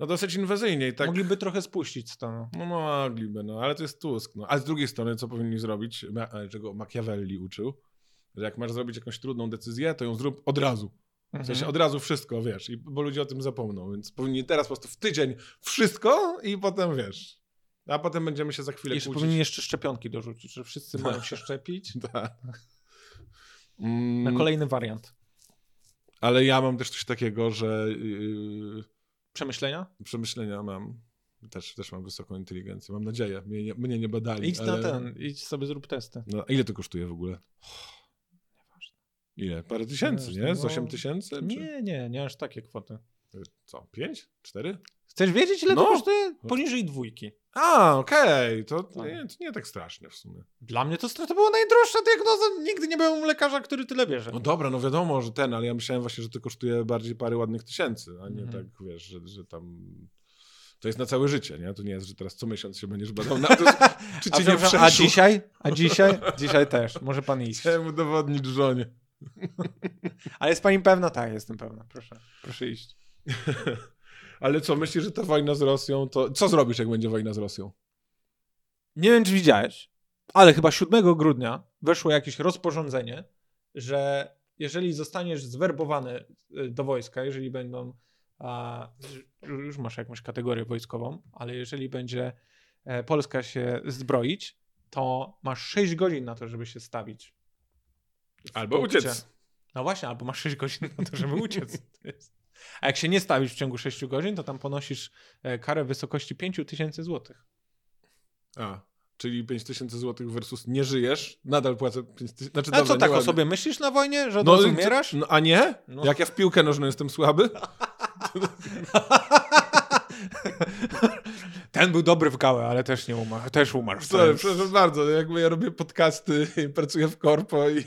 [SPEAKER 1] No dosyć inwazyjnie i tak...
[SPEAKER 2] Mogliby trochę spuścić stan.
[SPEAKER 1] No mogliby, no, ale to jest Tusk. No. A z drugiej strony, co powinni zrobić, Ma- e, czego Machiavelli uczył, że jak masz zrobić jakąś trudną decyzję, to ją zrób od razu.
[SPEAKER 2] Mhm.
[SPEAKER 1] W sensie od razu wszystko, wiesz, i, bo ludzie o tym zapomną, więc powinni teraz po prostu w tydzień wszystko i potem, wiesz, a potem będziemy się za chwilę
[SPEAKER 2] Jeszcze
[SPEAKER 1] kłócić.
[SPEAKER 2] powinni jeszcze szczepionki dorzucić, że wszyscy mają się szczepić.
[SPEAKER 1] Tak. Mm,
[SPEAKER 2] Na kolejny wariant.
[SPEAKER 1] Ale ja mam też coś takiego, że yy,
[SPEAKER 2] Przemyślenia?
[SPEAKER 1] przemyślenia mam, Też, też mam wysoką inteligencję, mam nadzieję. Mnie, nie- mnie nie badali.
[SPEAKER 2] Idź na
[SPEAKER 1] ale-
[SPEAKER 2] ten, idź sobie zrób testy.
[SPEAKER 1] No, a ile to kosztuje w ogóle?
[SPEAKER 2] Nieważne.
[SPEAKER 1] Ile? Parę tysięcy,
[SPEAKER 2] Nieważne,
[SPEAKER 1] nie? Z
[SPEAKER 2] no.
[SPEAKER 1] 8 tysięcy? Czy...
[SPEAKER 2] Nie, nie, nie aż takie kwoty.
[SPEAKER 1] Co? 5? 4?
[SPEAKER 2] Chcesz wiedzieć, ile
[SPEAKER 1] No.
[SPEAKER 2] to kosztuje? Poniżej dwójki.
[SPEAKER 1] A, okej, to, to,
[SPEAKER 2] Tak.
[SPEAKER 1] nie, to nie tak strasznie w sumie.
[SPEAKER 2] Dla mnie to, stra- to była najdroższa diagnoza. Nigdy nie byłem u lekarza, który tyle bierze.
[SPEAKER 1] No dobra, no wiadomo, że ten, ale ja myślałem właśnie, że to kosztuje bardziej parę ładnych tysięcy, a nie
[SPEAKER 2] Mhm.
[SPEAKER 1] tak, wiesz, że, że tam... To jest na całe życie, nie? To nie jest, że teraz co miesiąc się będziesz badał na to, czy
[SPEAKER 2] a,
[SPEAKER 1] cię nie
[SPEAKER 2] przepraszam, a
[SPEAKER 1] przeszło.
[SPEAKER 2] dzisiaj? A dzisiaj? Dzisiaj też. Może pan iść.
[SPEAKER 1] Chciałem udowodnić żonie.
[SPEAKER 2] Ale jest pani pewna? Tak, jestem pewna. Proszę, proszę iść.
[SPEAKER 1] Ale co, myślisz, że ta wojna z Rosją, to... Co zrobisz, jak będzie wojna z Rosją?
[SPEAKER 2] Nie wiem, czy widziałeś, ale chyba 7 grudnia weszło jakieś rozporządzenie, że jeżeli zostaniesz zwerbowany y, do wojska, jeżeli będą. A, ju- już masz jakąś kategorię wojskową, ale jeżeli będzie e, Polska się zbroić, to masz 6 godzin na to, żeby się stawić.
[SPEAKER 1] Albo
[SPEAKER 2] punkcie.
[SPEAKER 1] uciec.
[SPEAKER 2] No właśnie, albo masz 6 godzin na to, żeby uciec. To jest- A jak się nie stawisz w ciągu 6 godzin, to tam ponosisz e, karę w wysokości 5 tysięcy złotych.
[SPEAKER 1] A, czyli 5 tysięcy złotych versus nie żyjesz, nadal płacę 5 tysięcy... Znaczy,
[SPEAKER 2] A
[SPEAKER 1] dobra,
[SPEAKER 2] co tak o
[SPEAKER 1] nieładnie.
[SPEAKER 2] sobie myślisz na wojnie, że od
[SPEAKER 1] No,
[SPEAKER 2] razu
[SPEAKER 1] i co-
[SPEAKER 2] umierasz?
[SPEAKER 1] No, a nie?
[SPEAKER 2] No.
[SPEAKER 1] Jak ja w piłkę nożną jestem słaby?
[SPEAKER 2] Ten był dobry w gałę, ale też nie umarł. Też umarł.
[SPEAKER 1] Sorry, przepraszam bardzo, jakby ja robię podcasty, i pracuję w korpo i...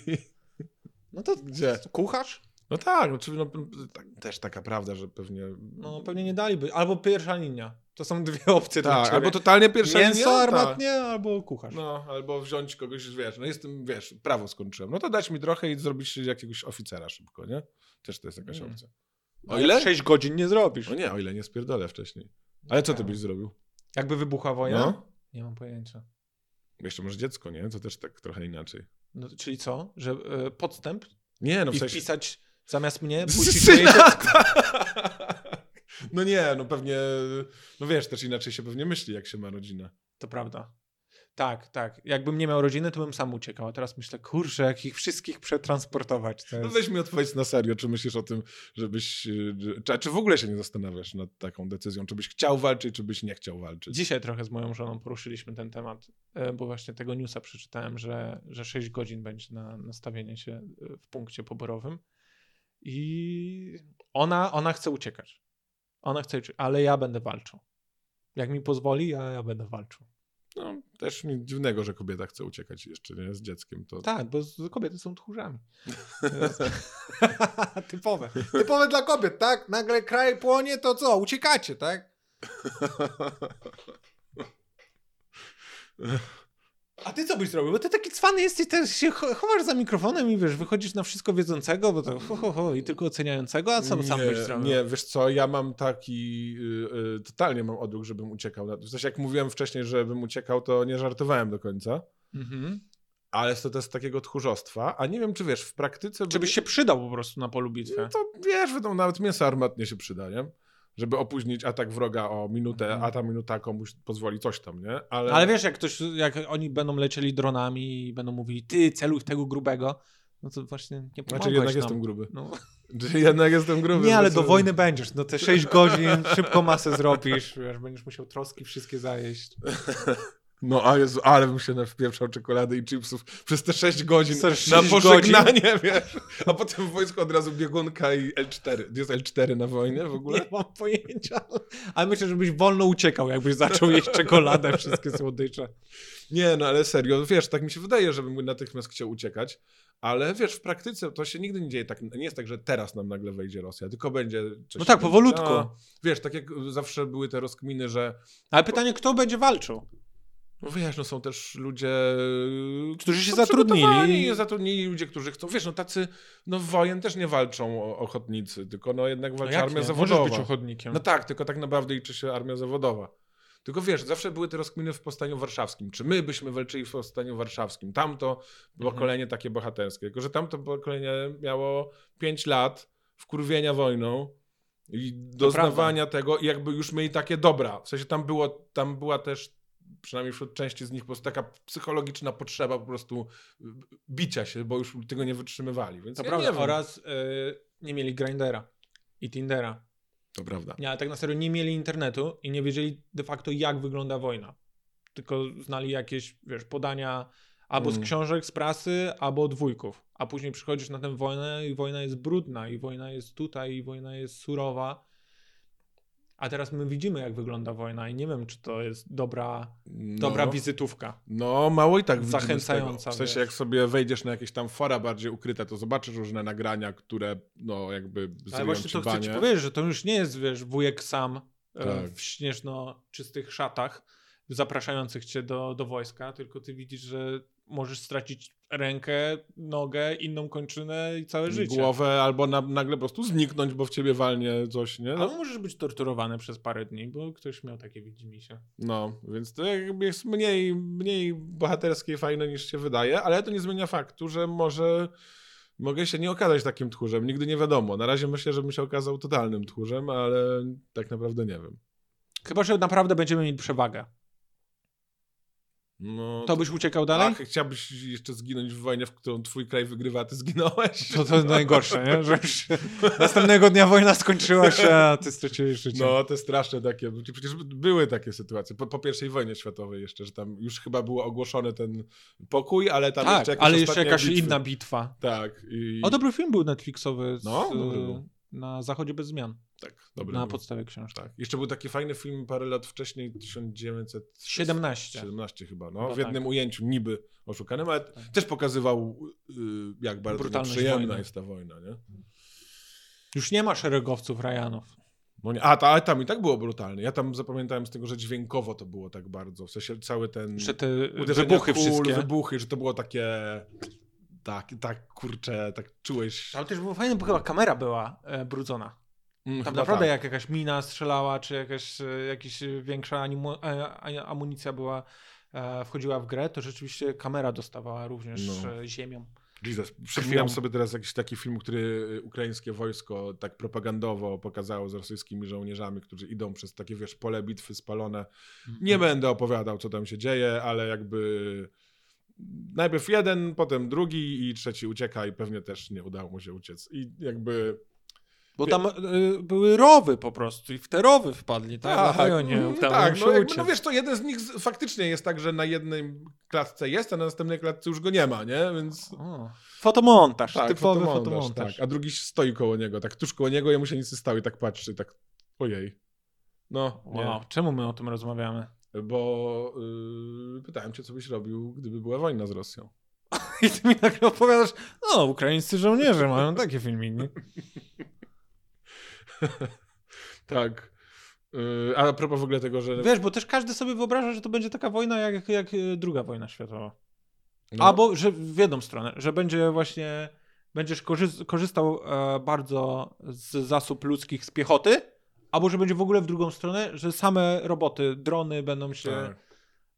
[SPEAKER 2] No to
[SPEAKER 1] Gdzie?
[SPEAKER 2] kucharz?
[SPEAKER 1] No tak, no, czyli no, tak, też taka prawda, że pewnie...
[SPEAKER 2] No pewnie nie daliby. Albo pierwsza linia. To są dwie opcje dla
[SPEAKER 1] tak,
[SPEAKER 2] ciebie.
[SPEAKER 1] albo totalnie pierwsza
[SPEAKER 2] Mięso
[SPEAKER 1] linia, tak.
[SPEAKER 2] armatnie, albo kucharz.
[SPEAKER 1] No, albo wziąć kogoś, wiesz, no jestem, wiesz, prawo skończyłem, no to dać mi trochę i zrobić jakiegoś oficera szybko, nie? Też to jest jakaś
[SPEAKER 2] Mm.
[SPEAKER 1] opcja. Hmm. O ile?
[SPEAKER 2] 6 godzin nie zrobisz.
[SPEAKER 1] No nie, o ile nie spierdolę wcześniej. Ale co ty
[SPEAKER 2] Tak.
[SPEAKER 1] byś zrobił?
[SPEAKER 2] Jakby wybuchła wojna?
[SPEAKER 1] No?
[SPEAKER 2] Nie mam pojęcia.
[SPEAKER 1] Jeszcze może dziecko, nie? To też tak trochę inaczej.
[SPEAKER 2] No, czyli co? Że e, podstęp
[SPEAKER 1] Nie, no w
[SPEAKER 2] i
[SPEAKER 1] sensie...
[SPEAKER 2] wpisać zamiast mnie,
[SPEAKER 1] Z
[SPEAKER 2] puścić
[SPEAKER 1] syna, tak.
[SPEAKER 2] moje dziecko.
[SPEAKER 1] No nie, no pewnie, no wiesz, też inaczej się pewnie myśli, jak się ma rodzinę.
[SPEAKER 2] To prawda. Tak, tak. Jakbym nie miał rodziny, to bym sam uciekał. A teraz myślę, kurczę, jak ich wszystkich przetransportować. To
[SPEAKER 1] No
[SPEAKER 2] jest...
[SPEAKER 1] weź mi odpowiedź na serio, czy myślisz o tym, żebyś, y, czy, a czy w ogóle się nie zastanawiasz nad taką decyzją, czy byś chciał walczyć, czy byś nie chciał walczyć.
[SPEAKER 2] Dzisiaj trochę z moją żoną poruszyliśmy ten temat, e, bo właśnie tego newsa przeczytałem, że, że 6 godzin będzie na nastawienie się e, w punkcie poborowym. I ona, ona chce uciekać. Ona chce uciekać, ale ja będę walczył. Jak mi pozwoli, ja, ja będę walczył.
[SPEAKER 1] No, też nic dziwnego, że kobieta chce uciekać jeszcze, nie, z dzieckiem, to...
[SPEAKER 2] Tak, bo z- kobiety są tchórzami. Typowe. Typowe dla kobiet, tak? Nagle kraj płonie, to co? Uciekacie, tak? A ty co byś zrobił? Bo ty taki cwany jesteś, też się cho- chowasz za mikrofonem i wiesz, wychodzisz na wszystko wiedzącego, bo to ho, ho, ho i tylko oceniającego, a co sam byś
[SPEAKER 1] nie,
[SPEAKER 2] zrobił?
[SPEAKER 1] nie, wiesz co, ja mam taki, y, y, totalnie mam odruch, żebym uciekał. na- W sensie, jak mówiłem wcześniej, żebym uciekał, to nie żartowałem do końca.
[SPEAKER 2] Mhm.
[SPEAKER 1] ale to, to jest takiego tchórzostwa, a nie wiem, czy wiesz, w praktyce...
[SPEAKER 2] Czy byś się przydał po prostu na polu
[SPEAKER 1] No
[SPEAKER 2] bitwy?
[SPEAKER 1] to wiesz, wiadomo, nawet mięso armatnie się przyda, nie? Żeby opóźnić atak wroga o minutę,
[SPEAKER 2] Mhm.
[SPEAKER 1] a ta minuta komuś pozwoli coś tam, nie? Ale,
[SPEAKER 2] Ale wiesz, jak ktoś, jak oni będą lecieli dronami i będą mówili, ty celuj w tego grubego, no to właśnie nie pomogłeś
[SPEAKER 1] Znaczy jednak
[SPEAKER 2] nam.
[SPEAKER 1] jestem gruby.
[SPEAKER 2] No.
[SPEAKER 1] Czyli jednak jestem gruby. znaczy-
[SPEAKER 2] Nie, ale do
[SPEAKER 1] zdecydowanie.
[SPEAKER 2] wojny będziesz. No te 6 godzin, szybko masę zrobisz, wiesz, będziesz musiał troski wszystkie zajeść.
[SPEAKER 1] No, a Jezu, ale bym się nawpieprzał czekolady i chipsów przez te 6 godzin
[SPEAKER 2] Przez sześć
[SPEAKER 1] na
[SPEAKER 2] godzin.
[SPEAKER 1] pożegnanie, wiesz? A potem w wojsku od razu biegunka i L4. Gdzie jest L4 na wojnie w ogóle?
[SPEAKER 2] Nie mam pojęcia. Ale myślę, żebyś wolno uciekał, jakbyś zaczął jeść czekoladę, wszystkie słodycze.
[SPEAKER 1] Nie, no ale serio, wiesz, tak mi się wydaje, żebym natychmiast chciał uciekać, ale wiesz, w praktyce to się nigdy nie dzieje tak, nie jest tak, że teraz nam nagle wejdzie Rosja, tylko będzie coś...
[SPEAKER 2] No tak, powolutku.
[SPEAKER 1] No, wiesz, tak jak zawsze były te rozkminy, że
[SPEAKER 2] Ale pytanie, kto będzie walczył?
[SPEAKER 1] no wiesz, no są też ludzie...
[SPEAKER 2] Którzy się
[SPEAKER 1] są
[SPEAKER 2] zatrudnili.
[SPEAKER 1] przygotowani, Zatrudnili ludzie, którzy chcą, wiesz, no tacy, no wojen też nie walczą o- ochotnicy, tylko no jednak walczy armia zawodowa.
[SPEAKER 2] Możesz być ochotnikiem.
[SPEAKER 1] No tak, tylko tak naprawdę liczy się armia zawodowa. Tylko wiesz, zawsze były te rozkminy w Powstaniu Warszawskim. Czy my byśmy walczyli w Powstaniu Warszawskim? Tamto
[SPEAKER 2] Mhm.
[SPEAKER 1] pokolenie takie bohaterskie. Tylko, że tamto pokolenie miało 5 lat wkurwienia wojną i doznawania tego i jakby już mieli takie dobra. W sensie tam, było, tam była też przynajmniej wśród części z nich po prostu taka psychologiczna potrzeba po prostu y, bicia się, bo już tego nie wytrzymywali. Więc
[SPEAKER 2] to
[SPEAKER 1] ja
[SPEAKER 2] prawda.
[SPEAKER 1] nie wiem.
[SPEAKER 2] Oraz y, nie mieli grindera i Tindera.
[SPEAKER 1] To prawda.
[SPEAKER 2] Nie, ale tak na serio nie mieli internetu i nie wiedzieli de facto, jak wygląda wojna. Tylko znali jakieś, wiesz, podania albo z
[SPEAKER 1] Mm.
[SPEAKER 2] książek, z prasy, albo od wujków. A później przychodzisz na tę wojnę i wojna jest brudna, i wojna jest tutaj, i wojna jest surowa. A teraz my widzimy, jak wygląda wojna i nie wiem, czy to jest dobra,
[SPEAKER 1] No.
[SPEAKER 2] dobra wizytówka.
[SPEAKER 1] No, mało i tak widzimy z
[SPEAKER 2] Zachęcająca,
[SPEAKER 1] tego. W sensie,
[SPEAKER 2] wiesz.
[SPEAKER 1] jak sobie wejdziesz na jakieś tam fora bardziej ukryte, to zobaczysz różne nagrania, które, no, jakby
[SPEAKER 2] Ale
[SPEAKER 1] zryją
[SPEAKER 2] właśnie
[SPEAKER 1] ci
[SPEAKER 2] to chcę ci
[SPEAKER 1] banie.
[SPEAKER 2] powiedzieć, że to już nie jest, wiesz, wujek sam e,
[SPEAKER 1] Tak.
[SPEAKER 2] w śnieżno czystych szatach zapraszających cię do, do wojska, tylko ty widzisz, że możesz stracić rękę, nogę, inną kończynę i całe życie.
[SPEAKER 1] Głowę albo na, nagle po prostu zniknąć, bo w ciebie walnie coś, nie?
[SPEAKER 2] Albo
[SPEAKER 1] No,
[SPEAKER 2] możesz być torturowany przez parę dni, bo ktoś miał takie widzimisię.
[SPEAKER 1] no, więc to jakby jest mniej, mniej bohaterskie i fajne niż się wydaje, ale to nie zmienia faktu, że może mogę się nie okazać takim tchórzem. Nigdy nie wiadomo. Na razie myślę, żebym się okazał totalnym tchórzem, ale tak naprawdę nie wiem.
[SPEAKER 2] Chyba, że naprawdę będziemy mieli przewagę.
[SPEAKER 1] No,
[SPEAKER 2] To byś uciekał dalej?
[SPEAKER 1] Ach, chciałbyś jeszcze zginąć w wojnie, w którą twój kraj wygrywa, a ty zginąłeś. No,
[SPEAKER 2] To, to jest najgorsze, nie? Że już następnego dnia wojna skończyła się, a ty straciłeś życie.
[SPEAKER 1] No, te straszne takie. Przecież były takie sytuacje. Po, po pierwszej wojnie światowej jeszcze, że tam już chyba był ogłoszony ten pokój, ale tam
[SPEAKER 2] tak,
[SPEAKER 1] jeszcze jakaś
[SPEAKER 2] ale jeszcze
[SPEAKER 1] ostatnia
[SPEAKER 2] jakaś
[SPEAKER 1] bitwa.
[SPEAKER 2] inna bitwa.
[SPEAKER 1] Tak. I...
[SPEAKER 2] O, dobry film był Netflixowy. Z, e,
[SPEAKER 1] No, dobry był.
[SPEAKER 2] Na Zachodzie bez zmian.
[SPEAKER 1] tak, dobry
[SPEAKER 2] na
[SPEAKER 1] był.
[SPEAKER 2] podstawie książki.
[SPEAKER 1] tak. Jeszcze był taki fajny film parę lat wcześniej, 1917
[SPEAKER 2] 17.
[SPEAKER 1] chyba, Tak. no,
[SPEAKER 2] Chyba
[SPEAKER 1] w jednym
[SPEAKER 2] tak.
[SPEAKER 1] ujęciu niby oszukanym, ale też pokazywał, y, jak bardzo
[SPEAKER 2] Brutalność
[SPEAKER 1] przyjemna
[SPEAKER 2] wojny.
[SPEAKER 1] jest ta wojna, nie?
[SPEAKER 2] Już nie ma szeregowców Ryanów.
[SPEAKER 1] No nie, a ta, ale tam i tak było brutalne. Ja tam zapamiętałem z tego, że dźwiękowo to było tak bardzo. W sensie cały ten.
[SPEAKER 2] Że te e,
[SPEAKER 1] uderzenia
[SPEAKER 2] wybuchy
[SPEAKER 1] kul,
[SPEAKER 2] wszystkie.
[SPEAKER 1] Wybuchy, że to było takie. Tak, tak kurczę, tak czułeś.
[SPEAKER 2] Ale też było fajne, bo chyba kamera była e, brudzona.
[SPEAKER 1] Mm,
[SPEAKER 2] Tam
[SPEAKER 1] chyba
[SPEAKER 2] naprawdę
[SPEAKER 1] tak.
[SPEAKER 2] jak jakaś mina strzelała, czy jakaś, e, jakaś e, większa animu- e, a- amunicja była, e, wchodziła w grę, to rzeczywiście kamera dostawała również
[SPEAKER 1] No.
[SPEAKER 2] e, ziemią.
[SPEAKER 1] Jesus, przypomniałem
[SPEAKER 2] krwią.
[SPEAKER 1] sobie teraz jakiś taki film, który y, ukraińskie wojsko tak propagandowo pokazało z rosyjskimi żołnierzami, którzy idą przez takie, wiesz, pole bitwy spalone.
[SPEAKER 2] Mm.
[SPEAKER 1] Nie
[SPEAKER 2] Mhm.
[SPEAKER 1] będę opowiadał, co tam się dzieje, ale jakby. Najpierw jeden, potem drugi i trzeci ucieka i pewnie też nie udało mu się uciec. I jakby
[SPEAKER 2] Bo tam e, były rowy po prostu i w te rowy wpadli, tak? Dlatego nie
[SPEAKER 1] mm,
[SPEAKER 2] udało
[SPEAKER 1] tak
[SPEAKER 2] się
[SPEAKER 1] no, jakby,
[SPEAKER 2] uciec.
[SPEAKER 1] no wiesz, to jeden z nich z, faktycznie jest tak, że na jednej klatce jest, a na następnej klatce już go nie ma, nie? Więc
[SPEAKER 2] O, Fotomontaż,
[SPEAKER 1] tak,
[SPEAKER 2] typowy
[SPEAKER 1] fotomontaż,
[SPEAKER 2] fotomontaż.
[SPEAKER 1] Tak. A drugi stoi koło niego, tak tuż koło niego, jemu się nic nie stało i tak patrzy, tak ojej. No,
[SPEAKER 2] Wow, czemu my o tym rozmawiamy?
[SPEAKER 1] nie. bo yy, pytałem cię, co byś robił, gdyby była wojna z Rosją.
[SPEAKER 2] I ty mi nagle opowiadasz, no, ukraińscy żołnierze mają takie filmiki.
[SPEAKER 1] Tak. Yy, a propos w ogóle tego, że...
[SPEAKER 2] Wiesz, bo też każdy sobie wyobraża, że to będzie taka wojna jak, jak e, druga wojna światowa.
[SPEAKER 1] no,
[SPEAKER 2] Albo, że w jedną stronę, że będzie właśnie, będziesz korzy- korzystał e, bardzo z zasób ludzkich z piechoty, albo, że będzie w ogóle w drugą stronę, że same roboty, drony będą się...
[SPEAKER 1] Tak.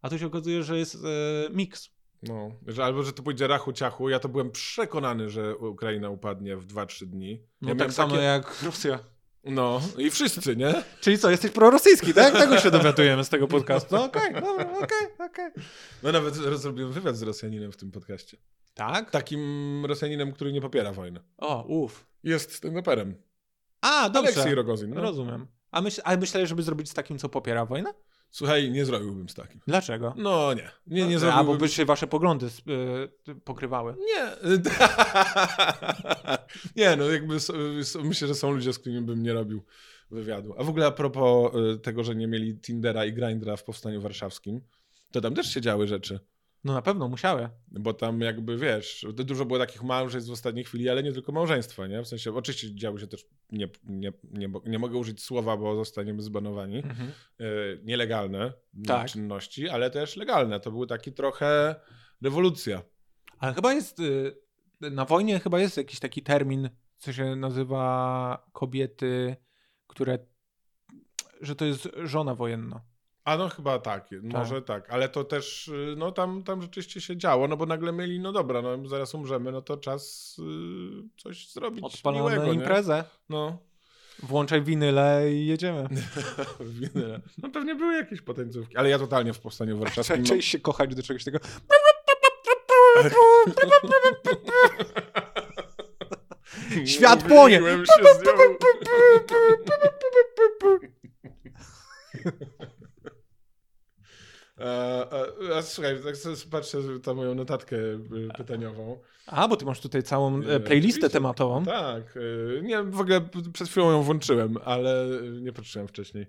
[SPEAKER 2] A tu się okazuje, że jest e, miks.
[SPEAKER 1] No, że albo, że to pójdzie rachu ciachu. Ja to byłem przekonany, że Ukraina upadnie w 2-3 dni. Ja
[SPEAKER 2] No
[SPEAKER 1] miałem
[SPEAKER 2] tak samo
[SPEAKER 1] takie-
[SPEAKER 2] jak Rosja.
[SPEAKER 1] No, i wszyscy, nie?
[SPEAKER 2] Czyli co, jesteś prorosyjski, tak? Tego się dowiadujemy z tego podcastu. No okej, dobra, okej, okej.
[SPEAKER 1] No nawet zrobiłem wywiad z Rosjaninem w tym podcaście.
[SPEAKER 2] Tak?
[SPEAKER 1] Takim Rosjaninem, który nie popiera wojny.
[SPEAKER 2] O, uff.
[SPEAKER 1] Jest stand-uperem.
[SPEAKER 2] A, dobrze.
[SPEAKER 1] Aleksiej Rogozin. No.
[SPEAKER 2] Rozumiem. A, myśl, a myślałeś, żeby zrobić z takim, co popiera wojnę?
[SPEAKER 1] Słuchaj, nie zrobiłbym z takim.
[SPEAKER 2] Dlaczego?
[SPEAKER 1] No nie, nie, nie
[SPEAKER 2] A, bo
[SPEAKER 1] zrobiłbym.
[SPEAKER 2] by się wasze poglądy s- y, pokrywały.
[SPEAKER 1] Nie. nie, no jakby s- s- myślę, że są ludzie, z którymi bym nie robił wywiadu. A w ogóle a propos y, tego, że nie mieli Tindera i Grindra w Powstaniu Warszawskim, to tam też się działy rzeczy.
[SPEAKER 2] No na pewno musiały.
[SPEAKER 1] Bo tam jakby, wiesz, dużo było takich małżeństw w ostatniej chwili, ale nie tylko małżeństwa, nie? W sensie, oczywiście działy się też, nie, nie, nie, bo- nie mogę użyć słowa, bo zostaniemy zbanowani, e, nielegalne
[SPEAKER 2] Tak.
[SPEAKER 1] czynności, ale też legalne. To były taki trochę rewolucja.
[SPEAKER 2] Ale chyba jest. y, Na wojnie chyba jest jakiś taki termin, co się nazywa kobiety, które. że to jest żona wojenna.
[SPEAKER 1] A no chyba tak, może tak, ale to też, y, no tam, tam rzeczywiście się działo, no bo nagle mieli, no dobra, no zaraz umrzemy, no to czas y, coś zrobić
[SPEAKER 2] Odpalamy
[SPEAKER 1] miłego, nie?
[SPEAKER 2] imprezę.
[SPEAKER 1] No.
[SPEAKER 2] Włączaj winyle i jedziemy.
[SPEAKER 1] Winyle. No pewnie były jakieś potencjówki, ale ja totalnie w Powstaniu Warszawskim
[SPEAKER 2] Zaczęli się kochać do czegoś tego.
[SPEAKER 3] Świat płonie.
[SPEAKER 1] Umówiłem się z nią. E, a, a słuchaj, tak sobie patrzę na moją notatkę e, pytaniową.
[SPEAKER 2] A, bo ty masz tutaj całą
[SPEAKER 1] E,
[SPEAKER 2] e, playlistę
[SPEAKER 1] oczywiście.
[SPEAKER 2] tematową.
[SPEAKER 1] Tak, e, nie, w ogóle przed chwilą ją włączyłem, ale nie patrzyłem wcześniej.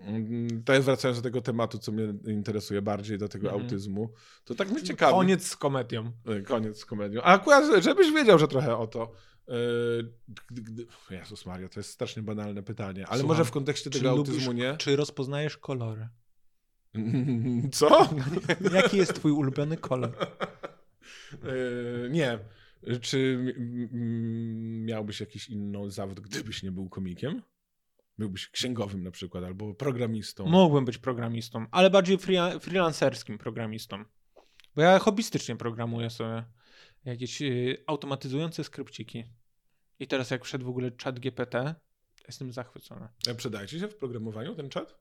[SPEAKER 1] Mm, To jest wracając do tego tematu, co mnie interesuje bardziej, do tego
[SPEAKER 2] Mhm.
[SPEAKER 1] autyzmu. To tak mnie ciekawi.
[SPEAKER 2] Koniec z komedią.
[SPEAKER 1] E, Koniec z komedią. A akurat, żebyś wiedział, że trochę o to. e, gdy- gdy- Jezus Maria, to jest strasznie banalne pytanie, ale
[SPEAKER 2] Słucham.
[SPEAKER 1] może w kontekście tego autyzmu nie?
[SPEAKER 2] czy rozpoznajesz kolory?
[SPEAKER 1] Co?
[SPEAKER 2] Jaki jest twój ulubiony kolor?
[SPEAKER 1] E, nie. Czy m- m- miałbyś jakiś inny zawód, gdybyś nie był komikiem? Byłbyś księgowym na przykład, albo programistą.
[SPEAKER 2] Mogłem być programistą, ale bardziej free, freelancerskim programistą. Bo ja hobbystycznie programuję sobie jakieś y, automatyzujące skrypciki. I teraz jak wszedł w ogóle chat GPT, jestem zachwycony.
[SPEAKER 1] E, Przydaje ci się w programowaniu ten czat?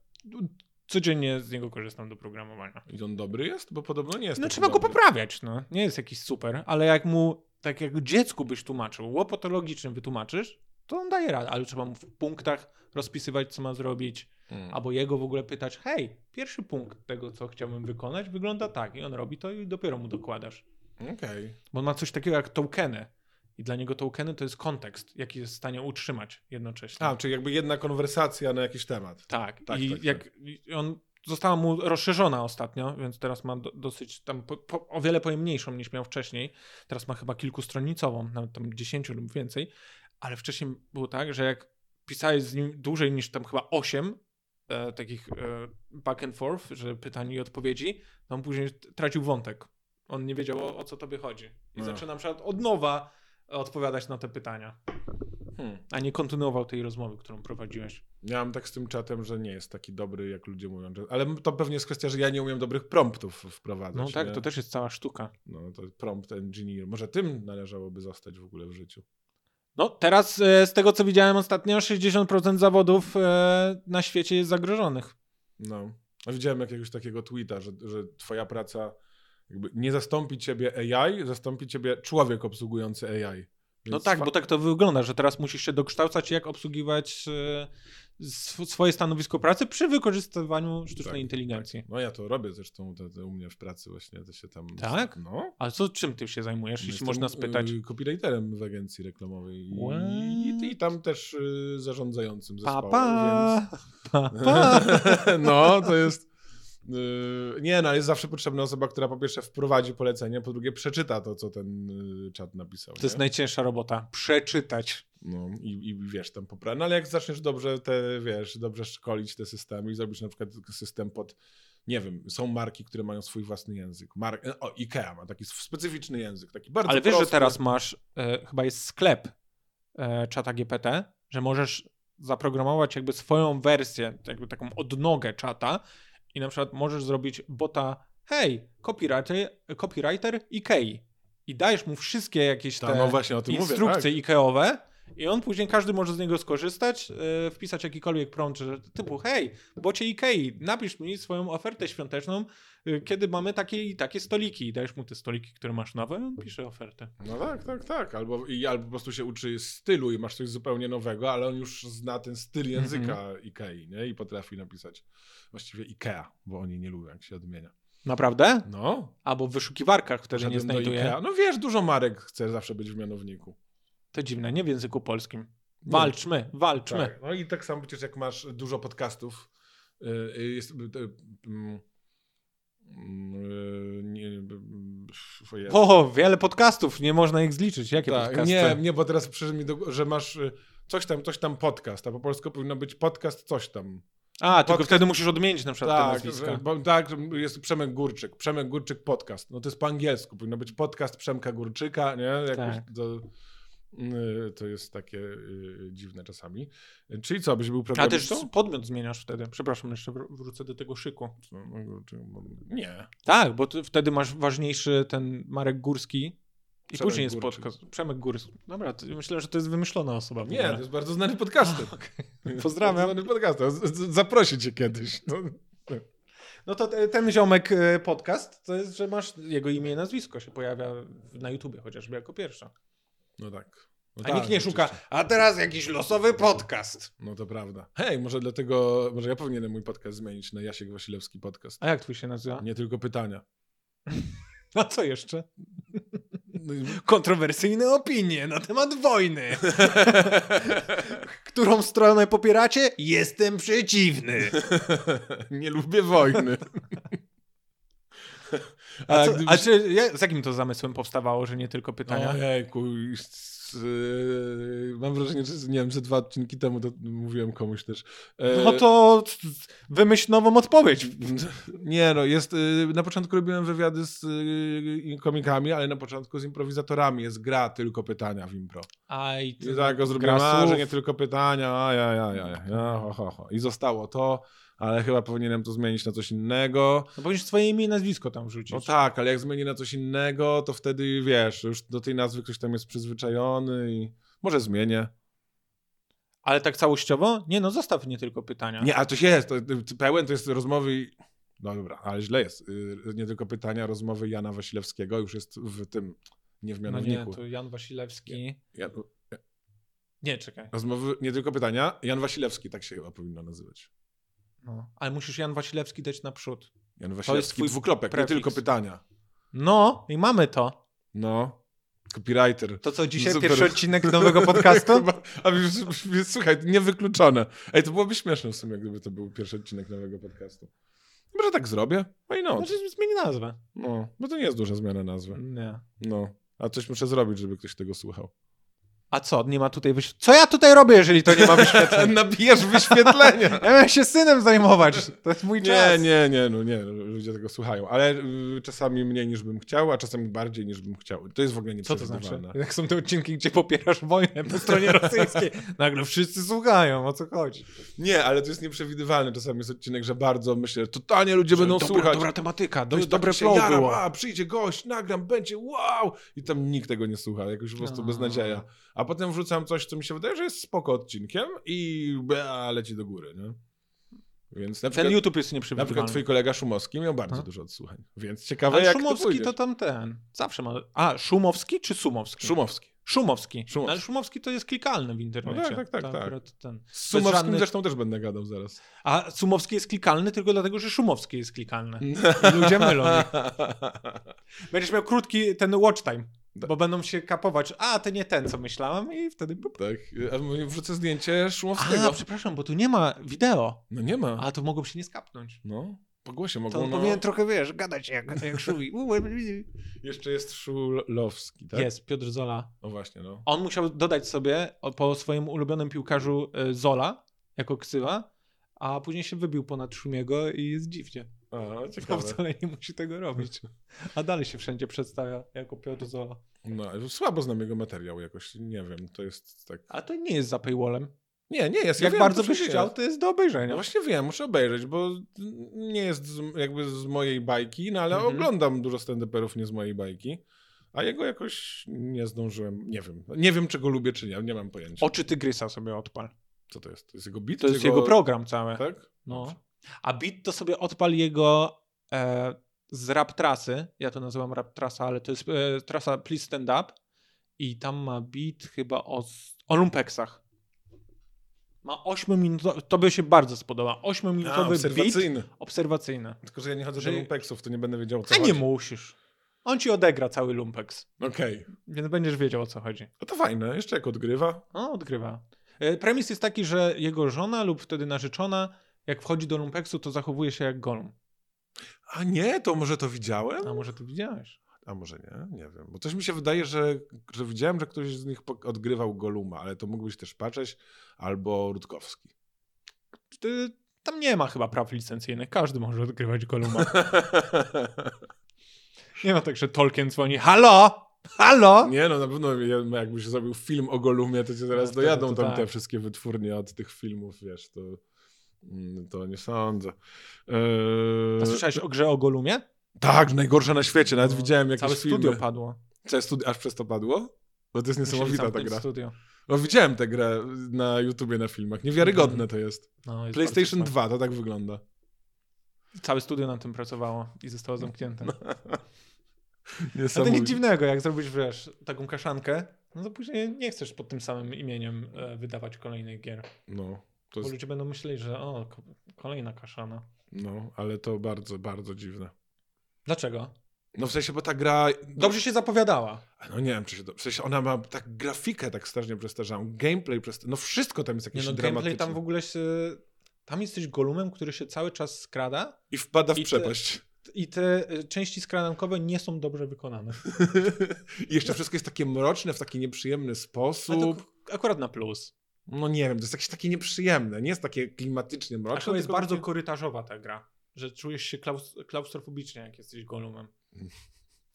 [SPEAKER 2] Codziennie z niego korzystam do programowania.
[SPEAKER 1] I on dobry jest? Bo podobno nie jest
[SPEAKER 2] No
[SPEAKER 1] taki
[SPEAKER 2] trzeba go
[SPEAKER 1] dobry.
[SPEAKER 2] poprawiać, no. Nie jest jakiś super, ale jak mu, tak jak dziecku byś tłumaczył, łopatologicznym wytłumaczysz, to on daje radę, ale trzeba mu w punktach rozpisywać, co ma zrobić,
[SPEAKER 1] Mm.
[SPEAKER 2] albo jego w ogóle pytać, hej, pierwszy punkt tego, co chciałbym wykonać, wygląda tak i on robi to i dopiero mu dokładasz.
[SPEAKER 1] Okej.
[SPEAKER 2] Bo on ma coś takiego jak tokeny i dla niego tokeny to jest kontekst, jaki jest w stanie utrzymać jednocześnie.
[SPEAKER 1] A, czyli jakby jedna konwersacja na jakiś temat.
[SPEAKER 2] Tak,
[SPEAKER 1] Tak,
[SPEAKER 2] i
[SPEAKER 1] tak, tak.
[SPEAKER 2] jak i on została mu rozszerzona ostatnio, więc teraz ma do, dosyć tam po, po, o wiele pojemniejszą niż miał wcześniej. Teraz ma chyba kilkustronicową, nawet tam dziesięciu lub więcej, ale wcześniej było tak, że jak pisałeś z nim dłużej niż tam chyba osiem e, takich e, back and forth, że pytań i odpowiedzi, to on później tracił wątek. On nie wiedział o, o co tobie chodzi. I
[SPEAKER 1] Ach.
[SPEAKER 2] zaczyna na przykład od nowa odpowiadać na te pytania,
[SPEAKER 1] Hmm.
[SPEAKER 2] a nie kontynuował tej rozmowy, którą prowadziłeś.
[SPEAKER 1] Ja mam tak z tym czatem, że nie jest taki dobry, jak ludzie mówią. że- Ale to pewnie jest kwestia, że ja nie umiem dobrych promptów
[SPEAKER 2] No
[SPEAKER 1] wprowadzać.
[SPEAKER 2] tak,
[SPEAKER 1] nie?
[SPEAKER 2] to też jest cała sztuka.
[SPEAKER 1] No to prompt engineer. Może tym należałoby zostać w ogóle w życiu.
[SPEAKER 2] No, teraz e, z tego co widziałem ostatnio, 60% zawodów e, na świecie jest zagrożonych.
[SPEAKER 1] No. A Widziałem jakiegoś takiego tweeta, że, że twoja praca jakby nie zastąpi ciebie AI, zastąpi ciebie człowiek obsługujący AI.
[SPEAKER 2] No
[SPEAKER 1] Więc
[SPEAKER 2] tak,
[SPEAKER 1] fa-
[SPEAKER 2] bo tak to wygląda, że teraz musisz się dokształcać, jak obsługiwać e, sw- swoje stanowisko pracy przy wykorzystywaniu sztucznej
[SPEAKER 1] Tak,
[SPEAKER 2] inteligencji.
[SPEAKER 1] No ja to robię zresztą to, to u mnie w pracy właśnie, to się tam...
[SPEAKER 2] Tak?
[SPEAKER 1] No.
[SPEAKER 2] Ale co, czym ty się zajmujesz, jeśli
[SPEAKER 1] Jestem,
[SPEAKER 2] można spytać?
[SPEAKER 1] y, Copywriterem w agencji reklamowej i,
[SPEAKER 2] What?
[SPEAKER 1] i, i tam też y, zarządzającym
[SPEAKER 2] Pa,
[SPEAKER 1] zespołem, więc...
[SPEAKER 2] pa, pa, pa.
[SPEAKER 1] no, to jest. yy, Nie, no jest zawsze potrzebna osoba, która po pierwsze wprowadzi polecenie, po drugie przeczyta to, co ten yy, czat napisał.
[SPEAKER 2] To jest
[SPEAKER 1] nie?
[SPEAKER 2] najcięższa robota. Przeczytać.
[SPEAKER 1] no, i, I wiesz, tam poprawia. No ale jak zaczniesz dobrze te, wiesz, dobrze szkolić te systemy i zrobisz na przykład system pod, nie wiem, są marki, które mają swój własny język. Mar o, Ikea ma taki specyficzny język, taki bardzo
[SPEAKER 2] Ale wiesz, że
[SPEAKER 1] prosty.
[SPEAKER 2] teraz masz, e, chyba jest sklep e, czata GPT, że możesz zaprogramować jakby swoją wersję, jakby taką odnogę czata i na przykład możesz zrobić bota, hej, copywriter, copywriter Ikei i dajesz mu wszystkie jakieś
[SPEAKER 1] Ta,
[SPEAKER 2] te
[SPEAKER 1] no właśnie o tym
[SPEAKER 2] instrukcje
[SPEAKER 1] mówię, tak.
[SPEAKER 2] Ikeowe i on później, każdy może z niego skorzystać, e, wpisać jakikolwiek prompt, że typu hej, bocie Ikei, napisz mi swoją ofertę świąteczną, e, kiedy mamy takie i takie stoliki i dajesz mu te stoliki, które masz nowe i on pisze ofertę.
[SPEAKER 1] No tak, tak, tak. Albo, i, albo po prostu się uczy stylu i masz coś zupełnie nowego, ale on już zna ten styl
[SPEAKER 2] Mhm.
[SPEAKER 1] języka Ikei nie? i potrafi napisać właściwie Ikea, bo oni nie lubią, jak się odmienia.
[SPEAKER 2] Naprawdę?
[SPEAKER 1] No,
[SPEAKER 2] Albo w wyszukiwarkach, które nie
[SPEAKER 1] poszedłem do
[SPEAKER 2] znajduje.
[SPEAKER 1] Ikea. No wiesz, dużo marek chce zawsze być w mianowniku.
[SPEAKER 2] To dziwne, nie w języku polskim.
[SPEAKER 1] Nie.
[SPEAKER 2] Walczmy, walczmy.
[SPEAKER 1] Tak. No i tak samo przecież jak masz dużo podcastów, y, y, jest... y, y, mm, mm, nie, mm, ojej.
[SPEAKER 2] O, wiele podcastów, nie można ich zliczyć. Jakie
[SPEAKER 1] Tak,
[SPEAKER 2] podcasty?
[SPEAKER 1] nie, nie, bo teraz przyszedł mi do, gł- że masz y, coś tam, coś tam podcast, a po polsku powinno być podcast coś tam.
[SPEAKER 2] A, tylko
[SPEAKER 1] podcast-
[SPEAKER 2] wtedy musisz odmienić na przykład te
[SPEAKER 1] Tak,
[SPEAKER 2] nazwiska.
[SPEAKER 1] że, bo, tak, że jest Przemek Górczyk. Przemek Górczyk podcast. No to jest po angielsku. Powinno być podcast Przemka Górczyka, nie? Jakoś
[SPEAKER 2] Tak.
[SPEAKER 1] to, y, to jest takie y, dziwne czasami. Czyli co, byś był
[SPEAKER 2] A też
[SPEAKER 1] programistą?
[SPEAKER 2] podmiot zmieniasz wtedy. Przepraszam, jeszcze wr- wrócę do tego szyku.
[SPEAKER 1] No, Górczyk, bo- Nie.
[SPEAKER 2] Tak, bo ty, wtedy masz ważniejszy ten Marek Górski i później jest
[SPEAKER 1] Górczyk.
[SPEAKER 2] podcast. Przemek Górski. Dobra, to myślę, że to jest wymyślona osoba. w
[SPEAKER 1] Nie,
[SPEAKER 2] ogóle.
[SPEAKER 1] to jest bardzo znany podcaster.
[SPEAKER 2] Pozdrawiam.
[SPEAKER 1] Znany podcaster. Z- z- Zaprosi cię kiedyś. No.
[SPEAKER 2] No to te- ten ziomek e, podcast, to jest, że masz jego imię i nazwisko się pojawia w- na YouTubie chociażby jako pierwsza.
[SPEAKER 1] no tak.
[SPEAKER 2] A
[SPEAKER 1] tak,
[SPEAKER 2] nikt nie
[SPEAKER 1] oczywiście.
[SPEAKER 2] szuka, a teraz jakiś losowy podcast.
[SPEAKER 1] No to prawda. Hej, może dlatego, może ja powinienem mój podcast zmienić na Jasiek Wasilewski podcast.
[SPEAKER 2] A jak twój się nazywa?
[SPEAKER 1] Nie tylko pytania.
[SPEAKER 2] A co jeszcze?
[SPEAKER 1] No i-
[SPEAKER 2] Kontrowersyjne opinie na temat wojny. Którą stronę popieracie? Jestem przeciwny.
[SPEAKER 1] nie lubię wojny.
[SPEAKER 2] A, co,
[SPEAKER 1] gdybyś-
[SPEAKER 2] a czy, ja- z jakim to zamysłem powstawało, że nie tylko pytania?
[SPEAKER 1] Ojejku, już z- yy, mam wrażenie, że z- nie wiem, ze dwa odcinki temu to mówiłem komuś też. E,
[SPEAKER 2] No to wymyśl nową odpowiedź.
[SPEAKER 1] Nie no, jest, y, na początku robiłem wywiady z y, komikami, ale na początku z improwizatorami. Jest gra tylko pytania w impro.
[SPEAKER 2] Aj,
[SPEAKER 1] I tak go zrobiłem, a, że nie tylko pytania, a ja, ja, ja, ja, ja ho, ho, ho. I zostało to, ale chyba powinienem to zmienić na coś innego.
[SPEAKER 2] No powinieneś swoje imię i nazwisko tam wrzucić.
[SPEAKER 1] No tak, ale jak zmienię na coś innego, to wtedy wiesz, już do tej nazwy ktoś tam jest przyzwyczajony i może zmienię.
[SPEAKER 2] Ale tak całościowo? Nie no, zostaw nie tylko pytania.
[SPEAKER 1] Nie, a to się jest, to, to pełen to jest rozmowy. i- No dobra, ale źle jest. Y, Nie tylko pytania, rozmowy Jana Wasilewskiego już jest w tym, nie w
[SPEAKER 2] no nie,
[SPEAKER 1] mianowniku.
[SPEAKER 2] to Jan Wasilewski. Nie,
[SPEAKER 1] Ja-
[SPEAKER 2] czekaj.
[SPEAKER 1] Rozmowy, nie tylko pytania, Jan Wasilewski, tak się chyba powinno nazywać.
[SPEAKER 2] No. Ale musisz Jan Wasilewski dać naprzód.
[SPEAKER 1] Jan
[SPEAKER 2] jest
[SPEAKER 1] Wasilewski,
[SPEAKER 2] twój
[SPEAKER 1] dwukropek,
[SPEAKER 2] prefiks.
[SPEAKER 1] nie tylko pytania.
[SPEAKER 2] No i mamy to.
[SPEAKER 1] No, copywriter.
[SPEAKER 2] To co,
[SPEAKER 1] dzisiaj
[SPEAKER 2] dzisiaj
[SPEAKER 1] Super. pierwszy
[SPEAKER 2] pierwszy odcinek nowego podcastu?
[SPEAKER 1] Chyba- A wiesz, wiesz, słuchaj, niewykluczone. Ej, to byłoby śmieszne w sumie, gdyby to był pierwszy odcinek nowego podcastu. Może tak zrobię? Why not?
[SPEAKER 2] Może No, zmieni nazwę.
[SPEAKER 1] No, bo to nie jest duża zmiana nazwy.
[SPEAKER 2] Nie.
[SPEAKER 1] No, a coś muszę zrobić, żeby ktoś tego słuchał.
[SPEAKER 2] A co, nie ma tutaj wyświetlenia? Co ja tutaj robię, jeżeli to nie ma wyświetlenia?
[SPEAKER 1] Nabijasz wyświetlenia.
[SPEAKER 2] Ja miałem się synem zajmować. To jest mój
[SPEAKER 1] Nie,
[SPEAKER 2] czas.
[SPEAKER 1] nie, nie, no nie, ludzie tego słuchają, ale y, czasami mniej niż bym chciał, a czasami bardziej niż bym chciał. To jest w ogóle
[SPEAKER 2] Co to znaczy?
[SPEAKER 1] nieprzewidywalne.
[SPEAKER 2] Jak są te odcinki, gdzie popierasz wojnę po stronie rosyjskiej? Nagle wszyscy słuchają, o co chodzi?
[SPEAKER 1] Nie, ale to jest nieprzewidywalne. Czasami jest odcinek, że bardzo myślę, że totalnie ludzie będą słuchać.
[SPEAKER 2] Dobra tematyka,
[SPEAKER 1] To
[SPEAKER 2] do,
[SPEAKER 1] jest
[SPEAKER 2] dobre
[SPEAKER 1] taki się
[SPEAKER 2] flow
[SPEAKER 1] jaram,
[SPEAKER 2] było.
[SPEAKER 1] A, przyjdzie gość, nagram, będzie, wow! I tam nikt tego nie słucha, jakoś po prostu
[SPEAKER 2] A.
[SPEAKER 1] beznadzieja.
[SPEAKER 2] No.
[SPEAKER 1] A potem wrzucam coś, co mi się wydaje, że jest spoko odcinkiem i bea, leci do góry, nie? Więc na
[SPEAKER 2] Ten
[SPEAKER 1] przykład,
[SPEAKER 2] YouTube jest
[SPEAKER 1] na przykład twój
[SPEAKER 2] nieprzewidywalny.
[SPEAKER 1] kolega Szumowski miał bardzo
[SPEAKER 2] Aha.
[SPEAKER 1] dużo odsłuchań. Więc ciekawe,
[SPEAKER 2] Ale
[SPEAKER 1] jak ty
[SPEAKER 2] Szumowski
[SPEAKER 1] pójdziesz.
[SPEAKER 2] to, tam ten. Zawsze ma... A, Szumowski czy Sumowski?
[SPEAKER 1] Szumowski.
[SPEAKER 2] Szumowski.
[SPEAKER 1] Szumowski.
[SPEAKER 2] No, ale Szumowski to jest klikalny w internecie.
[SPEAKER 1] No tak, tak, tak,
[SPEAKER 2] To
[SPEAKER 1] tak.
[SPEAKER 2] akurat Ten.
[SPEAKER 1] Z Szumowskim
[SPEAKER 2] żadnych-
[SPEAKER 1] zresztą też będę gadał zaraz.
[SPEAKER 2] A Sumowski jest klikalny tylko dlatego, że Szumowski jest klikalny. I Ludzie mylą. mnie. Będziesz miał krótki ten watch time, bo będą się kapować. A, to nie ten, co myślałem i wtedy... bup.
[SPEAKER 1] tak, a mówię, wrzucę zdjęcie Szumowskiego.
[SPEAKER 2] A, przepraszam, bo tu nie ma wideo.
[SPEAKER 1] No nie ma.
[SPEAKER 2] A, to mogą się nie skapnąć.
[SPEAKER 1] No, po głosie
[SPEAKER 2] To
[SPEAKER 1] mogą. No,
[SPEAKER 2] powinien trochę, wiesz, gadać jak, jak Szuwi.
[SPEAKER 1] Jeszcze jest Szulowski, tak?
[SPEAKER 2] Jest, Piotr Zola.
[SPEAKER 1] No właśnie, no.
[SPEAKER 2] On musiał dodać sobie o- po swoim ulubionym piłkarzu e, Zola jako ksywa, a później się wybił ponad Szumiego i jest dziwnie.
[SPEAKER 1] A,
[SPEAKER 2] Bo
[SPEAKER 1] ciekawe.
[SPEAKER 2] wcale nie musi tego robić. A dalej się wszędzie przedstawia jako Piotr Zola.
[SPEAKER 1] No, słabo znam jego materiał jakoś, nie wiem, to jest tak...
[SPEAKER 2] A to nie jest za paywallem.
[SPEAKER 1] Nie, nie jest. ja
[SPEAKER 2] Jak
[SPEAKER 1] wiem,
[SPEAKER 2] bardzo
[SPEAKER 1] to
[SPEAKER 2] byś
[SPEAKER 1] jest.
[SPEAKER 2] chciał, to jest do
[SPEAKER 1] No
[SPEAKER 2] obejrzenia.
[SPEAKER 1] właśnie wiem, muszę obejrzeć, bo nie jest z, jakby z mojej bajki, no ale
[SPEAKER 2] Mhm.
[SPEAKER 1] oglądam dużo stand-uperów nie z mojej bajki, a jego jakoś nie zdążyłem, nie wiem. Nie wiem, czego lubię, czy nie, nie mam pojęcia.
[SPEAKER 2] Oczy Tygrysa sobie odpal.
[SPEAKER 1] Co to jest? To jest jego bit?
[SPEAKER 2] To jest jego program cały.
[SPEAKER 1] Tak?
[SPEAKER 2] No. A Beat to sobie odpal jego e, z rap trasy. Ja to nazywam rap trasa, ale to jest e, trasa Please Stand Up. I tam ma beat chyba o, s- o lumpeksach. Ma 8 minut, to by się bardzo spodoba. 8
[SPEAKER 1] A,
[SPEAKER 2] minutowy beat
[SPEAKER 1] obserwacyjny.
[SPEAKER 2] obserwacyjny.
[SPEAKER 1] Tylko, że ja nie chodzę
[SPEAKER 2] Że-
[SPEAKER 1] do lumpeksów, to nie będę wiedział, o co
[SPEAKER 2] A nie
[SPEAKER 1] chodzi.
[SPEAKER 2] musisz. On ci odegra cały lumpeks,
[SPEAKER 1] Okej.
[SPEAKER 2] więc będziesz wiedział o co chodzi.
[SPEAKER 1] No to fajne, jeszcze jak odgrywa.
[SPEAKER 2] No, odgrywa. E, Premis jest taki, że jego żona lub wtedy narzeczona, jak wchodzi do lumpeksu, to zachowuje się jak golum.
[SPEAKER 1] A nie, to może to widziałem?
[SPEAKER 2] A może to widziałeś?
[SPEAKER 1] A może nie, nie wiem. Bo coś mi się wydaje, że, że widziałem, że ktoś z nich pok- odgrywał Goluma, ale to mógł być też Pacześ albo Rutkowski.
[SPEAKER 2] Y, Tam nie ma chyba praw licencyjnych. Każdy może odgrywać Goluma. Nie ma tak, że Tolkien dzwoni. Halo! Halo!
[SPEAKER 1] nie, no na pewno ja- jakbyś zrobił film o Golumie, to cię zaraz
[SPEAKER 2] No, to-
[SPEAKER 1] dojadą
[SPEAKER 2] to
[SPEAKER 1] tam
[SPEAKER 2] tak.
[SPEAKER 1] te wszystkie wytwórnie od tych filmów, wiesz, to, mm, to nie sądzę. Eee,
[SPEAKER 2] A słyszałeś o grze o Golumie?
[SPEAKER 1] Tak, najgorsze na świecie, nawet
[SPEAKER 2] No,
[SPEAKER 1] widziałem jakieś
[SPEAKER 2] Całe
[SPEAKER 1] filmy.
[SPEAKER 2] studio padło.
[SPEAKER 1] Całe studio, aż przez to padło? Bo to jest
[SPEAKER 2] Musieli
[SPEAKER 1] niesamowita ta
[SPEAKER 2] zamknąć
[SPEAKER 1] gra.
[SPEAKER 2] Studio.
[SPEAKER 1] No widziałem tę grę na YouTubie, na filmach. Niewiarygodne to jest.
[SPEAKER 2] No, jest
[SPEAKER 1] PlayStation
[SPEAKER 2] bardzo
[SPEAKER 1] 2, to tak wygląda.
[SPEAKER 2] fajnie. Całe studio na tym pracowało i zostało zamknięte. No,
[SPEAKER 1] Niesamowite.
[SPEAKER 2] to nic dziwnego, jak zrobisz, wiesz, taką kaszankę No to później nie chcesz pod tym samym imieniem e, wydawać kolejnych gier.
[SPEAKER 1] No, to
[SPEAKER 2] Bo
[SPEAKER 1] jest,
[SPEAKER 2] ludzie będą myśleli, że o, ko- kolejna kaszana.
[SPEAKER 1] no, ale to bardzo, bardzo dziwne.
[SPEAKER 2] Dlaczego?
[SPEAKER 1] No w sensie, bo ta gra...
[SPEAKER 2] Dobrze się zapowiadała.
[SPEAKER 1] No nie wiem, czy się... do- W sensie ona ma tak grafikę tak strasznie przestarzałą, gameplay przestarzałą, no wszystko tam jest
[SPEAKER 2] Nie
[SPEAKER 1] jakieś
[SPEAKER 2] no, gameplay
[SPEAKER 1] dramatyczne.
[SPEAKER 2] tam w ogóle się... Tam jesteś golumem, który się cały czas skrada
[SPEAKER 1] I wpada w
[SPEAKER 2] i te-
[SPEAKER 1] przepaść.
[SPEAKER 2] i te e, części skradankowe nie są dobrze wykonane.
[SPEAKER 1] I jeszcze wszystko jest takie mroczne, w taki nieprzyjemny
[SPEAKER 2] Ale to
[SPEAKER 1] sposób.
[SPEAKER 2] k- akurat na plus.
[SPEAKER 1] No nie wiem, to jest jakieś takie nieprzyjemne, nie jest takie klimatycznie
[SPEAKER 2] A
[SPEAKER 1] mroczne.
[SPEAKER 2] chyba jest
[SPEAKER 1] tylko
[SPEAKER 2] bardzo
[SPEAKER 1] takie-
[SPEAKER 2] korytarzowa ta gra, że czujesz się klaus klaustrofobicznie, jak jesteś golumem.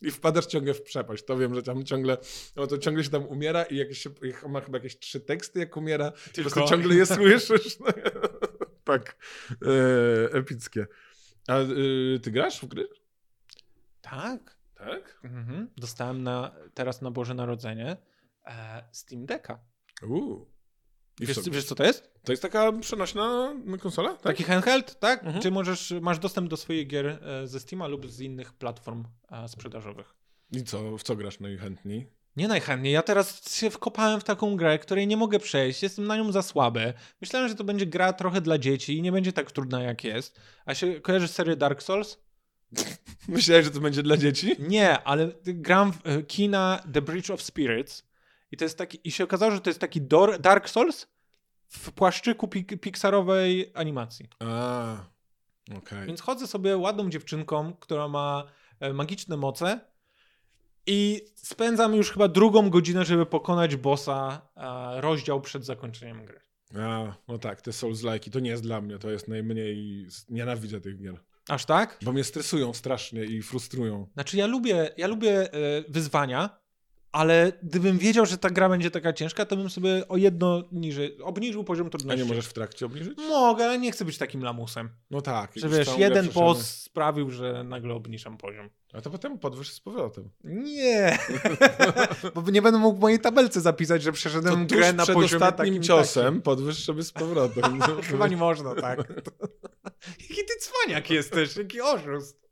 [SPEAKER 1] I wpadasz ciągle w przepaść, to wiem, że tam ciągle, no to ciągle się tam umiera i jakieś, się- i ma chyba jakieś trzy teksty jak umiera, po prostu ciągle je słyszysz. No. tak, e, epickie. A e, ty grasz w gry?
[SPEAKER 2] Tak.
[SPEAKER 1] Tak.
[SPEAKER 2] Mhm. Dostałem na, teraz na Boże Narodzenie e, Steam Decka.
[SPEAKER 1] Uuu. I Tak.
[SPEAKER 2] Wiesz,
[SPEAKER 1] w sobie-
[SPEAKER 2] wiesz co to jest?
[SPEAKER 1] To jest taka przenośna konsola? Tak?
[SPEAKER 2] Taki handheld, tak?
[SPEAKER 1] Mhm.
[SPEAKER 2] Czy możesz, masz dostęp do swoich gier e, ze Steama lub z innych platform e, sprzedażowych.
[SPEAKER 1] I co, w co grasz najchętniej?
[SPEAKER 2] Nie najchętniej. Ja teraz się wkopałem w taką grę, której nie mogę przejść. Jestem na nią za słaby. Myślałem, że to będzie gra trochę dla dzieci i nie będzie tak trudna jak jest. A się kojarzy serię Dark Souls?
[SPEAKER 1] Myślałeś, że to będzie dla dzieci?
[SPEAKER 2] Nie, ale gram w e, kina The Bridge of Spirits i to jest taki, i się okazało, że to jest taki Dor- Dark Souls w płaszczyku pik- pixarowej animacji.
[SPEAKER 1] A, okej.
[SPEAKER 2] Więc chodzę sobie ładną dziewczynką, która ma e, magiczne moce i spędzam już chyba drugą godzinę, żeby pokonać bossa e, rozdział przed zakończeniem gry.
[SPEAKER 1] A, no tak, te Souls-like'i to nie jest dla mnie, to jest najmniej, nienawidzę tych gier,
[SPEAKER 2] Aż tak?
[SPEAKER 1] bo mnie stresują strasznie i frustrują.
[SPEAKER 2] Znaczy ja lubię, ja lubię e, wyzwania, ale gdybym wiedział, że ta gra będzie taka ciężka, to bym sobie o jedno niżej, obniżył poziom
[SPEAKER 1] A
[SPEAKER 2] trudności.
[SPEAKER 1] nie możesz w trakcie obniżyć?
[SPEAKER 2] Mogę, ale nie chcę być takim lamusem.
[SPEAKER 1] No tak.
[SPEAKER 2] Że
[SPEAKER 1] już
[SPEAKER 2] wiesz,
[SPEAKER 1] całą grę
[SPEAKER 2] jeden
[SPEAKER 1] przeszedłem.
[SPEAKER 2] boss sprawił, że nagle obniżam poziom.
[SPEAKER 1] A to potem podwyższ z powrotem.
[SPEAKER 2] Nie, bo nie będę mógł w mojej tabelce zapisać, że
[SPEAKER 1] To
[SPEAKER 2] przeszedłem grę
[SPEAKER 1] tuż
[SPEAKER 2] na
[SPEAKER 1] przed
[SPEAKER 2] poziomie
[SPEAKER 1] ostatnim
[SPEAKER 2] takim,
[SPEAKER 1] ciosem podwyższ sobie z powrotem. no.
[SPEAKER 2] takim. Chyba nie można, tak. Jaki ty cwaniak jesteś, jaki oszust.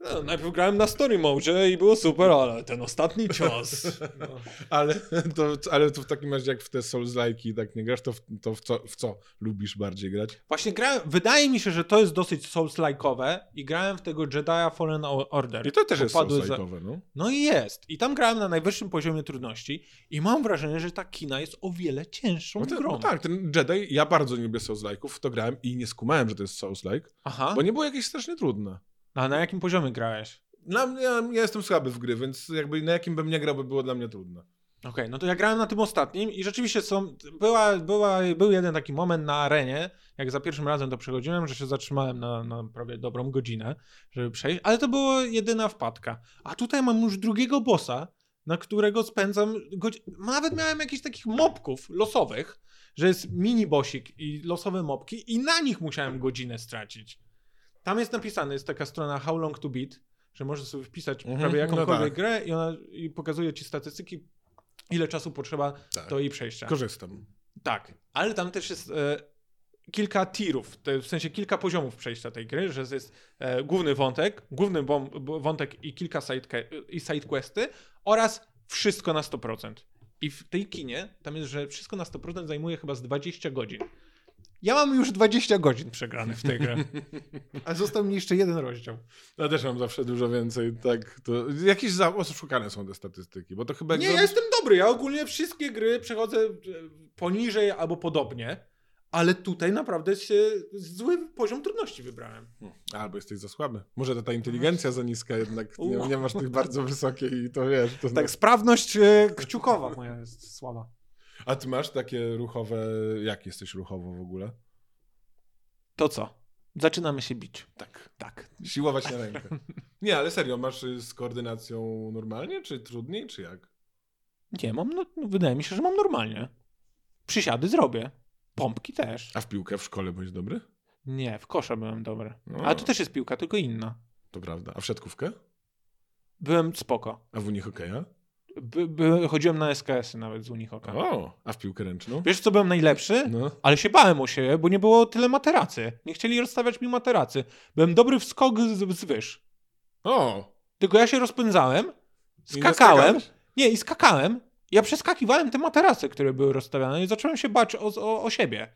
[SPEAKER 2] No, najpierw grałem na story mode i było super, ale ten ostatni cios. No.
[SPEAKER 1] ale, to, ale to w takim razie jak w te Souls-like'i tak nie grasz, to, w, to w, co, w co lubisz bardziej grać?
[SPEAKER 2] Właśnie grałem, wydaje mi się, że to jest dosyć souls-like'owe i grałem w tego Jedi'a Fallen O- Order.
[SPEAKER 1] I to też jest
[SPEAKER 2] Popadły za-
[SPEAKER 1] Souls-like'owe, no.
[SPEAKER 2] No i jest. I tam grałem na najwyższym poziomie trudności i mam wrażenie, że ta kina jest o wiele cięższą
[SPEAKER 1] No, ten,
[SPEAKER 2] grą.
[SPEAKER 1] no tak, ten Jedi, ja bardzo nie lubię Souls-like'ów, w to grałem i nie skumałem, że to jest Souls-like,
[SPEAKER 2] Aha.
[SPEAKER 1] bo nie było jakieś strasznie trudne.
[SPEAKER 2] A na jakim poziomie grałeś?
[SPEAKER 1] Dla mnie, ja jestem słaby w gry, więc jakby na jakim bym nie grał, by było dla mnie trudne.
[SPEAKER 2] Okej, no to ja grałem na tym ostatnim i rzeczywiście są, była, była, był jeden taki moment na arenie, jak za pierwszym razem to przechodziłem, że się zatrzymałem na, na prawie dobrą godzinę, żeby przejść, ale to była jedyna wpadka. A tutaj mam już drugiego bossa, na którego spędzam godzinę. Nawet miałem jakichś takich mopków losowych, że jest mini bosik i losowe mopki i na nich musiałem godzinę stracić. Tam jest napisane, jest taka strona How Long To Beat, że możesz sobie wpisać
[SPEAKER 1] Mhm,
[SPEAKER 2] prawie
[SPEAKER 1] no
[SPEAKER 2] jakąkolwiek
[SPEAKER 1] tak.
[SPEAKER 2] grę i ona i pokazuje ci statystyki, ile czasu potrzeba
[SPEAKER 1] Tak.
[SPEAKER 2] do jej przejścia.
[SPEAKER 1] Korzystam.
[SPEAKER 2] Tak, ale tam też jest e, kilka tirów, to w sensie kilka poziomów przejścia tej gry, że jest e, główny wątek, główny wą- wątek i kilka side- i sidequesty oraz wszystko na 100%. I w tej kinie tam jest, że wszystko na 100% zajmuje chyba z 20 godzin. Ja mam już 20 godzin przegranych w tej grze. A został mi jeszcze jeden rozdział.
[SPEAKER 1] Ja też mam zawsze dużo więcej, tak. To... Jakieś za... oszukane są te statystyki, bo to chyba... jak
[SPEAKER 2] Nie,
[SPEAKER 1] zrobisz-
[SPEAKER 2] ja jestem dobry. Ja ogólnie wszystkie gry przechodzę e, poniżej albo podobnie, ale tutaj naprawdę się zły poziom trudności wybrałem.
[SPEAKER 1] Hmm. Albo jesteś za słaby. Może to ta inteligencja za niska jednak, nie,
[SPEAKER 2] Uuu.
[SPEAKER 1] nie masz tych bardzo wysokiej i to wiesz. To... znaczy-
[SPEAKER 2] Tak, sprawność e, kciukowa moja jest słaba.
[SPEAKER 1] A ty masz takie ruchowe... Jak jesteś ruchowo w ogóle?
[SPEAKER 2] To co? Zaczynamy się bić. Tak. Tak.
[SPEAKER 1] Siłować na rękę. Nie, ale serio, masz y, z koordynacją normalnie, czy trudniej, czy jak?
[SPEAKER 2] Nie, mam, no, no, wydaje mi się, że mam normalnie. Przysiady zrobię. Pompki też.
[SPEAKER 1] A w piłkę w szkole byłeś dobry?
[SPEAKER 2] Nie, w kosza byłem dobry.
[SPEAKER 1] No.
[SPEAKER 2] Ale to też jest piłka, tylko inna.
[SPEAKER 1] To prawda. A w siatkówkę?
[SPEAKER 2] Byłem spoko.
[SPEAKER 1] A w Unii hokeja?
[SPEAKER 2] By, by, chodziłem na SKS-y nawet z Unihoka.
[SPEAKER 1] O! A w piłkę ręczną?
[SPEAKER 2] Wiesz, co byłem najlepszy?
[SPEAKER 1] No.
[SPEAKER 2] Ale się bałem o siebie, bo nie było tyle materacy. Nie chcieli rozstawiać mi materacy. Byłem dobry w skok z, z wyż.
[SPEAKER 1] O!
[SPEAKER 2] Tylko ja się rozpędzałem,
[SPEAKER 1] I nie
[SPEAKER 2] skakałem.
[SPEAKER 1] skakałeś?
[SPEAKER 2] Nie, i skakałem. I Ja przeskakiwałem te materasy, które były rozstawiane i zacząłem się bać o, o, o siebie.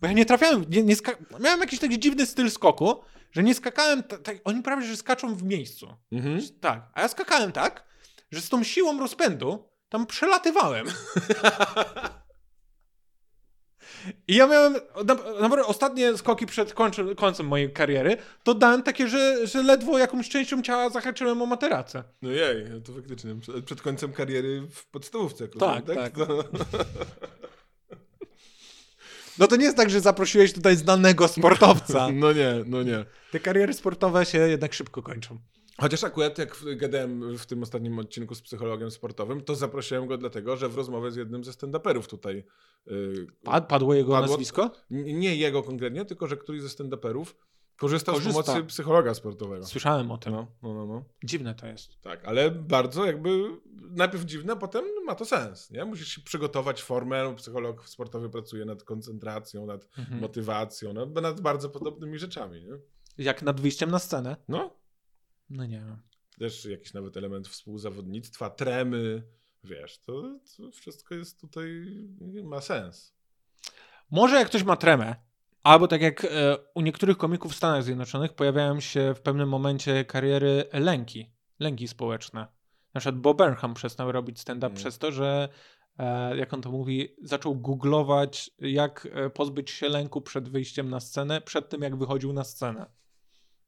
[SPEAKER 2] Bo ja nie trafiałem, nie, nie ska- miałem jakiś taki dziwny styl skoku, że nie skakałem, ta- tak, oni prawie że skaczą w miejscu.
[SPEAKER 1] Mhm.
[SPEAKER 2] Tak, a ja skakałem tak, że z tą siłą rozpędu tam przelatywałem. I ja miałem, na- naprawdę ostatnie skoki przed kończy- końcem mojej kariery, to dałem takie, że, że ledwo jakąś częścią ciała zahaczyłem o materacę.
[SPEAKER 1] No jej, no to faktycznie. Przed, przed końcem kariery w podstawówce. rozumiem,
[SPEAKER 2] Tak, tak.
[SPEAKER 1] To-
[SPEAKER 2] No to nie jest tak, że zaprosiłeś tutaj znanego sportowca.
[SPEAKER 1] No nie, no nie.
[SPEAKER 2] Te kariery sportowe się jednak szybko kończą.
[SPEAKER 1] Chociaż akurat jak w- gadałem w tym ostatnim odcinku z psychologiem sportowym, to zaprosiłem go dlatego, że w rozmowie z jednym ze stand-uperów tutaj y,
[SPEAKER 2] Pad- padło jego
[SPEAKER 1] Padło-
[SPEAKER 2] nazwisko?
[SPEAKER 1] N- nie jego konkretnie, tylko że któryś ze stand-uperów korzystał
[SPEAKER 2] Korzysta.
[SPEAKER 1] z pomocy psychologa sportowego.
[SPEAKER 2] Słyszałem o tym.
[SPEAKER 1] No, no, no, no.
[SPEAKER 2] Dziwne to jest.
[SPEAKER 1] Tak, ale bardzo jakby najpierw dziwne, a potem ma to sens. Nie? Musisz się przygotować formę. no, Psycholog sportowy pracuje nad koncentracją, nad
[SPEAKER 2] Mhm.
[SPEAKER 1] motywacją, nad, nad bardzo podobnymi rzeczami. Nie?
[SPEAKER 2] Jak nad wyjściem na scenę?
[SPEAKER 1] No,
[SPEAKER 2] No nie wiem.
[SPEAKER 1] też jakiś nawet element współzawodnictwa, tremy. Wiesz, to, to wszystko jest tutaj, ma sens.
[SPEAKER 2] Może jak ktoś ma tremę, albo tak jak e, u niektórych komików w Stanach Zjednoczonych pojawiają się w pewnym momencie kariery lęki, lęki społeczne. Na przykład Bob Burnham przestał robić stand-up
[SPEAKER 1] Mm.
[SPEAKER 2] przez to, że e, jak on to mówi, zaczął googlować jak e, pozbyć się lęku przed wyjściem na scenę, przed tym jak wychodził na scenę.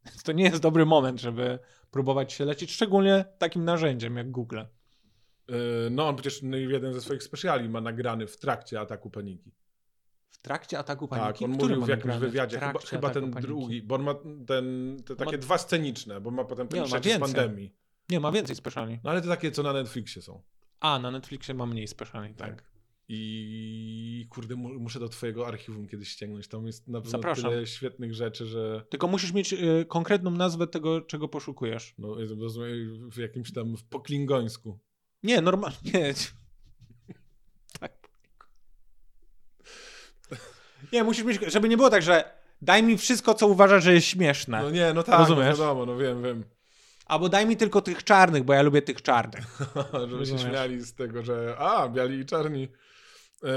[SPEAKER 2] Więc to nie jest dobry moment, żeby próbować się lecić, szczególnie takim narzędziem jak Google.
[SPEAKER 1] Yy, No, on przecież jeden ze swoich specjali ma nagrany w trakcie ataku paniki.
[SPEAKER 2] W trakcie ataku paniki?
[SPEAKER 1] Tak, on
[SPEAKER 2] Który
[SPEAKER 1] mówił
[SPEAKER 2] ma
[SPEAKER 1] w jakimś
[SPEAKER 2] nagrany? W
[SPEAKER 1] wywiadzie, chyba,
[SPEAKER 2] trakcie
[SPEAKER 1] chyba
[SPEAKER 2] ataku
[SPEAKER 1] ten
[SPEAKER 2] paniki.
[SPEAKER 1] drugi, bo on ma ten, te takie
[SPEAKER 2] Ma-
[SPEAKER 1] dwa sceniczne, bo ma potem
[SPEAKER 2] Nie,
[SPEAKER 1] ten
[SPEAKER 2] on ma
[SPEAKER 1] trzeci z
[SPEAKER 2] więcej.
[SPEAKER 1] pandemii.
[SPEAKER 2] Nie, ma więcej speciali.
[SPEAKER 1] No ale to takie, co na Netflixie są.
[SPEAKER 2] A, na Netflixie ma mniej speciali, tak.
[SPEAKER 1] I kurde, mu- muszę do twojego archiwum kiedyś ściągnąć. Tam jest na pewno
[SPEAKER 2] Zapraszam.
[SPEAKER 1] tyle świetnych rzeczy, że
[SPEAKER 2] Tylko musisz mieć y, konkretną nazwę tego, czego poszukujesz.
[SPEAKER 1] no, rozumiem, w jakimś tam, w poklingońsku.
[SPEAKER 2] Nie, normalnie. tak. Nie, musisz mieć, żeby nie było tak, że daj mi wszystko, co uważasz, że jest śmieszne.
[SPEAKER 1] No nie, no tak,
[SPEAKER 2] Rozumiesz?
[SPEAKER 1] No wiadomo, no wiem, wiem.
[SPEAKER 2] Albo daj mi tylko tych czarnych, bo ja lubię tych czarnych.
[SPEAKER 1] Żeby się
[SPEAKER 2] Rozumiesz.
[SPEAKER 1] śmiali z tego, że a, biali i czarni. E,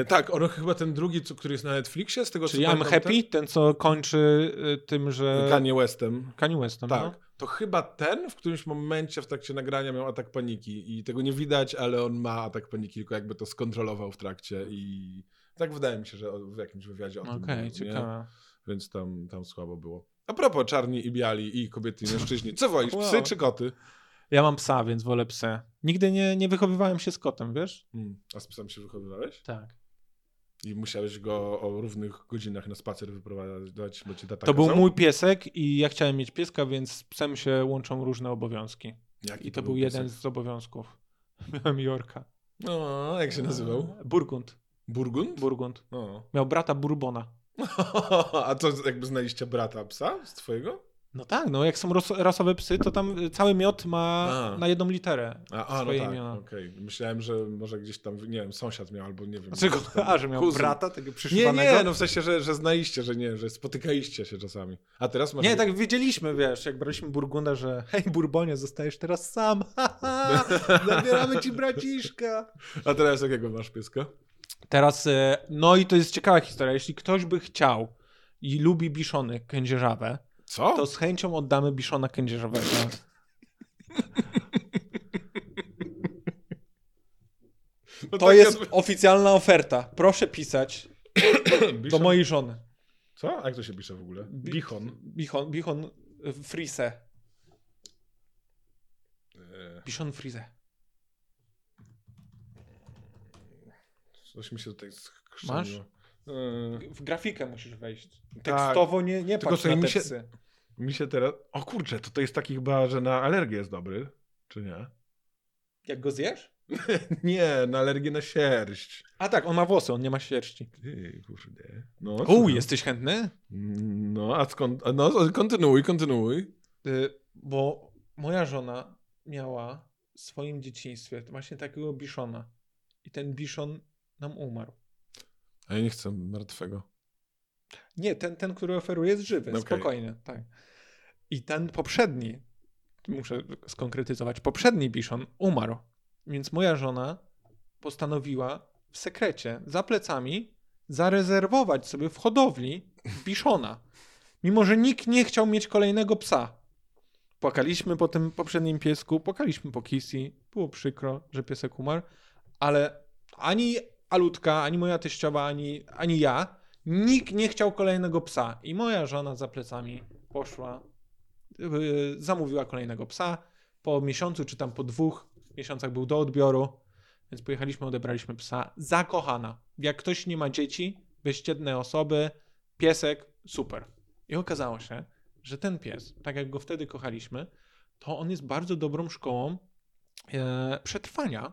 [SPEAKER 1] e, tak, on chyba ten drugi, co, który jest na Netflixie, z tego
[SPEAKER 2] Czyli
[SPEAKER 1] co
[SPEAKER 2] I'm
[SPEAKER 1] pamiętam,
[SPEAKER 2] Happy, ten, co kończy y, tym,
[SPEAKER 1] ten-
[SPEAKER 2] że...
[SPEAKER 1] Kanye Westem.
[SPEAKER 2] Kanye Westem,
[SPEAKER 1] Tak.
[SPEAKER 2] No?
[SPEAKER 1] To chyba ten w którymś momencie w trakcie nagrania miał atak paniki i tego nie widać, ale on ma atak paniki, tylko jakby to skontrolował w trakcie i tak wydaje mi się, że o- w jakimś wywiadzie o tym
[SPEAKER 2] No, Okej,
[SPEAKER 1] mówił, nie?
[SPEAKER 2] ciekawe.
[SPEAKER 1] Więc tam, tam słabo było. A propos czarni i biali i kobiety i mężczyźni, co wolisz, psy
[SPEAKER 2] Wow.
[SPEAKER 1] czy koty?
[SPEAKER 2] Ja mam psa, więc wolę psy. Nigdy nie, nie wychowywałem się z kotem, wiesz?
[SPEAKER 1] Hmm. A z psem się wychowywałeś?
[SPEAKER 2] Tak.
[SPEAKER 1] I musiałeś go o równych godzinach na spacer wyprowadzać, bo cię tata
[SPEAKER 2] To był
[SPEAKER 1] kazał?
[SPEAKER 2] mój piesek i ja chciałem mieć pieska, więc z psem się łączą różne obowiązki.
[SPEAKER 1] Jaki
[SPEAKER 2] I to był jeden
[SPEAKER 1] piesek?
[SPEAKER 2] z obowiązków. Miałem Jorka. E,
[SPEAKER 1] No, jak się nazywał?
[SPEAKER 2] Burgund.
[SPEAKER 1] Burgund?
[SPEAKER 2] Burgund.
[SPEAKER 1] No.
[SPEAKER 2] Miał brata Burbona.
[SPEAKER 1] A to jakby znaliście brata psa z twojego?
[SPEAKER 2] No tak, no jak są ros- rasowe psy, to tam y, cały miot ma
[SPEAKER 1] A.
[SPEAKER 2] na jedną literę.
[SPEAKER 1] A, a no
[SPEAKER 2] Swoje
[SPEAKER 1] tak, okej.
[SPEAKER 2] imiona.
[SPEAKER 1] Myślałem, że może gdzieś tam, nie wiem, sąsiad miał albo nie wiem.
[SPEAKER 2] Dlaczego?
[SPEAKER 1] jakiś tam
[SPEAKER 2] A, że miał
[SPEAKER 1] kuzyn.
[SPEAKER 2] brata tego
[SPEAKER 1] Nie,
[SPEAKER 2] przyszywanego?
[SPEAKER 1] nie, no w sensie, że, że znaliście, że nie, że spotykaliście się czasami. A teraz masz...
[SPEAKER 2] Nie, tak wiedzieliśmy, wiesz, jak braliśmy Burgunda, że hej Burbonie, zostajesz teraz sam, ha, ha, zabieramy ci braciszka.
[SPEAKER 1] A teraz jakiego masz pieska?
[SPEAKER 2] Teraz, e, no i to jest ciekawa historia. Jeśli ktoś by chciał i lubi biszony kędzierzawe,
[SPEAKER 1] Co?
[SPEAKER 2] to z chęcią oddamy biszona kędzierzawego.
[SPEAKER 1] No
[SPEAKER 2] To
[SPEAKER 1] tak
[SPEAKER 2] jest
[SPEAKER 1] jakby-
[SPEAKER 2] oficjalna oferta. Proszę pisać do
[SPEAKER 1] Bichon?
[SPEAKER 2] mojej żony.
[SPEAKER 1] Co? A jak to się pisze w ogóle?
[SPEAKER 2] Bi-
[SPEAKER 1] Bichon.
[SPEAKER 2] Bichon, bichon e, frise.
[SPEAKER 1] E,
[SPEAKER 2] Bichon frise.
[SPEAKER 1] Coś mi się tutaj skrzaniło.
[SPEAKER 2] Masz?
[SPEAKER 1] E,
[SPEAKER 2] W grafikę musisz wejść.
[SPEAKER 1] Tak.
[SPEAKER 2] Tekstowo nie, nie
[SPEAKER 1] Tylko
[SPEAKER 2] patrz
[SPEAKER 1] sobie
[SPEAKER 2] na
[SPEAKER 1] mi
[SPEAKER 2] te
[SPEAKER 1] się-
[SPEAKER 2] psy.
[SPEAKER 1] Mi się teraz. O kurczę, to, to jest taki chyba, że na alergię jest dobry, czy nie?
[SPEAKER 2] Jak go zjesz?
[SPEAKER 1] Nie, na alergię na sierść.
[SPEAKER 2] A tak, on ma włosy, on nie ma sierści.
[SPEAKER 1] Ty, kurde. No,
[SPEAKER 2] U,
[SPEAKER 1] słucham.
[SPEAKER 2] jesteś chętny?
[SPEAKER 1] No, a skąd. a No, kontynuuj, kontynuuj.
[SPEAKER 2] Y, bo moja żona miała w swoim dzieciństwie właśnie takiego biszona. I ten biszon nam umarł.
[SPEAKER 1] A ja nie chcę martwego.
[SPEAKER 2] Nie, ten, ten który oferuje jest żywy,
[SPEAKER 1] Okej.
[SPEAKER 2] spokojny. Tak. I ten poprzedni muszę skonkretyzować, poprzedni Biszon umarł, więc moja żona postanowiła w sekrecie, za plecami, zarezerwować sobie w hodowli Biszona. Mimo, że nikt nie chciał mieć kolejnego psa. Płakaliśmy po tym poprzednim piesku, płakaliśmy po Kisi, było przykro, że piesek umarł, ale ani Alutka, ani moja teściowa, ani, ani ja, nikt nie chciał kolejnego psa. I moja żona za plecami poszła yy, zamówiła kolejnego psa. Po miesiącu, czy tam po dwóch miesiącach był do odbioru, więc pojechaliśmy, odebraliśmy psa. Zakochana. Jak ktoś nie ma dzieci, bezciedne osoby, piesek, super. I okazało się, że ten pies, tak jak go wtedy kochaliśmy, to on jest bardzo dobrą szkołą e, przetrwania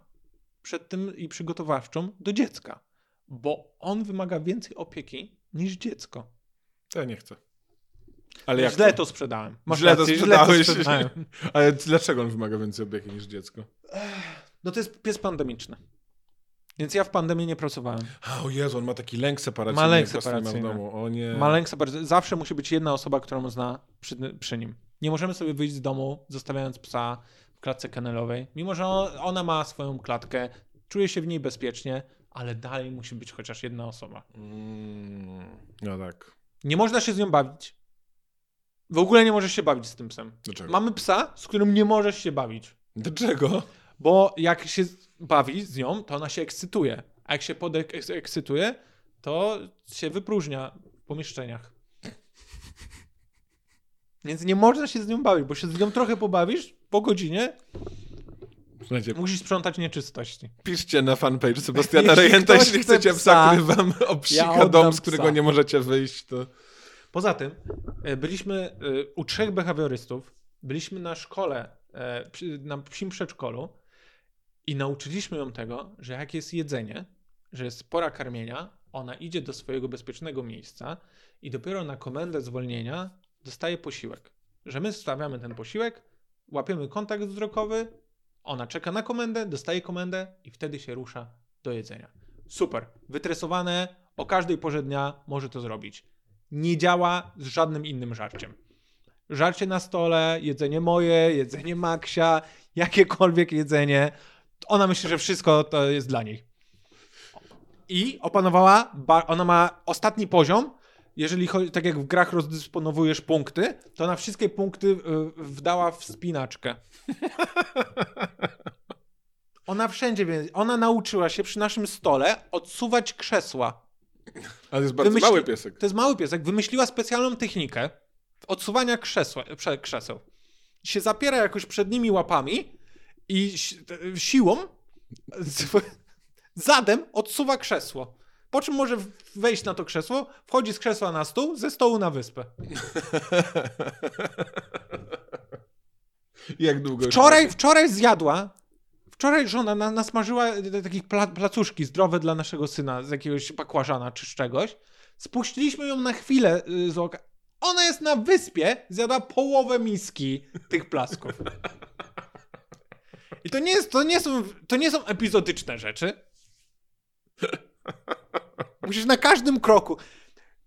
[SPEAKER 2] przed tym i przygotowawczą do dziecka, bo on wymaga więcej opieki niż dziecko.
[SPEAKER 1] Ja nie chcę.
[SPEAKER 2] Ale
[SPEAKER 1] Ale jak
[SPEAKER 2] No źle to sprzedałem. Masz
[SPEAKER 1] Źle to
[SPEAKER 2] rację,
[SPEAKER 1] sprzedałeś.
[SPEAKER 2] sprzedałem.
[SPEAKER 1] Ale dlaczego on wymaga więcej opieki niż dziecko?
[SPEAKER 2] No to jest pies pandemiczny. Więc ja w pandemii nie pracowałem.
[SPEAKER 1] A, O Jezu, on ma taki lęk separacyjny.
[SPEAKER 2] Ma lęk
[SPEAKER 1] jak was nie
[SPEAKER 2] separacyjny.
[SPEAKER 1] Ma w domu. O nie.
[SPEAKER 2] Maleńk super- zawsze musi być jedna osoba, którą zna przy, przy nim. Nie możemy sobie wyjść z domu, zostawiając psa w klatce kanelowej, mimo że on- ona ma swoją klatkę, czuje się w niej bezpiecznie, ale dalej musi być chociaż jedna osoba.
[SPEAKER 1] Mm, no tak.
[SPEAKER 2] Nie można się z nią bawić. W ogóle nie możesz się bawić z tym psem.
[SPEAKER 1] Dlaczego?
[SPEAKER 2] Mamy psa, z którym nie możesz się bawić.
[SPEAKER 1] Dlaczego?
[SPEAKER 2] Bo jak się z- bawi z nią, to ona się ekscytuje. A jak się podekscytuje, to się wypróżnia w pomieszczeniach. Więc nie można się z nią bawić, bo się z nią trochę pobawisz, po godzinie
[SPEAKER 1] Słuchajcie,
[SPEAKER 2] musisz sprzątać nieczystości.
[SPEAKER 1] piszcie na fanpage Sebastiana
[SPEAKER 2] Jeśli
[SPEAKER 1] Rejenta,
[SPEAKER 2] ktoś
[SPEAKER 1] jeśli
[SPEAKER 2] chce
[SPEAKER 1] chcecie
[SPEAKER 2] psa,
[SPEAKER 1] psa, który wam obsika
[SPEAKER 2] ja oddam
[SPEAKER 1] dom, z którego
[SPEAKER 2] psa.
[SPEAKER 1] nie możecie wyjść, to...
[SPEAKER 2] Poza tym e, byliśmy e, u trzech behawiorystów, byliśmy na szkole, e, przy- na psim przedszkolu i nauczyliśmy ją tego, że jak jest jedzenie, że jest pora karmienia, ona idzie do swojego bezpiecznego miejsca i dopiero na komendę zwolnienia dostaje posiłek. Że my stawiamy ten posiłek, łapiemy kontakt wzrokowy, ona czeka na komendę, dostaje komendę i wtedy się rusza do jedzenia. Super, wytresowane, o każdej porze dnia może to zrobić nie działa z żadnym innym żarciem. Żarcie na stole, jedzenie moje, jedzenie Maksia, jakiekolwiek jedzenie. Ona myśli, że wszystko to jest dla niej. I opanowała, ba- ona ma ostatni poziom. Jeżeli chodzi, tak jak w grach rozdysponowujesz punkty, to na wszystkie punkty y, wdała wspinaczkę. Ona wszędzie, wie- ona nauczyła się przy naszym stole odsuwać krzesła.
[SPEAKER 1] Ale jest bardzo
[SPEAKER 2] Wymyśli-
[SPEAKER 1] mały piesek.
[SPEAKER 2] To jest mały piesek. Wymyśliła specjalną technikę odsuwania krzesła, e, prze, krzeseł. Się zapiera jakoś przed nimi łapami i si- te- siłą z, zadem odsuwa krzesło. Po czym może w- wejść na to krzesło, wchodzi z krzesła na stół, ze stołu na wyspę.
[SPEAKER 1] Jak długo? już-
[SPEAKER 2] Wczoraj, wczoraj zjadła. Wczoraj żona na, nasmażyła e, takich pla, placuszki zdrowe dla naszego syna z jakiegoś bakłażana czy z czegoś. Spuściliśmy ją na chwilę y, z oka. Ona jest na wyspie, zjada połowę miski tych plasków. I to nie, jest, to, nie są, to nie są epizodyczne rzeczy. Musisz na każdym kroku.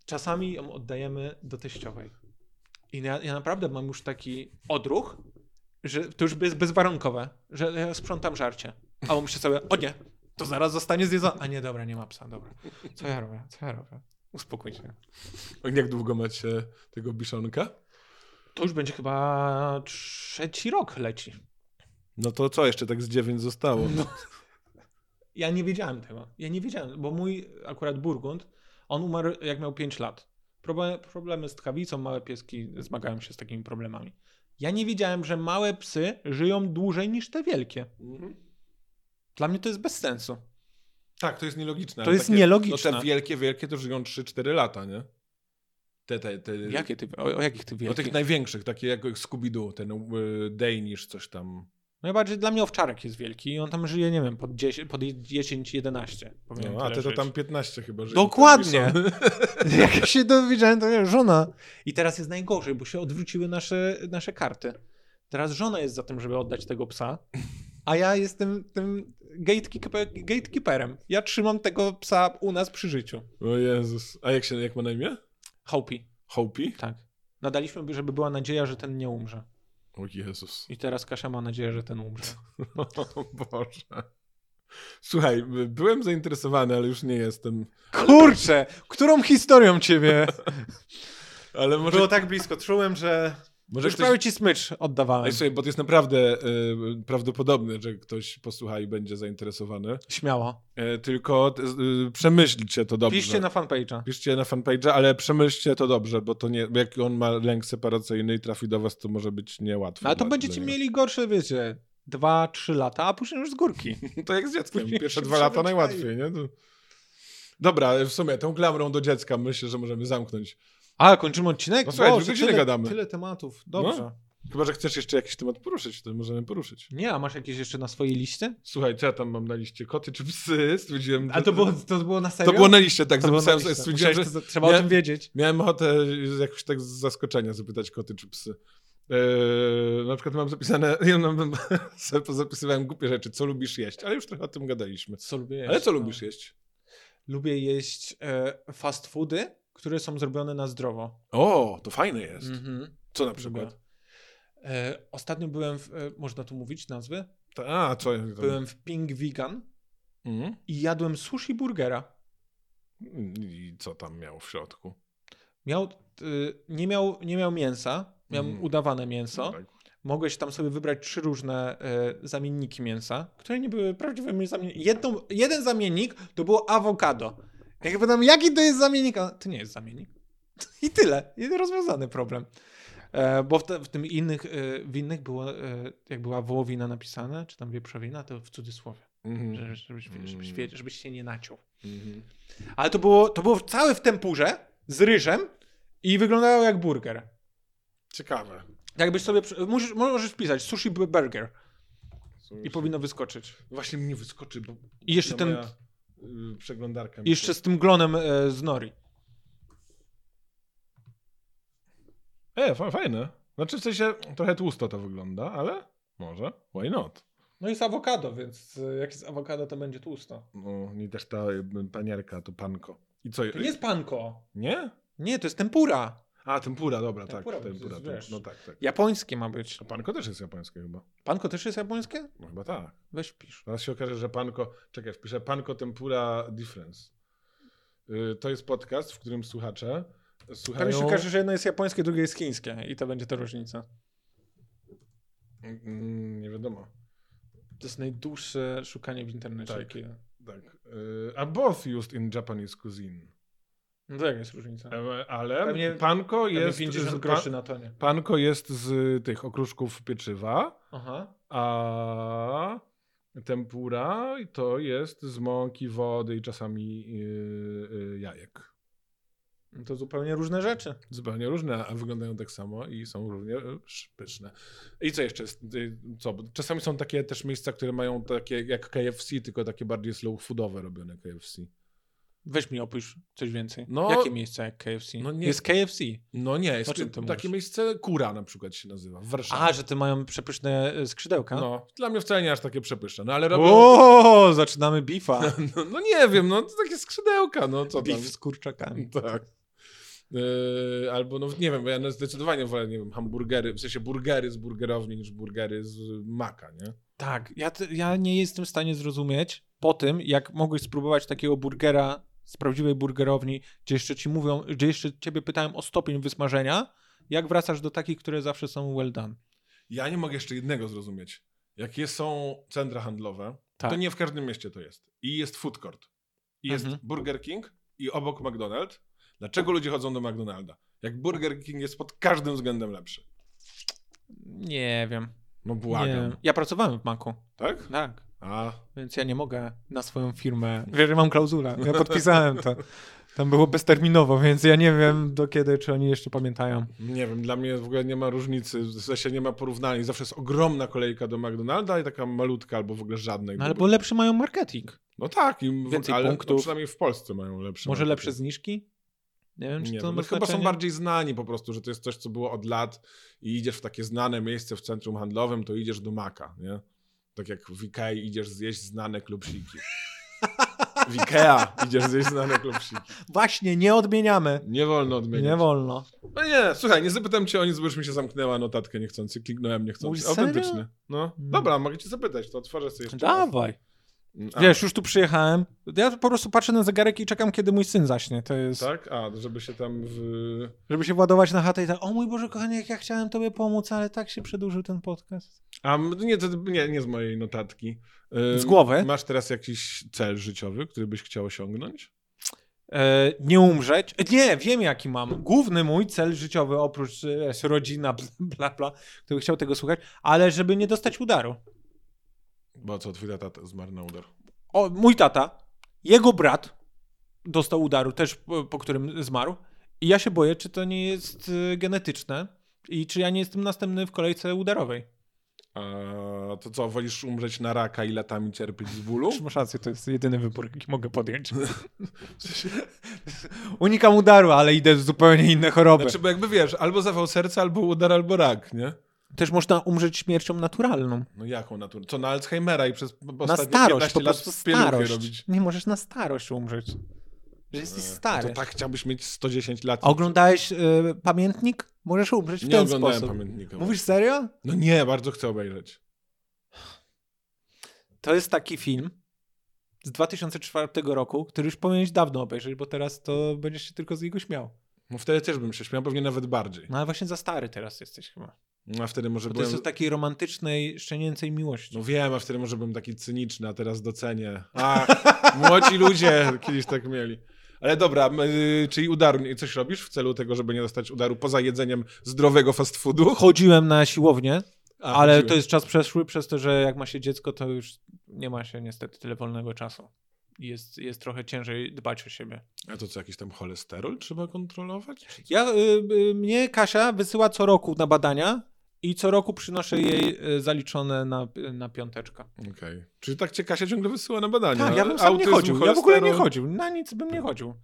[SPEAKER 2] Czasami ją oddajemy do teściowej. I ja, ja naprawdę mam już taki odruch, że to już jest bezwarunkowe, że ja sprzątam żarcie. A on myśli sobie, o nie, to zaraz zostanie zjedzone. A nie, dobra, nie ma psa, dobra. Co ja robię, co ja robię? Uspokój się.
[SPEAKER 1] Jak długo macie tego biszonka?
[SPEAKER 2] To już będzie chyba trzeci rok leci.
[SPEAKER 1] No to co, jeszcze tak z dziewięć zostało.
[SPEAKER 2] No. Ja nie wiedziałem tego. Ja nie wiedziałem, bo mój akurat Burgund, on umarł jak miał 5 lat. Proble- problemy z tchawicą, małe pieski zmagają się z takimi problemami. Ja nie wiedziałem, że małe psy żyją dłużej niż te wielkie. Dla mnie to jest bez sensu.
[SPEAKER 1] Tak, to jest nielogiczne.
[SPEAKER 2] To
[SPEAKER 1] ale
[SPEAKER 2] jest nielogiczne.
[SPEAKER 1] No te wielkie, wielkie to żyją 3-4 lata, nie? Te, te, te...
[SPEAKER 2] Jakie ty, o, Y, o jakich ty
[SPEAKER 1] No
[SPEAKER 2] wielkich?
[SPEAKER 1] tych największych, takie jak Scooby-Doo, ten y, Danish, coś tam.
[SPEAKER 2] Najbardziej No dla mnie owczarek jest wielki i on tam żyje, nie wiem, pod 10, pod 10 11. powinien
[SPEAKER 1] No, a
[SPEAKER 2] tyle
[SPEAKER 1] ty to
[SPEAKER 2] żyć.
[SPEAKER 1] tam 15 chyba, tak że...
[SPEAKER 2] Dokładnie. Jak ja się dowiedziałem, to nie, żona. I teraz jest najgorzej, bo się odwróciły nasze, nasze karty. Teraz żona jest za tym, żeby oddać tego psa, a ja jestem tym gatekeeper, gatekeeperem. Ja trzymam tego psa u nas przy życiu.
[SPEAKER 1] O Jezus. A jak się, jak ma na imię?
[SPEAKER 2] Hopi,
[SPEAKER 1] Hopi?
[SPEAKER 2] tak. Nadaliśmy, żeby była nadzieja, że ten nie umrze.
[SPEAKER 1] O Jezus.
[SPEAKER 2] I teraz Kasia ma nadzieję, że ten umrze.
[SPEAKER 1] O Boże. Słuchaj, by- byłem zainteresowany, ale już nie jestem.
[SPEAKER 2] Kurczę! Którą historią ciebie?
[SPEAKER 1] Ale może,
[SPEAKER 2] Było tak blisko. Czułem, że
[SPEAKER 1] może
[SPEAKER 2] już
[SPEAKER 1] ktoś...
[SPEAKER 2] prawie ci smycz
[SPEAKER 1] Ej,
[SPEAKER 2] oddawałem.
[SPEAKER 1] słuchaj, bo to jest naprawdę y, prawdopodobne, że ktoś posłucha i będzie zainteresowany.
[SPEAKER 2] Śmiało.
[SPEAKER 1] E, tylko t- z- y, przemyślcie to dobrze.
[SPEAKER 2] Piszcie na fanpage'a.
[SPEAKER 1] Piszcie na fanpage'a, ale przemyślcie to dobrze, bo to nie, bo jak on ma lęk separacyjny i trafi do was, to może być niełatwo.
[SPEAKER 2] Ale No, to
[SPEAKER 1] dla-
[SPEAKER 2] będziecie
[SPEAKER 1] dla niego.
[SPEAKER 2] mieli gorsze, wiecie, dwa, trzy lata, a później już z górki.
[SPEAKER 1] To jak z dzieckiem,
[SPEAKER 2] Później
[SPEAKER 1] pierwsze
[SPEAKER 2] się
[SPEAKER 1] dwa lata
[SPEAKER 2] przyzwyczai.
[SPEAKER 1] najłatwiej, nie? To... Dobra, w sumie tą klamrą do dziecka myślę, że możemy zamknąć.
[SPEAKER 2] A, kończymy odcinek?
[SPEAKER 1] No słuchaj, dwie
[SPEAKER 2] Boże,
[SPEAKER 1] godziny
[SPEAKER 2] tyle,
[SPEAKER 1] gadamy. No.
[SPEAKER 2] Tyle tematów. Dobrze.
[SPEAKER 1] Chyba, że chcesz jeszcze jakiś temat poruszyć, to możemy poruszyć.
[SPEAKER 2] Nie, a masz jakieś jeszcze na swojej liście?
[SPEAKER 1] Słuchaj, co ja tam mam na liście? Koty czy psy? Stwierdziłem,
[SPEAKER 2] A to było, to było na serio?
[SPEAKER 1] to było na liście, tak.
[SPEAKER 2] To było na
[SPEAKER 1] zapisałem,
[SPEAKER 2] liście.
[SPEAKER 1] stwierdziłem,
[SPEAKER 2] Musiałeś
[SPEAKER 1] że
[SPEAKER 2] to- Trzeba
[SPEAKER 1] nie-
[SPEAKER 2] o tym wiedzieć.
[SPEAKER 1] Miałem ochotę jakoś tak z zaskoczenia zapytać koty czy psy. Eee, na przykład mam zapisane, ja mam, sobie pozapisywałem głupie rzeczy, co lubisz jeść, ale już trochę o tym gadaliśmy.
[SPEAKER 2] Co lubię jeść?
[SPEAKER 1] Ale co
[SPEAKER 2] no.
[SPEAKER 1] lubisz jeść?
[SPEAKER 2] Lubię jeść e, fast foody, które są zrobione na zdrowo.
[SPEAKER 1] O, to fajne jest.
[SPEAKER 2] Mhm,
[SPEAKER 1] Co na
[SPEAKER 2] lubię.
[SPEAKER 1] przykład?
[SPEAKER 2] E, ostatnio byłem w, e, można tu mówić nazwy?
[SPEAKER 1] Ta, a, co ja tam-
[SPEAKER 2] Byłem w Pink Vegan
[SPEAKER 1] Mhm.
[SPEAKER 2] i jadłem sushi burgera.
[SPEAKER 1] I co tam miał w środku?
[SPEAKER 2] Miał, y, nie, miał, nie miał mięsa, miał
[SPEAKER 1] Mm.
[SPEAKER 2] udawane mięso.
[SPEAKER 1] Tak.
[SPEAKER 2] Mogłeś tam sobie wybrać trzy różne y, zamienniki mięsa, które nie były prawdziwymi zamiennikami. Jedną, jeden zamiennik to było awokado. Jak ja pytam, jaki to jest zamiennik? A, to nie jest zamiennik. I tyle. I rozwiązany problem. E, bo w, te, w tym innych, y, w innych było, y, jak była wołowina napisane, czy tam wieprzowina, to w cudzysłowie.
[SPEAKER 1] Mhm.
[SPEAKER 2] Żebyś, żebyś, żebyś,
[SPEAKER 1] Mm.
[SPEAKER 2] żebyś się nie naciął.
[SPEAKER 1] Mhm.
[SPEAKER 2] Ale to było, to było całe w tempurze z ryżem i wyglądało jak burger.
[SPEAKER 1] Ciekawe.
[SPEAKER 2] Jakbyś sobie. przy- Musisz, możesz wpisać sushi b- burger i
[SPEAKER 1] Słuchaj,
[SPEAKER 2] powinno wyskoczyć.
[SPEAKER 1] Właśnie mi nie wyskoczy, bo
[SPEAKER 2] I jeszcze ten.
[SPEAKER 1] moja, y, przeglądarka mi
[SPEAKER 2] Jeszcze z tym glonem e, z Nori.
[SPEAKER 1] E, fa- fajne. Znaczy w sensie trochę tłusto to wygląda, ale może. Why not?
[SPEAKER 2] No i z awokado, więc e, jak jest awokado, to będzie tłusto.
[SPEAKER 1] No, nie też ta y, paniarka, to panko. I co?
[SPEAKER 2] To nie jest panko.
[SPEAKER 1] nie?
[SPEAKER 2] Nie, to jest tempura.
[SPEAKER 1] A, tempura, dobra,
[SPEAKER 2] Tempura,
[SPEAKER 1] tak.
[SPEAKER 2] bo to
[SPEAKER 1] Tempura,
[SPEAKER 2] jest,
[SPEAKER 1] tem-
[SPEAKER 2] wiesz.
[SPEAKER 1] no tak, tak.
[SPEAKER 2] Japońskie ma być.
[SPEAKER 1] A panko też jest japońskie chyba.
[SPEAKER 2] Panko też jest japońskie?
[SPEAKER 1] No chyba tak.
[SPEAKER 2] Weź pisz.
[SPEAKER 1] Zaraz się okaże, że panko... Czekaj, wpiszę panko tempura difference. Y, to jest podcast, w którym słuchacze
[SPEAKER 2] Tam się
[SPEAKER 1] słuchają...
[SPEAKER 2] okaże, że jedno jest japońskie, drugie jest chińskie i to będzie ta różnica.
[SPEAKER 1] Mm, nie wiadomo.
[SPEAKER 2] To jest najdłuższe szukanie w internecie.
[SPEAKER 1] Tak.
[SPEAKER 2] jakie-
[SPEAKER 1] Tak. Y, a both used in Japanese cuisine.
[SPEAKER 2] No to jaka jest różnica?
[SPEAKER 1] E, Ale
[SPEAKER 2] Pewnie-
[SPEAKER 1] panko
[SPEAKER 2] Jest
[SPEAKER 1] jest...
[SPEAKER 2] 50
[SPEAKER 1] z-
[SPEAKER 2] groszy na tonie.
[SPEAKER 1] Panko jest z tych okruszków pieczywa,
[SPEAKER 2] Aha.
[SPEAKER 1] a tempura to jest z mąki, wody i czasami yy, yy, jajek.
[SPEAKER 2] No To zupełnie różne rzeczy.
[SPEAKER 1] Zupełnie różne, a wyglądają tak samo i są równie yy, pyszne. I co jeszcze? jest? Yy, Co? Bo Czasami są takie też miejsca, które mają takie jak KFC, tylko takie bardziej slow foodowe robione KFC.
[SPEAKER 2] Weź mi opisz coś więcej.
[SPEAKER 1] No-
[SPEAKER 2] Jakie miejsca jak KFC?
[SPEAKER 1] No nie-
[SPEAKER 2] Jest KFC.
[SPEAKER 1] No nie, jest
[SPEAKER 2] O czym ty
[SPEAKER 1] takie
[SPEAKER 2] mówisz?
[SPEAKER 1] miejsce Kura na przykład się nazywa w
[SPEAKER 2] A,
[SPEAKER 1] Warszawie.
[SPEAKER 2] że te mają przepyszne e, skrzydełka.
[SPEAKER 1] No, dla mnie wcale nie aż takie przepyszne, no ale robią...
[SPEAKER 2] O, zaczynamy bifa.
[SPEAKER 1] No, no nie wiem, no to takie skrzydełka, no co tam.
[SPEAKER 2] Bif z kurczakami.
[SPEAKER 1] Tak. Yy, albo no nie wiem, bo ja no zdecydowanie wolę, nie wiem, hamburgery, w sensie burgery z burgerowni niż burgery z maka, nie?
[SPEAKER 2] Tak, ja, te- ja nie jestem w stanie zrozumieć po tym, jak mogłeś spróbować takiego burgera z prawdziwej burgerowni, gdzie jeszcze ci mówią, gdzie jeszcze ciebie pytają o stopień wysmażenia, jak wracasz do takich, które zawsze są well done.
[SPEAKER 1] Ja nie mogę jeszcze jednego zrozumieć. Jakie są centra handlowe,
[SPEAKER 2] Tak.
[SPEAKER 1] to nie w każdym mieście to jest. I jest food court. I jest
[SPEAKER 2] Mhm.
[SPEAKER 1] Burger King i obok McDonald's. Dlaczego ludzie chodzą do McDonalda? Jak Burger King jest pod każdym względem lepszy.
[SPEAKER 2] Nie wiem.
[SPEAKER 1] No
[SPEAKER 2] Nie.
[SPEAKER 1] błagam.
[SPEAKER 2] Ja pracowałem w Maku.
[SPEAKER 1] Tak?
[SPEAKER 2] Tak.
[SPEAKER 1] A,
[SPEAKER 2] Więc ja nie mogę na swoją firmę. Wiesz, że mam klauzulę. Ja podpisałem to. Tam było bezterminowo, więc ja nie wiem do kiedy, czy oni jeszcze pamiętają.
[SPEAKER 1] Nie wiem, dla mnie w ogóle nie ma różnicy, w sensie nie ma porównania. Zawsze jest ogromna kolejka do McDonalda i taka malutka albo w ogóle żadnej.
[SPEAKER 2] No, ale bo lepszy mają marketing.
[SPEAKER 1] no tak, im
[SPEAKER 2] więcej
[SPEAKER 1] ale,
[SPEAKER 2] punktów.
[SPEAKER 1] No przynajmniej w Polsce mają lepsze.
[SPEAKER 2] Może
[SPEAKER 1] marketing.
[SPEAKER 2] lepsze zniżki? Nie wiem, czy
[SPEAKER 1] Nie
[SPEAKER 2] to
[SPEAKER 1] wiem,
[SPEAKER 2] ma
[SPEAKER 1] no chyba są
[SPEAKER 2] znaczenie.
[SPEAKER 1] bardziej znani po prostu, że to jest coś, co było od lat i idziesz w takie znane miejsce w centrum handlowym, to idziesz do Maka, nie? Tak jak w Ikei idziesz zjeść znane klubsiki. W Ikea idziesz zjeść znane klopsiki.
[SPEAKER 2] Właśnie, nie odmieniamy.
[SPEAKER 1] Nie wolno odmienić.
[SPEAKER 2] Nie wolno.
[SPEAKER 1] No nie, słuchaj, nie zapytam cię o nic, bo już mi się zamknęła notatkę niechcący. Kliknąłem niechcący.
[SPEAKER 2] Mówisz serio?
[SPEAKER 1] Autentycznie. No.
[SPEAKER 2] Mm.
[SPEAKER 1] Dobra, mogę cię zapytać, to otworzę sobie jeszcze. raz. Mm,
[SPEAKER 2] Dawaj.
[SPEAKER 1] A,
[SPEAKER 2] Wiesz, już tu przyjechałem. Ja po prostu patrzę na zegarek i czekam, kiedy mój syn zaśnie. To jest...
[SPEAKER 1] Tak? A, żeby się tam w...
[SPEAKER 2] Żeby się władować na chatę i tak, o mój Boże, kochanie, jak ja chciałem tobie pomóc, ale tak się przedłużył ten podcast.
[SPEAKER 1] A, m- nie, to nie, nie z mojej notatki. Ym,
[SPEAKER 2] Z głowy?
[SPEAKER 1] Masz teraz jakiś cel życiowy, który byś chciał osiągnąć?
[SPEAKER 2] E, nie umrzeć. E, Nie, wiem jaki mam. Główny mój cel życiowy, oprócz e, jest rodzina, bla, bla, bla, który chciał tego słuchać, ale żeby nie dostać udaru.
[SPEAKER 1] Bo co, twój tata t- zmarł na udar.
[SPEAKER 2] O, mój tata, jego brat dostał udaru, też po, po którym zmarł. I ja się boję, czy to nie jest e, genetyczne i czy ja nie jestem następny w kolejce udarowej.
[SPEAKER 1] A to co, wolisz umrzeć na raka i latami cierpieć z bólu?
[SPEAKER 2] Masz rację, to jest jedyny wybór, jaki mogę podjąć. Unikam udaru, ale idę w zupełnie inne choroby.
[SPEAKER 1] Znaczy, bo jakby wiesz, albo zawał serca, albo udar, albo rak, nie?
[SPEAKER 2] Też można umrzeć śmiercią naturalną.
[SPEAKER 1] No jaką naturę? Co, na Alzheimera i przez po-
[SPEAKER 2] Na
[SPEAKER 1] ostatnie
[SPEAKER 2] starość,
[SPEAKER 1] 15
[SPEAKER 2] po
[SPEAKER 1] lat
[SPEAKER 2] prostu
[SPEAKER 1] pieluchy
[SPEAKER 2] starość.
[SPEAKER 1] robić?
[SPEAKER 2] Nie możesz na starość umrzeć. Że jesteś stary.
[SPEAKER 1] To tak chciałbyś mieć 110 lat.
[SPEAKER 2] A oglądałeś y, pamiętnik? Możesz umrzeć w
[SPEAKER 1] nie
[SPEAKER 2] ten
[SPEAKER 1] oglądałem
[SPEAKER 2] sposób.
[SPEAKER 1] pamiętnika.
[SPEAKER 2] Mówisz serio?
[SPEAKER 1] No nie, bardzo chcę obejrzeć.
[SPEAKER 2] To jest taki film z 2004 roku, który już powinieneś dawno obejrzeć, bo teraz to będziesz się tylko z niego śmiał.
[SPEAKER 1] No wtedy też bym się śmiał, pewnie nawet bardziej.
[SPEAKER 2] No ale właśnie za stary teraz jesteś chyba.
[SPEAKER 1] No, a wtedy może
[SPEAKER 2] Bo to jest
[SPEAKER 1] byłem...
[SPEAKER 2] o takiej romantycznej, szczenięcej miłości.
[SPEAKER 1] No wiem, a wtedy może byłem taki cyniczny, a teraz docenię. Ach, młodzi ludzie kiedyś tak mieli. Ale dobra, m, y, czyli udaru, i coś robisz w celu tego, żeby nie dostać udaru poza jedzeniem zdrowego fast foodu?
[SPEAKER 2] Chodziłem na siłownię,
[SPEAKER 1] A,
[SPEAKER 2] ale
[SPEAKER 1] chodziłem.
[SPEAKER 2] to jest czas przeszły przez to, że jak ma się dziecko, to już nie ma się niestety tyle wolnego czasu. I Jest, jest trochę ciężej dbać o siebie.
[SPEAKER 1] A to co, jakiś tam cholesterol trzeba kontrolować? Czy-
[SPEAKER 2] Ja, y, y, mnie Kasia wysyła co roku na badania i co roku przynoszę jej y, zaliczone na, na piąteczka.
[SPEAKER 1] Okej. Czyli tak cię Kasia ciągle wysyła na badania.
[SPEAKER 2] Tak, ja bym sam nie
[SPEAKER 1] Autyzm,
[SPEAKER 2] chodził. Ja w ogóle nie
[SPEAKER 1] cholesterol.
[SPEAKER 2] chodził. Na nic bym nie chodził.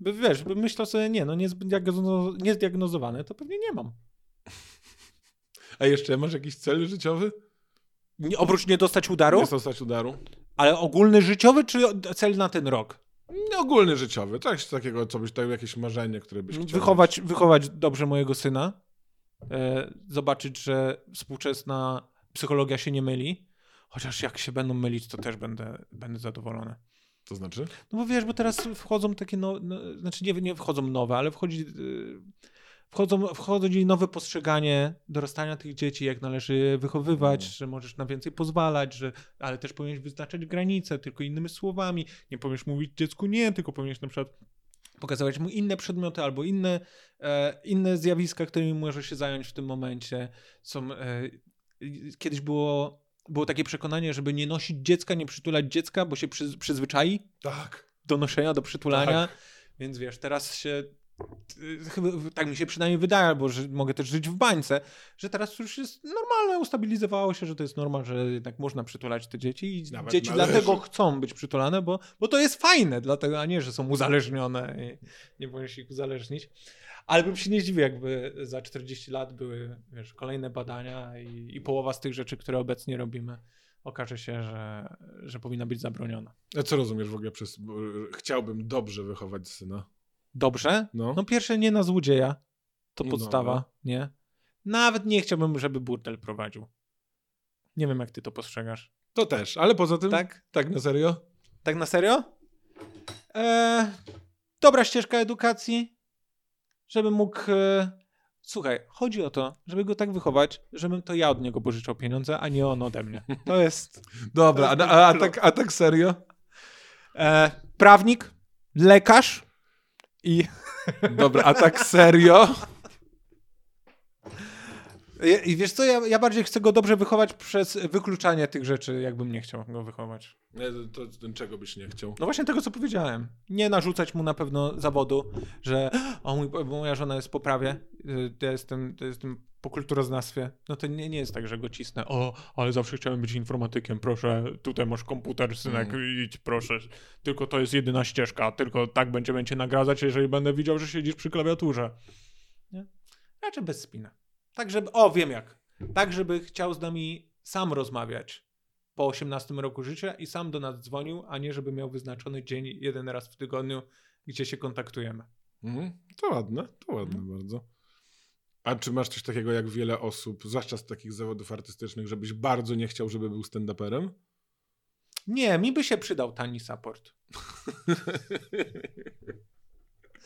[SPEAKER 2] By, wiesz, bym myślał sobie, nie, no niezbyt diagnozo- niezdiagnozowane, to pewnie nie mam.
[SPEAKER 1] A jeszcze masz jakiś cel życiowy?
[SPEAKER 2] Nie, oprócz nie dostać udaru,
[SPEAKER 1] Nie dostać udaru?
[SPEAKER 2] ale ogólny życiowy czy cel na ten rok?
[SPEAKER 1] Nie, ogólny życiowy. tak, Coś takiego, co byś, to jakieś marzenie, które byś chciał.
[SPEAKER 2] wychować, wychować dobrze mojego syna, e, zobaczyć, że współczesna psychologia się nie myli, chociaż jak się będą mylić, to też będę, będę zadowolony.
[SPEAKER 1] To znaczy?
[SPEAKER 2] No bo wiesz, bo teraz wchodzą takie, no, no, znaczy nie, nie wchodzą nowe, ale wchodzi, y, wchodzą, wchodzi nowe postrzeganie dorastania tych dzieci, jak należy wychowywać,
[SPEAKER 1] Mm.
[SPEAKER 2] że możesz na więcej pozwalać, że, ale też powinieneś wyznaczać granice, tylko innymi słowami. Nie powinieneś mówić dziecku nie, tylko powinieneś na przykład pokazywać mu inne przedmioty albo inne, e, inne zjawiska, którymi może się zająć w tym momencie. Są, e, i- kiedyś było, było takie przekonanie, żeby nie nosić dziecka, nie przytulać dziecka, bo się przy, przyzwyczai
[SPEAKER 1] Tak.
[SPEAKER 2] do noszenia, do przytulania. Więc wiesz, teraz się. y, Chyba, tak mi się przynajmniej wydaje, bo że mogę też żyć w bańce, że teraz już jest normalne, ustabilizowało się, że to jest norma, że jednak można przytulać te dzieci i
[SPEAKER 1] Nawet
[SPEAKER 2] dzieci
[SPEAKER 1] należy.
[SPEAKER 2] dlatego chcą być przytulane, bo, bo to jest fajne, dlatego, a nie, że są uzależnione i nie powinieneś ich uzależnić. Ale bym się nie zdziwił, jakby za 40 lat były wiesz, kolejne badania i, i połowa z tych rzeczy, które obecnie robimy, okaże się, że, że powinna być zabroniona.
[SPEAKER 1] A co rozumiesz w ogóle przez... bo, e, Chciałbym dobrze wychować syna.
[SPEAKER 2] Dobrze,
[SPEAKER 1] No.
[SPEAKER 2] No pierwsze nie na złodzieja. To
[SPEAKER 1] No
[SPEAKER 2] podstawa,
[SPEAKER 1] dobra.
[SPEAKER 2] nie? Nawet nie chciałbym, żeby burdel prowadził. Nie wiem, jak ty to postrzegasz.
[SPEAKER 1] To też, ale poza tym...
[SPEAKER 2] Tak?
[SPEAKER 1] Tak, na serio?
[SPEAKER 2] Tak na serio? Eee, dobra ścieżka edukacji, żeby mógł... E, słuchaj, chodzi o to, żeby go tak wychować, żebym to ja od niego pożyczał pieniądze, a nie on ode mnie. To jest...
[SPEAKER 1] Dobra, a,
[SPEAKER 2] To jest
[SPEAKER 1] a, a,
[SPEAKER 2] taki
[SPEAKER 1] tak, a tak serio?
[SPEAKER 2] E, prawnik, lekarz i...
[SPEAKER 1] Dobra, a tak serio?
[SPEAKER 2] I- I wiesz co, ja, ja bardziej chcę go dobrze wychować przez wykluczanie tych rzeczy, jakbym nie chciał go wychować.
[SPEAKER 1] Nie, to, to czego byś nie chciał?
[SPEAKER 2] No właśnie tego, co powiedziałem. Nie narzucać mu na pewno zawodu, że o mój, bo moja żona jest po prawie, y, ja jestem, ja jestem po kulturoznawstwie. No to nie, nie jest tak, że go cisnę. O, ale zawsze chciałem być informatykiem, proszę, tutaj masz komputer, synek, idź, proszę. Tylko to jest jedyna ścieżka, tylko tak będziemy cię nagradzać, jeżeli będę widział, że siedzisz przy klawiaturze. Nie? Raczej bez spina. Tak, żeby, o, wiem jak. Tak, żeby chciał z nami sam rozmawiać. po 18 roku życia i sam do nas dzwonił, a nie żeby miał wyznaczony dzień jeden raz w tygodniu, gdzie się kontaktujemy.
[SPEAKER 1] Mhm. To ładne, to ładne bardzo. A czy masz coś takiego jak wiele osób, zwłaszcza z takich zawodów artystycznych, żebyś bardzo nie chciał, żeby był stand-uperem?
[SPEAKER 2] Nie, mi by się przydał tani support.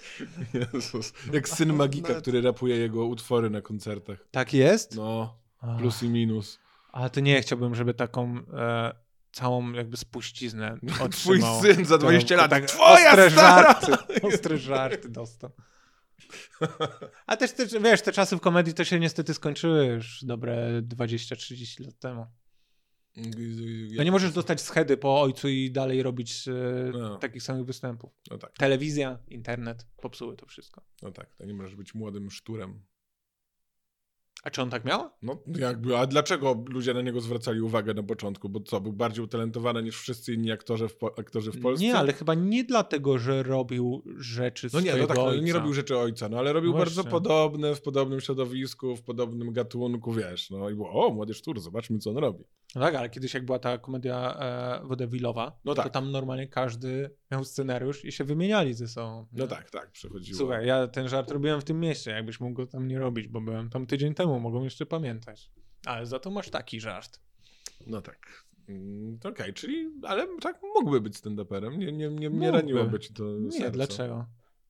[SPEAKER 1] Jezus. Jak syn magika,
[SPEAKER 2] Nawet-
[SPEAKER 1] który rapuje jego utwory na koncertach.
[SPEAKER 2] Tak jest?
[SPEAKER 1] No,
[SPEAKER 2] Ach,
[SPEAKER 1] plus i minus.
[SPEAKER 2] Ale to nie chciałbym, żeby taką e, całą jakby spuściznę
[SPEAKER 1] Twój
[SPEAKER 2] otrzymał.
[SPEAKER 1] syn za
[SPEAKER 2] Którą-
[SPEAKER 1] 20 lat.
[SPEAKER 2] tak,
[SPEAKER 1] Twoja
[SPEAKER 2] ostre
[SPEAKER 1] stara!
[SPEAKER 2] Żarty, ostre żarty dostał. A też, też, wiesz, te czasy w komedii to się niestety skończyły już dobre 20-30 lat temu. No nie możesz dostać schedy po ojcu i dalej robić e,
[SPEAKER 1] No.
[SPEAKER 2] takich samych występów.
[SPEAKER 1] No tak,
[SPEAKER 2] Telewizja, internet popsuły to wszystko.
[SPEAKER 1] no tak. To nie możesz być młodym szturem.
[SPEAKER 2] A czy on tak miał?
[SPEAKER 1] No jakby, a dlaczego ludzie na niego zwracali uwagę na początku? Bo co, był bardziej utalentowany niż wszyscy inni aktorzy w, po, aktorzy w Polsce?
[SPEAKER 2] Nie, ale chyba nie dlatego, że robił rzeczy
[SPEAKER 1] No nie, no
[SPEAKER 2] swojego
[SPEAKER 1] tak, no,
[SPEAKER 2] ojca.
[SPEAKER 1] nie robił rzeczy ojca, no ale robił
[SPEAKER 2] No
[SPEAKER 1] bardzo
[SPEAKER 2] właśnie.
[SPEAKER 1] podobne, w podobnym środowisku, w podobnym gatunku, wiesz, no i było, o, młody sztur, zobaczmy, co on robi.
[SPEAKER 2] No tak, ale kiedyś jak była ta komedia e, wodewilowa,
[SPEAKER 1] No
[SPEAKER 2] to
[SPEAKER 1] tak.
[SPEAKER 2] tam normalnie każdy miał scenariusz i się wymieniali ze sobą.
[SPEAKER 1] No
[SPEAKER 2] nie?
[SPEAKER 1] tak, tak, przechodziło.
[SPEAKER 2] Słuchaj, ja ten żart robiłem w tym mieście, jakbyś mógł go tam nie robić, bo byłem tam tydzień temu, mogą jeszcze pamiętać. Ale za to masz taki żart.
[SPEAKER 1] No tak. Mm, to Okej, czyli, ale tak mógłby być stand-uperem, nie, nie, nie, nie
[SPEAKER 2] Mógłby.
[SPEAKER 1] raniłoby ci to
[SPEAKER 2] Nie,
[SPEAKER 1] serca.
[SPEAKER 2] dlaczego?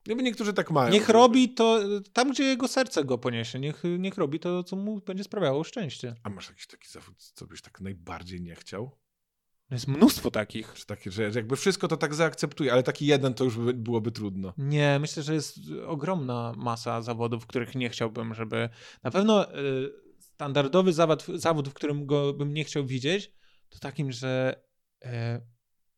[SPEAKER 1] Nie, bo niektórzy tak mają.
[SPEAKER 2] Niech robi to e, tam, gdzie jego serce go poniesie. Niech, niech robi to, co mu będzie sprawiało szczęście.
[SPEAKER 1] A masz jakiś taki zawód, co byś tak najbardziej nie chciał?
[SPEAKER 2] Jest mnóstwo takich.
[SPEAKER 1] Czy takie, że jakby wszystko to tak zaakceptuje, ale taki jeden to już by, byłoby trudno.
[SPEAKER 2] Nie, myślę, że jest ogromna masa zawodów, których nie chciałbym, żeby. Na pewno e, standardowy zawód, zawód w którym go bym nie chciał widzieć, to takim, że e,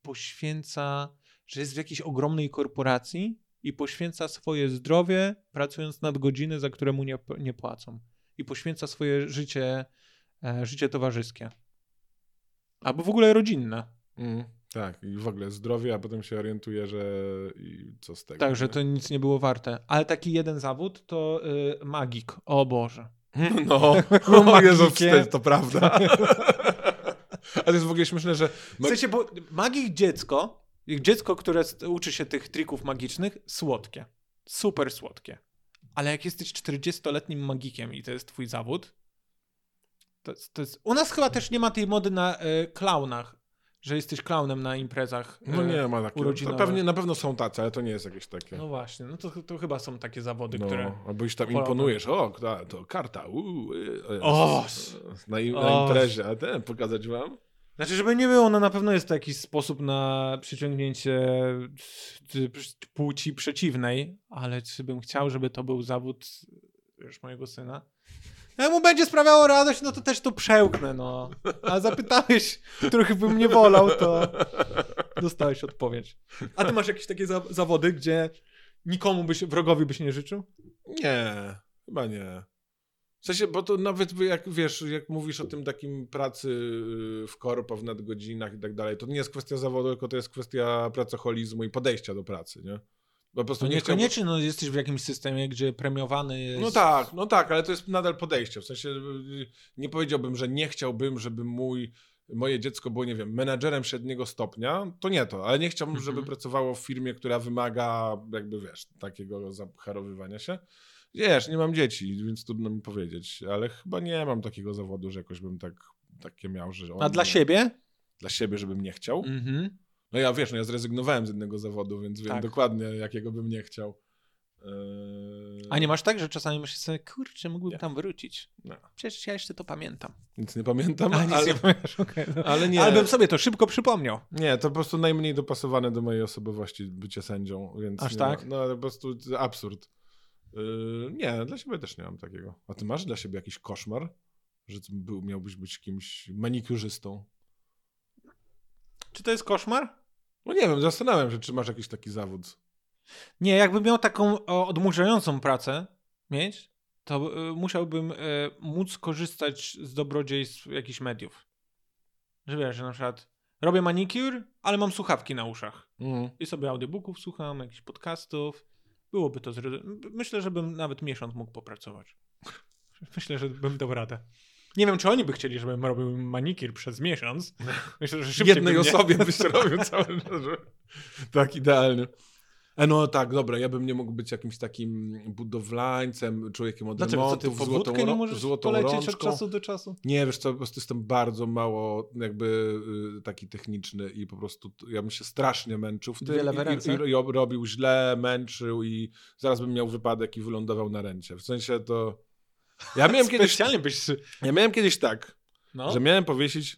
[SPEAKER 2] poświęca, że jest w jakiejś ogromnej korporacji i poświęca swoje zdrowie, pracując nad godziny, za które mu nie, p- nie płacą. I poświęca swoje życie, e, życie towarzyskie. Albo w ogóle rodzinne. Mm.
[SPEAKER 1] Tak, i w ogóle zdrowie, a potem się orientuje, że i co z tego.
[SPEAKER 2] Tak, że
[SPEAKER 1] nie?
[SPEAKER 2] to nic nie było warte. Ale taki jeden zawód to y, magik. O Boże.
[SPEAKER 1] No, o
[SPEAKER 2] Magikie.
[SPEAKER 1] Jezu, wstyd, to prawda. A to jest w ogóle śmieszne, że
[SPEAKER 2] W sensie, bo magik dziecko, dziecko, które st- uczy się tych trików magicznych, słodkie. Super słodkie. Ale jak jesteś 40-letnim magikiem i to jest twój zawód, to, jest- to jest... U nas chyba też nie ma tej mody na y, klaunach, że jesteś klaunem na imprezach. y,
[SPEAKER 1] no nie ma takiego. To
[SPEAKER 2] urodzinowe.
[SPEAKER 1] pewnie, na pewno są tacy, ale to nie jest jakieś takie.
[SPEAKER 2] No właśnie, no to, to chyba są takie zawody,
[SPEAKER 1] No,
[SPEAKER 2] które...
[SPEAKER 1] albo iż tam
[SPEAKER 2] Wolałbym.
[SPEAKER 1] imponujesz, o, ta- to karta, uu, y, y,
[SPEAKER 2] O!
[SPEAKER 1] na, im, na
[SPEAKER 2] O!
[SPEAKER 1] imprezie, a ten pokazać wam?
[SPEAKER 2] Znaczy, żeby nie było, no na pewno jest to jakiś sposób na przyciągnięcie t- t- płci przeciwnej, ale czy bym chciał, żeby to był zawód już mojego syna? Jak mu będzie sprawiało radość, no to też to przełknę, no. A zapytałeś, których bym nie wolał, to dostałeś odpowiedź. A ty masz jakieś takie za- zawody, gdzie nikomu byś, wrogowi byś nie życzył?
[SPEAKER 1] Nie, chyba nie. W sensie, bo to nawet by jak wiesz, jak mówisz o tym takim pracy y, w korpo, w nadgodzinach i tak dalej, to nie jest kwestia zawodu, tylko to jest kwestia pracoholizmu i podejścia do pracy, nie? Po prostu
[SPEAKER 2] No
[SPEAKER 1] nie chciałbym-
[SPEAKER 2] niekoniecznie, no jesteś w jakimś systemie, gdzie premiowany jest...
[SPEAKER 1] No tak, no tak, ale to jest nadal podejście. W sensie y, nie powiedziałbym, że nie chciałbym, żeby mój, moje dziecko było, nie wiem, menadżerem średniego stopnia. To nie to, ale nie chciałbym,
[SPEAKER 2] Mhm.
[SPEAKER 1] żeby pracowało w firmie, która wymaga, jakby wiesz, takiego zaharowywania się. Wiesz, nie mam dzieci, więc trudno mi powiedzieć, ale chyba nie mam takiego zawodu, że jakoś bym tak, takie miał, że. on-
[SPEAKER 2] A dla siebie?
[SPEAKER 1] Dla siebie, żebym nie chciał.
[SPEAKER 2] Mhm.
[SPEAKER 1] No ja wiesz, no ja zrezygnowałem z jednego zawodu, więc wiem
[SPEAKER 2] Tak.
[SPEAKER 1] dokładnie, jakiego bym nie chciał. Yy...
[SPEAKER 2] A nie masz tak, że czasami myślisz sobie, kurczę, mógłbym
[SPEAKER 1] Nie.
[SPEAKER 2] tam wrócić.
[SPEAKER 1] No.
[SPEAKER 2] Przecież ja jeszcze to pamiętam.
[SPEAKER 1] Nic nie pamiętam,
[SPEAKER 2] A nic
[SPEAKER 1] ale...
[SPEAKER 2] nie pamiętasz, okej. no.
[SPEAKER 1] Ale nie.
[SPEAKER 2] Ale bym sobie to szybko przypomniał.
[SPEAKER 1] Nie, to po prostu najmniej dopasowane do mojej osobowości bycie sędzią, więc.
[SPEAKER 2] Aż
[SPEAKER 1] nie
[SPEAKER 2] tak?
[SPEAKER 1] Ma, no ale po prostu to absurd. Yy, nie, dla siebie też nie mam takiego. A ty masz dla siebie jakiś koszmar? Że ty był, miałbyś być kimś manikurzystą?
[SPEAKER 2] Czy to jest koszmar?
[SPEAKER 1] No nie wiem, zastanawiam się, czy masz jakiś taki zawód.
[SPEAKER 2] Nie, jakbym miał taką o, odmurzającą pracę mieć, to y, musiałbym y, móc korzystać z dobrodziejstw jakichś mediów. Że wiesz, że na przykład robię manikur, ale mam słuchawki na uszach. I sobie audiobooków słucham, jakichś podcastów. Byłoby to... Zre... Myślę, że bym nawet miesiąc mógł popracować. Myślę, że bym dał radę. Nie wiem, czy oni by chcieli, żebym robił im manikir przez miesiąc. Myślę, że szybciej
[SPEAKER 1] Jednej
[SPEAKER 2] bym nie-
[SPEAKER 1] osobie byś robił cały czas. że- Tak, idealny. E, No tak, dobra, ja bym nie mógł być jakimś takim budowlańcem, człowiekiem od
[SPEAKER 2] Dlaczego? Co, ty
[SPEAKER 1] remontów,
[SPEAKER 2] po
[SPEAKER 1] złotą,
[SPEAKER 2] wódkę nie
[SPEAKER 1] ro-
[SPEAKER 2] możesz
[SPEAKER 1] złotą
[SPEAKER 2] polecieć
[SPEAKER 1] rączką.
[SPEAKER 2] od czasu do czasu?
[SPEAKER 1] Nie, wiesz co, po prostu jestem bardzo mało jakby y, taki techniczny i po prostu t- ja bym się strasznie męczył w tym
[SPEAKER 2] Dwie lewe
[SPEAKER 1] i,
[SPEAKER 2] ręce.
[SPEAKER 1] i, i rob- robił źle, męczył i zaraz bym miał wypadek i wylądował na ręcie. W sensie to... Ja miałem kiedyś,
[SPEAKER 2] Specjalnie byś...
[SPEAKER 1] ja miałem kiedyś tak,
[SPEAKER 2] No.
[SPEAKER 1] że miałem powiesić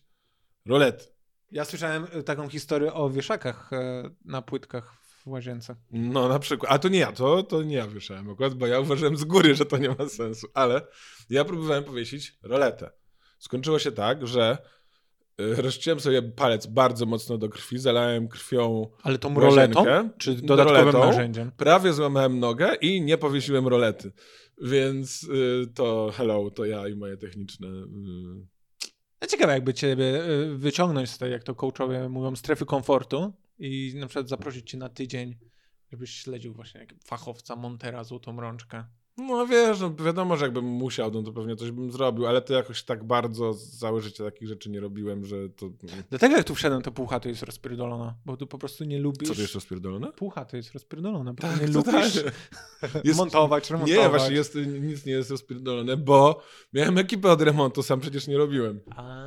[SPEAKER 1] rolet.
[SPEAKER 2] Ja słyszałem e, taką historię o wieszakach e, na płytkach w łazience.
[SPEAKER 1] No na przykład, a to nie ja, to, to nie ja wieszałem akurat, bo ja uważałem z góry, że to nie ma sensu, ale ja próbowałem powiesić roletę. Skończyło się tak, że y, rozciąłem sobie palec bardzo mocno do krwi, zalałem krwią
[SPEAKER 2] Ale tą
[SPEAKER 1] roletą,
[SPEAKER 2] roletą? Czy dodatkowym
[SPEAKER 1] roletą.
[SPEAKER 2] narzędziem?
[SPEAKER 1] Prawie złamałem nogę i nie powiesiłem rolety. Więc y, to hello, to ja i moje techniczne. y,
[SPEAKER 2] No ciekawe, jakby ciebie e, wyciągnąć z tej, jak to coachowie mówią, strefy komfortu i na przykład zaprosić cię na tydzień, żebyś śledził właśnie jak fachowca Montera złotą rączkę.
[SPEAKER 1] No wiesz, no, wiadomo, że jakbym musiał, no, to pewnie coś bym zrobił, ale to jakoś tak bardzo całe życie takich rzeczy nie robiłem, że to. no,
[SPEAKER 2] Dlatego jak tu wszedłem, to pucha to jest rozpierdolona, bo tu po prostu nie lubisz...
[SPEAKER 1] Co to jest rozpierdolone?
[SPEAKER 2] Pucha to jest rozpierdolona, bo nie lubisz
[SPEAKER 1] totalnie. Tak, Jest-
[SPEAKER 2] montować, remontować.
[SPEAKER 1] Nie, właśnie jest, nic nie jest rozpierdolone, bo miałem ekipę od remontu, sam przecież nie robiłem.
[SPEAKER 2] A,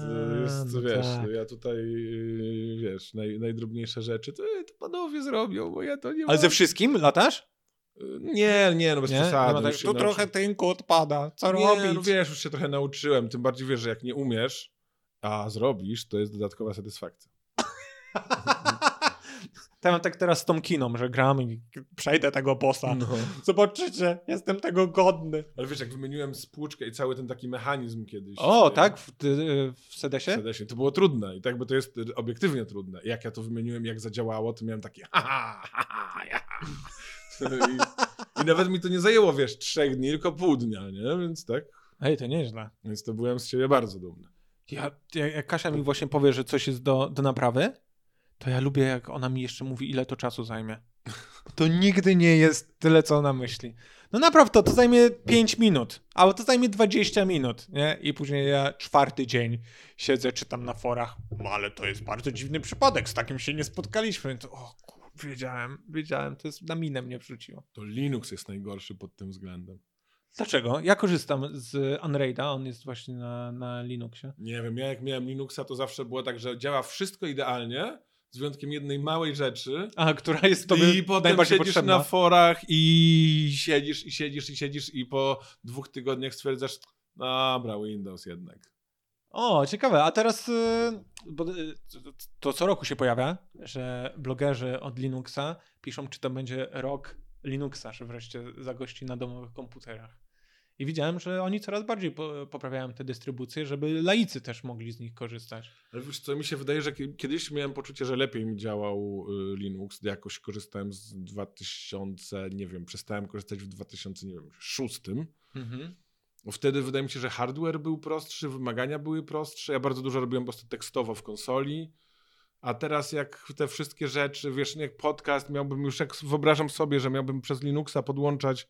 [SPEAKER 1] To jest,
[SPEAKER 2] no
[SPEAKER 1] wiesz,
[SPEAKER 2] tak.
[SPEAKER 1] ja tutaj, y, wiesz, naj, najdrobniejsze rzeczy, to, to panowie zrobią, bo ja to nie
[SPEAKER 2] Ale
[SPEAKER 1] mam.
[SPEAKER 2] ze wszystkim latasz?
[SPEAKER 1] Nie, nie, no bez
[SPEAKER 2] Nie?
[SPEAKER 1] przesady.
[SPEAKER 2] No tak,
[SPEAKER 1] już się
[SPEAKER 2] tu trochę
[SPEAKER 1] nauczy-
[SPEAKER 2] tynku odpada, co
[SPEAKER 1] Nie, no
[SPEAKER 2] robić?
[SPEAKER 1] wiesz, już się trochę nauczyłem, tym bardziej wiesz, że jak nie umiesz, a zrobisz, to jest dodatkowa satysfakcja.
[SPEAKER 2] To ja tak teraz z tą kiną, że gram i przejdę tego bossa.
[SPEAKER 1] No.
[SPEAKER 2] Zobaczycie, jestem tego godny.
[SPEAKER 1] Ale wiesz, jak wymieniłem spłuczkę i cały ten taki mechanizm kiedyś.
[SPEAKER 2] O,
[SPEAKER 1] y,
[SPEAKER 2] tak? W, y, w sedesie?
[SPEAKER 1] Sedesie. To było trudne i tak, bo to jest y, obiektywnie trudne. Jak ja to wymieniłem, jak zadziałało, to miałem takie ha, ha, ha, ha, ja. No I, I nawet mi to nie zajęło, wiesz, trzech dni, tylko pół dnia, nie? Więc tak,
[SPEAKER 2] Ej, to nieźle.
[SPEAKER 1] więc to byłem z ciebie bardzo dumny.
[SPEAKER 2] Ja, ja- jak Kasia mi właśnie powie, że coś jest do, do naprawy, to ja lubię, jak ona mi jeszcze mówi, ile to czasu zajmie. To nigdy nie jest tyle, co ona myśli. No naprawdę, to, to zajmie 5 minut, albo to zajmie 20 minut, nie? I później ja czwarty dzień siedzę, czytam na forach, no ale to jest bardzo dziwny przypadek, z takim się nie spotkaliśmy. To, o kur... wiedziałem, wiedziałem, to jest na minę mnie wrzuciło.
[SPEAKER 1] To Linux jest najgorszy pod tym względem.
[SPEAKER 2] Dlaczego? Ja korzystam z Unraida, on jest właśnie na, na Linuxie.
[SPEAKER 1] Nie wiem, ja jak miałem Linuxa, to zawsze było tak, że działa wszystko idealnie, z wyjątkiem jednej małej rzeczy,
[SPEAKER 2] A, która jest tobie
[SPEAKER 1] I potem
[SPEAKER 2] najbardziej
[SPEAKER 1] siedzisz
[SPEAKER 2] potrzebna.
[SPEAKER 1] na forach i siedzisz, i siedzisz, i siedzisz i po dwóch tygodniach stwierdzasz, dobra, Windows jednak.
[SPEAKER 2] O, ciekawe, a teraz y, bo, y, to, to co roku się pojawia, że blogerzy od Linuxa piszą, czy to będzie rok Linuxa, że wreszcie zagości na domowych komputerach. I widziałem, że oni coraz bardziej po, poprawiają te dystrybucje, żeby laicy też mogli z nich korzystać.
[SPEAKER 1] Ale wiesz co, mi się wydaje, że kie- kiedyś miałem poczucie, że lepiej mi działał y, Linux, jakoś korzystałem z 2000, nie wiem, przestałem korzystać w 2006. Mhm. Wtedy wydaje mi się, że hardware był prostszy, wymagania były prostsze, ja bardzo dużo robiłem po prostu tekstowo w konsoli, a teraz jak te wszystkie rzeczy, wiesz, jak podcast miałbym już, jak wyobrażam sobie, że miałbym przez Linuxa podłączać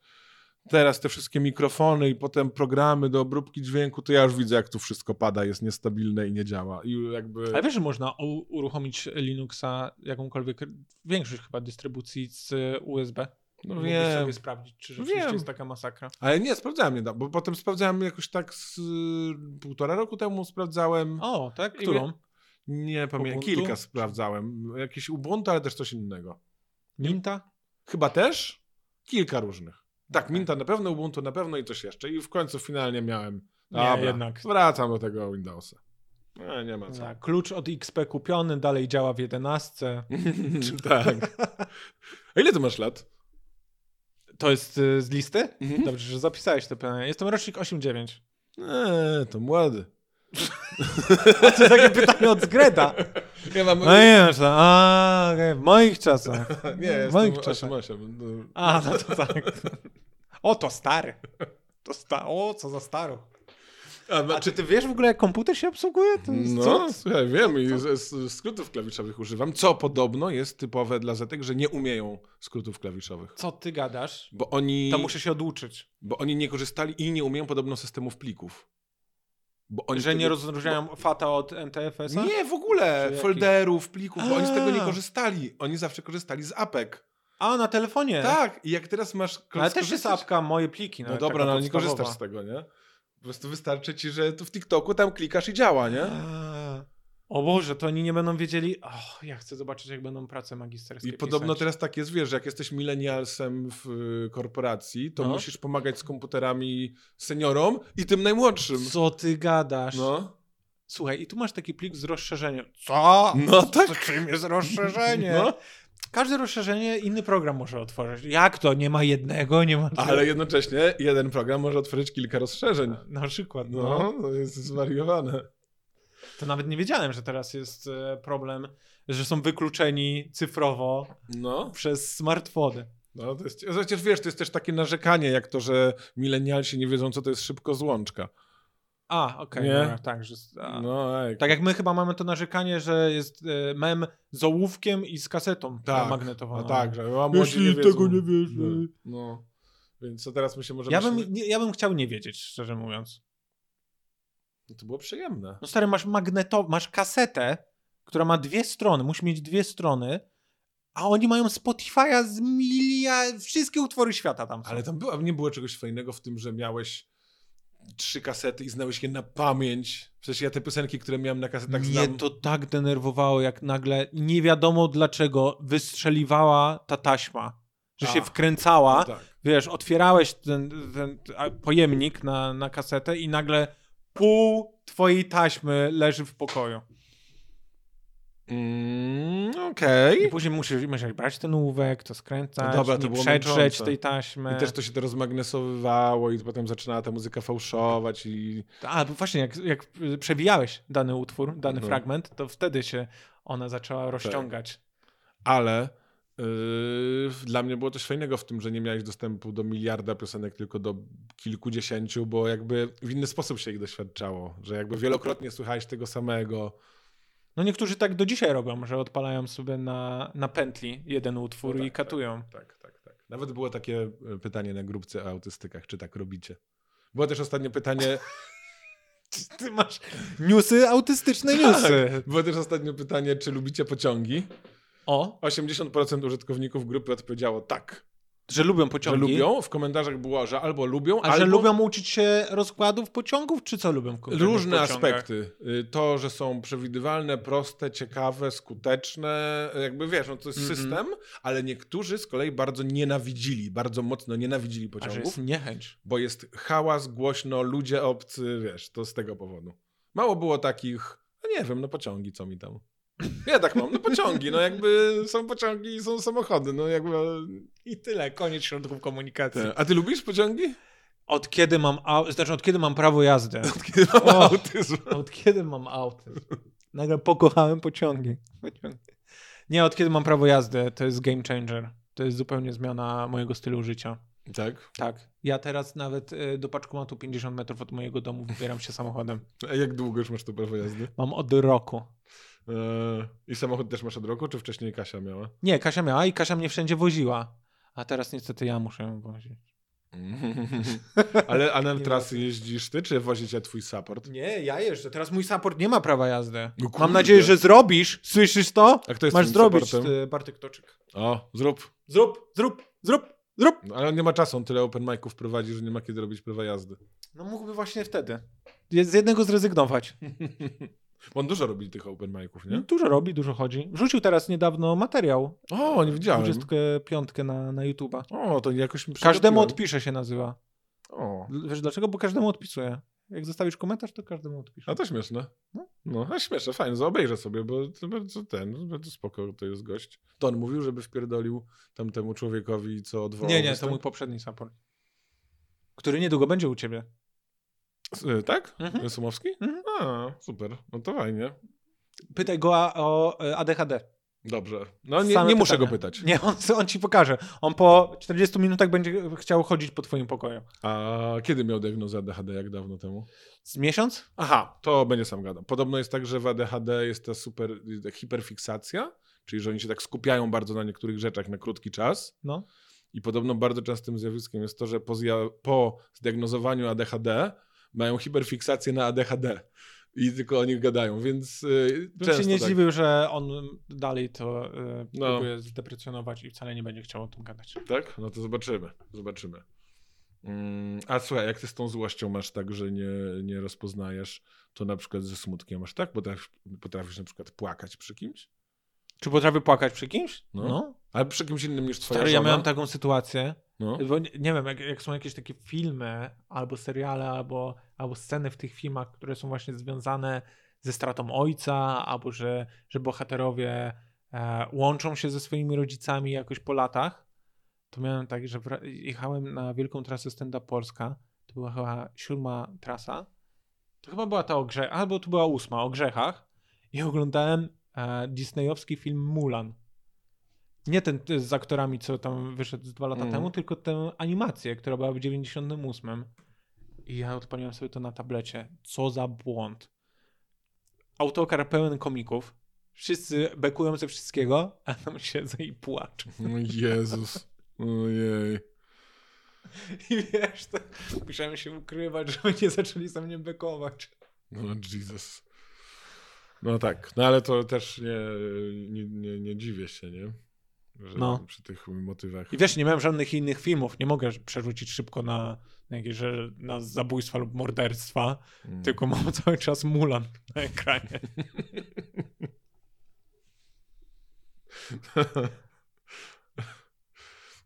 [SPEAKER 1] teraz te wszystkie mikrofony i potem programy do obróbki dźwięku, to ja już widzę, jak tu wszystko pada, jest niestabilne i nie działa. I jakby...
[SPEAKER 2] Ale wiesz, że można u, uruchomić Linuxa jakąkolwiek, większość chyba dystrybucji z USB.
[SPEAKER 1] No
[SPEAKER 2] Mógłbyś
[SPEAKER 1] wiem.
[SPEAKER 2] sobie sprawdzić, czy rzeczywiście
[SPEAKER 1] Wiem.
[SPEAKER 2] jest taka masakra.
[SPEAKER 1] Ale nie, sprawdzałem niedawno, bo potem sprawdzałem jakoś tak z y, półtora roku temu sprawdzałem.
[SPEAKER 2] O, tak?
[SPEAKER 1] I
[SPEAKER 2] Którą?
[SPEAKER 1] nie pamiętam.
[SPEAKER 2] Ubuntu?
[SPEAKER 1] Kilka sprawdzałem. Jakieś Ubuntu, ale też coś innego.
[SPEAKER 2] Minta?
[SPEAKER 1] Chyba też? Kilka różnych. Tak,
[SPEAKER 2] Okej.
[SPEAKER 1] Minta na pewno, Ubuntu na pewno i coś jeszcze. I w końcu finalnie miałem.
[SPEAKER 2] Nie, jednak.
[SPEAKER 1] Wracam do tego Windowsa. E, nie ma co.
[SPEAKER 2] Tak, klucz od XP kupiony, dalej działa w 11.
[SPEAKER 1] tak. A ile ty masz lat?
[SPEAKER 2] To jest y, z listy?
[SPEAKER 1] Mhm.
[SPEAKER 2] Dobrze, że zapisałeś to pytanie. Jestem rocznik 8-9.
[SPEAKER 1] Eee, to młody.
[SPEAKER 2] A to takie pytanie od Zgreda.
[SPEAKER 1] Ja mam...
[SPEAKER 2] No nie wiem, co- a, okej, w moich czasach.
[SPEAKER 1] nie,
[SPEAKER 2] w
[SPEAKER 1] jestem
[SPEAKER 2] moich czasach.
[SPEAKER 1] 8,8. No.
[SPEAKER 2] A, no to tak. O, to stary. To sta o, co za staro.
[SPEAKER 1] A, ma-
[SPEAKER 2] A czy ty wiesz w ogóle, jak komputer się obsługuje? To jest
[SPEAKER 1] No,
[SPEAKER 2] co?
[SPEAKER 1] słuchaj, wiem i z, z skrótów klawiszowych używam, co podobno jest typowe dla Zetek, że nie umieją skrótów klawiszowych.
[SPEAKER 2] co ty gadasz?
[SPEAKER 1] Bo oni,
[SPEAKER 2] To muszę się oduczyć.
[SPEAKER 1] bo oni nie korzystali i nie umieją podobno systemów plików. Bo oni
[SPEAKER 2] Że nie
[SPEAKER 1] tego-
[SPEAKER 2] rozróżniają FATA od NTFS-a?
[SPEAKER 1] Nie, w ogóle
[SPEAKER 2] Czy jakich?
[SPEAKER 1] folderów, plików, bo oni z tego nie
[SPEAKER 2] A.
[SPEAKER 1] korzystali. Oni zawsze korzystali z apek.
[SPEAKER 2] A, na telefonie.
[SPEAKER 1] Tak, i jak teraz masz.
[SPEAKER 2] Ale też jest
[SPEAKER 1] skorzystać-
[SPEAKER 2] apka, moje pliki.
[SPEAKER 1] No
[SPEAKER 2] nawet,
[SPEAKER 1] dobra,
[SPEAKER 2] taka
[SPEAKER 1] no ale nie
[SPEAKER 2] podstawowa.
[SPEAKER 1] korzystasz z tego, nie? Po prostu wystarczy ci, że tu w TikToku tam klikasz i działa, nie?
[SPEAKER 2] A, O Boże, to oni nie będą wiedzieli. Och, ja chcę zobaczyć, jak będą prace magisterskie.
[SPEAKER 1] I podobno
[SPEAKER 2] pisać.
[SPEAKER 1] teraz tak jest, wiesz, że jak jesteś milenialsem w y, korporacji, to
[SPEAKER 2] No.
[SPEAKER 1] musisz pomagać z komputerami seniorom i tym najmłodszym.
[SPEAKER 2] Co ty gadasz?
[SPEAKER 1] No.
[SPEAKER 2] Słuchaj, i tu masz taki plik z rozszerzeniem. Co?
[SPEAKER 1] No tak.
[SPEAKER 2] To czym jest rozszerzenie?
[SPEAKER 1] No.
[SPEAKER 2] Każde rozszerzenie inny program może otworzyć. Jak to? Nie ma jednego, nie ma.
[SPEAKER 1] Ale jednocześnie jeden program może otworzyć kilka rozszerzeń.
[SPEAKER 2] Na przykład, no.
[SPEAKER 1] No, to jest zwariowane.
[SPEAKER 2] To nawet nie wiedziałem, że teraz jest e, problem, że są wykluczeni cyfrowo
[SPEAKER 1] No.
[SPEAKER 2] przez smartfony.
[SPEAKER 1] No, to jest, chociaż wiesz, to jest też takie narzekanie, jak to, że milenialsi nie wiedzą, co to jest szybko złączka.
[SPEAKER 2] A, okej,
[SPEAKER 1] Nie.
[SPEAKER 2] dobra, tak, że. A.
[SPEAKER 1] No, ej.
[SPEAKER 2] Tak jak my chyba mamy to narzekanie, że jest e, mem z ołówkiem i z kasetą
[SPEAKER 1] Tak,
[SPEAKER 2] magnetowaną.
[SPEAKER 1] A tak, że a młodzi
[SPEAKER 2] Jeśli
[SPEAKER 1] nie wiedzą.
[SPEAKER 2] tego nie wiesz,
[SPEAKER 1] No.
[SPEAKER 2] no.
[SPEAKER 1] no. Więc co teraz my się możemy...
[SPEAKER 2] Ja bym, nie, ja bym chciał nie wiedzieć, szczerze mówiąc.
[SPEAKER 1] No, to było przyjemne.
[SPEAKER 2] No stary, masz magneto, masz kasetę, która ma dwie strony, musi mieć dwie strony, a oni mają Spotify'a z milia... Wszystkie utwory świata tam są.
[SPEAKER 1] Ale tam była, nie było czegoś fajnego w tym, że miałeś trzy kasety i znałeś je na pamięć. Przecież ja te piosenki, które miałem na kasetach
[SPEAKER 2] Mnie
[SPEAKER 1] znam.
[SPEAKER 2] to tak denerwowało, jak nagle nie wiadomo dlaczego wystrzeliwała ta taśma. Że
[SPEAKER 1] A.
[SPEAKER 2] się wkręcała,
[SPEAKER 1] No tak.
[SPEAKER 2] wiesz, otwierałeś ten, ten a, pojemnik na, na kasetę i nagle pół twojej taśmy leży w pokoju.
[SPEAKER 1] Mm, Okej.
[SPEAKER 2] I później musisz, musisz brać ten ołówek, to skręcać,
[SPEAKER 1] No dobra, to
[SPEAKER 2] nie
[SPEAKER 1] było
[SPEAKER 2] przedrzeć
[SPEAKER 1] męczące.
[SPEAKER 2] tej taśmy.
[SPEAKER 1] I też to się to rozmagnesowywało i potem zaczynała ta muzyka fałszować i...
[SPEAKER 2] A, bo właśnie, jak, jak y, przewijałeś dany utwór, dany
[SPEAKER 1] No. Tak.
[SPEAKER 2] fragment, to wtedy się ona zaczęła rozciągać.
[SPEAKER 1] Ale yy, dla mnie było coś fajnego w tym, że nie miałeś dostępu do miliarda piosenek, tylko do kilkudziesięciu, bo jakby w inny sposób się ich doświadczało, że jakby wielokrotnie słuchałeś tego samego.
[SPEAKER 2] No niektórzy tak do dzisiaj robią, że odpalają sobie na, na pętli jeden utwór
[SPEAKER 1] No tak,
[SPEAKER 2] i katują.
[SPEAKER 1] Tak, tak, tak. Nawet było takie e, pytanie na grupce o autystykach, czy tak robicie. Było też ostatnio pytanie,
[SPEAKER 2] Ty masz newsy, autystyczne newsy.
[SPEAKER 1] było też ostatnio pytanie, czy lubicie pociągi?
[SPEAKER 2] O,
[SPEAKER 1] 80% użytkowników grupy odpowiedziało tak,
[SPEAKER 2] że lubią
[SPEAKER 1] że
[SPEAKER 2] pociągi.
[SPEAKER 1] lubią. W komentarzach było, że albo lubią,
[SPEAKER 2] A
[SPEAKER 1] albo...
[SPEAKER 2] że lubią uczyć się rozkładów pociągów, czy co lubią? konkretnie w
[SPEAKER 1] Różne
[SPEAKER 2] pociągach?
[SPEAKER 1] aspekty. Y, To, że są przewidywalne, proste, ciekawe, skuteczne, jakby wiesz, no to jest
[SPEAKER 2] Mhm.
[SPEAKER 1] system, ale niektórzy z kolei bardzo nienawidzili, bardzo mocno nienawidzili
[SPEAKER 2] A że
[SPEAKER 1] pociągów,
[SPEAKER 2] jest niechęć.
[SPEAKER 1] bo jest hałas, głośno, ludzie obcy, wiesz, to z tego powodu. Mało było takich, no nie wiem, no pociągi, co mi tam. Ja tak mam, no pociągi, no jakby są pociągi i są samochody, no jakby...
[SPEAKER 2] I tyle, koniec środków komunikacji.
[SPEAKER 1] Te. A ty lubisz pociągi?
[SPEAKER 2] Od kiedy mam, au- znaczy od kiedy mam prawo jazdy?
[SPEAKER 1] Kiedy mam
[SPEAKER 2] O.
[SPEAKER 1] autyzm.
[SPEAKER 2] Od kiedy mam autyzm? Nagle pokochałem pociągi. Pociągi. Nie, od kiedy mam prawo jazdy, to jest game changer. To jest zupełnie zmiana mojego stylu życia.
[SPEAKER 1] Tak.
[SPEAKER 2] Tak. Ja teraz nawet y, do paczkomatu 50 metrów od mojego domu wybieram się samochodem.
[SPEAKER 1] A jak długo już masz to prawo jazdy?
[SPEAKER 2] Mam od roku.
[SPEAKER 1] Eee, I samochód też masz od roku, czy wcześniej Kasia miała?
[SPEAKER 2] Nie, Kasia miała i Kasia mnie wszędzie woziła. A teraz niestety ja muszę ją wozić.
[SPEAKER 1] Ale a na
[SPEAKER 2] Nie
[SPEAKER 1] trasy jeździsz ty, czy wozi cię twój support?
[SPEAKER 2] Nie, ja jeżdżę. Teraz mój support nie ma prawa jazdy.
[SPEAKER 1] No kurde.
[SPEAKER 2] Mam nadzieję, że zrobisz. Słyszysz to?
[SPEAKER 1] A kto jest
[SPEAKER 2] Masz
[SPEAKER 1] twoim
[SPEAKER 2] zrobić,
[SPEAKER 1] supportem?
[SPEAKER 2] ty, Bartek Toczyk.
[SPEAKER 1] O, zrób.
[SPEAKER 2] Zrób, zrób, zrób, zrób.
[SPEAKER 1] No, ale on nie ma czasu, on tyle open miców prowadzi, że nie ma kiedy robić prawa jazdy.
[SPEAKER 2] No mógłby właśnie wtedy. Z jednego zrezygnować.
[SPEAKER 1] Bo on dużo robi tych open miców, nie?
[SPEAKER 2] No, Dużo robi, dużo chodzi. Wrzucił teraz niedawno materiał,
[SPEAKER 1] O, nie widziałem.
[SPEAKER 2] 25 na, na YouTube'a.
[SPEAKER 1] O, to jakoś mi
[SPEAKER 2] Hmm? Każdemu
[SPEAKER 1] przegapiłem.
[SPEAKER 2] odpisze się nazywa.
[SPEAKER 1] O,
[SPEAKER 2] L- Wiesz dlaczego? Bo każdemu odpisuje. Jak zostawisz komentarz, to każdemu odpisze.
[SPEAKER 1] a to śmieszne.
[SPEAKER 2] No.
[SPEAKER 1] No, a śmieszne, fajnie, zaobejrzę sobie, bo to bardzo ten, bardzo spoko to jest gość. To on mówił, żeby wpierdolił tamtemu człowiekowi, co odwołał
[SPEAKER 2] nie, nie, to
[SPEAKER 1] występ?
[SPEAKER 2] mój poprzedni support. Który niedługo będzie u ciebie.
[SPEAKER 1] Y, Tak?
[SPEAKER 2] Mhm.
[SPEAKER 1] Sumowski?
[SPEAKER 2] Mhm.
[SPEAKER 1] A, super. No to fajnie.
[SPEAKER 2] Pytaj go a, o e, ADHD.
[SPEAKER 1] Dobrze. No nie,
[SPEAKER 2] Same
[SPEAKER 1] nie muszę
[SPEAKER 2] pytania.
[SPEAKER 1] go pytać.
[SPEAKER 2] Nie, on, on ci pokaże. On po 40 minutach będzie chciał chodzić po twoim pokoju.
[SPEAKER 1] A kiedy miał diagnozę ADHD? Jak dawno temu?
[SPEAKER 2] Z miesiąc?
[SPEAKER 1] Aha, to będzie sam gadał. Podobno jest tak, że w ADHD jest ta super y, hiperfiksacja, czyli że oni się tak skupiają bardzo na niektórych rzeczach na krótki czas.
[SPEAKER 2] No.
[SPEAKER 1] I podobno bardzo częstym zjawiskiem jest to, że po, zja- po zdiagnozowaniu ADHD mają hiperfiksację na ADHD i tylko o nich gadają, więc y,
[SPEAKER 2] Bym
[SPEAKER 1] często
[SPEAKER 2] się nie
[SPEAKER 1] tak.
[SPEAKER 2] zdziwił, że on dalej to e,
[SPEAKER 1] No.
[SPEAKER 2] próbuje zdeprecjonować i wcale nie będzie chciał o tym gadać.
[SPEAKER 1] Tak? No to zobaczymy. Zobaczymy. Mm, a słuchaj, jak ty z tą złością masz tak, że nie, nie rozpoznajesz, to na przykład ze smutkiem masz tak? Potrafisz, potrafisz na przykład płakać przy kimś?
[SPEAKER 2] Czy potrafię płakać przy kimś?
[SPEAKER 1] No. Ale przy kimś innym niż twoja
[SPEAKER 2] Stary,
[SPEAKER 1] żona?
[SPEAKER 2] ja miałem taką sytuację,
[SPEAKER 1] No.
[SPEAKER 2] bo nie, nie wiem, jak, jak są jakieś takie filmy, albo seriale, albo, albo sceny w tych filmach, które są właśnie związane ze stratą ojca, albo że, że bohaterowie e, łączą się ze swoimi rodzicami jakoś po latach, to miałem tak, że wra- jechałem na wielką trasę Stenda Polska, to była chyba siódma trasa, to chyba była ta o grzechach, albo to była ósma, o grzechach i oglądałem e, disneyowski film Mulan. Nie ten e, z aktorami, co tam wyszedł z dwa lata
[SPEAKER 1] Mhm.
[SPEAKER 2] temu, tylko tę animację, która była w 98. I ja odpaliłem sobie to na tablecie. Co za błąd. Autokar pełen komików. Wszyscy bekują ze wszystkiego, a tam siedzę i płaczę.
[SPEAKER 1] O No, Jezus. Ojej.
[SPEAKER 2] I wiesz, to musiałem się ukrywać, żeby nie zaczęli ze mnie bekować.
[SPEAKER 1] No Jesus. No tak, no ale to też nie, nie, nie, nie dziwię się, nie? Że
[SPEAKER 2] No.
[SPEAKER 1] przy tych motywach.
[SPEAKER 2] I wiesz, nie miałem żadnych innych filmów. Nie mogę przerzucić szybko na, na jakieś że na zabójstwa lub morderstwa,
[SPEAKER 1] Mm.
[SPEAKER 2] tylko mam cały czas Mulan na ekranie.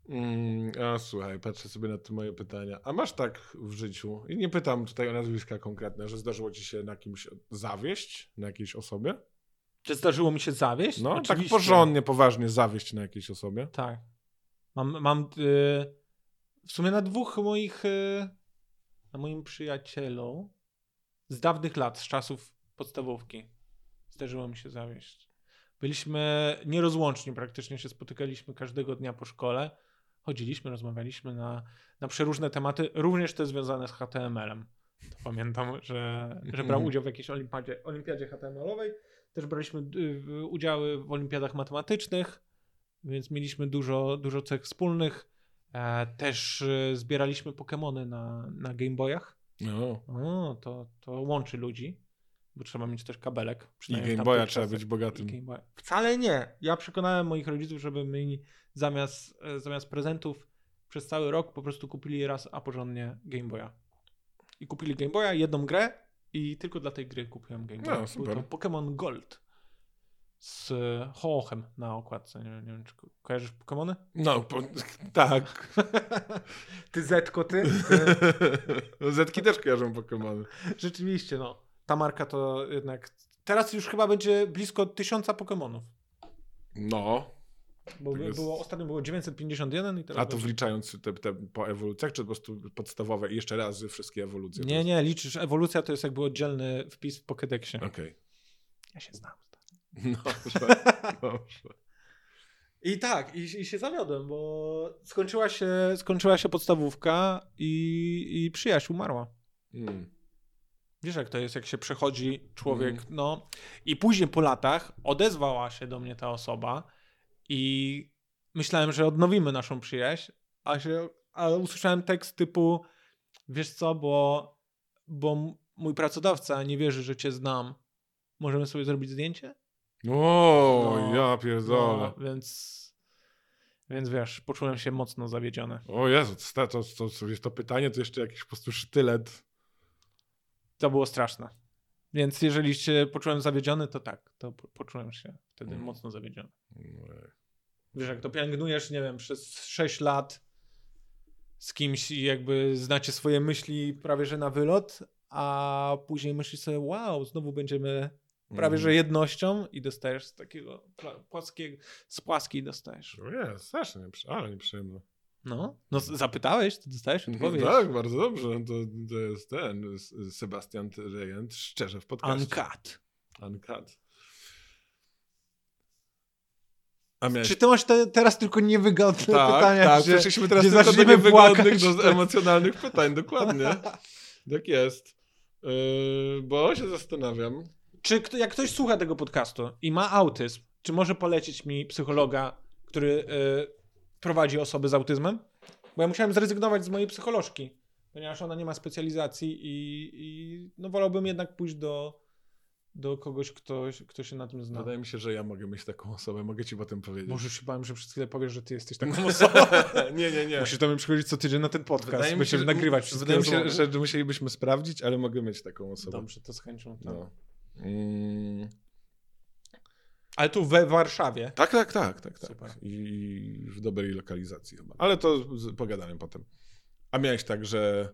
[SPEAKER 1] Mm, a słuchaj, patrzę sobie na te moje pytania. A masz tak w życiu, i nie pytam tutaj o nazwiska konkretne, że zdarzyło ci się na kimś zawieść, na jakiejś osobie?
[SPEAKER 2] Czy zdarzyło mi się zawieść?
[SPEAKER 1] No, tak
[SPEAKER 2] Oczywiście.
[SPEAKER 1] porządnie, poważnie zawieść na jakiejś osobie.
[SPEAKER 2] Tak. Mam, mam y, w sumie na dwóch moich, y, na moim przyjacielu z dawnych lat, z czasów podstawówki zdarzyło mi się zawieść. Byliśmy nierozłączni, praktycznie się spotykaliśmy każdego dnia po szkole. Chodziliśmy, rozmawialiśmy na, na przeróżne tematy, również te związane z HTML-em. To pamiętam, że, że brał
[SPEAKER 1] Mhm.
[SPEAKER 2] udział w jakiejś olimpiadzie, olimpiadzie HTML-owej. Też braliśmy y, w- udziały w olimpiadach matematycznych więc mieliśmy dużo, dużo cech wspólnych. E, też e, zbieraliśmy Pokemony na, na Game Boyach.
[SPEAKER 1] No.
[SPEAKER 2] O, to, to łączy ludzi, bo trzeba mieć też kabelek.
[SPEAKER 1] I
[SPEAKER 2] przynajmniej
[SPEAKER 1] Game
[SPEAKER 2] w tamtych
[SPEAKER 1] Boya trzeba
[SPEAKER 2] czasach.
[SPEAKER 1] być
[SPEAKER 2] I
[SPEAKER 1] bogatym.
[SPEAKER 2] Game Boya. Wcale nie. Ja przekonałem moich rodziców, żeby mi zamiast, e, zamiast prezentów przez cały rok po prostu kupili raz, a porządnie Game Boya. I kupili Game Boya, jedną grę i tylko dla tej gry kupiłem Game
[SPEAKER 1] No,
[SPEAKER 2] Boya. Był
[SPEAKER 1] super.
[SPEAKER 2] to Pokémon Gold z e, hołochem na okładce. Nie, nie wiem, czy ko- kojarzysz Pokémony?
[SPEAKER 1] No, po, tak.
[SPEAKER 2] Ty Zetko, ty.
[SPEAKER 1] Zetki też kojarzą Pokemony.
[SPEAKER 2] Rzeczywiście, no. Ta marka to jednak... Teraz już chyba będzie blisko tysiąca Pokemonów.
[SPEAKER 1] No.
[SPEAKER 2] Bo
[SPEAKER 1] To jest-
[SPEAKER 2] było, ostatnio było 951 i teraz...
[SPEAKER 1] A to
[SPEAKER 2] będzie-
[SPEAKER 1] wliczając te, te po ewolucjach, czy po prostu podstawowe i jeszcze razy wszystkie ewolucje?
[SPEAKER 2] Nie, nie, liczysz. Ewolucja to jest jakby oddzielny wpis w Pokédexie.
[SPEAKER 1] Okej. No,
[SPEAKER 2] Ja się znam.
[SPEAKER 1] Dobrze, dobrze.
[SPEAKER 2] I tak, i, i się zawiodłem, bo skończyła się, skończyła się podstawówka i, i przyjaźń umarła.
[SPEAKER 1] Mm.
[SPEAKER 2] Wiesz, jak to jest, jak się przechodzi człowiek, no. I później po latach odezwała się do mnie ta osoba i myślałem, że odnowimy naszą przyjaźń, a się, ale usłyszałem tekst typu, wiesz co, bo, bo m- mój pracodawca nie wierzy, że cię znam. Możemy sobie zrobić zdjęcie?
[SPEAKER 1] O,
[SPEAKER 2] No,
[SPEAKER 1] ja pierdolę.
[SPEAKER 2] więc, więc wiesz, poczułem się mocno zawiedziony.
[SPEAKER 1] No. O Jezu, to, to, to, to jest to pytanie, to jeszcze jakiś po prostu sztylet.
[SPEAKER 2] To było straszne. Więc jeżeli się poczułem zawiedziony, to tak, to po- poczułem się wtedy
[SPEAKER 1] Mhm.
[SPEAKER 2] mocno zawiedziony. Wiesz, jak to pielęgnujesz, nie wiem, przez 6 lat z kimś i jakby znacie swoje myśli prawie że na wylot, a później myślisz sobie, wow, znowu będziemy
[SPEAKER 1] Hmm.
[SPEAKER 2] prawie
[SPEAKER 1] Mhm.
[SPEAKER 2] że jednością i dostajesz z takiego pla- płaskiego, z płaskiej dostajesz.
[SPEAKER 1] O Jezu, strasznie, nieprzy- ale nieprzyjemne.
[SPEAKER 2] No, no z- zapytałeś, to dostajesz odpowiedź.
[SPEAKER 1] tak, bardzo dobrze. To, to jest ten S- Sebastian Rejent, szczerze w podcaście.
[SPEAKER 2] Uncut.
[SPEAKER 1] Uncut. A miałeś...
[SPEAKER 2] Czy ty masz te, teraz tylko niewygodne
[SPEAKER 1] tak,
[SPEAKER 2] pytania?
[SPEAKER 1] tak,
[SPEAKER 2] że...
[SPEAKER 1] przeszliśmy teraz tylko do
[SPEAKER 2] zaczniemy
[SPEAKER 1] niewygodnych,
[SPEAKER 2] płakać.
[SPEAKER 1] do emocjonalnych pytań, dokładnie. Tak jest. Yy, bo się zastanawiam.
[SPEAKER 2] Czy kto, jak ktoś słucha tego podcastu i ma autyzm, czy może polecić mi psychologa, który y, prowadzi osoby z autyzmem? Bo ja musiałem zrezygnować z mojej psycholożki, ponieważ ona nie ma specjalizacji i, i no wolałbym jednak pójść do, do kogoś, kto, kto się na tym zna.
[SPEAKER 1] Wydaje mi się, że ja mogę mieć taką osobę, mogę ci potem powiedzieć.
[SPEAKER 2] Może się bałem, że przez chwilę powiesz, że ty jesteś taką osobą.
[SPEAKER 1] Może... nie, nie, nie.
[SPEAKER 2] Musisz do mnie przychodzić co tydzień na ten podcast.
[SPEAKER 1] Wydaje mi się,
[SPEAKER 2] Będziemy
[SPEAKER 1] że-
[SPEAKER 2] nagrywać wszystkie
[SPEAKER 1] Wydaje mi się,
[SPEAKER 2] rozmowy.
[SPEAKER 1] że musielibyśmy sprawdzić, ale mogę mieć taką osobę.
[SPEAKER 2] Dobrze, to z chęcią. tak.
[SPEAKER 1] No. Mm,
[SPEAKER 2] Ale tu we Warszawie.
[SPEAKER 1] tak, tak, tak, tak, tak.
[SPEAKER 2] Super.
[SPEAKER 1] I, I w dobrej lokalizacji chyba. Ale to z, pogadamy potem. A miałeś tak, że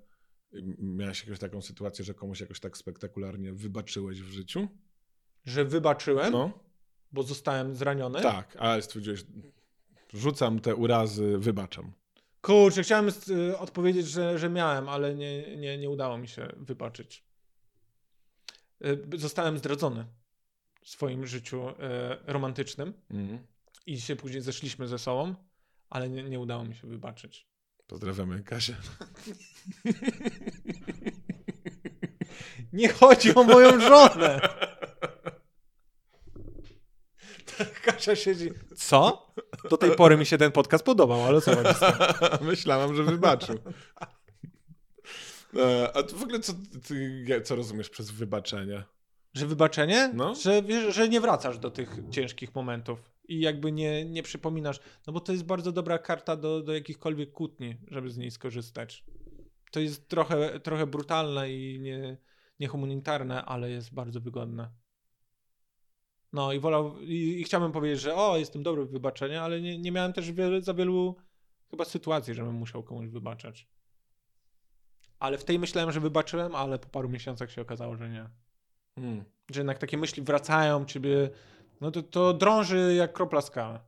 [SPEAKER 1] m- miałeś jakąś taką sytuację, że komuś jakoś tak spektakularnie wybaczyłeś w życiu?
[SPEAKER 2] Że wybaczyłem,
[SPEAKER 1] No.
[SPEAKER 2] bo zostałem zraniony.
[SPEAKER 1] Tak, ale stwierdziłeś, rzucam te urazy, wybaczam.
[SPEAKER 2] Kurczę, chciałem y, odpowiedzieć, że, że miałem, ale nie, nie, nie udało mi się wybaczyć. Y, Zostałem zdradzony w swoim życiu y, romantycznym i się później zeszliśmy ze sobą, ale nie, nie udało mi się wybaczyć.
[SPEAKER 1] Pozdrawiamy Kasię.
[SPEAKER 2] Nie chodzi o moją żonę. Kasia siedzi. Co? Do tej pory mi się ten podcast podobał, ale co chodzi?
[SPEAKER 1] Myślałam, że wybaczył. E, A ty w ogóle co, ty, co rozumiesz przez wybaczenie?
[SPEAKER 2] Że wybaczenie?
[SPEAKER 1] No.
[SPEAKER 2] Że, wiesz, że nie wracasz do tych ciężkich momentów i jakby nie, nie przypominasz. No bo to jest bardzo dobra karta do, do jakichkolwiek kłótni, żeby z niej skorzystać. To jest trochę, trochę brutalne i nie, niehumanitarne, ale jest bardzo wygodne. No i wolał, i, i chciałbym powiedzieć, że o, jestem dobry w wybaczeniu, ale nie, nie miałem też wiele, za wielu chyba sytuacji, żebym musiał komuś wybaczać. Ale w tej myślałem, że wybaczyłem, ale po paru miesiącach się okazało, że nie że jednak takie myśli wracają ciebie, no to, to drąży jak kropla skała.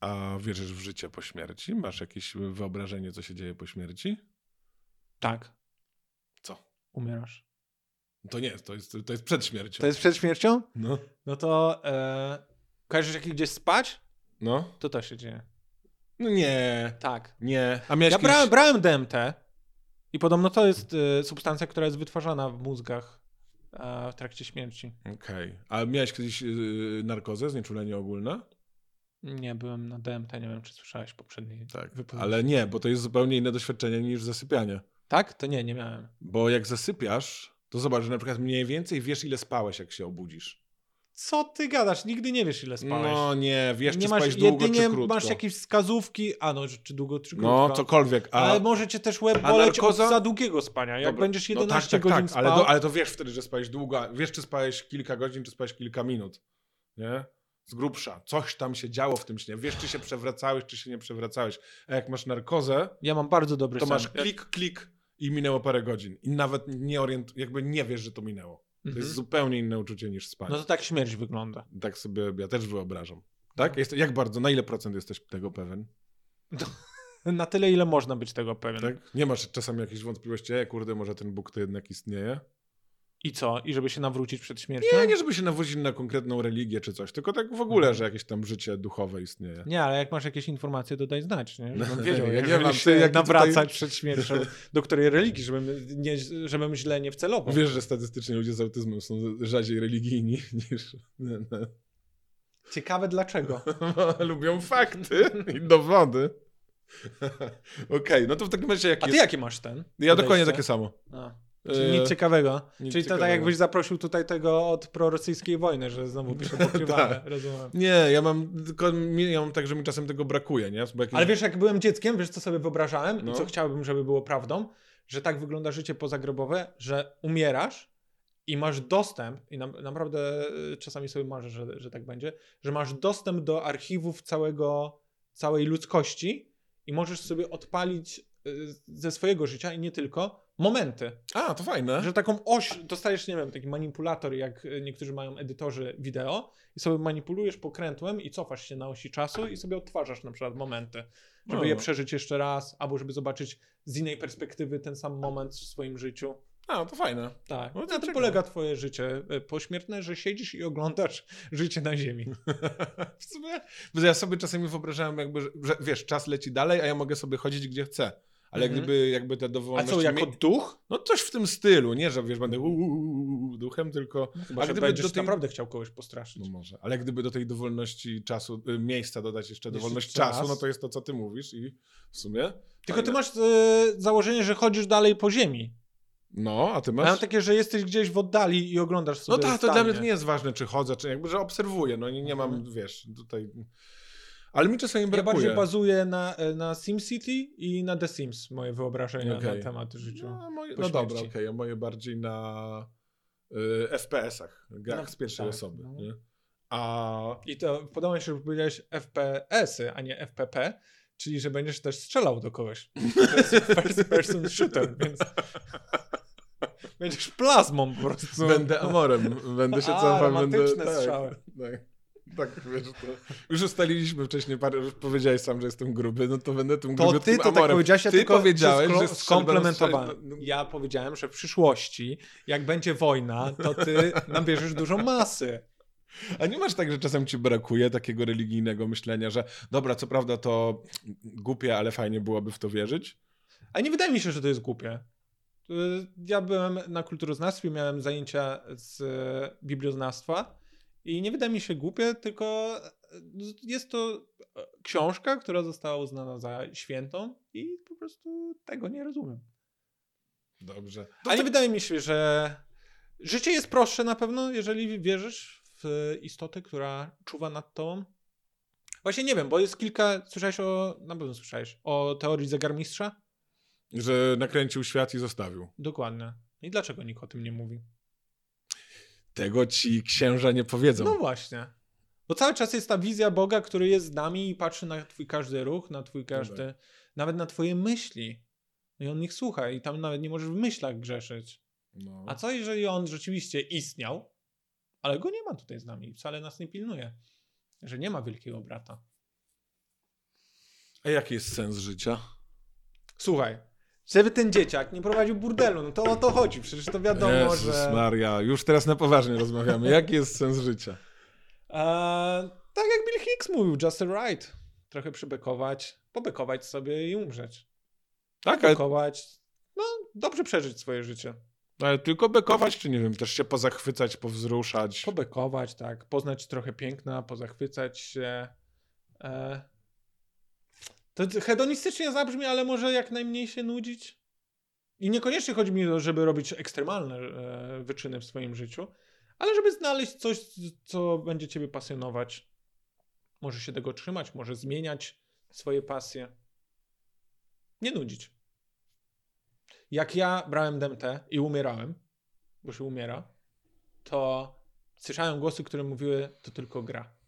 [SPEAKER 1] A wierzysz w życie po śmierci? Masz jakieś wyobrażenie, co się dzieje po śmierci?
[SPEAKER 2] Tak.
[SPEAKER 1] Co?
[SPEAKER 2] Umierasz.
[SPEAKER 1] To nie, to jest, to jest przed śmiercią.
[SPEAKER 2] To jest przed śmiercią?
[SPEAKER 1] No.
[SPEAKER 2] No to e, kojarzysz jak gdzieś spać?
[SPEAKER 1] No?
[SPEAKER 2] To to się dzieje.
[SPEAKER 1] No nie.
[SPEAKER 2] Tak.
[SPEAKER 1] Nie. A miałeś
[SPEAKER 2] Ja
[SPEAKER 1] kiedyś-
[SPEAKER 2] bra brałem DMT i podobno to jest e, substancja, która jest wytwarzana w mózgach e, w trakcie śmierci.
[SPEAKER 1] Okej. A miałeś kiedyś yy, narkozę, znieczulenie ogólne?
[SPEAKER 2] Nie byłem na DMT, nie wiem czy słyszałeś poprzedniej
[SPEAKER 1] Tak.
[SPEAKER 2] wypowiedzi.
[SPEAKER 1] Ale nie, bo to jest zupełnie inne doświadczenie niż zasypianie.
[SPEAKER 2] Tak? To nie, nie miałem.
[SPEAKER 1] Bo jak zasypiasz, to zobacz, że na przykład mniej więcej wiesz, ile spałeś, jak się obudzisz.
[SPEAKER 2] Co ty gadasz? Nigdy nie wiesz ile spałeś.
[SPEAKER 1] No nie, wiesz, czy
[SPEAKER 2] nie
[SPEAKER 1] spałeś
[SPEAKER 2] masz,
[SPEAKER 1] długo
[SPEAKER 2] jedynie
[SPEAKER 1] czy krótko.
[SPEAKER 2] masz jakieś wskazówki, a no, że- czy długo, czy krótko.
[SPEAKER 1] No, cokolwiek. A...
[SPEAKER 2] Ale może cię też łeb
[SPEAKER 1] a
[SPEAKER 2] boleć
[SPEAKER 1] narkoza?
[SPEAKER 2] od za długiego spania. Jak
[SPEAKER 1] Dobra.
[SPEAKER 2] będziesz
[SPEAKER 1] No
[SPEAKER 2] 11
[SPEAKER 1] tak, tak,
[SPEAKER 2] godzin
[SPEAKER 1] tak,
[SPEAKER 2] spał,
[SPEAKER 1] Ale, to, ale to wiesz wtedy, że spałeś długo. a Wiesz, czy spałeś kilka godzin, czy spałeś kilka minut. Nie? Z grubsza. Coś tam się działo w tym śnie. Wiesz, czy się przewracałeś, czy się nie przewracałeś. A jak masz narkozę,
[SPEAKER 2] ja mam bardzo dobry
[SPEAKER 1] to
[SPEAKER 2] sen.
[SPEAKER 1] masz klik, klik i minęło parę godzin. I nawet nie orient... jakby nie wiesz, że to minęło.
[SPEAKER 2] Mhm.
[SPEAKER 1] To jest zupełnie inne uczucie niż spanie.
[SPEAKER 2] No to tak śmierć wygląda.
[SPEAKER 1] Tak sobie ja też wyobrażam. Tak? Jest, jak bardzo, na ile procent jesteś tego pewien?
[SPEAKER 2] Na tyle, ile można być tego pewien.
[SPEAKER 1] Tak? Nie masz czasami jakichś wątpliwości, e, kurde, może ten Bóg to jednak istnieje?
[SPEAKER 2] I co? I żeby się nawrócić przed śmiercią?
[SPEAKER 1] Nie, nie żeby się nawozić na konkretną religię czy coś, tylko tak w
[SPEAKER 2] Mhm.
[SPEAKER 1] ogóle, że jakieś tam życie duchowe istnieje.
[SPEAKER 2] Nie, ale jak masz jakieś informacje, to daj znać, nie? Żebym
[SPEAKER 1] No,
[SPEAKER 2] wiedział,
[SPEAKER 1] ja
[SPEAKER 2] jak,
[SPEAKER 1] nie
[SPEAKER 2] żeby
[SPEAKER 1] mam,
[SPEAKER 2] się
[SPEAKER 1] ty jak
[SPEAKER 2] nawracać
[SPEAKER 1] tutaj-
[SPEAKER 2] przed śmiercią, do której religii, żebym, nie, żebym źle nie wcelował.
[SPEAKER 1] Wiesz, że statystycznie ludzie z autyzmem są rzadziej religijni niż...
[SPEAKER 2] Ciekawe dlaczego.
[SPEAKER 1] No, Lubią fakty i dowody. Okej, no to w takim razie jak
[SPEAKER 2] A ty
[SPEAKER 1] jest...
[SPEAKER 2] jakie masz ten?
[SPEAKER 1] Ja dokładnie
[SPEAKER 2] podejście?
[SPEAKER 1] takie samo.
[SPEAKER 2] A. Czyli
[SPEAKER 1] E,
[SPEAKER 2] nic ciekawego.
[SPEAKER 1] nic
[SPEAKER 2] Czyli to tak
[SPEAKER 1] ciekawego.
[SPEAKER 2] jakbyś zaprosił tutaj tego od prorosyjskiej wojny, że znowu pisze pokrywamy.
[SPEAKER 1] Tak.
[SPEAKER 2] Rozumiem.
[SPEAKER 1] Nie, ja mam, tylko mi- ja mam tak, że mi czasem tego brakuje, nie? Bo jakieś...
[SPEAKER 2] Ale wiesz, jak byłem dzieckiem, wiesz co sobie wyobrażałem
[SPEAKER 1] No.
[SPEAKER 2] i co chciałbym, żeby było prawdą, że tak wygląda życie pozagrobowe, że umierasz i masz dostęp, i na, naprawdę y, czasami sobie marzę, że, że tak będzie, że masz dostęp do archiwów całego, całej ludzkości i możesz sobie odpalić y, ze swojego życia i nie tylko momenty.
[SPEAKER 1] A, to fajne.
[SPEAKER 2] Że taką oś, dostajesz, nie wiem, taki manipulator, jak y, niektórzy mają edytorzy wideo i sobie manipulujesz pokrętłem i cofasz się na osi czasu i sobie odtwarzasz na przykład momenty, żeby
[SPEAKER 1] No.
[SPEAKER 2] je przeżyć jeszcze raz, albo żeby zobaczyć z innej perspektywy ten sam moment w swoim życiu.
[SPEAKER 1] A, to fajne.
[SPEAKER 2] Tak.
[SPEAKER 1] No,
[SPEAKER 2] na
[SPEAKER 1] dlaczego?
[SPEAKER 2] tym polega twoje życie y, pośmiertne, że siedzisz i oglądasz życie na ziemi.
[SPEAKER 1] No. W sumie, bo ja sobie czasami wyobrażałem jakby, że, że wiesz, czas leci dalej, a ja mogę sobie chodzić gdzie chcę. Ale
[SPEAKER 2] Mhm.
[SPEAKER 1] gdyby jakby te
[SPEAKER 2] A
[SPEAKER 1] dowolności...
[SPEAKER 2] co, jako
[SPEAKER 1] mie-
[SPEAKER 2] duch?
[SPEAKER 1] No coś w tym stylu, nie, że wiesz, będę uuu duchem, tylko...
[SPEAKER 2] Chyba,
[SPEAKER 1] A
[SPEAKER 2] że
[SPEAKER 1] gdyby
[SPEAKER 2] będziesz
[SPEAKER 1] do tej-
[SPEAKER 2] naprawdę chciał kogoś postraszyć.
[SPEAKER 1] No może, ale gdyby do tej dowolności czasu, y, miejsca dodać jeszcze
[SPEAKER 2] Jeszcze
[SPEAKER 1] dowolność
[SPEAKER 2] czas.
[SPEAKER 1] czasu, no to jest to, co ty mówisz i w sumie...
[SPEAKER 2] Tylko
[SPEAKER 1] fajne.
[SPEAKER 2] ty masz e, założenie, że chodzisz dalej po ziemi.
[SPEAKER 1] No, a ty
[SPEAKER 2] A
[SPEAKER 1] masz...
[SPEAKER 2] Ja mam takie, że jesteś gdzieś w oddali i oglądasz sobie
[SPEAKER 1] No tak, to
[SPEAKER 2] zdalnie.
[SPEAKER 1] dla mnie to nie jest ważne, czy chodzę, czy jakby, że obserwuję, no nie, nie mam,
[SPEAKER 2] Mhm.
[SPEAKER 1] wiesz, tutaj... Ale mi czasami
[SPEAKER 2] Ja
[SPEAKER 1] brakuje.
[SPEAKER 2] bardziej bazuję na, e, na SimCity i na The Sims, moje wyobrażenia
[SPEAKER 1] Okej.
[SPEAKER 2] na temat życia.
[SPEAKER 1] No, moje,
[SPEAKER 2] po
[SPEAKER 1] no dobra,
[SPEAKER 2] śmierci.
[SPEAKER 1] okej, ja moje bardziej na y, FPS-ach, grach
[SPEAKER 2] No,
[SPEAKER 1] z pierwszej
[SPEAKER 2] tak,
[SPEAKER 1] osoby,
[SPEAKER 2] no.
[SPEAKER 1] nie? A
[SPEAKER 2] I to podoba mi się, że powiedziałeś FPS-y, a nie FPP, czyli że będziesz też strzelał do kogoś. To jest first person shooter, więc będziesz plazmą po prostu. No,
[SPEAKER 1] będę amorem, będę się
[SPEAKER 2] A,
[SPEAKER 1] cofał, będę...
[SPEAKER 2] romantyczne strzały.
[SPEAKER 1] tak, tak, wiesz, to już ustaliliśmy wcześniej parę, już powiedziałeś sam, że jestem gruby, no to będę tym
[SPEAKER 2] To
[SPEAKER 1] grubiutkim
[SPEAKER 2] ty to tak
[SPEAKER 1] amorem.
[SPEAKER 2] powiedziałeś, ja
[SPEAKER 1] ty
[SPEAKER 2] tylko
[SPEAKER 1] powiedziałeś,
[SPEAKER 2] się sklo-
[SPEAKER 1] że
[SPEAKER 2] skomplementowałem.
[SPEAKER 1] strzelba- no,
[SPEAKER 2] Ja powiedziałem, że w przyszłości, jak będzie wojna, to ty nabierzesz dużo masy.
[SPEAKER 1] A nie masz tak, że czasem ci brakuje takiego religijnego myślenia, że dobra, co prawda to głupie, ale fajnie byłoby w to wierzyć?
[SPEAKER 2] A nie wydaje mi się, że to jest głupie. Y, Ja byłem na kulturoznawstwie, miałem zajęcia z e, biblioznawstwa i nie wydaje mi się głupie, tylko e, jest to e, książka, która została uznana za świętą i po prostu tego nie rozumiem.
[SPEAKER 1] Dobrze.
[SPEAKER 2] Ale wydaje mi się, że życie jest prostsze na pewno, jeżeli wierzysz w istotę, która czuwa nad tobą. Właśnie nie wiem, bo jest kilka, słyszałeś o, na pewno słyszałeś, o teorii zegarmistrza?
[SPEAKER 1] Że nakręcił świat i zostawił.
[SPEAKER 2] Dokładnie. I dlaczego nikt o tym nie mówi?
[SPEAKER 1] Tego ci księża nie powiedzą.
[SPEAKER 2] No właśnie. Bo cały czas jest ta wizja Boga, który jest z nami i patrzy na twój każdy ruch, na twój każdy, nawet na twoje myśli. No I on ich słucha i tam nawet nie możesz w myślach grzeszyć.
[SPEAKER 1] No.
[SPEAKER 2] A co jeżeli on rzeczywiście istniał, ale go nie ma tutaj z nami i wcale nas nie pilnuje? Że nie ma wielkiego brata.
[SPEAKER 1] A jaki jest sens życia?
[SPEAKER 2] Słuchaj, żeby ten dzieciak nie prowadził burdelu, no to o to chodzi, przecież to wiadomo,
[SPEAKER 1] Jezus
[SPEAKER 2] że...
[SPEAKER 1] Maria, już teraz na poważnie rozmawiamy. Jaki jest sens życia?
[SPEAKER 2] Eee, tak jak Bill Hicks mówił, just a right. Trochę przybekować, pobekować sobie i umrzeć.
[SPEAKER 1] Tak, ale,
[SPEAKER 2] Bekować, no dobrze przeżyć swoje życie.
[SPEAKER 1] ale tylko bekować, czy nie wiem, też się pozachwycać, powzruszać.
[SPEAKER 2] Pobekować, tak, poznać trochę piękna, pozachwycać się. Eee, to hedonistycznie zabrzmi, ale może jak najmniej się nudzić. I niekoniecznie chodzi mi o to, żeby robić ekstremalne e, wyczyny w swoim życiu, ale żeby znaleźć coś, co będzie ciebie pasjonować. Może się tego trzymać, może zmieniać swoje pasje. Nie nudzić. Jak ja brałem DMT i umierałem, bo się umiera, to słyszałem głosy, które mówiły, to tylko gra.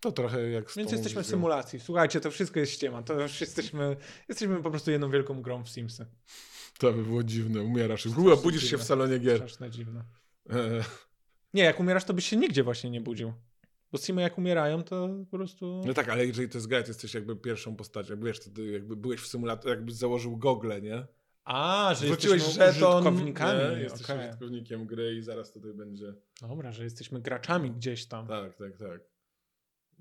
[SPEAKER 1] To trochę jak z
[SPEAKER 2] Więc
[SPEAKER 1] tą
[SPEAKER 2] jesteśmy w
[SPEAKER 1] wizją.
[SPEAKER 2] symulacji. Słuchajcie, to wszystko jest ściema. To już jesteśmy, jesteśmy po prostu jedną wielką grą w Simsy.
[SPEAKER 1] To by było dziwne, umierasz. W ogóle budzisz się w salonie gier.
[SPEAKER 2] Straszne dziwne.
[SPEAKER 1] E,
[SPEAKER 2] Nie, jak umierasz, to byś się nigdzie właśnie nie budził. Bo Simy jak umierają, to po prostu...
[SPEAKER 1] No tak, ale jeżeli to jest gra, to jesteś jakby pierwszą postacią. Jakby, wiesz, to ty jakby byłeś w symulatorze, jakby założył gogle, nie?
[SPEAKER 2] A, że
[SPEAKER 1] Wrzuciłeś
[SPEAKER 2] jesteśmy
[SPEAKER 1] żeton,
[SPEAKER 2] użytkownikami.
[SPEAKER 1] nie? jesteś
[SPEAKER 2] okej.
[SPEAKER 1] użytkownikiem gry i zaraz tutaj będzie...
[SPEAKER 2] Dobra, że jesteśmy graczami gdzieś tam.
[SPEAKER 1] Tak, tak, tak.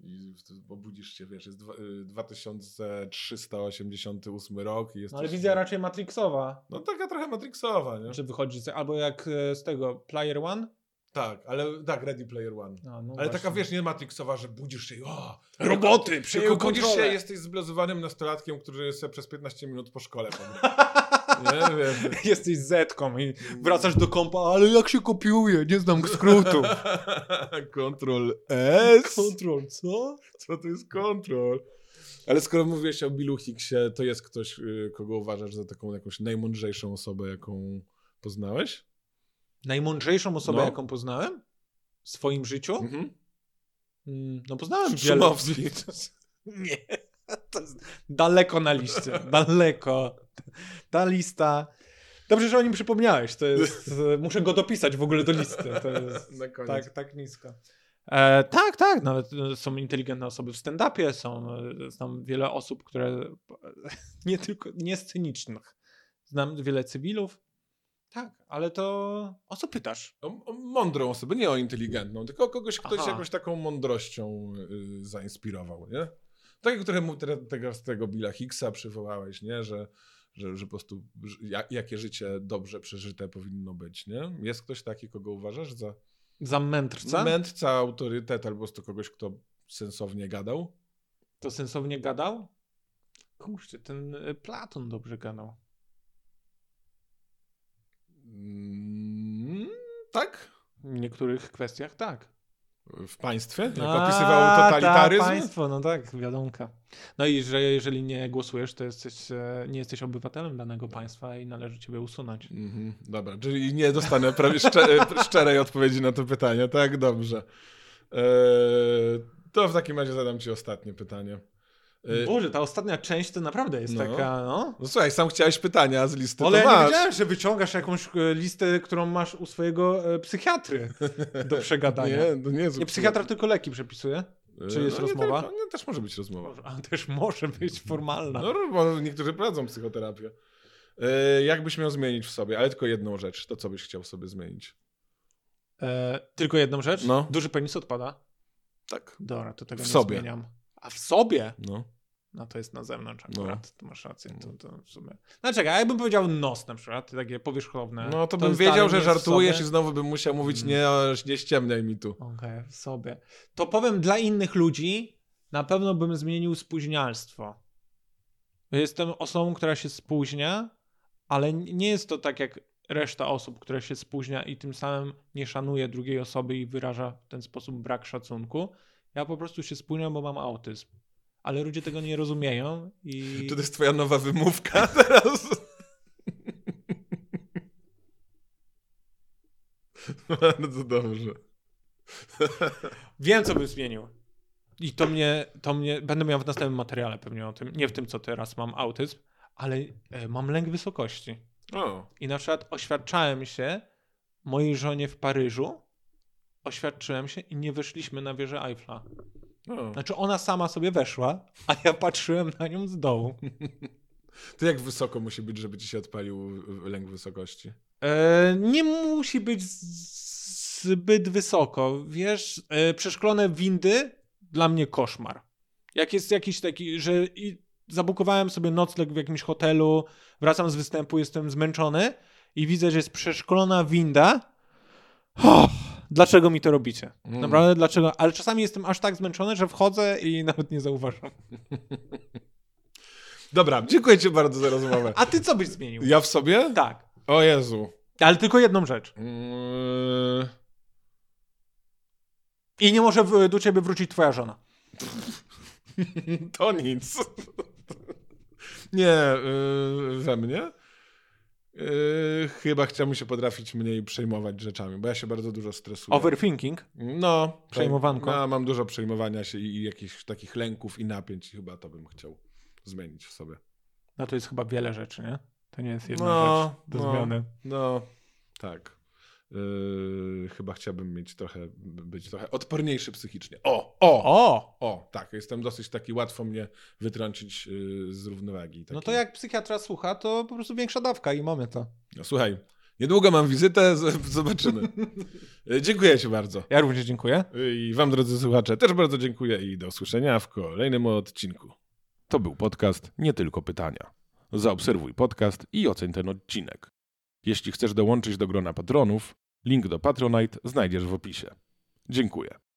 [SPEAKER 1] I w- obudzisz się, wiesz, jest dwa- y, 2388 rok i jest.
[SPEAKER 2] No ale Znaczy- wizja raczej matrixowa,
[SPEAKER 1] No taka trochę Matrixowa, nie?
[SPEAKER 2] że wychodzi z... Albo jak e, z tego Player One.
[SPEAKER 1] Tak, ale tak, Ready Player One.
[SPEAKER 2] No, no
[SPEAKER 1] Ale
[SPEAKER 2] właśnie.
[SPEAKER 1] taka, wiesz, nie Matrixowa, że budzisz się i o,
[SPEAKER 2] Roboty,
[SPEAKER 1] Tylko
[SPEAKER 2] przyjął
[SPEAKER 1] budzisz się,
[SPEAKER 2] kontrolę.
[SPEAKER 1] jesteś zblezowanym nastolatkiem, który sobie przez 15 minut po szkole pobył. Nie wiem.
[SPEAKER 2] Jesteś zetką i wracasz do kompa, ale jak się kopiuje, nie znam skrótu.
[SPEAKER 1] Control S.
[SPEAKER 2] Control, co?
[SPEAKER 1] Co to jest kontrol? Ale skoro mówiłeś o Billu Hicksie, to jest ktoś, y, kogo uważasz za taką jakąś najmądrzejszą osobę, jaką poznałeś?
[SPEAKER 2] Najmądrzejszą osobę,
[SPEAKER 1] No.
[SPEAKER 2] jaką poznałem w swoim życiu?
[SPEAKER 1] Mhm.
[SPEAKER 2] Mm, No poznałem
[SPEAKER 1] Szumowski.
[SPEAKER 2] Nie, to jest daleko na liście, daleko. Ta lista... Dobrze, że o nim przypomniałeś, to jest... Muszę go dopisać w ogóle do listy, to jest...
[SPEAKER 1] Na koniec.
[SPEAKER 2] Tak, tak nisko. E, tak, tak, nawet e, są inteligentne osoby w stand-upie, są, e, znam wiele osób, które e, nie tylko, nie scenicznych. Znam wiele cywilów. Tak, ale to o co pytasz?
[SPEAKER 1] O, o mądrą osobę, nie o inteligentną, tylko o kogoś, kto
[SPEAKER 2] Aha.
[SPEAKER 1] się jakąś taką mądrością y, zainspirował, nie? Tak jak trochę mu teraz tego, tego Billa Hicksa przywołałeś, nie? Że, że, że po prostu że ja- jakie życie dobrze przeżyte powinno być, nie? Jest ktoś taki, kogo uważasz za
[SPEAKER 2] Za mędrca?
[SPEAKER 1] mędrca, autorytet albo po prostu kogoś, kto sensownie gadał?
[SPEAKER 2] To sensownie gadał? Kurczę, ten y, Platon dobrze gadał.
[SPEAKER 1] Mm, tak?
[SPEAKER 2] W niektórych kwestiach tak.
[SPEAKER 1] W państwie? Jak
[SPEAKER 2] A,
[SPEAKER 1] No, opisywał
[SPEAKER 2] Ta,
[SPEAKER 1] totalitaryzm?
[SPEAKER 2] państwo, no tak, wiadomka. No i że jeżeli nie głosujesz, to jesteś, e, nie jesteś obywatelem danego państwa i należy ciebie usunąć.
[SPEAKER 1] Mhm, dobra, czyli nie dostanę prawie szczere, szczerej odpowiedzi na to pytanie, tak? Dobrze. Eee, to w takim razie zadam ci ostatnie pytanie. Eee,
[SPEAKER 2] Boże, ta ostatnia część to naprawdę jest
[SPEAKER 1] No.
[SPEAKER 2] taka, no.
[SPEAKER 1] no słuchaj, sam chciałeś pytania z listy,
[SPEAKER 2] Ale
[SPEAKER 1] to
[SPEAKER 2] ja nie
[SPEAKER 1] masz.
[SPEAKER 2] wiedziałem, że wyciągasz jakąś e, listę, którą masz u swojego e, psychiatry do przegadania. nie,
[SPEAKER 1] Nie, to nie, jest-
[SPEAKER 2] psychiatra tylko leki przepisuje.
[SPEAKER 1] Eee,
[SPEAKER 2] czy jest
[SPEAKER 1] no nie
[SPEAKER 2] rozmowa?
[SPEAKER 1] tylko, nie, też może być rozmowa.
[SPEAKER 2] A też może być formalna.
[SPEAKER 1] No, bo niektórzy prowadzą psychoterapię. Eee, jakbyś miał zmienić w sobie, ale tylko jedną rzecz, to co byś chciał sobie zmienić?
[SPEAKER 2] E, tylko jedną rzecz.
[SPEAKER 1] No.
[SPEAKER 2] Duży penis odpada.
[SPEAKER 1] Tak.
[SPEAKER 2] Dobra, to tego
[SPEAKER 1] W
[SPEAKER 2] nie
[SPEAKER 1] sobie.
[SPEAKER 2] zmieniam. A w sobie?
[SPEAKER 1] No.
[SPEAKER 2] No Mm. to jest na zewnątrz
[SPEAKER 1] No.
[SPEAKER 2] akurat, to masz rację. To, to w sumie. No czekaj, a jakbym powiedział nos na przykład, takie powierzchowne.
[SPEAKER 1] No to bym
[SPEAKER 2] jest
[SPEAKER 1] wiedział,
[SPEAKER 2] dalej
[SPEAKER 1] że
[SPEAKER 2] nie w
[SPEAKER 1] żartujesz i
[SPEAKER 2] sobie.
[SPEAKER 1] znowu bym musiał mówić nie, nie ściemniaj mi tu.
[SPEAKER 2] Okej, w sobie. To powiem dla innych ludzi, na pewno bym zmienił spóźnialstwo. Jestem osobą, która się spóźnia, ale nie jest to tak jak reszta osób, która się spóźnia i tym samym nie szanuje drugiej osoby i wyraża w ten sposób brak szacunku. Ja po prostu się spóźniam, bo mam autyzm. Ale ludzie tego nie rozumieją i...
[SPEAKER 1] Czy to jest twoja nowa wymówka teraz? Bardzo dobrze.
[SPEAKER 2] Wiem, co bym zmienił. I to mnie, to mnie, będę miał w następnym materiale pewnie o tym, nie w tym, co teraz mam autyzm, ale e, mam lęk wysokości.
[SPEAKER 1] O,
[SPEAKER 2] I na przykład oświadczałem się mojej żonie w Paryżu, oświadczyłem się i nie wyszliśmy na wieżę Eiffla.
[SPEAKER 1] o.
[SPEAKER 2] Znaczy ona sama sobie weszła, a ja patrzyłem na nią z dołu.
[SPEAKER 1] To jak wysoko musi być, żeby ci się odpalił lęk wysokości?
[SPEAKER 2] E, nie musi być z- zbyt wysoko. Wiesz, e, przeszklone windy dla mnie koszmar. Jak jest jakiś taki, że i zabukowałem sobie nocleg w jakimś hotelu, wracam z występu, jestem zmęczony i widzę, że jest przeszklona winda. Oh, dlaczego mi to robicie?
[SPEAKER 1] Mm.
[SPEAKER 2] Naprawdę dlaczego? Ale czasami jestem aż tak zmęczony, że wchodzę i nawet nie zauważam.
[SPEAKER 1] Dobra, dziękuję ci bardzo za rozmowę.
[SPEAKER 2] A ty co byś zmienił?
[SPEAKER 1] Ja w sobie?
[SPEAKER 2] Tak.
[SPEAKER 1] O Jezu.
[SPEAKER 2] Ale tylko jedną rzecz.
[SPEAKER 1] Yy,
[SPEAKER 2] I nie może w- do ciebie wrócić twoja żona.
[SPEAKER 1] To nic. Nie, yy, we mnie. Yy, chyba chciałbym się potrafić mniej przejmować rzeczami, bo ja się bardzo dużo stresuję.
[SPEAKER 2] Overthinking.
[SPEAKER 1] No,
[SPEAKER 2] Przejmowanką.
[SPEAKER 1] Ja mam dużo przejmowania się i jakichś takich lęków i napięć i chyba to bym chciał zmienić w sobie.
[SPEAKER 2] No to jest chyba wiele rzeczy, nie? To nie jest jedna
[SPEAKER 1] No,
[SPEAKER 2] rzecz do
[SPEAKER 1] no.
[SPEAKER 2] zmiany.
[SPEAKER 1] No, tak. Yy, chyba chciałbym mieć trochę, być trochę odporniejszy psychicznie. O, o, o,
[SPEAKER 2] O!
[SPEAKER 1] tak, jestem dosyć taki, łatwo mnie wytrącić yy, z równowagi. Taki.
[SPEAKER 2] No to jak psychiatra słucha, to po prostu większa dawka i mamy to.
[SPEAKER 1] No, słuchaj, niedługo mam wizytę, z- zobaczymy. Yy, dziękuję ci bardzo.
[SPEAKER 2] Ja również dziękuję.
[SPEAKER 1] Yy, I wam, drodzy słuchacze, też bardzo dziękuję i do usłyszenia w kolejnym odcinku.
[SPEAKER 4] To był podcast Nie Tylko Pytania. Zaobserwuj podcast i oceń ten odcinek. Jeśli chcesz dołączyć do grona patronów, link do Patronite znajdziesz w opisie. Dziękuję.